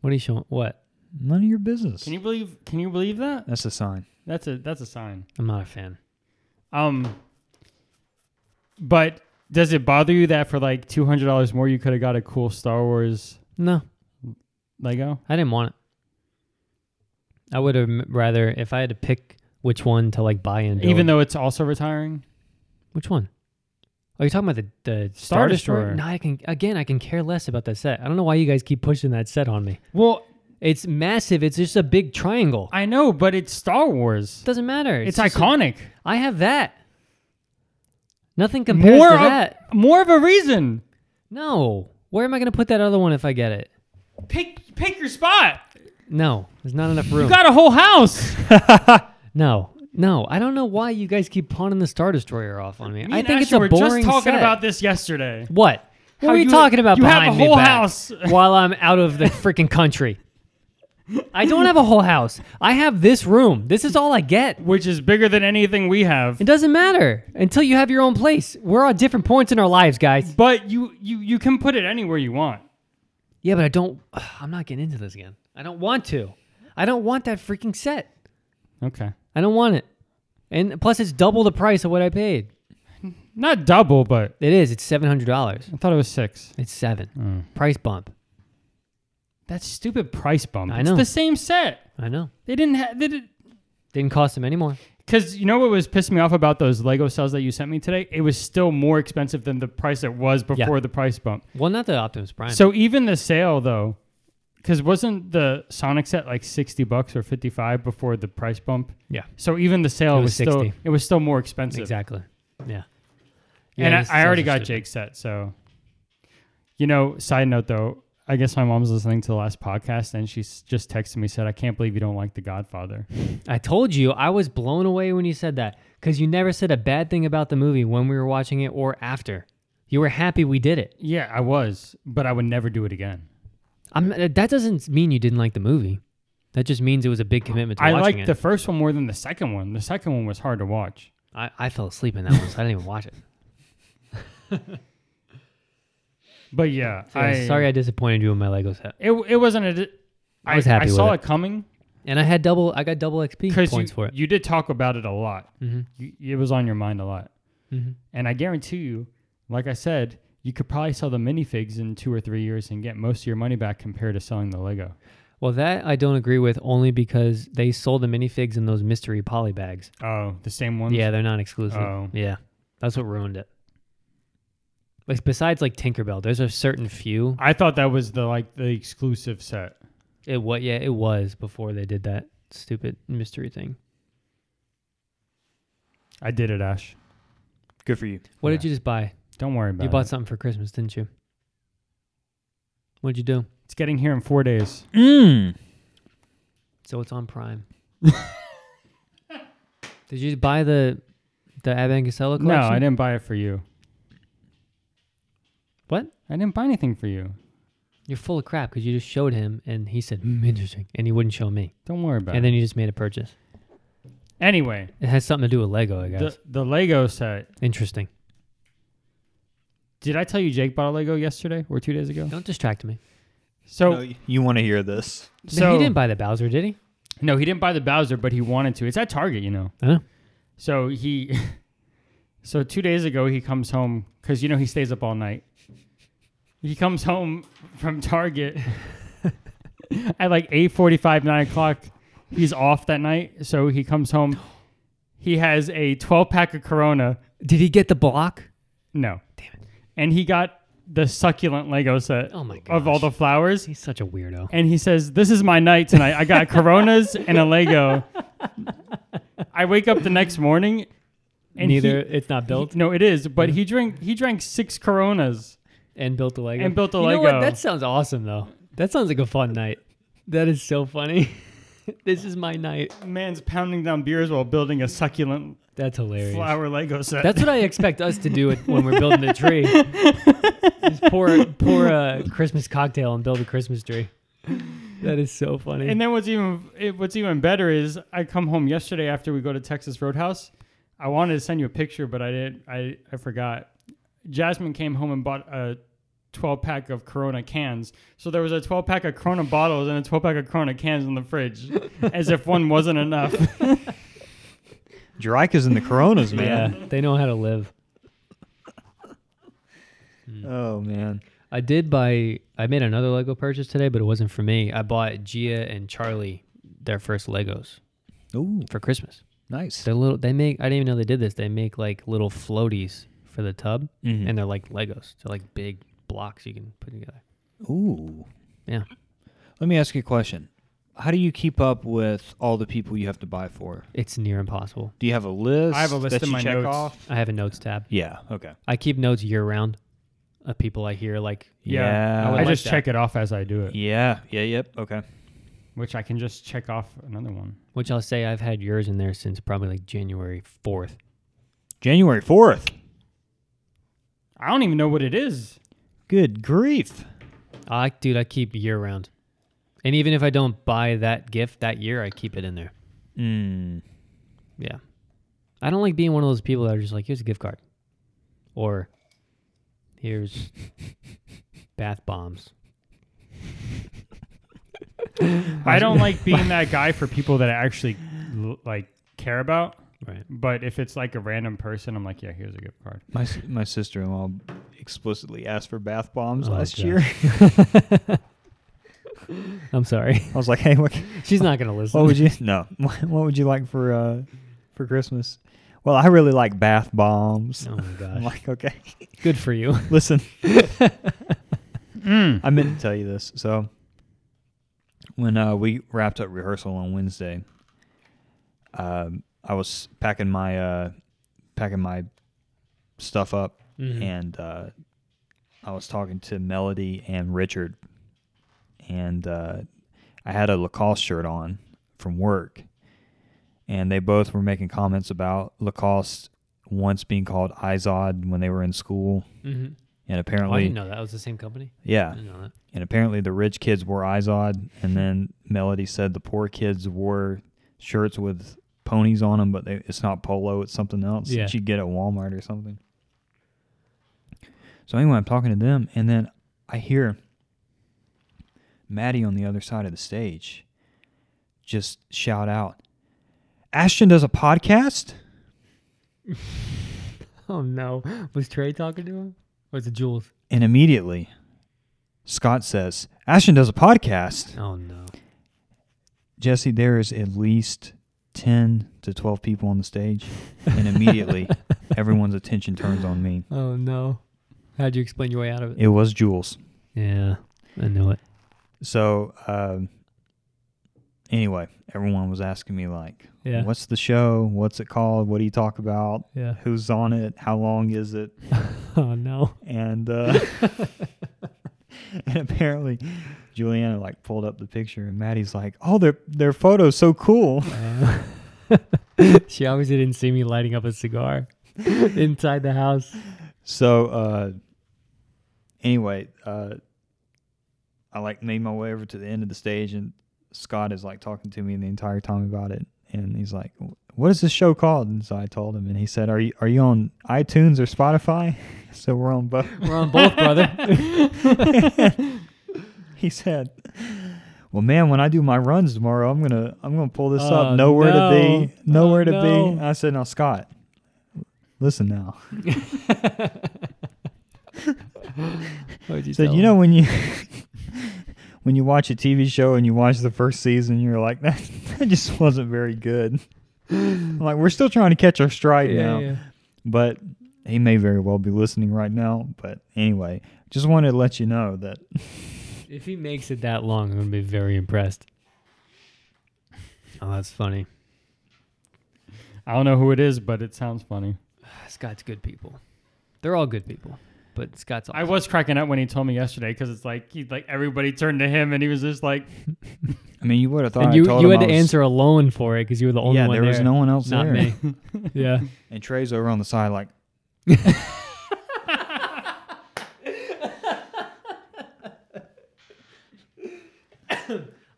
[SPEAKER 2] What are you showing? What?
[SPEAKER 3] None of your business.
[SPEAKER 1] Can you believe? Can you believe that?
[SPEAKER 3] That's a sign.
[SPEAKER 1] That's a that's a sign.
[SPEAKER 2] I'm not a fan.
[SPEAKER 1] Um. But does it bother you that for like two hundred dollars more you could have got a cool Star Wars
[SPEAKER 2] No,
[SPEAKER 1] Lego?
[SPEAKER 2] I didn't want it. I would have rather if I had to pick which one to like buy and build.
[SPEAKER 1] Even though it's also retiring.
[SPEAKER 2] which one? Are you talking about the the Star,
[SPEAKER 1] Star
[SPEAKER 2] Destroyer?
[SPEAKER 1] Destroyer.
[SPEAKER 2] No, I can again. I can care less about that set. I don't know why you guys keep pushing that set on me.
[SPEAKER 1] Well,
[SPEAKER 2] It's massive. It's just a big triangle.
[SPEAKER 1] I know, but it's Star
[SPEAKER 2] It
[SPEAKER 1] Wars.
[SPEAKER 2] doesn't matter.
[SPEAKER 1] It's,
[SPEAKER 2] just a-
[SPEAKER 1] iconic.
[SPEAKER 2] I have that. Nothing compares
[SPEAKER 1] more
[SPEAKER 2] to
[SPEAKER 1] of
[SPEAKER 2] that.
[SPEAKER 1] more of a reason.
[SPEAKER 2] No. Where am I going to put that other one if I get it?
[SPEAKER 1] Pick pick your spot.
[SPEAKER 2] No, there's not enough room.
[SPEAKER 1] You got a whole house.
[SPEAKER 2] No, no, I don't know why you guys keep pawning the Star Destroyer off on me.
[SPEAKER 1] Me
[SPEAKER 2] I
[SPEAKER 1] and
[SPEAKER 2] think it's
[SPEAKER 1] Ashley
[SPEAKER 2] a
[SPEAKER 1] were just
[SPEAKER 2] boring
[SPEAKER 1] talking
[SPEAKER 2] set.
[SPEAKER 1] about this yesterday.
[SPEAKER 2] what? What
[SPEAKER 1] How
[SPEAKER 2] are you,
[SPEAKER 1] you-
[SPEAKER 2] talking about?
[SPEAKER 1] you have a
[SPEAKER 2] behind me
[SPEAKER 1] whole
[SPEAKER 2] back
[SPEAKER 1] house.
[SPEAKER 2] while I'm out of the freaking country. I don't have a whole house. I have this room. This is all I get.
[SPEAKER 1] Which is bigger than anything we have.
[SPEAKER 2] It doesn't matter until you have your own place. We're at different points in our lives, guys.
[SPEAKER 1] But you you you can put it anywhere you want.
[SPEAKER 2] Yeah, but I don't. I'm not getting into this again. I don't want to. I don't want that freaking set.
[SPEAKER 1] Okay.
[SPEAKER 2] I don't want it. And plus, it's double the price of what I paid.
[SPEAKER 1] Not double, but
[SPEAKER 2] It is. It's seven hundred dollars.
[SPEAKER 1] I thought it was six.
[SPEAKER 2] It's seven. Price bump.
[SPEAKER 1] That stupid price bump.
[SPEAKER 2] I
[SPEAKER 1] it's
[SPEAKER 2] know.
[SPEAKER 1] the same set.
[SPEAKER 2] I know.
[SPEAKER 1] They didn't have they did
[SPEAKER 2] Didn't cost them any more.
[SPEAKER 1] because you know what was pissing me off about those Lego cells that you sent me today? It was still more expensive than the price it was before the price bump.
[SPEAKER 2] Well, not the Optimus Prime.
[SPEAKER 1] So even the sale though, because wasn't the Sonic set like sixty bucks or fifty five before the price bump?
[SPEAKER 2] yeah,
[SPEAKER 1] So even the sale
[SPEAKER 2] It was
[SPEAKER 1] was, still
[SPEAKER 2] 60.
[SPEAKER 1] it was still more expensive.
[SPEAKER 2] exactly. Yeah.
[SPEAKER 1] and
[SPEAKER 2] Yeah,
[SPEAKER 1] I,
[SPEAKER 2] these
[SPEAKER 1] I already
[SPEAKER 2] sales are
[SPEAKER 1] got
[SPEAKER 2] stupid.
[SPEAKER 1] Jake's set, so you know. Side note though, I guess my mom's listening to the last podcast, and she's just texted me said, "I can't believe you don't like The Godfather."
[SPEAKER 2] I told you I was blown away when you said that because you never said a bad thing about the movie when we were watching it or after. You were happy we did it.
[SPEAKER 1] yeah, I was, but I would never do it again.
[SPEAKER 2] I'm, uh, that doesn't mean you didn't like the movie. That just means it was a big commitment to
[SPEAKER 1] I
[SPEAKER 2] watching
[SPEAKER 1] liked
[SPEAKER 2] it.
[SPEAKER 1] the first one more than the second one. The second one was hard to watch.
[SPEAKER 2] I, I fell asleep in that one, so I didn't even watch it.
[SPEAKER 1] But yeah,
[SPEAKER 2] So
[SPEAKER 1] I
[SPEAKER 2] sorry I disappointed you in my Lego set.
[SPEAKER 1] it it wasn't a. di-
[SPEAKER 2] I was
[SPEAKER 1] I,
[SPEAKER 2] happy with
[SPEAKER 1] saw
[SPEAKER 2] it.
[SPEAKER 1] it, coming
[SPEAKER 2] And I had double. I got double XP
[SPEAKER 1] because
[SPEAKER 2] points
[SPEAKER 1] you,
[SPEAKER 2] for it.
[SPEAKER 1] you did talk about it a lot.
[SPEAKER 2] Mhm.
[SPEAKER 1] You, it was on your mind a lot,
[SPEAKER 2] Mhm.
[SPEAKER 1] and I guarantee you, like I said. You could probably sell the minifigs in two or three years and get most of your money back compared to selling the Lego.
[SPEAKER 2] Well, that I don't agree with only because they sold the minifigs in those mystery poly bags.
[SPEAKER 1] Oh, the same ones.
[SPEAKER 2] Yeah, they're not exclusive.
[SPEAKER 1] Oh.
[SPEAKER 2] Yeah. That's what ruined it. Like besides like Tinkerbell, there's a certain few.
[SPEAKER 1] I thought that was the like the exclusive set.
[SPEAKER 2] It what yeah, it was before they did that stupid mystery thing.
[SPEAKER 1] I did it, Ash.
[SPEAKER 3] Good for you.
[SPEAKER 2] What did you just buy?
[SPEAKER 1] Don't worry about
[SPEAKER 2] you bought
[SPEAKER 1] it.
[SPEAKER 2] something for Christmas, didn't you? What'd you do?
[SPEAKER 1] It's getting here in four days.
[SPEAKER 3] Mmm.
[SPEAKER 2] So it's on Prime. Did you buy the the Abbott Costello
[SPEAKER 1] No,
[SPEAKER 2] collection?
[SPEAKER 1] I didn't buy it for you.
[SPEAKER 2] What?
[SPEAKER 1] I didn't buy anything for you.
[SPEAKER 2] You're full of crap because you just showed him and he said, mm, interesting. And he wouldn't show me.
[SPEAKER 1] Don't worry about it.
[SPEAKER 2] And then you just made a purchase.
[SPEAKER 1] Anyway,
[SPEAKER 2] It has something to do with Lego, I guess.
[SPEAKER 1] the, the Lego set.
[SPEAKER 2] interesting.
[SPEAKER 1] Did I tell you Jake bought a Lego yesterday or two days ago?
[SPEAKER 2] Don't distract me.
[SPEAKER 1] So,
[SPEAKER 3] you want to hear this?
[SPEAKER 1] so
[SPEAKER 2] he didn't buy the Bowser, did he?
[SPEAKER 1] No, he didn't buy the Bowser, but he wanted to. It's at Target, you know.
[SPEAKER 2] I know.
[SPEAKER 1] So he, so two days ago he comes home because you know he stays up all night. He comes home from Target at like eight forty-five, nine o'clock. He's off that night, so he comes home. He has a twelve-pack of Corona.
[SPEAKER 2] Did he get the block?
[SPEAKER 1] No,
[SPEAKER 2] Damn it.
[SPEAKER 1] and he got the succulent Lego set
[SPEAKER 2] Oh my god.
[SPEAKER 1] of all the flowers.
[SPEAKER 2] He's such a weirdo.
[SPEAKER 1] and he says, "This is my night tonight. I got Coronas and a Lego." I wake up the next morning, and
[SPEAKER 2] Neither
[SPEAKER 1] he-
[SPEAKER 2] it's not built
[SPEAKER 1] he- no, it is, but he drank he drank six Coronas.
[SPEAKER 2] and built a Lego.
[SPEAKER 1] And built a
[SPEAKER 2] you Know
[SPEAKER 1] Lego.
[SPEAKER 2] what? That sounds awesome though. That sounds like a fun night. That is so funny. this is my night.
[SPEAKER 1] Man's pounding down beers while building a succulent
[SPEAKER 2] That's hilarious.
[SPEAKER 1] flower Lego set.
[SPEAKER 2] That's what I expect us to do it- when we're building a tree. Just pour pour a Christmas cocktail and build a Christmas tree. That is so funny.
[SPEAKER 1] and then what's even it, what's even better is I come home yesterday after we go to Texas Roadhouse. I wanted to send you a picture, but I didn't. I I forgot. Jasmine came home and bought a 12 pack of Corona cans. So there was a 12 pack of Corona bottles and a 12 pack of Corona cans in the fridge, as if one wasn't enough.
[SPEAKER 3] Drika's in the Coronas,
[SPEAKER 2] yeah,
[SPEAKER 3] man.
[SPEAKER 2] they know how to live.
[SPEAKER 3] Oh man.
[SPEAKER 2] I did buy. I made another Lego purchase today, but it wasn't for me. I bought Gia and Charlie their first Legos
[SPEAKER 3] Ooh,
[SPEAKER 2] for Christmas.
[SPEAKER 3] nice.
[SPEAKER 2] They're little. They make. I didn't even know they did this. They make like little floaties for the tub,
[SPEAKER 3] Mhm.
[SPEAKER 2] and they're like Legos. They're like big blocks you can put together.
[SPEAKER 3] Ooh.
[SPEAKER 2] Yeah.
[SPEAKER 3] Let me ask you a question. How do you keep up with all the people you have to buy for?
[SPEAKER 2] It's near impossible.
[SPEAKER 3] Do you have a list?
[SPEAKER 1] I have a list
[SPEAKER 3] that
[SPEAKER 1] in
[SPEAKER 3] you
[SPEAKER 1] my
[SPEAKER 3] check
[SPEAKER 1] notes.
[SPEAKER 3] off?
[SPEAKER 2] I have a notes tab.
[SPEAKER 3] Yeah. Okay.
[SPEAKER 2] I keep notes year round of people I hear like
[SPEAKER 1] Yeah.
[SPEAKER 3] I
[SPEAKER 1] I,
[SPEAKER 3] would like
[SPEAKER 1] just
[SPEAKER 2] that.
[SPEAKER 1] check it off as I do it,
[SPEAKER 3] Yeah. Yeah. Yep. Okay.
[SPEAKER 1] which I can just check off another one.
[SPEAKER 2] which I'll say I've had yours in there since probably like January 4th.
[SPEAKER 3] January fourth.
[SPEAKER 1] I don't even know what it is.
[SPEAKER 3] Good grief.
[SPEAKER 2] I dude, I keep year round. And even if I don't buy that gift that year, I keep it in there.
[SPEAKER 3] Mm.
[SPEAKER 2] Yeah. I don't like being one of those people that are just like, here's a gift card. Or here's bath bombs.
[SPEAKER 1] I don't like being that guy for people that I actually l- like care about.
[SPEAKER 2] Right.
[SPEAKER 1] But if it's like a random person, I'm like, yeah, here's a gift card.
[SPEAKER 3] My s- my sister in law explicitly asked for bath bombs
[SPEAKER 2] Oh,
[SPEAKER 3] last
[SPEAKER 2] God.
[SPEAKER 3] year.
[SPEAKER 2] I'm sorry.
[SPEAKER 3] I was like, hey, what,
[SPEAKER 2] She's not gonna listen.
[SPEAKER 3] what would you? No. What would you like for uh for Christmas? Well, I really like bath bombs.
[SPEAKER 2] Oh my
[SPEAKER 3] I'm
[SPEAKER 2] gosh.
[SPEAKER 3] like, okay,
[SPEAKER 2] Good for you.
[SPEAKER 3] listen.
[SPEAKER 1] Mm.
[SPEAKER 3] I meant to tell you this. So when uh, we wrapped up rehearsal on Wednesday, um, I was packing my uh, packing my stuff up,
[SPEAKER 2] Mhm.
[SPEAKER 3] and uh, I was talking to Melody and Richard, and uh, I had a Lacoste shirt on from work, and they both were making comments about Lacoste once being called Izod when they were in school,
[SPEAKER 2] Mm-hmm.
[SPEAKER 3] and
[SPEAKER 2] Oh, I
[SPEAKER 3] apparently,
[SPEAKER 2] didn't know that. was the same company.
[SPEAKER 3] yeah,
[SPEAKER 2] I didn't know that.
[SPEAKER 3] and apparently the rich kids wore Izod, and then Melody said the poor kids wore shirts with ponies on them, but they, it's not polo, it's something else
[SPEAKER 2] Yeah.
[SPEAKER 3] that you get at Walmart or something. So anyway, I'm talking to them, and then I hear Maddie on the other side of the stage just shout out, "Ashton does a podcast."
[SPEAKER 2] Oh no. Was Trey talking to him? Was it Jules?
[SPEAKER 3] And immediately, Scott says, "Ashton does a podcast."
[SPEAKER 2] Oh no.
[SPEAKER 3] Jesse, there is at least 10 to 12 people on the stage, and immediately everyone's attention turns on me.
[SPEAKER 2] Oh no. How'd you explain your way out of it?
[SPEAKER 3] It was Jules.
[SPEAKER 2] Yeah. I knew it.
[SPEAKER 3] So, um, anyway, everyone was asking me, like,
[SPEAKER 2] Yeah.
[SPEAKER 3] what's the show? What's it called? What do you talk about?
[SPEAKER 2] Yeah.
[SPEAKER 3] Who's on it? How long is it?
[SPEAKER 2] Oh no.
[SPEAKER 3] And uh, and apparently, Juliana like pulled up the picture, and Maddie's like, "Oh, their their photo's so cool."
[SPEAKER 2] she obviously didn't see me lighting up a cigar inside the house.
[SPEAKER 3] So, uh, anyway, uh, I like made my way over to the end of the stage, and Scott is like talking to me the entire time about it, and he's like, "What is this show called?" And so I told him, and he said, "Are you are you on iTunes or Spotify?" so we're on both.
[SPEAKER 2] We're on both, brother.
[SPEAKER 3] He said, "Well, man, when I do my runs tomorrow, I'm gonna I'm gonna pull this
[SPEAKER 2] Oh,
[SPEAKER 3] up. Nowhere
[SPEAKER 2] no.
[SPEAKER 3] to be, nowhere
[SPEAKER 2] Oh,
[SPEAKER 3] to
[SPEAKER 2] no.
[SPEAKER 3] be." I said, "Now, Scott, listen now."
[SPEAKER 2] What'd
[SPEAKER 3] He said,
[SPEAKER 2] tell
[SPEAKER 3] "You
[SPEAKER 2] him?
[SPEAKER 3] know when you when you watch a TV show and you watch the first season, you're like that that just wasn't very good." I'm like we're still trying to catch our stride
[SPEAKER 2] Yeah,
[SPEAKER 3] now,
[SPEAKER 2] yeah.
[SPEAKER 3] but he may very well be listening right now. But anyway, just wanted to let you know that
[SPEAKER 2] If he makes it that long, I'm gonna be very impressed. Oh, that's funny.
[SPEAKER 1] I don't know who it is, but it sounds funny.
[SPEAKER 2] Scott's good people. They're all good people, but Scott's.
[SPEAKER 1] I was cracking up when he told me yesterday because it's like he like everybody turned to him and he was just like,
[SPEAKER 3] I mean you would have thought
[SPEAKER 2] and
[SPEAKER 3] I
[SPEAKER 2] you
[SPEAKER 3] told
[SPEAKER 2] you
[SPEAKER 3] him
[SPEAKER 2] had
[SPEAKER 3] I
[SPEAKER 2] to
[SPEAKER 3] was-
[SPEAKER 2] answer alone for it because you were the only
[SPEAKER 3] yeah,
[SPEAKER 2] one
[SPEAKER 3] there was no one else
[SPEAKER 2] not
[SPEAKER 3] there,
[SPEAKER 2] me. yeah.
[SPEAKER 3] and Trey's over on the side like.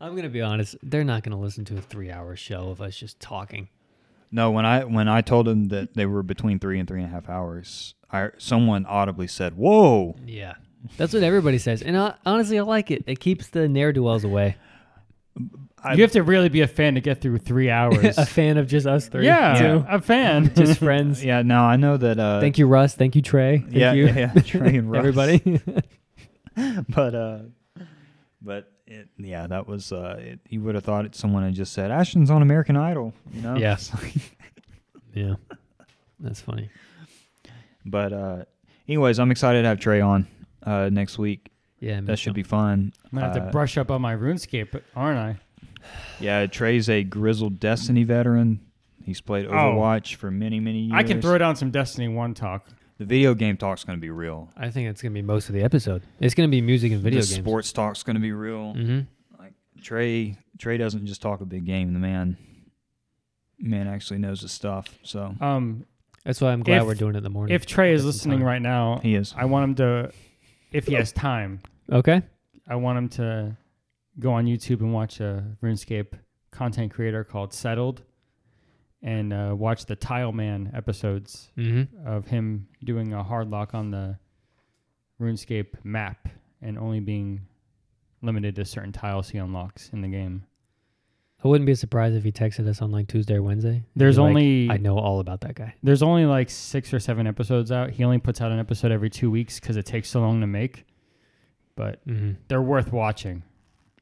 [SPEAKER 2] I'm gonna be honest. They're not gonna listen to a three-hour show of us just talking.
[SPEAKER 3] No, when I when I told him that they were between three and three and a half hours, I someone audibly said, "Whoa!"
[SPEAKER 2] Yeah, that's what everybody says, and I, honestly, I like it. It keeps the ne'er do wells away.
[SPEAKER 3] I-
[SPEAKER 1] you have to really be a fan to get through three hours.
[SPEAKER 2] a fan of just us three.
[SPEAKER 1] yeah,
[SPEAKER 2] too.
[SPEAKER 1] a fan.
[SPEAKER 2] just friends.
[SPEAKER 3] Yeah, now I know that. Uh,
[SPEAKER 2] Thank you, Russ. Thank you, Trey. Thank
[SPEAKER 3] yeah,
[SPEAKER 2] you,
[SPEAKER 3] yeah, yeah, Trey and Russ.
[SPEAKER 2] everybody.
[SPEAKER 3] but uh, but it, yeah, that was. Uh, it, you would have thought it, someone had just said Ashton's on American Idol, you know?
[SPEAKER 2] Yes. yeah, that's funny.
[SPEAKER 3] But uh, anyways, I'm excited to have Trey on uh, next week.
[SPEAKER 2] Yeah,
[SPEAKER 3] That should be fun.
[SPEAKER 1] I'm gonna have to
[SPEAKER 3] Uh,
[SPEAKER 1] brush up on my RuneScape, aren't I?
[SPEAKER 3] yeah, Trey's a grizzled Destiny veteran. He's played Overwatch for many, many years.
[SPEAKER 1] Oh. I can throw down some Destiny One talk.
[SPEAKER 3] The video game talk's going to be real.
[SPEAKER 2] I think that's gonna be most of the episode. It's gonna be music and video
[SPEAKER 3] the
[SPEAKER 2] games.
[SPEAKER 3] sports talk's going to be real.
[SPEAKER 2] Mm-hmm.
[SPEAKER 3] Like
[SPEAKER 1] Mm.
[SPEAKER 3] Trey, Trey doesn't just talk a big game. The man, man actually knows his stuff. So
[SPEAKER 1] Um,
[SPEAKER 2] That's why I'm glad
[SPEAKER 1] If-
[SPEAKER 2] we're doing it in the morning.
[SPEAKER 1] if Trey is
[SPEAKER 2] Get some
[SPEAKER 1] listening
[SPEAKER 2] time.
[SPEAKER 1] right now,
[SPEAKER 3] he is.
[SPEAKER 1] I want him to, if he has time,
[SPEAKER 2] okay,
[SPEAKER 1] I want him to go on YouTube and watch a RuneScape content creator called Settled, and uh, watch the Tile Man episodes
[SPEAKER 2] mm-hmm.
[SPEAKER 1] of him doing a hard lock on the RuneScape map and only being limited to certain tiles he unlocks in the game.
[SPEAKER 2] I wouldn't be surprised if he texted us on like Tuesday or Wednesday.
[SPEAKER 1] There's
[SPEAKER 2] Be like,
[SPEAKER 1] only
[SPEAKER 2] I know all about that guy.
[SPEAKER 1] there's only like six or seven episodes out. He only puts out an episode every two weeks because it takes so long to make. But
[SPEAKER 2] Mm-hmm. Um,
[SPEAKER 1] they're worth watching.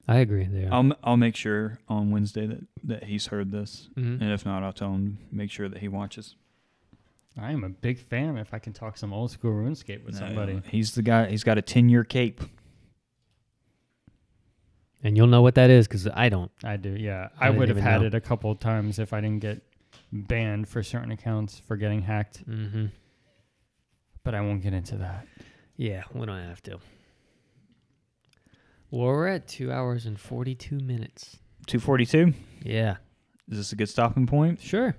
[SPEAKER 2] I agree. There.
[SPEAKER 3] I'll I'll make sure on Wednesday that that he's heard this,
[SPEAKER 2] mm-hmm.
[SPEAKER 3] and if not, I'll tell him make sure that he watches.
[SPEAKER 1] I am a big fan if I can talk some old school RuneScape with
[SPEAKER 3] Uh,
[SPEAKER 1] somebody.
[SPEAKER 3] he's the guy. He's got a ten year cape.
[SPEAKER 2] And you'll know what that is because I don't.
[SPEAKER 1] I do, yeah.
[SPEAKER 2] I
[SPEAKER 1] I,
[SPEAKER 2] didn't
[SPEAKER 1] would have
[SPEAKER 2] even
[SPEAKER 1] had
[SPEAKER 2] know.
[SPEAKER 1] it a couple of times if I didn't get banned for certain accounts for getting hacked.
[SPEAKER 2] Mm-hmm.
[SPEAKER 1] But I won't get into that.
[SPEAKER 2] Yeah, we don't have to. Well, we're at two hours and forty-two minutes.
[SPEAKER 3] Two forty two.
[SPEAKER 2] Yeah.
[SPEAKER 3] Is this a good stopping point?
[SPEAKER 2] Sure.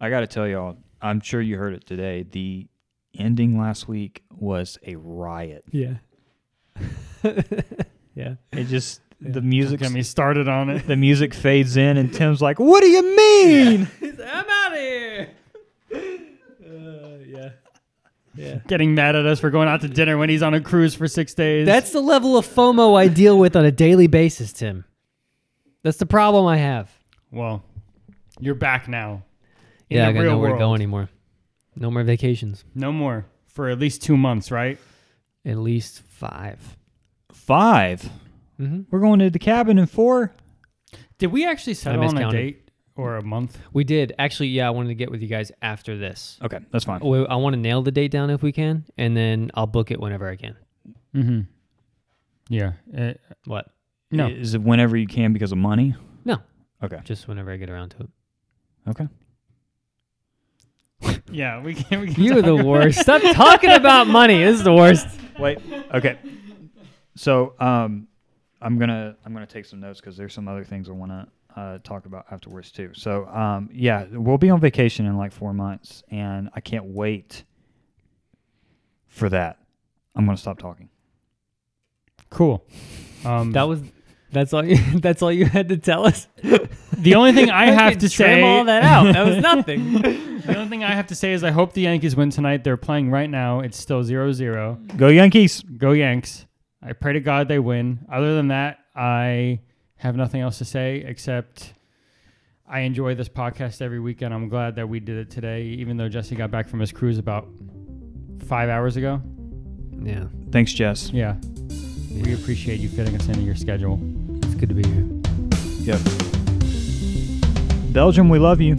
[SPEAKER 3] I got to tell y'all. I'm sure you heard it today. The ending last week was a riot.
[SPEAKER 2] Yeah. yeah.
[SPEAKER 3] It just
[SPEAKER 2] Yeah.
[SPEAKER 3] the
[SPEAKER 1] Don't
[SPEAKER 3] music
[SPEAKER 1] get me started on it.
[SPEAKER 3] the music fades in, and Tim's like, "What do you mean?"
[SPEAKER 2] I'm out of here. uh, yeah. Yeah.
[SPEAKER 1] Getting mad at us for going out to dinner when he's on a cruise for six days.
[SPEAKER 2] That's the level of FOMO I deal with on a daily basis, Tim. That's the problem I have.
[SPEAKER 1] well, you're back now. In
[SPEAKER 2] yeah,
[SPEAKER 1] the
[SPEAKER 2] I got
[SPEAKER 1] real
[SPEAKER 2] nowhere to go
[SPEAKER 1] world.
[SPEAKER 2] anymore. No more vacations.
[SPEAKER 1] No more for at least two months, right?
[SPEAKER 2] At least five.
[SPEAKER 3] Five.
[SPEAKER 2] Mm-hmm.
[SPEAKER 3] We're going to the cabin in four.
[SPEAKER 1] Did we actually settle on a
[SPEAKER 2] miscounted.
[SPEAKER 1] date or a month?
[SPEAKER 2] We did actually. Yeah, I wanted to get with you guys after this.
[SPEAKER 3] Okay, that's fine.
[SPEAKER 2] Oh, I want to nail the date down if we can, and then I'll book it whenever I can.
[SPEAKER 1] Mm-hmm. Yeah. Uh,
[SPEAKER 2] What?
[SPEAKER 1] no.
[SPEAKER 3] Is it whenever you can because of money?
[SPEAKER 2] No.
[SPEAKER 3] Okay.
[SPEAKER 2] Just whenever I get around to it.
[SPEAKER 3] Okay.
[SPEAKER 1] yeah, we can. We can
[SPEAKER 2] You are the worst. Stop talking about money. This is the worst.
[SPEAKER 3] Wait. Okay. So um, I'm gonna I'm gonna take some notes because there's some other things I want to uh, talk about afterwards too. So um, yeah, we'll be on vacation in like four months, and I can't wait for that. I'm gonna stop talking.
[SPEAKER 1] Cool. Um,
[SPEAKER 2] That was. That's all. You, that's all you had to tell us.
[SPEAKER 1] the only thing I have
[SPEAKER 2] could
[SPEAKER 1] to
[SPEAKER 2] trim
[SPEAKER 1] say.
[SPEAKER 2] all that out. That was nothing.
[SPEAKER 1] the only thing I have to say is I hope the Yankees win tonight. They're playing right now. It's still 0-0.
[SPEAKER 3] Go Yankees!
[SPEAKER 1] Go Yanks. I pray to God they win. Other than that, I have nothing else to say except I enjoy this podcast every week, and I'm glad that we did it today, even though Jesse got back from his cruise about five hours ago.
[SPEAKER 2] yeah,
[SPEAKER 3] Thanks, Jess.
[SPEAKER 1] Yeah. We appreciate you fitting us into your schedule.
[SPEAKER 2] it's good to be here.
[SPEAKER 3] Yep. Belgium, we love you.